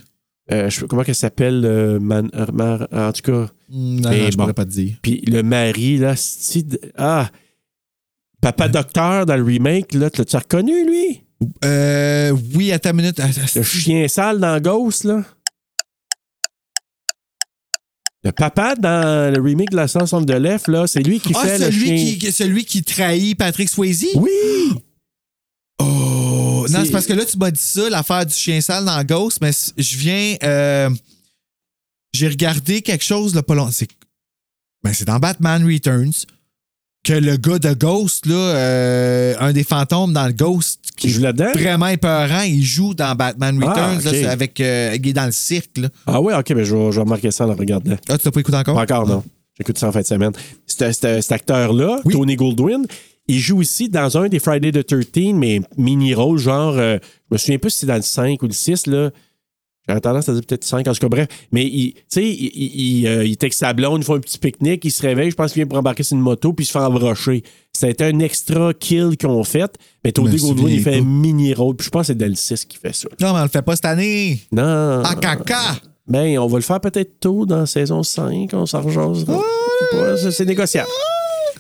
[SPEAKER 1] Euh, je sais pas comment elle s'appelle, euh, Man- euh, Mar- en tout cas.
[SPEAKER 3] Hum, Non,
[SPEAKER 1] Mais
[SPEAKER 3] non, je
[SPEAKER 1] Eh, bon.
[SPEAKER 3] pourrais pas te dire.
[SPEAKER 1] Puis le mari, là, c'est- Ah! Papa Docteur dans le remake, là, tu l'as reconnu, lui?
[SPEAKER 3] Euh, oui, à ta minute. Ah,
[SPEAKER 1] Le
[SPEAKER 3] ah,
[SPEAKER 1] chien sale dans Ghost, là. Le papa dans le remake de la chanson de l'EF, là, c'est lui qui
[SPEAKER 3] Ah,
[SPEAKER 1] fait le chien.
[SPEAKER 3] celui qui, celui qui trahit Patrick Swayze?
[SPEAKER 1] Oui!
[SPEAKER 3] Oh! Non,
[SPEAKER 1] C'est-
[SPEAKER 3] c'est parce que là, tu m'as dit ça, l'affaire du chien sale dans Ghost, mais c- je viens. euh, J'ai regardé quelque chose, là, pas long. C'est ben, c'est dans Batman Returns que le gars de Ghost, là, euh, un des fantômes dans le Ghost,
[SPEAKER 1] Qui joue là-dedans?
[SPEAKER 3] vraiment épeurant, il joue dans Batman
[SPEAKER 1] Ah,
[SPEAKER 3] Returns, là,
[SPEAKER 1] ok.
[SPEAKER 3] c'est avec. euh, il est dans le cirque, là.
[SPEAKER 1] Ah ouais, ok, mais je vais, je vais remarquer ça en le regardant.
[SPEAKER 3] Ah, tu l'as pas écouté encore?
[SPEAKER 1] Pas encore, non. J'écoute ça en fin de semaine. C'est- c'est- cet acteur-là,
[SPEAKER 3] Oui.
[SPEAKER 1] Tony Goldwyn, il joue aussi dans un des Friday the 13, mais mini-rôle, genre, euh, je me souviens pas si c'est dans le 5 ou le 6, là. J'aurais tendance à dire peut-être 5, en tout cas, bref. Mais, il- tu sais, il, il, il, euh, il texte sa blonde, ils font un petit pique-nique, il se réveille, je pense qu'il vient pour embarquer sur une moto, puis il se fait embrocher. C'était un extra kill qu'on fait, mais
[SPEAKER 3] Je
[SPEAKER 1] Tony
[SPEAKER 3] me
[SPEAKER 1] Goldwyn, il
[SPEAKER 3] souviens
[SPEAKER 1] fait un
[SPEAKER 3] pas.
[SPEAKER 1] mini-rôle, puis je pense que c'est dans le 6 qui fait ça.
[SPEAKER 3] Non, mais on le fait pas cette année.
[SPEAKER 1] Non.
[SPEAKER 3] Ah, caca!
[SPEAKER 1] Ben, on va le faire peut-être tôt dans saison 5, on s'en rejasera. Ouais, c'est- C'est négociable.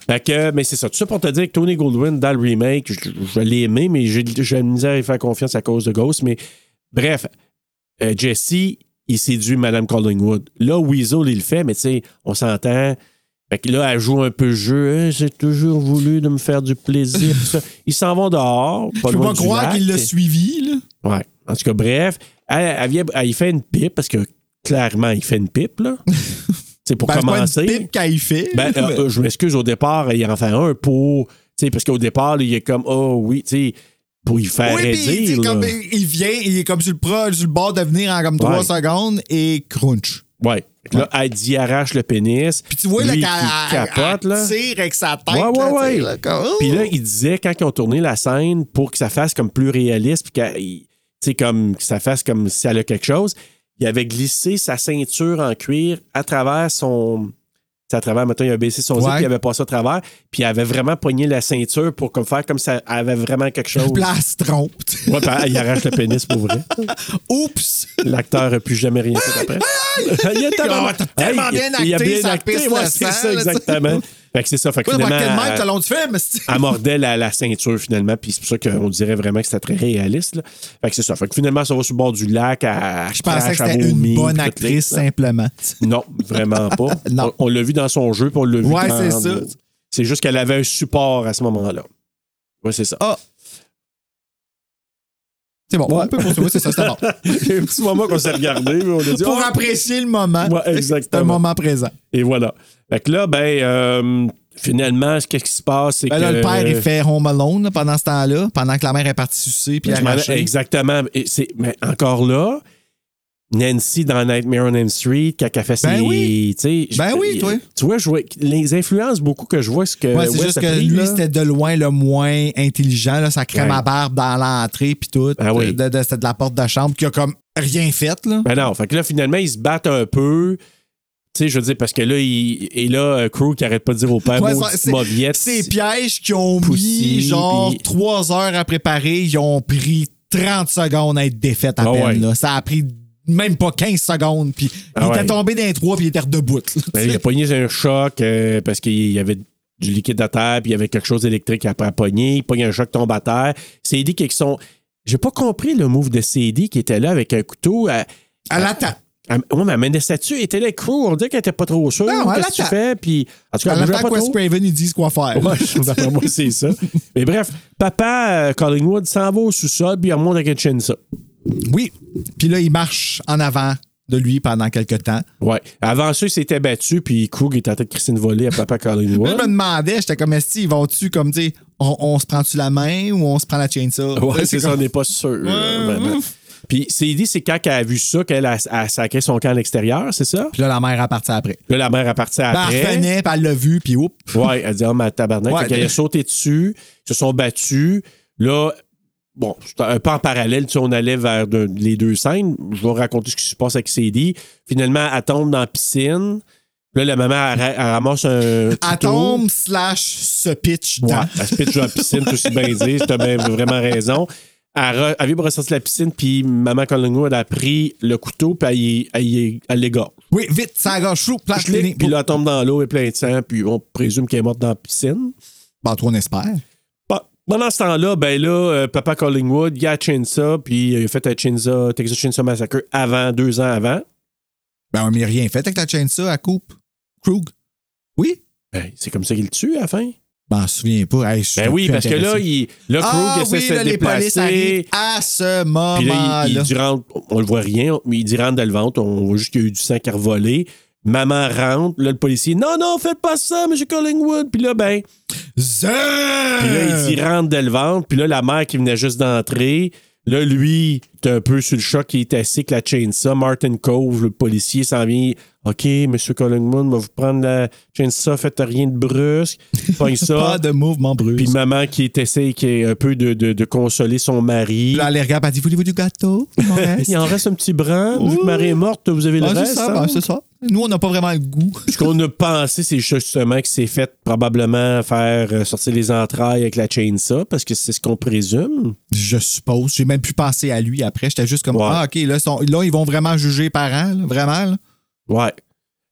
[SPEAKER 1] Fait que, mais c'est ça. Tout ça pour te dire que Tony Goldwyn, dans le remake, je, je l'ai aimé, mais j'ai j'ai la misère à y faire confiance à cause de Ghost. Mais bref, euh, Jesse, il séduit Madame Collingwood. Là, Weasel, il le fait, mais tu sais, on s'entend. Fait que là, elle joue un peu le jeu. Hein, J'ai toujours voulu de me faire du plaisir. tout ça. Ils s'en vont dehors. Pas
[SPEAKER 3] Je peux
[SPEAKER 1] loin
[SPEAKER 3] pas
[SPEAKER 1] du
[SPEAKER 3] croire
[SPEAKER 1] lac,
[SPEAKER 3] qu'il l'a
[SPEAKER 1] t'sais.
[SPEAKER 3] suivi, là.
[SPEAKER 1] Ouais. En tout cas, bref, elle, elle vient- elle, il fait une pipe parce que clairement, il fait une pipe, là. C'est pour
[SPEAKER 3] Ben, c'est pas une
[SPEAKER 1] commencer.
[SPEAKER 3] pipe qu'il fait.
[SPEAKER 1] Ben, euh,
[SPEAKER 3] mais-
[SPEAKER 1] euh, je m'excuse, au départ, il en fait un pour. tu sais, parce qu'au départ, là, il est comme, oh oui, tu sais, pour y faire
[SPEAKER 3] Oui, puis il, dit
[SPEAKER 1] aider. Ben, là.
[SPEAKER 3] comme, ben, il vient, il est comme sur le, pro, sur le bord de venir en comme 3
[SPEAKER 1] Ouais.
[SPEAKER 3] secondes et crunch.
[SPEAKER 1] Ouais. Fait que Là, elle dit, arrache le pénis.
[SPEAKER 3] Puis tu vois,
[SPEAKER 1] Lui qui
[SPEAKER 3] là, qu'elle
[SPEAKER 1] capote,
[SPEAKER 3] elle-
[SPEAKER 1] là.
[SPEAKER 3] elle tire avec sa tête.
[SPEAKER 1] Ouais, ouais,
[SPEAKER 3] là, tu sais,
[SPEAKER 1] ouais.
[SPEAKER 3] là, comme, oh.
[SPEAKER 1] Puis là, il disait quand ils ont tourné la scène pour que ça fasse comme plus réaliste, puis qu'elle- il- tu sais, comme que ça fasse comme si elle a quelque chose, il avait glissé sa ceinture en cuir à travers son. c'est À travers, maintenant, il a baissé son zip,
[SPEAKER 3] Ouais.
[SPEAKER 1] puis il avait passé à travers, puis il avait vraiment poigné la ceinture pour comme faire comme ça elle avait vraiment quelque chose.
[SPEAKER 3] Puis là, elle se trompe.
[SPEAKER 1] Ouais, puis il arrache le pénis pour vrai.
[SPEAKER 3] Oups!
[SPEAKER 1] L'acteur n'a plus jamais rien fait après. il a
[SPEAKER 3] Oh, t'as tellement bien
[SPEAKER 1] il a
[SPEAKER 3] acté,
[SPEAKER 1] bien
[SPEAKER 3] ça
[SPEAKER 1] acté,
[SPEAKER 3] pisse
[SPEAKER 1] ouais,
[SPEAKER 3] le
[SPEAKER 1] c'est
[SPEAKER 3] sang,
[SPEAKER 1] ça,
[SPEAKER 3] là, tu sais.
[SPEAKER 1] exactement. Fait que c'est ça. Fait que
[SPEAKER 3] Ouais, pas
[SPEAKER 1] finalement,
[SPEAKER 3] quel
[SPEAKER 1] elle-
[SPEAKER 3] même tout le long du film. c'est-
[SPEAKER 1] elle mordait la, la ceinture finalement, puis c'est pour ça qu'on dirait vraiment que c'était très réaliste. là. Fait que c'est ça. Fait que finalement, ça va sur le bord du lac. à
[SPEAKER 3] Je pensais que c'était une bonne actrice, simplement.
[SPEAKER 1] Non, vraiment pas.
[SPEAKER 3] Non.
[SPEAKER 1] On, on l'a vu dans son jeu, puis on l'a vu.
[SPEAKER 3] Ouais,
[SPEAKER 1] dans-
[SPEAKER 3] c'est ça.
[SPEAKER 1] C'est juste qu'elle avait un support à ce moment-là. Ouais, c'est ça.
[SPEAKER 3] Ah! C'est bon,
[SPEAKER 1] Ouais.
[SPEAKER 3] on peut poursuivre, c'est ça, c'est bon.
[SPEAKER 1] Il y a un petit moment qu'on s'est regardé, puis on a dit.
[SPEAKER 3] Pour
[SPEAKER 1] Ah!
[SPEAKER 3] apprécier le moment.
[SPEAKER 1] Ouais,
[SPEAKER 3] C'est
[SPEAKER 1] exactement.
[SPEAKER 3] un moment présent.
[SPEAKER 1] Et voilà. Fait que là, ben, euh, finalement, ce- qu'est-ce qui se passe? C'est
[SPEAKER 3] Ben
[SPEAKER 1] que. euh,
[SPEAKER 3] là, le père, il fait Home Alone là, pendant ce temps-là, pendant que la mère est partie sucer puis
[SPEAKER 1] Je m'en-
[SPEAKER 3] arracher.
[SPEAKER 1] Exactement. Et c'est- mais encore là, Nancy dans Nightmare on Elm Street, quand elle fait
[SPEAKER 3] Ben
[SPEAKER 1] ses-
[SPEAKER 3] oui.
[SPEAKER 1] tu sais,
[SPEAKER 3] Ben
[SPEAKER 1] je-
[SPEAKER 3] oui, toi.
[SPEAKER 1] Tu vois, je vois- les influences beaucoup que je vois, ce que.
[SPEAKER 3] Ouais, c'est
[SPEAKER 1] Wes
[SPEAKER 3] juste
[SPEAKER 1] a
[SPEAKER 3] que
[SPEAKER 1] pris,
[SPEAKER 3] lui,
[SPEAKER 1] là.
[SPEAKER 3] c'était de loin le moins intelligent. Là, sa crème
[SPEAKER 1] Ouais.
[SPEAKER 3] à barbe dans l'entrée, puis tout.
[SPEAKER 1] Ah oui.
[SPEAKER 3] De- de- c'était de la porte de chambre qui a comme rien fait. Là.
[SPEAKER 1] Ben non, fait que là, finalement, ils se battent un peu. Tu sais, je veux dire, parce que là, il, et là, euh, Crew qui arrête pas de dire au père,
[SPEAKER 3] Ouais,
[SPEAKER 1] maudite
[SPEAKER 3] ça- c'est-
[SPEAKER 1] mauviette.
[SPEAKER 3] Ces pièges qui ont
[SPEAKER 1] Poussy,
[SPEAKER 3] mis genre
[SPEAKER 1] puis-
[SPEAKER 3] trois heures à préparer, ils ont pris 30 secondes à être défaite à
[SPEAKER 1] Ah
[SPEAKER 3] peine.
[SPEAKER 1] ouais.
[SPEAKER 3] là. Ça a pris même pas 15 secondes. Puis
[SPEAKER 1] Ah
[SPEAKER 3] il
[SPEAKER 1] ouais.
[SPEAKER 3] était tombé dans les trois puis il était redebout. là, tu
[SPEAKER 1] Ben,
[SPEAKER 3] sais.
[SPEAKER 1] il a pogné un choc euh, parce qu'il y avait du liquide à terre, puis il y avait quelque chose d'électrique après à pogner. Il pogne un choc, tombe à terre. CD qui sont. J'ai pas compris le move de CD qui était là avec un couteau. À,
[SPEAKER 3] à l'attaque.
[SPEAKER 1] Ouais, mais elle menait ça dessus. Elle était là, crew. On dirait qu'elle était pas trop sûre.
[SPEAKER 3] Non, à
[SPEAKER 1] Qu'est-ce que tu
[SPEAKER 3] l'attaque.
[SPEAKER 1] fais? Puis, en tout cas,
[SPEAKER 3] À
[SPEAKER 1] elle bougeait
[SPEAKER 3] l'attaque,
[SPEAKER 1] pas
[SPEAKER 3] Wes
[SPEAKER 1] trop.
[SPEAKER 3] Craven, ils disent quoi faire.
[SPEAKER 1] Ouais, d'après moi, c'est ça. Mais bref, papa euh, Collingwood s'en va au sous-sol, puis il remonte avec une ça.
[SPEAKER 3] Oui. Puis là, il marche en avant de lui pendant quelques temps.
[SPEAKER 1] Ouais. Avant ça, il s'était battu, puis Krug était en train de Christine volée à papa
[SPEAKER 3] Moi, je
[SPEAKER 1] Collingwood.
[SPEAKER 3] me demandais, j'étais comme, est-ce qu'ils vont-tu, comme, dire, on, on se prend-tu la main ou on se prend la chainsaw?
[SPEAKER 1] Ouais,
[SPEAKER 3] Là,
[SPEAKER 1] c'est
[SPEAKER 3] c'est
[SPEAKER 1] ça, on
[SPEAKER 3] comme-
[SPEAKER 1] n'est pas sûr. euh, vraiment. Puis Sadie, c'est quand elle a vu ça qu'elle a, a sacré son camp à l'extérieur, c'est ça?
[SPEAKER 3] Puis là, la mère est partie après.
[SPEAKER 1] Là, la mère est partie
[SPEAKER 3] Ben, elle
[SPEAKER 1] après.
[SPEAKER 3] revenait, puis elle l'a vu, puis oups.
[SPEAKER 1] ouais, elle dit, oh, ma tabarnak.
[SPEAKER 3] Ouais.
[SPEAKER 1] Fait qu'elle a sauté dessus, ils se sont battus. Là, bon, c'est un peu en parallèle, tu sais, on allait vers de- les deux scènes. Je vais raconter ce qui se passe avec Sadie. Finalement, elle tombe dans la piscine. Là, la maman, elle, ra- elle ramasse un.
[SPEAKER 3] Elle
[SPEAKER 1] couteau.
[SPEAKER 3] tombe slash se pitch
[SPEAKER 1] Ouais,
[SPEAKER 3] dans.
[SPEAKER 1] elle se pitche dans la piscine, tout aussi bien dit. T'as bien- vraiment raison. Elle, re, elle vient pour ressortir de la piscine, puis Maman Collingwood elle a pris le couteau, puis elle y- elle y- elle l'égorge.
[SPEAKER 3] Oui, vite, ça gâche chou, plate,
[SPEAKER 1] Puis là, elle tombe dans l'eau et plein de sang, puis on présume qu'elle est morte dans la piscine.
[SPEAKER 3] Bon, Ben, toi, on espère.
[SPEAKER 1] Bon, pendant ce temps-là, ben là, euh, Papa Collingwood, il a Chinsa, puis euh, il a fait un Chinsa, Texas Chainsaw Massacre avant, deux ans avant.
[SPEAKER 3] Ben, on m'a rien fait avec la chainsaw à coupe. Krug. Oui?
[SPEAKER 1] Ben, c'est comme ça qu'il le tue à la fin.
[SPEAKER 3] Ben, on se souvient pas. Hey, je suis
[SPEAKER 1] Ben oui,
[SPEAKER 3] plus
[SPEAKER 1] parce que là,
[SPEAKER 3] intéressé.
[SPEAKER 1] il, là, Krug
[SPEAKER 3] ah,
[SPEAKER 1] essaie
[SPEAKER 3] oui,
[SPEAKER 1] de se
[SPEAKER 3] là, les polices
[SPEAKER 1] déplacer.
[SPEAKER 3] arrivent à ce moment-là.
[SPEAKER 1] Puis là, il, il dit rentre, on le voit rien, mais il dit rentre dans le ventre, on voit juste qu'il y a eu du sang qui a revolé. Maman rentre, là, le policier, non, non, faites pas ça, M. Collingwood. Puis là, ben,
[SPEAKER 3] Zing!
[SPEAKER 1] puis là,
[SPEAKER 3] Euh.
[SPEAKER 1] il dit rentre dans le ventre, puis là, la mère qui venait juste d'entrer, là, lui, t'es un peu sur le choc, il est assis avec la chainsaw. Martin Cove, le policier, s'en vient, OK, M. Collingwood, on va vous prendre la chainsaw, faites rien de brusque. Pogne ça.
[SPEAKER 3] Pas de mouvement brusque.
[SPEAKER 1] Puis maman qui est essaie, qui est un peu de, de- de consoler son mari.
[SPEAKER 3] Puis là, elle les regarde, elle dit Voulez-vous du gâteau Il m'en reste.
[SPEAKER 1] Hein? Il en reste un petit brin. Vu que
[SPEAKER 3] Ouh.
[SPEAKER 1] Marie est morte, vous avez le
[SPEAKER 3] Ah, c'est
[SPEAKER 1] reste.
[SPEAKER 3] ça,
[SPEAKER 1] hein?
[SPEAKER 3] ben, c'est ça. Nous, on n'a pas vraiment le goût.
[SPEAKER 1] Ce qu'on a pensé, c'est justement que c'est fait probablement faire euh, sortir les entrailles avec la chainsaw, parce que c'est ce qu'on présume.
[SPEAKER 3] Je suppose. J'ai même plus pensé à lui après. J'étais juste comme
[SPEAKER 1] Ouais.
[SPEAKER 3] Ah, OK, là, son- là, ils vont vraiment juger les parents, là, vraiment. là.
[SPEAKER 1] Ouais.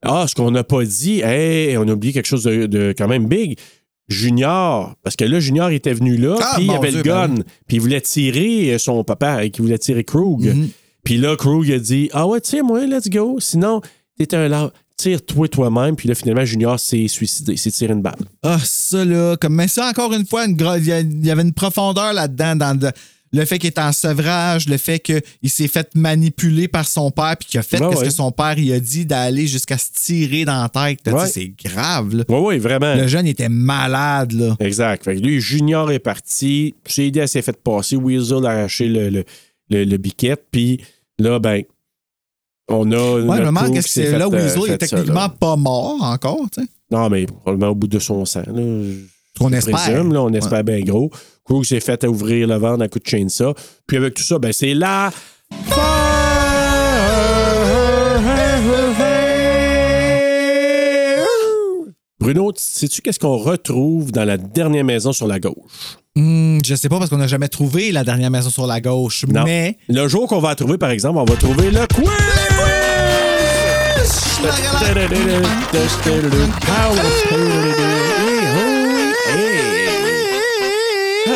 [SPEAKER 1] Ah, ce qu'on n'a pas dit, hey, on a oublié quelque chose de, de quand même big. Junior, parce que là, Junior était venu là,
[SPEAKER 3] Ah,
[SPEAKER 1] puis il
[SPEAKER 3] mon
[SPEAKER 1] avait le
[SPEAKER 3] Dieu, ben
[SPEAKER 1] gun, puis il voulait tirer euh, son papa, et qu'il voulait tirer Krug.
[SPEAKER 3] Mhm.
[SPEAKER 1] Puis là, Krug il a dit Ah ouais, tiens, moi, let's go. Sinon, t'es un lard. Tire-toi toi-même. Puis là, finalement, Junior s'est suicidé, s'est tiré une balle.
[SPEAKER 3] Ah, ça, là. Comme, mais ça, encore une fois, une gro- il y a- il y avait une profondeur là-dedans, dans le, le fait qu'il est en sevrage, le fait qu'il s'est fait manipuler par son père, puis qu'il a fait
[SPEAKER 1] Ben
[SPEAKER 3] quest ce
[SPEAKER 1] ouais.
[SPEAKER 3] que son père il a dit d'aller jusqu'à se tirer dans la tête. là. Tu
[SPEAKER 1] Ouais.
[SPEAKER 3] sais, C'est grave, là.
[SPEAKER 1] Oui, oui, vraiment.
[SPEAKER 3] Le jeune était malade, là.
[SPEAKER 1] Exact. Fait que lui, Junior est parti. CD, elle s'est fait passer. Weasel a arraché le, le, le, le biquette. Puis là, ben, on a.
[SPEAKER 3] Ouais,
[SPEAKER 1] le
[SPEAKER 3] le moment,
[SPEAKER 1] crew
[SPEAKER 3] qu'est-ce que
[SPEAKER 1] qui s'est
[SPEAKER 3] c'est
[SPEAKER 1] fait,
[SPEAKER 3] là,
[SPEAKER 1] euh,
[SPEAKER 3] Weasel il est
[SPEAKER 1] fait ça, là.
[SPEAKER 3] techniquement pas mort encore, tu sais.
[SPEAKER 1] non, mais probablement au bout de son sang. Là, Je
[SPEAKER 3] Qu'on espère.
[SPEAKER 1] présume, là, on espère bien gros. Crew s'est fait ouvrir le ventre à coup de chainsaw. Puis avec tout ça, ben, c'est là. Bruno, sais-tu qu'est-ce qu'on retrouve dans la dernière maison sur la gauche?
[SPEAKER 3] Hmm, je sais pas parce qu'on n'a jamais trouvé la dernière maison sur la gauche,
[SPEAKER 1] Non.
[SPEAKER 3] mais.
[SPEAKER 1] Le jour qu'on va trouver, par exemple, on va trouver le quiz! Ah.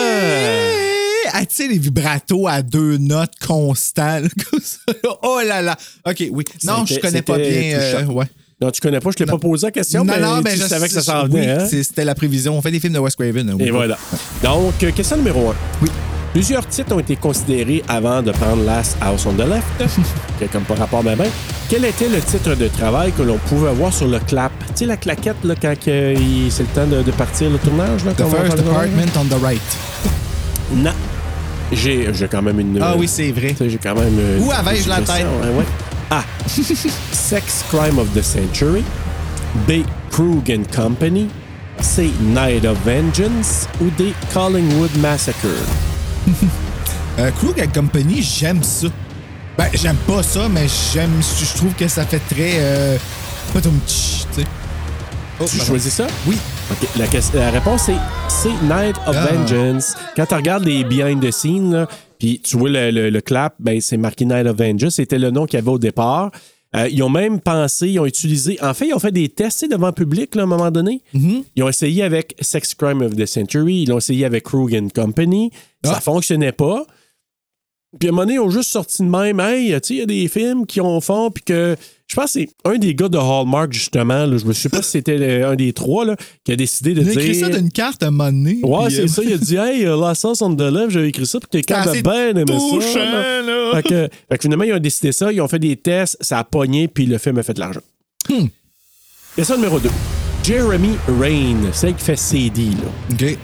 [SPEAKER 3] Ah, tu sais, les vibratos à deux notes constants, là, comme ça. là. Oh là là. OK, oui. Non,
[SPEAKER 1] C'était-
[SPEAKER 3] je connais pas
[SPEAKER 1] c'était
[SPEAKER 3] bien. euh,
[SPEAKER 1] touchant.
[SPEAKER 3] ouais.
[SPEAKER 1] Non, tu connais pas, je t'ai pas posé la question, mais tu
[SPEAKER 3] je-
[SPEAKER 1] savais que ça s'en
[SPEAKER 3] oui,
[SPEAKER 1] venait. hein?
[SPEAKER 3] c'est- C'était la prévision. On fait des films de Wes Craven. oui.
[SPEAKER 1] Et voilà. Donc, euh, question numéro 1.
[SPEAKER 3] Oui.
[SPEAKER 1] Plusieurs titres ont été considérés avant de prendre Last House on the Left, que comme par rapport à ben. Quel était le titre de travail que l'on pouvait avoir sur le clap? Tu sais, la claquette, là, quand que il- c'est le temps de, de partir le tournage? Là,
[SPEAKER 3] The
[SPEAKER 1] qu'on va
[SPEAKER 3] First
[SPEAKER 1] parler-
[SPEAKER 3] Apartment on the Right.
[SPEAKER 1] Non. J'ai j'ai quand même une...
[SPEAKER 3] Ah oui, c'est vrai.
[SPEAKER 1] Tu sais, J'ai quand même... euh,
[SPEAKER 3] Où avais-je la
[SPEAKER 1] une question,
[SPEAKER 3] tête?
[SPEAKER 1] hein, ouais. A. Sex Crime of the Century. B. Krug and Company. C. Night of Vengeance. Ou D. Collingwood Massacre.
[SPEAKER 3] Euh, Krug and Company, j'aime ça. Ben, j'aime pas ça, mais j'aime. Je trouve que ça fait très. Euh... patum tch, tu sais. Oh,
[SPEAKER 1] Tu
[SPEAKER 3] pardon.
[SPEAKER 1] ben, choisis ça?
[SPEAKER 3] Oui.
[SPEAKER 1] OK. La, ques- la réponse est C. Night of
[SPEAKER 3] Ah.
[SPEAKER 1] Vengeance. Quand tu regardes les behind the scenes, là, Puis tu vois le, le- le clap, ben, c'est marqué Night of Angels. C'était le nom qu'il y avait au départ. Euh, ils ont même pensé, ils ont utilisé. En fait, ils ont fait des tests tu sais, devant le public là, à un moment donné. Ils ont essayé avec Sex Crime of the Century. Ils l'ont essayé avec Krug and Company. Ça fonctionnait pas. Puis à un moment donné, ils ont juste sorti de même. Hey, tu sais, il y a des films qui ont fond. Puis que je pense que c'est un des gars de Hallmark, justement. là, je me sais pas si c'était le- un des trois là, qui a décidé de
[SPEAKER 3] Il a
[SPEAKER 1] dire.
[SPEAKER 3] écrit ça d'une carte à un moment donné.
[SPEAKER 1] Ouais,
[SPEAKER 3] puis,
[SPEAKER 1] c'est
[SPEAKER 3] euh,
[SPEAKER 1] ça. Il a dit, hey, euh, la sauce on the left, j'avais écrit ça, puis quelqu'un
[SPEAKER 3] C'était
[SPEAKER 1] avait
[SPEAKER 3] assez
[SPEAKER 1] bien aimé
[SPEAKER 3] touchant,
[SPEAKER 1] ça.
[SPEAKER 3] là.
[SPEAKER 1] Fait, que, fait que finalement, ils ont décidé ça, ils ont fait des tests, ça a pogné, puis le film a fait de l'argent.
[SPEAKER 3] Hmm.
[SPEAKER 1] Question numéro 2. Jeremy Rain, celle qui fait CD, là.
[SPEAKER 3] OK.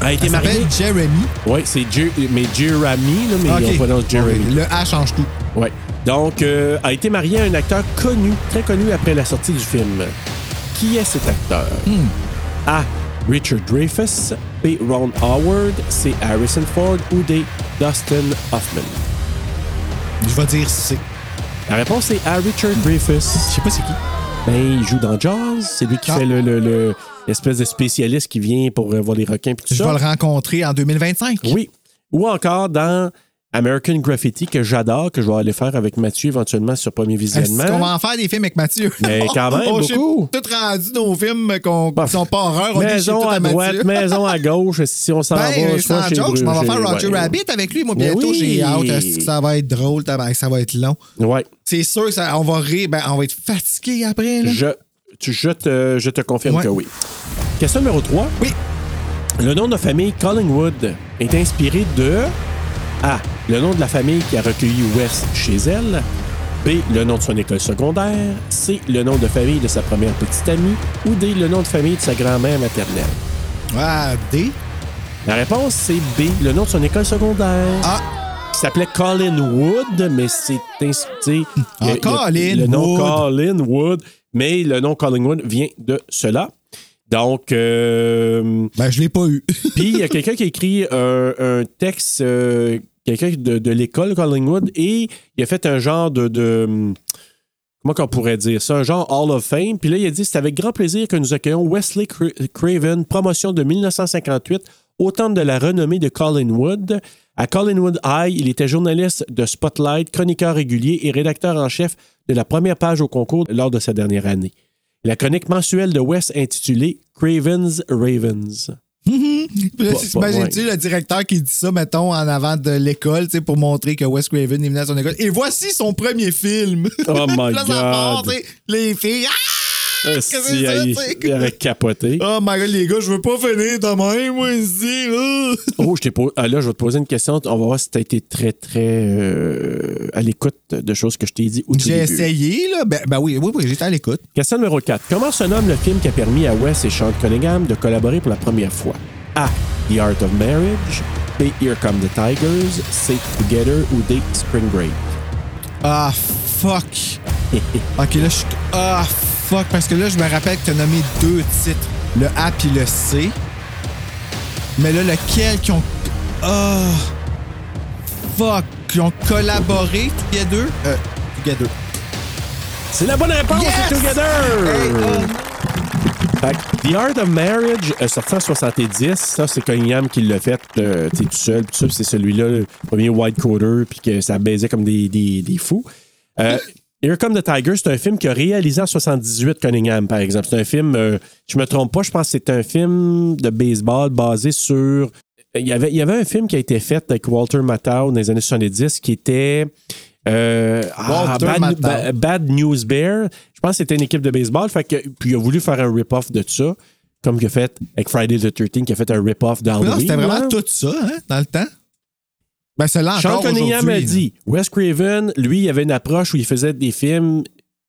[SPEAKER 1] A été
[SPEAKER 3] Elle
[SPEAKER 1] marié.
[SPEAKER 3] s'appelle Jeremy.
[SPEAKER 1] Oui, c'est Jer- mais Jeremy, là, mais
[SPEAKER 3] Ok. Ah,
[SPEAKER 1] on prononce Jeremy.
[SPEAKER 3] Le A change tout.
[SPEAKER 1] Oui. Donc, euh, a été marié à un acteur connu, très connu après la sortie du film. Qui est cet acteur?
[SPEAKER 3] Hmm.
[SPEAKER 1] A. Richard Dreyfuss, B. Ron Howard, C. Harrison Ford ou D. Dustin Hoffman.
[SPEAKER 3] Je vais dire C.
[SPEAKER 1] La réponse est à Richard Dreyfuss. Je sais pas c'est qui. Ben, il joue dans Jaws. C'est lui qui
[SPEAKER 3] Ah.
[SPEAKER 1] fait le- le- le- l'espèce de spécialiste qui vient pour euh, voir les requins. puis tout
[SPEAKER 3] Je
[SPEAKER 1] ça.
[SPEAKER 3] vais le rencontrer en 2025.
[SPEAKER 1] Oui. Ou encore dans American Graffiti, que j'adore, que je vais aller faire avec Mathieu éventuellement sur premier
[SPEAKER 3] Est-ce
[SPEAKER 1] visionnement.
[SPEAKER 3] qu'on va en faire des films avec Mathieu?
[SPEAKER 1] Mais quand même,
[SPEAKER 3] On s'est
[SPEAKER 1] beaucoup.
[SPEAKER 3] tout rendu nos films qu'on- qui sont pas horreurs. On dit chez
[SPEAKER 1] maison
[SPEAKER 3] tout
[SPEAKER 1] à, droite,
[SPEAKER 3] Mathieu.
[SPEAKER 1] maison à gauche, si on s'en
[SPEAKER 3] Ben,
[SPEAKER 1] va, soit
[SPEAKER 3] sans
[SPEAKER 1] chez
[SPEAKER 3] joke, je m'en vais
[SPEAKER 1] Bruges,
[SPEAKER 3] faire
[SPEAKER 1] chez-
[SPEAKER 3] Roger
[SPEAKER 1] ouais.
[SPEAKER 3] Rabbit avec lui. Moi,
[SPEAKER 1] Mais
[SPEAKER 3] bientôt,
[SPEAKER 1] oui.
[SPEAKER 3] j'ai hâte. Est-ce que ça va être drôle? tabarnak, Ça va être long.
[SPEAKER 1] Ouais.
[SPEAKER 3] C'est sûr, que ça, on va rire. Ben, on va être fatigué après. Là.
[SPEAKER 1] Je, tu- je, te, je te confirme
[SPEAKER 3] Ouais.
[SPEAKER 1] que oui. Question numéro 3.
[SPEAKER 3] Oui.
[SPEAKER 1] Le nom de famille Collingwood est inspiré de A. Le nom de la famille qui a recueilli West chez elle. B. Le nom de son école secondaire. C. Le nom de famille de sa première petite amie. Ou D. Le nom de famille de sa grand-mère maternelle.
[SPEAKER 3] Ah, D.
[SPEAKER 1] La réponse, c'est B. Le nom de son école secondaire.
[SPEAKER 3] Ah.
[SPEAKER 1] Il s'appelait Colin Wood, mais c'est inspiré.
[SPEAKER 3] Ah, Colin
[SPEAKER 1] Le nom
[SPEAKER 3] Wood.
[SPEAKER 1] Colin Wood, mais le nom Collingwood vient de cela. Donc, euh,
[SPEAKER 3] Ben, je l'ai pas eu.
[SPEAKER 1] puis il y a quelqu'un qui a écrit un, un texte, euh, quelqu'un de, de l'école Collingwood, et il a fait un genre de. de, hum, Comment qu'on pourrait dire ça? Un genre Hall of Fame. Puis là, il a dit c'est avec grand plaisir que nous accueillons Wesley Cra- Craven, promotion de 1958, au temple de la renommée de Collingwood. À Collingwood High, il était journaliste de Spotlight, chroniqueur régulier et rédacteur en chef de la première page au concours lors de sa dernière année. La chronique mensuelle de West intitulée Craven's Ravens.
[SPEAKER 3] Puis là,
[SPEAKER 1] Pas-
[SPEAKER 3] T'imagines-tu le directeur qui dit ça, mettons, en avant de l'école, tu sais, pour montrer que Wes Craven est venu à son école. Et voici son premier film.
[SPEAKER 1] Oh my
[SPEAKER 3] Puis là, ça part,
[SPEAKER 1] God.
[SPEAKER 3] tu sais, les filles. Ah!
[SPEAKER 1] Esti,
[SPEAKER 3] Qu'est-ce que c'est ça,
[SPEAKER 1] il-
[SPEAKER 3] t'sais?
[SPEAKER 1] il aurait capoté.
[SPEAKER 3] Oh my god, les gars, je veux pas finir demain, moi, ici, là.
[SPEAKER 1] Oh, je t'ai po- ah, là, je vais te poser une question. On va voir si t'as été très, très euh, à l'écoute de choses que je t'ai dit ou
[SPEAKER 3] J'ai essayé, là. Ben, ben oui, oui, oui, j'étais à l'écoute.
[SPEAKER 1] Question numéro 4. Comment se nomme le film qui a permis à Wes et Sean Cunningham de collaborer pour la première fois? A. The Art of Marriage. B. Here Come the Tigers. C. Together ou D. Spring Break.
[SPEAKER 3] Ah, fuck. ok, là, je suis. Ah, fuck. Parce que là, je me rappelle que t'as nommé deux titres, le A puis le C. Mais là, lequel qui ont. Ah, fuck. Qui ont collaboré, together. Euh, together.
[SPEAKER 1] C'est la bonne réponse,
[SPEAKER 3] Yes!
[SPEAKER 1] c'est
[SPEAKER 3] Hey,
[SPEAKER 1] Together!
[SPEAKER 3] oh.
[SPEAKER 1] Fait que The Art of Marriage, euh, sorti en 70, ça, c'est Cunningham qui l'a fait, euh, tu sais, tout seul, puis tout ça, puis c'est celui-là, le premier white coder, puis que ça baisait comme des, des, des fous. Euh, Here Come the Tiger, c'est un film qu'il a réalisé en 78, Cunningham, par exemple. C'est un film, euh, je me trompe pas, je pense que c'est un film de baseball basé sur... Il y, avait, il y avait un film qui a été fait avec Walter Matthau dans les années 70 qui était... euh, ah,
[SPEAKER 3] Walter
[SPEAKER 1] Bad-
[SPEAKER 3] Matthau.
[SPEAKER 1] Ba- Bad News Bear. Je pense que c'était une équipe de baseball. Fait que, puis il a voulu faire un rip-off de ça, comme il a fait avec Friday the 13, qui a fait un rip-off
[SPEAKER 3] Non,
[SPEAKER 1] d'Halloween.
[SPEAKER 3] c'était vraiment
[SPEAKER 1] là.
[SPEAKER 3] tout ça, hein, dans le temps. Ben, c'est là
[SPEAKER 1] Sean
[SPEAKER 3] encore
[SPEAKER 1] Cunningham
[SPEAKER 3] aujourd'hui,
[SPEAKER 1] a
[SPEAKER 3] là.
[SPEAKER 1] dit Wes Craven, lui, il avait une approche où il faisait des films,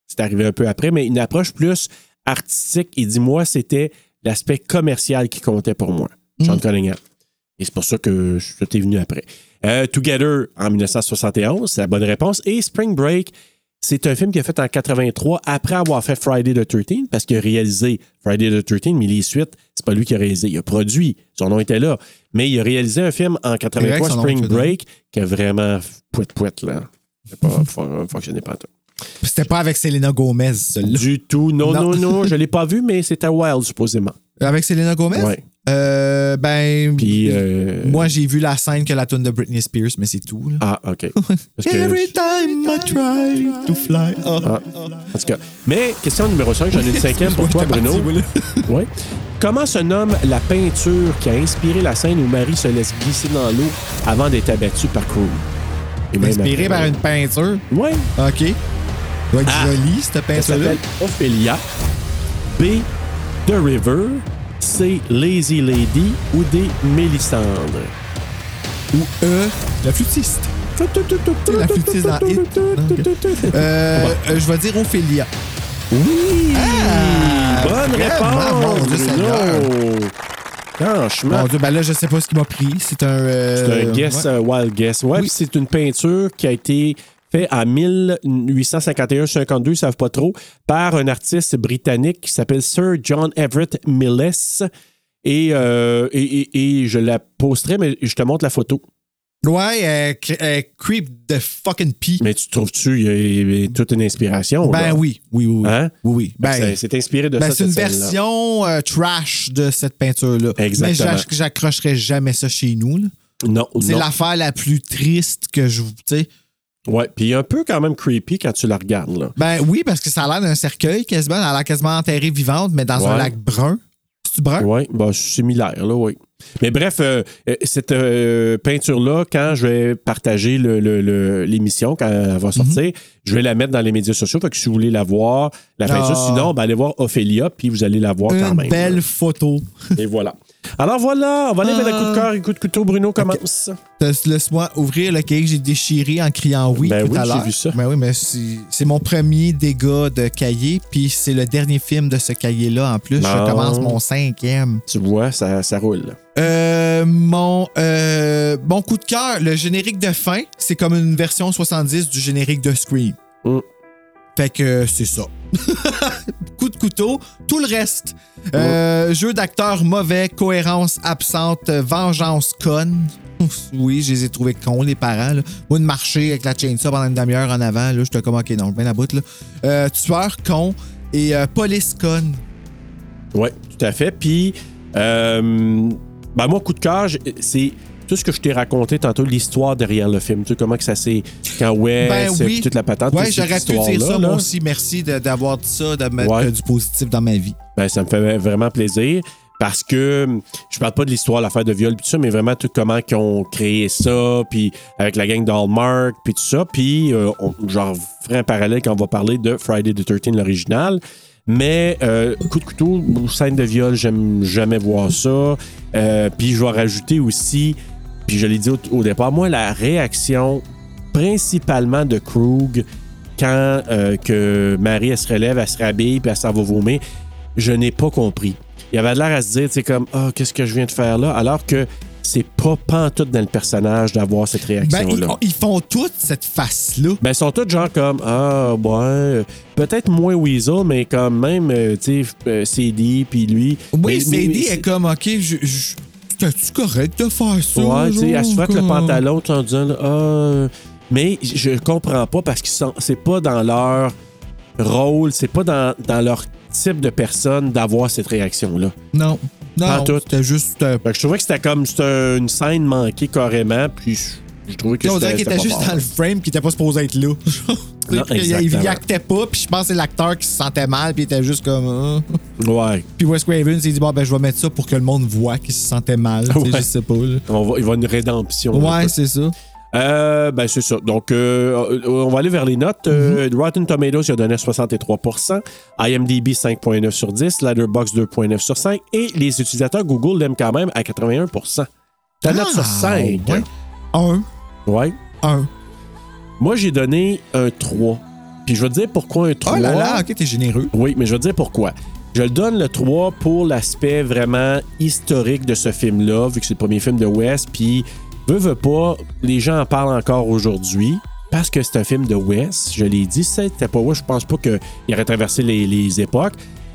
[SPEAKER 1] c'est arrivé un peu après, mais une approche plus artistique. Il dit Moi, c'était l'aspect commercial qui comptait pour moi,
[SPEAKER 3] Mm.
[SPEAKER 1] Sean Cunningham. Et c'est pour ça que je t'ai venu après. Euh, Together en 1971, c'est la bonne réponse. Et Spring Break, c'est un film qu'il a fait en 83 après avoir fait Friday the 13 parce qu'il a réalisé Friday the 13, mais les suites, c'est pas lui qui a réalisé. Il a produit, son nom était là. Mais il a réalisé un film en 83,
[SPEAKER 3] son nom
[SPEAKER 1] Spring
[SPEAKER 3] était là.
[SPEAKER 1] Break, qui a vraiment pouet-pouet, là. Ça a pas fon- fonctionné pas en tout.
[SPEAKER 3] Puis C'était pas avec Selena Gomez, celui-là.
[SPEAKER 1] Du tout. Non, non,
[SPEAKER 3] Non.
[SPEAKER 1] non, je l'ai pas vu, mais c'était wild, supposément.
[SPEAKER 3] Avec Selena Gomez?
[SPEAKER 1] Ouais.
[SPEAKER 3] Euh, ben,
[SPEAKER 1] Puis, euh,
[SPEAKER 3] moi, j'ai vu la scène que la tune de Britney Spears, mais c'est tout. là.
[SPEAKER 1] Ah, OK. Parce que-
[SPEAKER 3] Every time I try to fly. Ah.
[SPEAKER 1] Ah, en tout cas. Mais, question numéro 5, j'en ai une cinquième pour toi, Bruno. Ouais. Comment se nomme la peinture qui a inspiré la scène où Marie se laisse glisser dans l'eau avant d'être abattue par Eh Crew? Et même
[SPEAKER 3] Inspiré
[SPEAKER 1] après.
[SPEAKER 3] par une peinture.
[SPEAKER 1] Ouais.
[SPEAKER 3] OK. Doit être
[SPEAKER 1] Ah.
[SPEAKER 3] jolie, cette
[SPEAKER 1] Elle
[SPEAKER 3] peinture-là.
[SPEAKER 1] s'appelle Ophelia. B. The River. C. Lazy Lady. Ou D. Mélissandre.
[SPEAKER 3] Ou E, la flûtiste. C'est la flûtiste dans Hit. Euh, euh, je vais dire Ophélia.
[SPEAKER 1] Oui!
[SPEAKER 3] Ah,
[SPEAKER 1] Bonne
[SPEAKER 3] vraiment,
[SPEAKER 1] réponse,
[SPEAKER 3] mon Dieu
[SPEAKER 1] Bruno! Franchement,
[SPEAKER 3] Mon Dieu, ben là, je sais pas ce qui m'a pris. C'est un. euh,
[SPEAKER 1] c'est un guess,
[SPEAKER 3] ouais.
[SPEAKER 1] un wild guess. Ouais,
[SPEAKER 3] Oui.
[SPEAKER 1] puis c'est une peinture qui a été faite à 1851-52, ils savent pas trop, par un artiste britannique qui s'appelle Sir John Everett Milles. Et, euh, et, et- et je la posterai, mais je te montre la photo.
[SPEAKER 3] Ouais, elle cr- elle creep de fucking pee.
[SPEAKER 1] Mais tu trouves-tu, il y a- il y a toute une inspiration?
[SPEAKER 3] Ben
[SPEAKER 1] là?
[SPEAKER 3] oui, oui, oui. oui.
[SPEAKER 1] Hein?
[SPEAKER 3] Oui, oui. Ben,
[SPEAKER 1] C'est- c'est inspiré de
[SPEAKER 3] ben,
[SPEAKER 1] ça.
[SPEAKER 3] c'est une
[SPEAKER 1] cette scène-là.
[SPEAKER 3] version euh, trash de cette peinture-là.
[SPEAKER 1] Exactement.
[SPEAKER 3] Mais j'ac- j'accrocherai jamais ça chez nous. là.
[SPEAKER 1] Non,
[SPEAKER 3] C'est
[SPEAKER 1] non.
[SPEAKER 3] l'affaire la plus triste que je. vous- tu sais.
[SPEAKER 1] Ouais, puis un peu quand même creepy quand tu la regardes. Là.
[SPEAKER 3] Ben oui, parce que ça a l'air d'un cercueil quasiment. Elle a l'air quasiment enterrée vivante, mais dans un
[SPEAKER 1] Ouais.
[SPEAKER 3] lac brun. C'est-tu brun?
[SPEAKER 1] Oui, bah, similaire, là, oui. Mais bref, euh, euh, cette euh, peinture-là, quand je vais partager le- le- le- l'émission, quand elle va sortir,
[SPEAKER 3] Mm-hmm.
[SPEAKER 1] je vais la mettre dans les médias sociaux. Fait que si vous voulez la voir, la peinture,
[SPEAKER 3] Ah.
[SPEAKER 1] sinon, ben, allez voir Ophélia, puis vous allez la voir quand
[SPEAKER 3] Une
[SPEAKER 1] même.
[SPEAKER 3] belle photo.
[SPEAKER 1] Et voilà. Alors voilà, on va aller avec le coup
[SPEAKER 3] Ah.
[SPEAKER 1] de cœur et coup de couteau. Bruno commence.
[SPEAKER 3] Te- Laisse-moi ouvrir le cahier que j'ai déchiré en criant oui
[SPEAKER 1] Ben
[SPEAKER 3] tout
[SPEAKER 1] oui,
[SPEAKER 3] à
[SPEAKER 1] j'ai
[SPEAKER 3] l'heure.
[SPEAKER 1] vu ça.
[SPEAKER 3] Ben oui, mais c'est c'est mon premier dégât de cahier, puis c'est le dernier film de ce cahier-là en plus.
[SPEAKER 1] Non.
[SPEAKER 3] Je commence mon cinquième.
[SPEAKER 1] Tu vois, ça, ça roule.
[SPEAKER 3] Euh, mon, euh, mon coup de cœur, le générique de fin, c'est comme une version 70 du générique de Scream.
[SPEAKER 1] Mm.
[SPEAKER 3] Fait que c'est ça. coup de couteau, tout le reste. Euh, Jeu d'acteur mauvais, cohérence absente, euh, vengeance conne. Ouf, Oui, je les ai trouvés cons, les parents. Là. Moi, de marcher avec la chainsaw pendant une demi-heure en avant, là, j'étais comme, OK, non, ben la bout, là. Euh, tueur con et euh, police conne.
[SPEAKER 1] Oui, tout à fait. Puis, euh, ben moi, coup de cœur, j'ai- c'est tout ce que je t'ai raconté tantôt, l'histoire derrière le film. Tu sais, comment que ça s'est. Quand Wes,
[SPEAKER 3] Ben oui.
[SPEAKER 1] puis toute la patente.
[SPEAKER 3] Ouais,
[SPEAKER 1] toute cette
[SPEAKER 3] j'aurais pu dire
[SPEAKER 1] histoire-là,
[SPEAKER 3] ça,
[SPEAKER 1] là.
[SPEAKER 3] moi aussi. Merci de- d'avoir dit ça, de mettre
[SPEAKER 1] Ouais.
[SPEAKER 3] euh, du positif dans ma vie.
[SPEAKER 1] Ben, ça me fait vraiment plaisir. Parce que hum, je parle pas de l'histoire, l'affaire de viol, puis tout ça, mais vraiment tout comment qu'ils ont créé ça, puis avec la gang d'Hallmark, puis tout ça. Puis, euh, on- j'en ferai un parallèle quand on va parler de Friday the 13, l'original. Mais euh, coup de couteau, ou scène de viol, j'aime jamais voir ça. Euh, puis, je vais rajouter aussi, puis je l'ai dit au, au départ, moi, la réaction principalement de Krug quand euh, que Marie, elle se relève, elle se rhabille, puis elle s'en va vomir je n'ai pas compris. Il avait l'air à se dire, tu sais, comme, ah, qu'est-ce que je viens de faire là? Alors que c'est pas pantoute dans le personnage d'avoir cette
[SPEAKER 3] Ben, ils,
[SPEAKER 1] réaction-là. Ben,
[SPEAKER 3] ils font toute cette face-là.
[SPEAKER 1] ils sont tous genre comme, ah, ouais, euh, peut-être moins Weasel, mais quand même, euh, tu sais, euh, CD, puis lui.
[SPEAKER 3] Oui,
[SPEAKER 1] Mais- mais-
[SPEAKER 3] Sadie est comme, OK, je. je- T'es-tu correct de faire ça?
[SPEAKER 1] Ouais, tu sais, elle se
[SPEAKER 3] genre,
[SPEAKER 1] frotte le
[SPEAKER 3] comme-
[SPEAKER 1] pantalon tout en disant, là, ah. euh, mais je comprends pas parce que c'est pas dans leur rôle, c'est pas dans, dans leur type de personne d'avoir cette réaction-là.
[SPEAKER 3] Non.
[SPEAKER 1] Pas
[SPEAKER 3] Non,
[SPEAKER 1] tout.
[SPEAKER 3] c'était juste. euh,
[SPEAKER 1] Fait que je trouvais que c'était comme c'était une scène manquée carrément, puis je, je trouvais que c'était.
[SPEAKER 3] on dirait qu'il
[SPEAKER 1] c'était
[SPEAKER 3] était
[SPEAKER 1] pas
[SPEAKER 3] juste
[SPEAKER 1] fort.
[SPEAKER 3] dans le frame qui était pas supposé être là.
[SPEAKER 1] Non,
[SPEAKER 3] il,
[SPEAKER 1] exactement.
[SPEAKER 3] il actait pas, puis je pense que c'est l'acteur qui se sentait mal, puis il était juste comme. ah.
[SPEAKER 1] Ouais.
[SPEAKER 3] Puis Wes Craven s'est dit, bon, ben, je vais mettre ça pour que le monde voit qu'il se sentait mal. tu sais,
[SPEAKER 1] Ouais.
[SPEAKER 3] Je sais pas, là.
[SPEAKER 1] On va, il va une rédemption. là, un
[SPEAKER 3] Ouais,
[SPEAKER 1] peu.
[SPEAKER 3] c'est ça.
[SPEAKER 1] Euh, ben, c'est ça. Donc, euh, euh, on va aller vers les notes. Euh,
[SPEAKER 3] Mhm.
[SPEAKER 1] Rotten Tomatoes, il a donné 63 IMDb, 5,9 sur 10. Letterboxd, 2,9 sur 5. Et les utilisateurs Google l'aiment quand même à 81 Ta note sur
[SPEAKER 3] Ah,
[SPEAKER 1] 5.
[SPEAKER 3] ouais. Un,
[SPEAKER 1] Ouais.
[SPEAKER 3] un.
[SPEAKER 1] Moi, j'ai donné un 3. Puis je vais te dire pourquoi un 3.
[SPEAKER 3] Oh là là, ok, t'es généreux.
[SPEAKER 1] Oui, mais je veux dire pourquoi. Je le donne le 3 pour l'aspect vraiment historique de ce film-là, vu que c'est le premier film de Wes, puis veut, veut pas, les gens en parlent encore aujourd'hui. Parce que c'est un film de Wes, je l'ai dit, si c'était pas Wes, je pense pas qu'il aurait traversé les, les époques.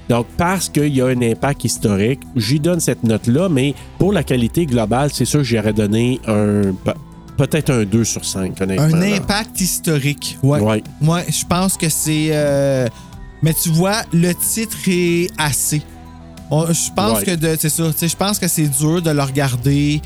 [SPEAKER 1] Donc, parce qu'il y a un impact historique, j'y donne cette note-là, mais pour la qualité globale, c'est sûr que j'aurais donné un. pe- peut-être un 2 sur 5, honnêtement.
[SPEAKER 3] Un
[SPEAKER 1] là.
[SPEAKER 3] impact historique. Ouais.
[SPEAKER 1] Ouais.
[SPEAKER 3] Ouais, je pense que c'est. euh, Mais tu vois, le titre est assez. On- Je pense
[SPEAKER 1] Ouais.
[SPEAKER 3] que de- c'est ça. Tu sais, Je pense que c'est dur de le regarder.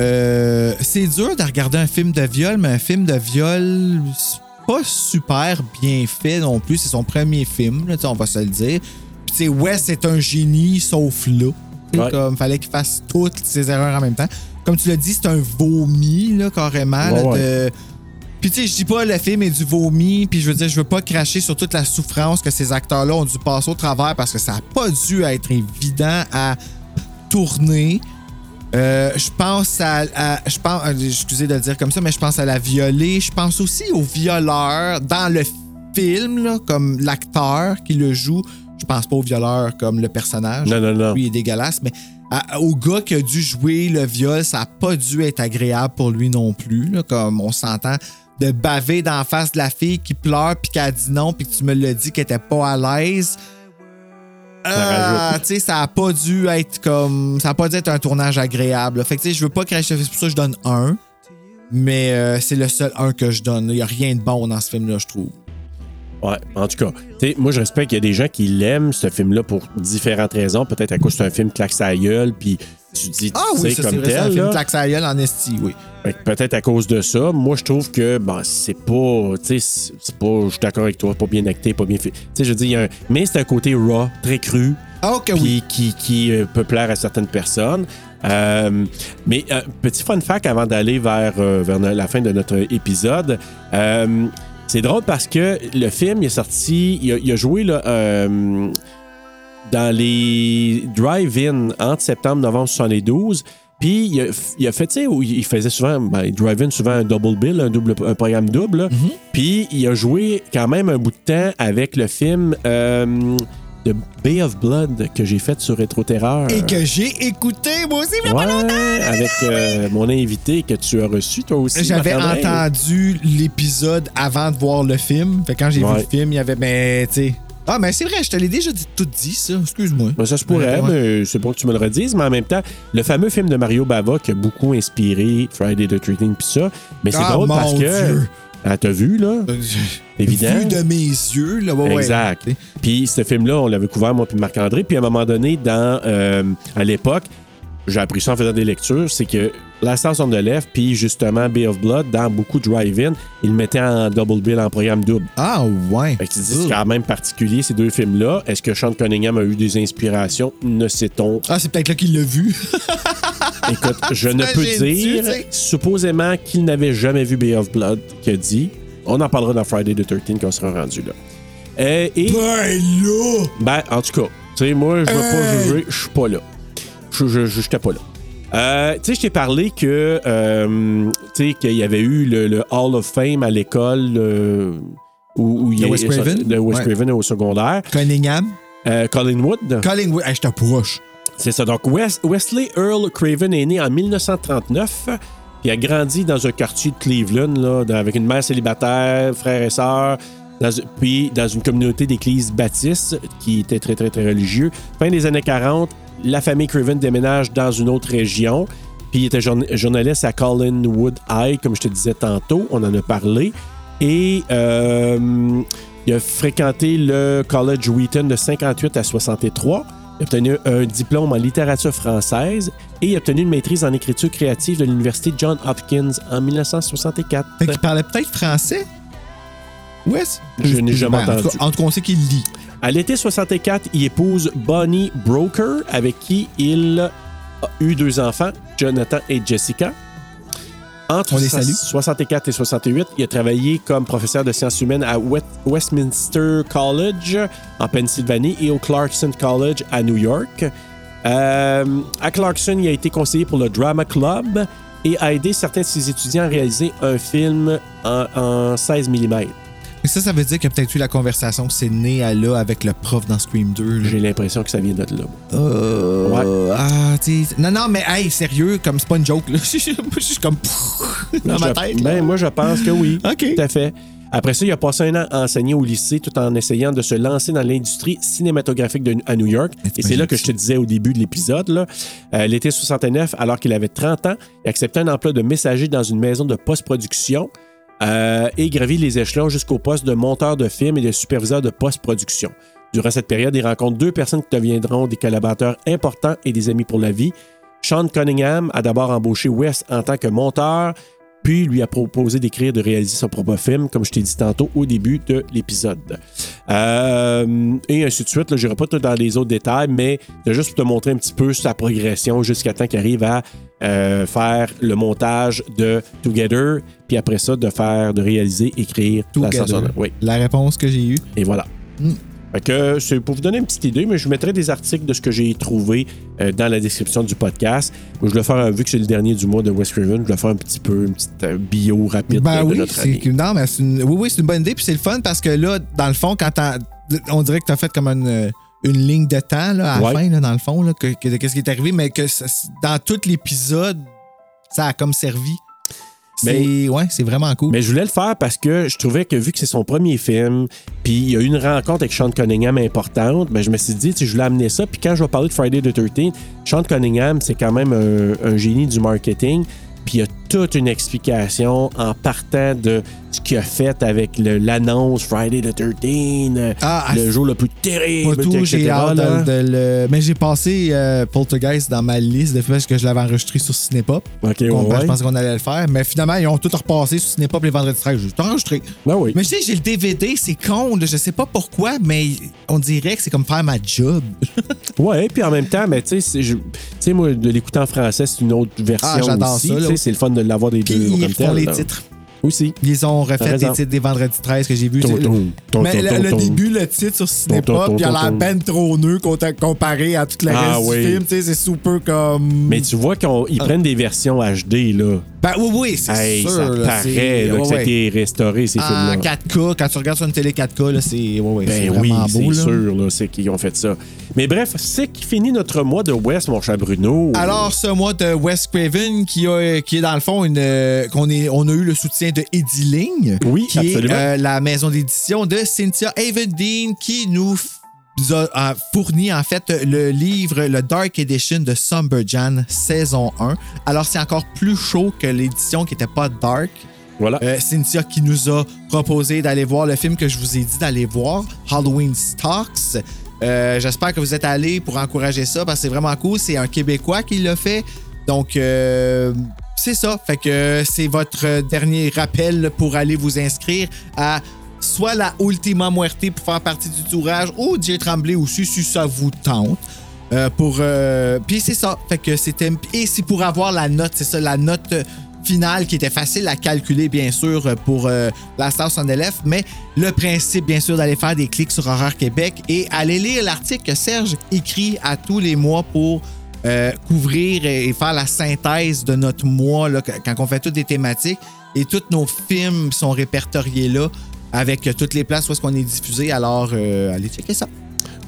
[SPEAKER 3] Euh, c'est dur de regarder un film de viol, mais un film de viol c'est pas super bien fait non plus. C'est son premier film, là, tu sais, on va se le dire. Puis tu sais, Wes est un génie, sauf là. Tu sais,
[SPEAKER 1] Ouais.
[SPEAKER 3] Comme fallait qu'il fasse toutes ses erreurs en même temps. Comme tu l'as dit, c'est un vomi là, carrément. là,
[SPEAKER 1] Ouais, Bah ouais.
[SPEAKER 3] de- puis tu sais, je dis pas le film est du vomi, puis je veux dire, je veux pas cracher sur toute la souffrance que ces acteurs-là ont dû passer au travers parce que ça a pas dû être évident à tourner. Euh, je pense à, à- je pense, euh, excusez de le dire comme ça, mais je pense à la violée. Je pense aussi au violeur dans le film, là, comme l'acteur qui le joue. Je pense pas au violeur comme le personnage.
[SPEAKER 1] Non, non, non.
[SPEAKER 3] Lui il est dégueulasse, mais à- au gars qui a dû jouer le viol, ça a pas dû être agréable pour lui non plus. là, comme on s'entend de baver d'en face de la fille qui pleure puis qui a dit non puis que tu me l'as dit qu'elle était pas à l'aise. Ah,
[SPEAKER 1] rajoute.
[SPEAKER 3] tu sais, ça a pas dû être comme. Ça a pas dû être un tournage agréable. là. Fait que, tu sais, je veux pas cracher. C'est pour ça que je donne un. Mais euh, c'est le seul un que je donne. Il y a rien de bon dans ce film-là, je trouve.
[SPEAKER 1] Ouais, en tout cas. tu sais, moi, je respecte qu'il y a des gens qui l'aiment, ce film-là, pour différentes raisons. Peut-être à cause que c'est un film claque sa gueule, puis tu dis,
[SPEAKER 3] Ah
[SPEAKER 1] tu
[SPEAKER 3] oui,
[SPEAKER 1] sais,
[SPEAKER 3] ça, c'est
[SPEAKER 1] comme
[SPEAKER 3] vrai. C'est un
[SPEAKER 1] tel.
[SPEAKER 3] film
[SPEAKER 1] là.
[SPEAKER 3] claque sa gueule en esti, oui.
[SPEAKER 1] Fait que Peut-être à cause de ça. Moi, je trouve que ben, c'est pas. Tu sais, c'est- c'est pas. Je suis d'accord avec toi, pas bien acté, pas bien fait. Tu sais, je veux dire, il y a un- mais c'est un côté raw, très cru,
[SPEAKER 3] Ah, ok, oui.
[SPEAKER 1] puis qui, qui, euh, peut plaire à certaines personnes. Euh, mais euh, petit fun fact avant d'aller vers, euh, vers la fin de notre épisode. Euh, c'est drôle parce que le film il est sorti, il a, il a joué là, euh, dans les drive-in entre septembre-novembre 72. Puis il a, il a fait, tu sais, où il faisait souvent, ben, il drive-in souvent un double bill, un, double, un programme double. là.
[SPEAKER 3] Mhm.
[SPEAKER 1] Puis il a joué quand même un bout de temps avec le film euh, de Bay of Blood que j'ai fait sur Rétro Terreur.
[SPEAKER 3] Et que j'ai écouté, moi aussi, mais
[SPEAKER 1] Ouais, avec euh, mon invité que tu as reçu toi aussi.
[SPEAKER 3] J'avais
[SPEAKER 1] Marc-André.
[SPEAKER 3] entendu l'épisode avant de voir le film. Fait que quand j'ai vu
[SPEAKER 1] Ouais.
[SPEAKER 3] le film, il y avait. Mais, tu sais. Ah, mais c'est vrai, je te l'ai déjà dit- tout dit, ça. Excuse-moi.
[SPEAKER 1] Ben, ça se pourrait,
[SPEAKER 3] Ouais.
[SPEAKER 1] mais c'est bon que tu me le redises. Mais en même temps, le fameux film de Mario Bava qui a beaucoup inspiré Friday the 13 pis ça. Mais c'est
[SPEAKER 3] Ah,
[SPEAKER 1] drôle
[SPEAKER 3] mon
[SPEAKER 1] parce que.
[SPEAKER 3] Dieu.
[SPEAKER 1] Ah, t'as vu, là? Évident.
[SPEAKER 3] Vu de mes yeux, là. ouais, ouais.
[SPEAKER 1] Exact. Puis ce film-là, on l'avait couvert, moi puis Marc-André. Puis à un moment donné, dans, euh, à l'époque, j'ai appris ça en faisant des lectures, c'est que La Star on the Left, puis justement Bay of Blood, dans beaucoup de drive-in, ils le mettaient en double bill, en programme double.
[SPEAKER 3] Ah, ouais.
[SPEAKER 1] Fait que tu te dis, c'est quand même particulier ces deux films-là. Est-ce que Sean Cunningham a eu des inspirations? Ne sait-on
[SPEAKER 3] Ah, c'est peut-être là qu'il l'a vu.
[SPEAKER 1] Écoute, je ne peux
[SPEAKER 3] T'imagines-tu,
[SPEAKER 1] dire,
[SPEAKER 3] tu sais?
[SPEAKER 1] supposément qu'il n'avait jamais vu Bay of Blood, qu'il a dit. On en parlera dans Friday the 13 quand on sera rendu là. Euh, et,
[SPEAKER 3] ben là!
[SPEAKER 1] ben, en tout cas, tu sais, moi, je veux pas
[SPEAKER 3] Hey!
[SPEAKER 1] juger, je suis pas là. Je je- je- j'étais pas là. Euh, tu sais, je t'ai parlé que, euh, tu sais, qu'il y avait eu le, le Hall of Fame à l'école euh, où, où il
[SPEAKER 3] De
[SPEAKER 1] y a-
[SPEAKER 3] West Craven?
[SPEAKER 1] de West
[SPEAKER 3] Ouais.
[SPEAKER 1] Craven au secondaire.
[SPEAKER 3] Cunningham.
[SPEAKER 1] Euh, Collingwood.
[SPEAKER 3] Collingwood. Hey, je t'approche.
[SPEAKER 1] C'est ça. Donc, Wes- Wesley Earl Craven est né en 1939. Il a grandi dans un quartier de Cleveland, là, dans- avec une mère célibataire, frère et sœur, dans- puis dans une communauté d'églises baptistes qui était très, très, très religieux. Fin des années 40, la famille Craven déménage dans une autre région. Puis il était journa- journaliste à Collinwood High, comme je te disais tantôt. On en a parlé. Et euh, il a fréquenté le College Wheaton de 58 à 63. Il a obtenu un diplôme en littérature française et il a obtenu une maîtrise en écriture créative de l'Université John Hopkins en 1964.
[SPEAKER 3] Fait qu'il parlait peut-être français? Ouais.
[SPEAKER 1] Hein? Je n'ai jamais
[SPEAKER 3] Ben, en tout
[SPEAKER 1] entendu.
[SPEAKER 3] cas- En tout cas, on sait qu'il lit.
[SPEAKER 1] À l'été 64, il épouse Bonnie Broker, avec qui il a eu deux enfants, Jonathan et Jessica. Entre
[SPEAKER 3] On les salue.
[SPEAKER 1] 64 et 68, il a travaillé comme professeur de sciences humaines à Wet- Westminster College en Pennsylvanie et au Clarkson College à New York. Euh, à Clarkson, il a été conseiller pour le Drama Club et a aidé certains de ses étudiants à réaliser un film en, en 16 mm.
[SPEAKER 3] Mais ça, ça veut dire qu'il y a peut-être eu la conversation que c'est né à là avec le prof dans Scream 2. là.
[SPEAKER 1] J'ai l'impression que ça vient de là.
[SPEAKER 3] Euh, Ah, tu sais. Non, non, mais hey, sérieux, comme c'est pas une joke, là. Je suis comme. pfff, dans ma
[SPEAKER 1] Je-
[SPEAKER 3] tête. là.
[SPEAKER 1] Ben, moi, je pense que oui.
[SPEAKER 3] OK.
[SPEAKER 1] Tout à fait. Après ça, il a passé un an à enseigner au lycée tout en essayant de se lancer dans l'industrie cinématographique de- à New York. Et c'est là que je te disais au début de l'épisode, là. Euh, l'été 69, alors qu'il avait 30 ans, il acceptait un emploi de messager dans une maison de post-production euh, et gravit les échelons jusqu'au poste de monteur de film et de superviseur de post-production. Durant cette période, il rencontre deux personnes qui deviendront des collaborateurs importants et des amis pour la vie. Sean Cunningham a d'abord embauché West en tant que monteur, puis lui a proposé d'écrire, de réaliser son propre film, comme je t'ai dit tantôt au début de l'épisode. Euh, et ainsi de suite. Je n'irai pas tout dans les autres détails, mais c'est juste pour te montrer un petit peu sa progression jusqu'à temps qu'il arrive à euh, faire le montage de Together, puis après ça, de faire, de réaliser, écrire la
[SPEAKER 3] Together.
[SPEAKER 1] chanson. Oui.
[SPEAKER 3] La réponse que j'ai eue.
[SPEAKER 1] Et voilà.
[SPEAKER 3] Mm.
[SPEAKER 1] Fait que c'est pour vous donner une petite idée, mais je mettrai des articles de ce que j'ai trouvé euh, dans la description du podcast. Moi, je vais faire, un- vu que c'est le dernier du mois de West Craven, je vais faire un petit peu, une petite euh, bio rapide euh,
[SPEAKER 3] Ben
[SPEAKER 1] de
[SPEAKER 3] oui,
[SPEAKER 1] notre
[SPEAKER 3] c'est
[SPEAKER 1] ami.
[SPEAKER 3] que- non, mais c'est une, oui, oui, c'est une bonne idée. Puis c'est le fun parce que là, dans le fond, quand t'as- on dirait que tu as fait comme une, une ligne de temps là, à la
[SPEAKER 1] Ouais.
[SPEAKER 3] fin, là, dans le fond, là, que, que- de qu'est-ce qui est arrivé, mais que ça- dans tout l'épisode, ça a comme servi. C'est ouais, c'est vraiment cool.
[SPEAKER 1] Mais je voulais le faire parce que je trouvais que vu que c'est son premier film, puis il y a eu une rencontre avec Sean Cunningham importante, ben je me suis dit, tu sais, je voulais amener ça. Puis quand je vais parler de Friday the 13th, Sean Cunningham, c'est quand même un, un génie du marketing. Puis il y a toute une explication en partant de ce qu'il a fait avec le- l'annonce Friday the 13th,
[SPEAKER 3] Ah,
[SPEAKER 1] le jour le hein? plus
[SPEAKER 3] Pas
[SPEAKER 1] terrible,
[SPEAKER 3] tout,
[SPEAKER 1] etc.,
[SPEAKER 3] j'ai hâte
[SPEAKER 1] là.
[SPEAKER 3] de, de le. Mais j'ai passé euh, Poltergeist dans ma liste de films parce que je l'avais enregistré sur Cinépop.
[SPEAKER 1] Ok, ouais,
[SPEAKER 3] Bon, ben,
[SPEAKER 1] ouais.
[SPEAKER 3] Je pensais qu'on allait le faire. Mais finalement, ils ont tout repassé sur Cinépop les vendredis 13. J'ai tout enregistré.
[SPEAKER 1] Ben oui.
[SPEAKER 3] Mais je sais, j'ai le DVD, c'est con. là, Je sais pas pourquoi, mais on dirait que c'est comme faire ma job.
[SPEAKER 1] Ouais, puis en même temps, mais tu sais, c'est- je- tu sais, moi, de l'écouter en français, c'est une autre version
[SPEAKER 3] Ah, j'adore
[SPEAKER 1] aussi.
[SPEAKER 3] ça, là.
[SPEAKER 1] tu sais, c'est le fun de l'avoir des
[SPEAKER 3] Puis
[SPEAKER 1] deux
[SPEAKER 3] ils
[SPEAKER 1] comme
[SPEAKER 3] refont
[SPEAKER 1] tel,
[SPEAKER 3] les
[SPEAKER 1] là.
[SPEAKER 3] titres.
[SPEAKER 1] Aussi.
[SPEAKER 3] Ils ont refait
[SPEAKER 1] raison.
[SPEAKER 3] les titres des vendredis 13 que j'ai vus.
[SPEAKER 1] Ton, ton, ton,
[SPEAKER 3] mais
[SPEAKER 1] ton,
[SPEAKER 3] le,
[SPEAKER 1] ton,
[SPEAKER 3] le
[SPEAKER 1] ton.
[SPEAKER 3] début, le titre sur
[SPEAKER 1] Ton, ton,
[SPEAKER 3] Cinépop, il a
[SPEAKER 1] ton,
[SPEAKER 3] l'air
[SPEAKER 1] ton.
[SPEAKER 3] ben trop nœud conta- comparé à tout le
[SPEAKER 1] Ah,
[SPEAKER 3] reste
[SPEAKER 1] oui.
[SPEAKER 3] du film. tu sais, C'est super comme.
[SPEAKER 1] Mais tu vois qu'ils prennent des versions HD, là.
[SPEAKER 3] Ben oui, oui, Ah. c'est
[SPEAKER 1] Hey,
[SPEAKER 3] sûr.
[SPEAKER 1] ça
[SPEAKER 3] là,
[SPEAKER 1] paraît
[SPEAKER 3] c'est-
[SPEAKER 1] là, que
[SPEAKER 3] ouais,
[SPEAKER 1] ça a
[SPEAKER 3] ouais.
[SPEAKER 1] été restauré, ces
[SPEAKER 3] En
[SPEAKER 1] films-là.
[SPEAKER 3] 4K, quand tu regardes sur une télé 4K, là, c'est ouais, ouais, c'est
[SPEAKER 1] Ben oui,
[SPEAKER 3] vraiment beau.
[SPEAKER 1] c'est
[SPEAKER 3] là.
[SPEAKER 1] sûr, là, c'est qu'ils ont fait ça. Mais bref, c'est qui finit notre mois de West, mon cher Bruno.
[SPEAKER 3] Alors, ce mois de Wes Craven, qui, a- qui est dans le fond, une, euh, qu'on est, on a eu le soutien de Eddie Ling,
[SPEAKER 1] Oui,
[SPEAKER 3] qui
[SPEAKER 1] absolument.
[SPEAKER 3] est euh, la maison d'édition de Cynthia Avendine, qui nous f- nous a a fourni en fait le livre Le Dark Edition de Sumberjan saison 1. Alors c'est encore plus chaud que l'édition qui n'était pas dark.
[SPEAKER 1] Voilà.
[SPEAKER 3] Euh, Cynthia qui nous a proposé d'aller voir le film que je vous ai dit d'aller voir, Halloween Stalks. Euh, J'espère que vous êtes allés pour encourager ça parce que c'est vraiment cool. C'est un Québécois qui l'a fait. Donc, euh, c'est ça. Fait que c'est votre dernier rappel pour aller vous inscrire à soit la Ultima Muerte pour faire partie du tourage ou Jay Tremblay aussi si ça vous tente. Euh, pour euh, puis c'est ça fait que c'était et c'est pour avoir la note c'est ça la note euh, finale qui était facile à calculer bien sûr euh, pour euh, la star son élève mais le principe bien sûr d'aller faire des clics sur Horreur Québec et aller lire l'article que Serge écrit à tous les mois pour euh, couvrir et, et faire la synthèse de notre mois là, que- quand on fait toutes des thématiques et tous nos films sont répertoriés là avec euh, toutes les places où est-ce qu'on est diffusé alors euh, allez checker ça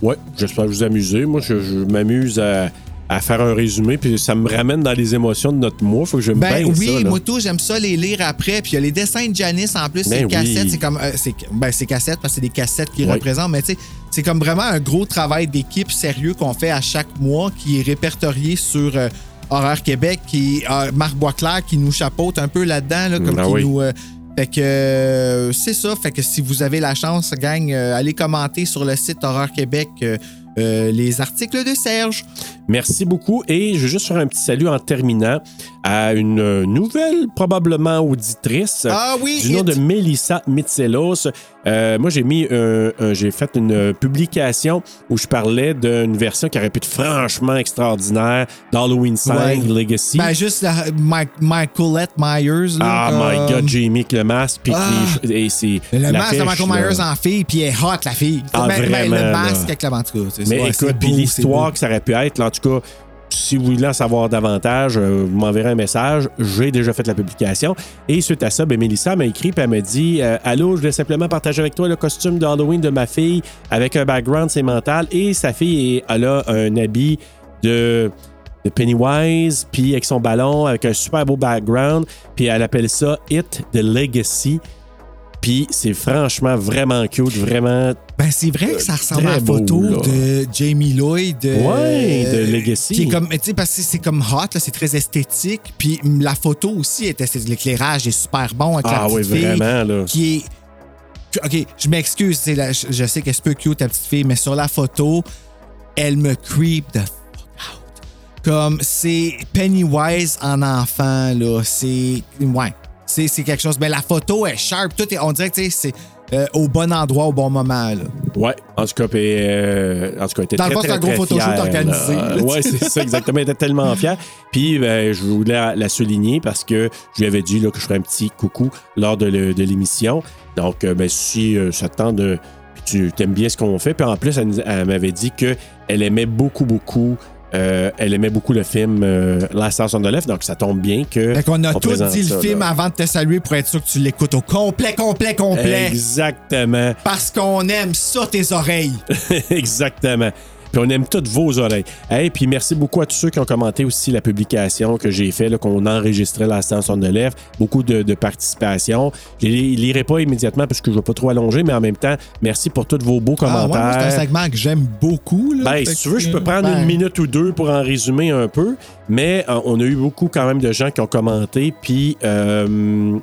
[SPEAKER 1] Ouais, j'espère vous amuser. Moi, je, je m'amuse à, à faire un résumé, puis ça me ramène dans les émotions de notre mois. Faut que je me
[SPEAKER 3] Ben
[SPEAKER 1] baigne
[SPEAKER 3] oui,
[SPEAKER 1] ça, là.
[SPEAKER 3] moi tout, j'aime ça les lire après. Puis il y a les dessins de Janice en plus,
[SPEAKER 1] Ben
[SPEAKER 3] c'est
[SPEAKER 1] oui.
[SPEAKER 3] cassettes, c'est comme. euh, c'est, ben c'est cassettes parce que c'est des cassettes qui
[SPEAKER 1] Oui.
[SPEAKER 3] représentent, mais tu sais, c'est comme vraiment un gros travail d'équipe sérieux qu'on fait à chaque mois qui est répertorié sur euh, Horreur Québec, qui euh, Marc Boisclair qui nous chapeaute un peu là-dedans, là, comme
[SPEAKER 1] Ah
[SPEAKER 3] qui
[SPEAKER 1] oui.
[SPEAKER 3] nous. euh, fait que euh, c'est ça. Fait que si vous avez la chance, gang, euh, allez commenter sur le site Horreur Québec euh, euh, les articles de Serge.
[SPEAKER 1] Merci beaucoup et je veux juste faire un petit salut en terminant à une euh, nouvelle probablement auditrice
[SPEAKER 3] Ah oui,
[SPEAKER 1] du nom
[SPEAKER 3] it.
[SPEAKER 1] de Melissa Mitselos. Euh, moi j'ai mis euh, euh, j'ai fait une euh, publication où je parlais d'une version qui aurait pu être franchement extraordinaire d'Halloween 5
[SPEAKER 3] Ouais.
[SPEAKER 1] Legacy.
[SPEAKER 3] Ben juste la- Mike, Michaelette Myers. là,
[SPEAKER 1] ah my
[SPEAKER 3] comme-
[SPEAKER 1] god, j'ai mis que le masque puis que
[SPEAKER 3] Ah.
[SPEAKER 1] les- et c'est
[SPEAKER 3] Le
[SPEAKER 1] la
[SPEAKER 3] masque de
[SPEAKER 1] pêche,
[SPEAKER 3] Michael
[SPEAKER 1] là.
[SPEAKER 3] Myers en fille, puis elle est hot, la fille.
[SPEAKER 1] Ah,
[SPEAKER 3] Ben, ben,
[SPEAKER 1] vraiment,
[SPEAKER 3] le
[SPEAKER 1] là.
[SPEAKER 3] masque avec la en tout cas, c'est-
[SPEAKER 1] Mais
[SPEAKER 3] ouais, c'est
[SPEAKER 1] écoute, puis
[SPEAKER 3] beau,
[SPEAKER 1] l'histoire que ça aurait pu être, là, en tout cas, si vous voulez en savoir davantage, euh, vous m'enverrez un message. J'ai déjà fait la publication. Et suite à ça, ben, Mélissa m'a écrit et elle m'a dit euh, Allô, je voulais simplement partager avec toi le costume d'Halloween de ma fille avec un background sémental. Et sa fille, est- elle a un habit de, de Pennywise, puis avec son ballon, avec un super beau background. Puis elle appelle ça It the Legacy. Puis c'est franchement vraiment cute, vraiment.
[SPEAKER 3] beau. Ben, c'est vrai que ça ressemble à la
[SPEAKER 1] très beau,
[SPEAKER 3] photo
[SPEAKER 1] là.
[SPEAKER 3] de Jamie Lloyd. de-
[SPEAKER 1] Ouais, de
[SPEAKER 3] euh,
[SPEAKER 1] Legacy.
[SPEAKER 3] Qui est comme, tu sais, parce que c'est comme hot, là, c'est très esthétique. Puis hum, la photo aussi, était- c'est- l'éclairage est super bon avec la
[SPEAKER 1] Ah
[SPEAKER 3] petite
[SPEAKER 1] oui,
[SPEAKER 3] fille,
[SPEAKER 1] vraiment, là.
[SPEAKER 3] Qui est OK, je m'excuse, c'est la- je je sais qu'elle se peut cute, ta petite fille, mais sur la photo, elle me creep de comme c'est Pennywise en enfant là, c'est ouais, c'est c'est quelque chose. Mais la photo est sharp, tout est, on dirait que tu sais, c'est euh, au bon endroit au bon moment là.
[SPEAKER 1] Ouais, en tout cas, puis, euh, en tout cas, elle était
[SPEAKER 3] Dans le
[SPEAKER 1] très,
[SPEAKER 3] fond, c'est
[SPEAKER 1] très,
[SPEAKER 3] un gros
[SPEAKER 1] très
[SPEAKER 3] photoshoot
[SPEAKER 1] fière,
[SPEAKER 3] organisé,
[SPEAKER 1] là.
[SPEAKER 3] là,
[SPEAKER 1] Ouais,
[SPEAKER 3] tu sais.
[SPEAKER 1] c'est ça, exactement. Elle était tellement fière. Puis, ben, je voulais la- la souligner parce que je lui avais dit là, que je ferais un petit coucou lors de le- de l'émission. Donc, euh, ben, si euh, ça te tente de. puis tu aimes bien ce qu'on fait. Puis en plus, elle, nous- elle m'avait dit qu'elle aimait beaucoup, beaucoup. euh, elle aimait beaucoup le film euh, Last House on the Left, donc ça tombe bien que.
[SPEAKER 3] Fait qu'on a
[SPEAKER 1] on
[SPEAKER 3] tout
[SPEAKER 1] présente
[SPEAKER 3] dit le
[SPEAKER 1] ça,
[SPEAKER 3] film
[SPEAKER 1] là.
[SPEAKER 3] avant de te saluer pour être sûr que tu l'écoutes au complet, complet, complet.
[SPEAKER 1] Exactement.
[SPEAKER 3] Parce qu'on aime ça, tes oreilles.
[SPEAKER 1] Exactement. Puis on aime toutes vos oreilles. Et puis merci beaucoup à tous ceux qui ont commenté aussi la publication que j'ai fait, là, qu'on enregistrait la séance on the lèvres. Beaucoup de, de participation. Je ne lirai pas immédiatement parce que je ne veux pas trop allonger, mais en même temps, merci pour tous vos beaux
[SPEAKER 3] Ah ouais, moi, c'est un
[SPEAKER 1] commentaires.
[SPEAKER 3] segment que j'aime beaucoup. Là,
[SPEAKER 1] Ben,
[SPEAKER 3] Fait
[SPEAKER 1] si tu
[SPEAKER 3] que-
[SPEAKER 1] veux, je peux prendre
[SPEAKER 3] Ben,
[SPEAKER 1] une minute ou deux pour en résumer un peu, mais euh, on a eu beaucoup quand même de gens qui ont commenté, puis euh,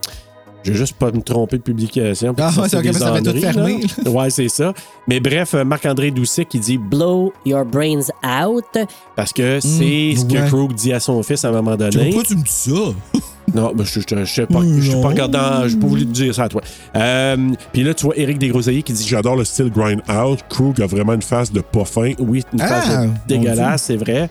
[SPEAKER 1] je vais juste pas me tromper de publication. puis
[SPEAKER 3] Ah
[SPEAKER 1] ça,
[SPEAKER 3] ouais,
[SPEAKER 1] c'est
[SPEAKER 3] ok,
[SPEAKER 1] des
[SPEAKER 3] mais ça fait tout
[SPEAKER 1] âneries, là.
[SPEAKER 3] fermé.
[SPEAKER 1] ouais, c'est ça. Mais bref, euh, Marc-André Doucet qui dit
[SPEAKER 12] Blow your brains out.
[SPEAKER 1] parce que c'est ce que
[SPEAKER 12] ouais.
[SPEAKER 1] Krug dit à son fils à un moment donné.
[SPEAKER 3] Pourquoi Mm, tu me dis ça?
[SPEAKER 1] Non, ben, je ne sais pas. Je suis pas regardant. Je n'ai pas voulu te dire ça à toi. Euh, Puis là, tu vois Éric Desgroseilliers qui dit
[SPEAKER 9] J'adore le style grind out. Krug a vraiment une face de pas fin.
[SPEAKER 1] Oui,
[SPEAKER 3] Ah,
[SPEAKER 1] une face de- dégueulasse, c'est vrai.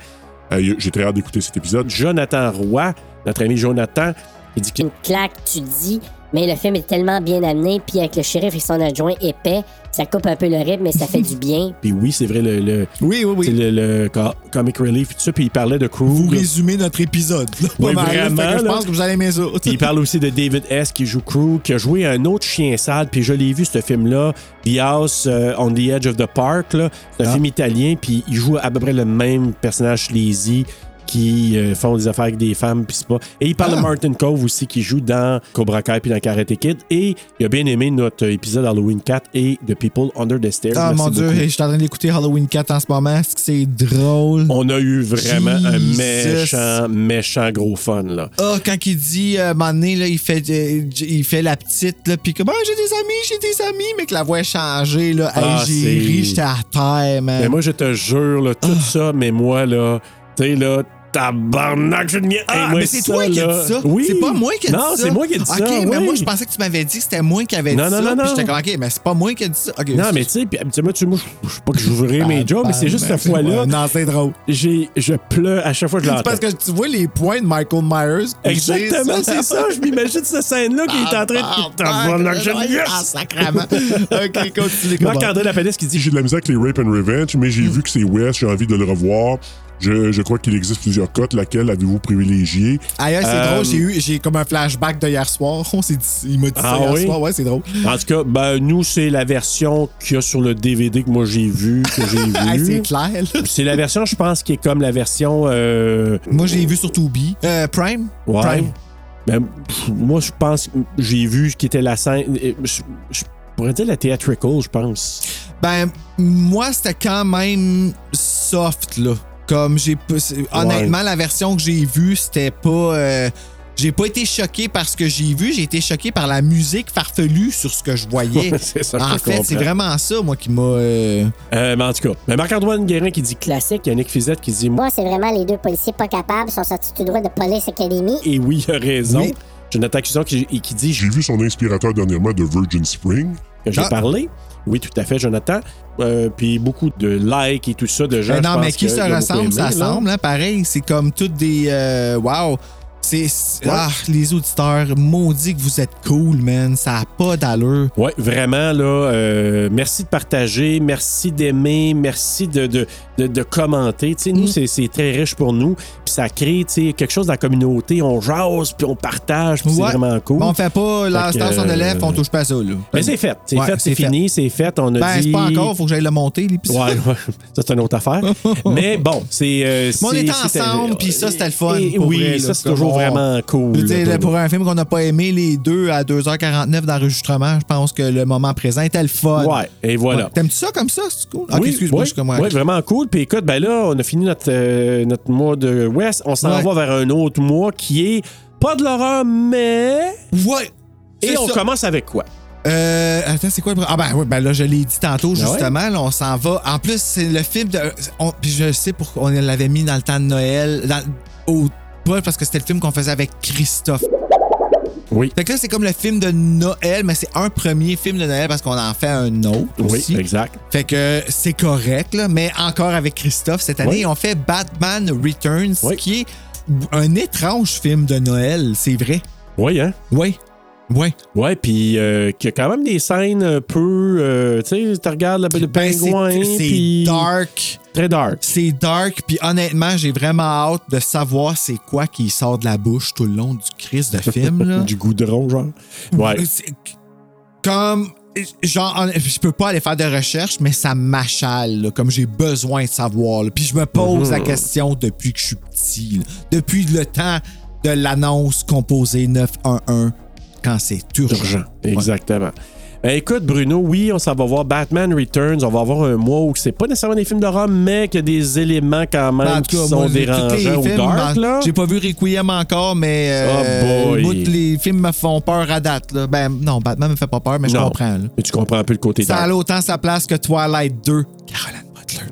[SPEAKER 9] J'ai très hâte d'écouter cet épisode.
[SPEAKER 1] Jonathan Roy, notre ami Jonathan, qui dit que.
[SPEAKER 12] Clac, tu dis, mais le film est tellement bien amené, puis avec le shérif et son adjoint épais, ça coupe un peu le rythme, mais ça fait du bien.
[SPEAKER 1] Puis oui, c'est vrai, le, le- c'est le, le co- comic relief, tout ça. Puis il parlait de Krug.
[SPEAKER 3] Vous résumez notre épisode. là, pas
[SPEAKER 1] Oui,
[SPEAKER 3] mal, là. Fait que
[SPEAKER 1] vraiment,
[SPEAKER 3] je
[SPEAKER 1] là.
[SPEAKER 3] pense que vous allez aimer ça.
[SPEAKER 1] Puis il parle aussi de David S. qui joue Crew, qui a joué un autre chien sale. Puis je l'ai vu, ce film-là, The House euh, on the Edge of the Park. là. C'est un
[SPEAKER 3] Ah.
[SPEAKER 1] film italien, puis il joue à peu près le même personnage sleazy qui euh, font des affaires avec des femmes, puis c'est pas... Et il
[SPEAKER 3] Ah.
[SPEAKER 1] parle de Martin Cove aussi, qui joue dans Cobra Kai puis dans Karate Kid. Et il a bien aimé notre épisode Halloween 4 et The People Under the Stairs.
[SPEAKER 3] Ah
[SPEAKER 1] Merci
[SPEAKER 3] mon dieu,
[SPEAKER 1] beaucoup.
[SPEAKER 3] je suis en train d'écouter Halloween 4 en ce moment. Est-ce que c'est drôle?
[SPEAKER 1] On a eu vraiment
[SPEAKER 3] Jesus.
[SPEAKER 1] un méchant, méchant gros fun, là.
[SPEAKER 3] Ah, quand il dit, euh, à un moment donné, là, il, fait, euh, j- il fait la petite, là, puis comme, ah, j'ai des amis, j'ai des amis, mais que la voix est changée, là. Hey,
[SPEAKER 1] Ah,
[SPEAKER 3] j'ai
[SPEAKER 1] c'est-
[SPEAKER 3] ri, j'étais à terre, man.
[SPEAKER 1] Mais moi, je te jure, là, tout
[SPEAKER 3] Ah.
[SPEAKER 1] ça, mais moi, là, tu sais, là, tabarnak, je deviens.
[SPEAKER 3] Ah,
[SPEAKER 1] Hey, moi,
[SPEAKER 3] mais c'est
[SPEAKER 1] ça,
[SPEAKER 3] toi qui as
[SPEAKER 1] là-
[SPEAKER 3] dit ça.
[SPEAKER 1] Oui.
[SPEAKER 3] C'est pas moi qui ai dit ça.
[SPEAKER 1] Non, c'est moi qui ai dit ça.
[SPEAKER 3] OK, mais
[SPEAKER 1] oui.
[SPEAKER 3] moi, je pensais que tu m'avais dit que c'était moi qui avais
[SPEAKER 1] Non,
[SPEAKER 3] dit
[SPEAKER 1] non,
[SPEAKER 3] ça.
[SPEAKER 1] non,
[SPEAKER 3] puis
[SPEAKER 1] non.
[SPEAKER 3] j'étais comme, OK, mais c'est pas moi qui ai dit ça. OK,
[SPEAKER 1] Non, mais tu sais, puis habituellement, tu sais, moi, je je sais pas que
[SPEAKER 3] Ah,
[SPEAKER 1] j'ouvrirai mes jobs, mais c'est juste cette fois-là.
[SPEAKER 3] ben, Non, c'est drôle.
[SPEAKER 1] j'ai- Je pleure à chaque fois que je
[SPEAKER 3] C'est
[SPEAKER 1] l'entends.
[SPEAKER 3] parce que tu vois les points de Michael Myers. puis
[SPEAKER 1] Exactement, c'est ça. Je m'imagine cette scène-là qui est en train de. Tabarnak, je deviens.
[SPEAKER 3] Ah, sacrément. OK, continue. comment?
[SPEAKER 1] Marc-André Lapalisse qui dit
[SPEAKER 9] J'ai de la misère avec les Rape and Revenge, mais
[SPEAKER 7] Mm.
[SPEAKER 9] j'ai vu que c'est West, j'ai envie de le revoir. Je, je crois qu'il existe plusieurs cotes. Laquelle avez-vous privilégiée?
[SPEAKER 3] Ailleurs, c'est
[SPEAKER 9] Euh,
[SPEAKER 3] drôle, j'ai eu j'ai comme un flashback de hier soir. On s'est dit, il m'a dit ça
[SPEAKER 1] Ah
[SPEAKER 3] hier
[SPEAKER 1] oui?
[SPEAKER 3] soir, ouais, c'est drôle.
[SPEAKER 1] En tout cas, ben, nous, c'est la version qu'il y a sur le DVD que moi j'ai vu, que j'ai
[SPEAKER 3] Ah, c'est
[SPEAKER 1] vu.
[SPEAKER 3] clair. là.
[SPEAKER 1] C'est la version, je pense, qui est comme la version. euh,
[SPEAKER 3] Moi, j'ai vu sur Tubi. Euh, Prime?
[SPEAKER 1] Ouais.
[SPEAKER 3] Prime.
[SPEAKER 1] Ben, pff, moi, je pense que j'ai vu ce qui était la scène. euh, Je, je pourrais dire la theatrical, je pense.
[SPEAKER 3] Ben, moi, c'était quand même soft, là. Comme j'ai. pas- c'est- Honnêtement, la version que j'ai vue, c'était pas. euh, j'ai pas été choqué par ce que j'ai vu, j'ai été choqué par la musique farfelue sur ce que je voyais.
[SPEAKER 1] C'est ça que
[SPEAKER 3] en
[SPEAKER 1] je
[SPEAKER 3] fait, c'est
[SPEAKER 1] comprends.
[SPEAKER 3] vraiment ça, moi, qui m'a. euh,
[SPEAKER 1] Euh, mais en tout cas, ben, Marc-Antoine Guérin qui dit classique, il y a Nick Fizette qui dit moi.
[SPEAKER 13] Moi, c'est vraiment les deux policiers pas capables sont sortis tout droit de Police Academy.
[SPEAKER 1] Et oui, il a raison. Jonathan Cuson qui, qui dit
[SPEAKER 9] J'ai vu son inspirateur dernièrement de Virgin Spring.
[SPEAKER 1] que
[SPEAKER 3] Ah.
[SPEAKER 1] j'ai parlé. Oui, tout à fait, Jonathan. Euh, puis beaucoup de likes et tout ça, de gens.
[SPEAKER 3] Ben non,
[SPEAKER 1] je pense
[SPEAKER 3] mais qui
[SPEAKER 1] que
[SPEAKER 3] se
[SPEAKER 1] il a beaucoup
[SPEAKER 3] ressemble,
[SPEAKER 1] aimé,
[SPEAKER 3] ça
[SPEAKER 1] là.
[SPEAKER 3] ressemble, hein, pareil. C'est comme toutes des. euh, wow! C'est. c'est-
[SPEAKER 1] Ouais.
[SPEAKER 3] Ah, les auditeurs, maudit que vous êtes cool, man. Ça a pas d'allure.
[SPEAKER 1] Ouais, vraiment, là, euh, merci de partager, merci d'aimer, merci de, de, de, de commenter. Tu sais,
[SPEAKER 3] Mm.
[SPEAKER 1] nous, c'est- c'est très riche pour nous. Puis ça crée tu sais, quelque chose dans la communauté. On jase, puis on partage, puis c'est
[SPEAKER 3] Ouais.
[SPEAKER 1] vraiment cool.
[SPEAKER 3] Bon, on fait pas la
[SPEAKER 1] Fait que, euh, Ben,
[SPEAKER 3] station de lèvres, on touche pas à ça, là.
[SPEAKER 1] Mais c'est fait, c'est
[SPEAKER 3] Ouais,
[SPEAKER 1] fait, c'est
[SPEAKER 3] c'est fait.
[SPEAKER 1] fini, c'est fait. On a
[SPEAKER 3] Ben,
[SPEAKER 1] dit.
[SPEAKER 3] c'est pas encore, faut que j'aille le monter, l'épisode.
[SPEAKER 1] Ouais, ouais, ça c'est une autre affaire. Mais bon, c'est. euh,
[SPEAKER 3] Mais on
[SPEAKER 1] c'est-
[SPEAKER 3] était
[SPEAKER 1] c'était-
[SPEAKER 3] ensemble, puis ça, c'était le fun.
[SPEAKER 1] Et-
[SPEAKER 3] pour
[SPEAKER 1] oui,
[SPEAKER 3] vrai,
[SPEAKER 1] ça,
[SPEAKER 3] là,
[SPEAKER 1] c'est
[SPEAKER 3] comme
[SPEAKER 1] toujours
[SPEAKER 3] on-
[SPEAKER 1] vraiment cool,
[SPEAKER 3] Je veux dire,
[SPEAKER 1] là,
[SPEAKER 3] là,
[SPEAKER 1] pour
[SPEAKER 3] pour un film qu'on n'a pas aimé, les deux à 2h49 d'enregistrement, je pense que le moment présent était le fun.
[SPEAKER 1] Ouais, et voilà.
[SPEAKER 3] T'aimes-tu ça comme ça? C'est cool. Ah, Ok, excuse-moi,
[SPEAKER 1] oui,
[SPEAKER 3] je suis comme.
[SPEAKER 1] oui, vraiment cool. Puis écoute, ben là, on a fini notre, euh, notre mois de West. On s'en
[SPEAKER 3] Ouais.
[SPEAKER 1] va vers un autre mois qui est pas de l'horreur, mais.
[SPEAKER 3] Ouais!
[SPEAKER 1] Et
[SPEAKER 3] c'est
[SPEAKER 1] on
[SPEAKER 3] ça.
[SPEAKER 1] commence avec quoi?
[SPEAKER 3] Euh, attends, c'est quoi le. Ah, ben, oui, ben là, je l'ai dit tantôt,
[SPEAKER 1] Ah ouais?
[SPEAKER 3] justement. là, on s'en va. En plus, c'est le film de. on- puis je sais pourquoi on l'avait mis dans le temps de Noël. Dans, au, pas parce que c'était le film qu'on faisait avec Christophe.
[SPEAKER 1] Oui.
[SPEAKER 3] Fait que là, c'est comme le film de Noël, mais c'est un premier film de Noël parce qu'on en fait un autre
[SPEAKER 1] Oui,
[SPEAKER 3] aussi.
[SPEAKER 1] exact.
[SPEAKER 3] Fait que c'est correct, là, mais encore avec Christophe, cette année,
[SPEAKER 1] Oui.
[SPEAKER 3] on fait Batman Returns, qui est un étrange film de Noël, c'est vrai.
[SPEAKER 1] Oui, hein?
[SPEAKER 3] Oui. Oui.
[SPEAKER 1] Ouais, puis euh, qu'il y a quand même des scènes un peu. euh, tu sais, tu regardes le, le
[SPEAKER 3] Ben, c'est-
[SPEAKER 1] pingouin.
[SPEAKER 3] c'est
[SPEAKER 1] puis-
[SPEAKER 3] dark.
[SPEAKER 1] Très dark.
[SPEAKER 3] C'est dark, puis honnêtement, j'ai vraiment hâte de savoir c'est quoi qui sort de la bouche tout le long du Christ de film. Là.
[SPEAKER 1] du goudron, genre. Ouais.
[SPEAKER 3] C'est- Comme. Genre, hon- je peux pas aller faire de recherche, mais ça m'achale, là, comme j'ai besoin de savoir. là. Puis je me pose
[SPEAKER 1] Mhm.
[SPEAKER 3] la question depuis que je suis petit, là. depuis le temps de l'annonce composée 911, quand c'est urgent.
[SPEAKER 1] Urgent. Exactement. Ben, écoute, Bruno, oui, on s'en va voir Batman Returns. On va avoir un mois où c'est pas nécessairement des films d'horreur, mais qu'il y a des éléments quand même
[SPEAKER 3] Ben, en
[SPEAKER 1] qui
[SPEAKER 3] tout cas,
[SPEAKER 1] sont
[SPEAKER 3] moi, tous les
[SPEAKER 1] dérangeants ou
[SPEAKER 3] films,
[SPEAKER 1] dark,
[SPEAKER 3] ben,
[SPEAKER 1] là.
[SPEAKER 3] J'ai pas vu Requiem encore, mais euh,
[SPEAKER 1] Oh boy.
[SPEAKER 3] moi, tous les films me font peur à date. là. Ben non, Batman me fait pas peur, mais je
[SPEAKER 1] Non.
[SPEAKER 3] comprends. là.
[SPEAKER 1] Mais tu comprends un peu le côté
[SPEAKER 3] Ça
[SPEAKER 1] dark.
[SPEAKER 3] a autant sa place que Twilight 2.
[SPEAKER 1] Ouais,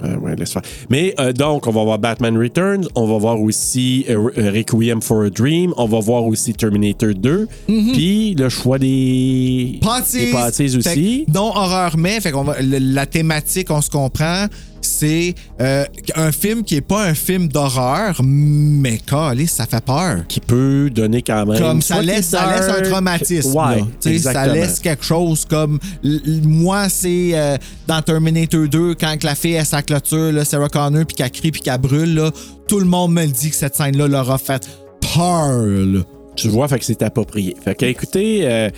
[SPEAKER 1] Euh, ouais, laisse faire. Mais euh, donc, on va voir Batman Returns, on va voir aussi euh, euh, Requiem for a Dream, on va voir aussi Terminator 2, puis le choix des des
[SPEAKER 3] Mm-hmm. Panties.
[SPEAKER 1] panties aussi.
[SPEAKER 3] Non horreur, mais fait qu'on va- le- la thématique, on se comprend, c'est euh, un film qui est pas un film d'horreur, mais calé, ça fait peur.
[SPEAKER 1] Qui peut donner quand même.
[SPEAKER 3] Comme ça
[SPEAKER 1] soit
[SPEAKER 3] laisse,
[SPEAKER 1] des
[SPEAKER 3] ça laisse un
[SPEAKER 1] dark-
[SPEAKER 3] traumatisme.
[SPEAKER 1] Ouais,
[SPEAKER 3] là. Tu sais, ça
[SPEAKER 1] exactement.
[SPEAKER 3] laisse quelque chose comme. l- l- Moi, c'est euh, dans Terminator 2, quand que la fille a sa clôture, là, Sarah Connor, puis qu'elle crie, puis qu'elle brûle, là, tout le monde me le dit que cette scène-là leur a fait peur. là.
[SPEAKER 1] Tu vois, fait que c'est approprié. Fait que, écoutez, euh,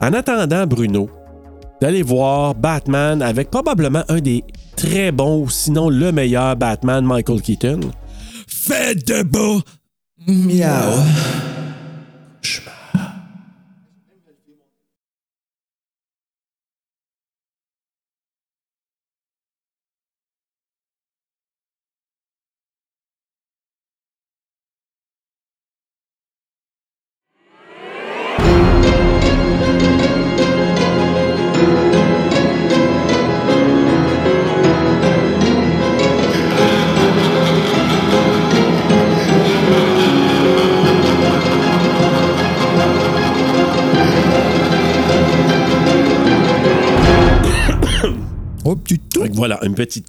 [SPEAKER 1] en attendant, Bruno, d'aller voir Batman avec probablement un des très bons, ou sinon le meilleur Batman, Michael Keaton.
[SPEAKER 3] Faites de beau! Miaou! Oh, petit tout.
[SPEAKER 1] Fait que voilà, une petite.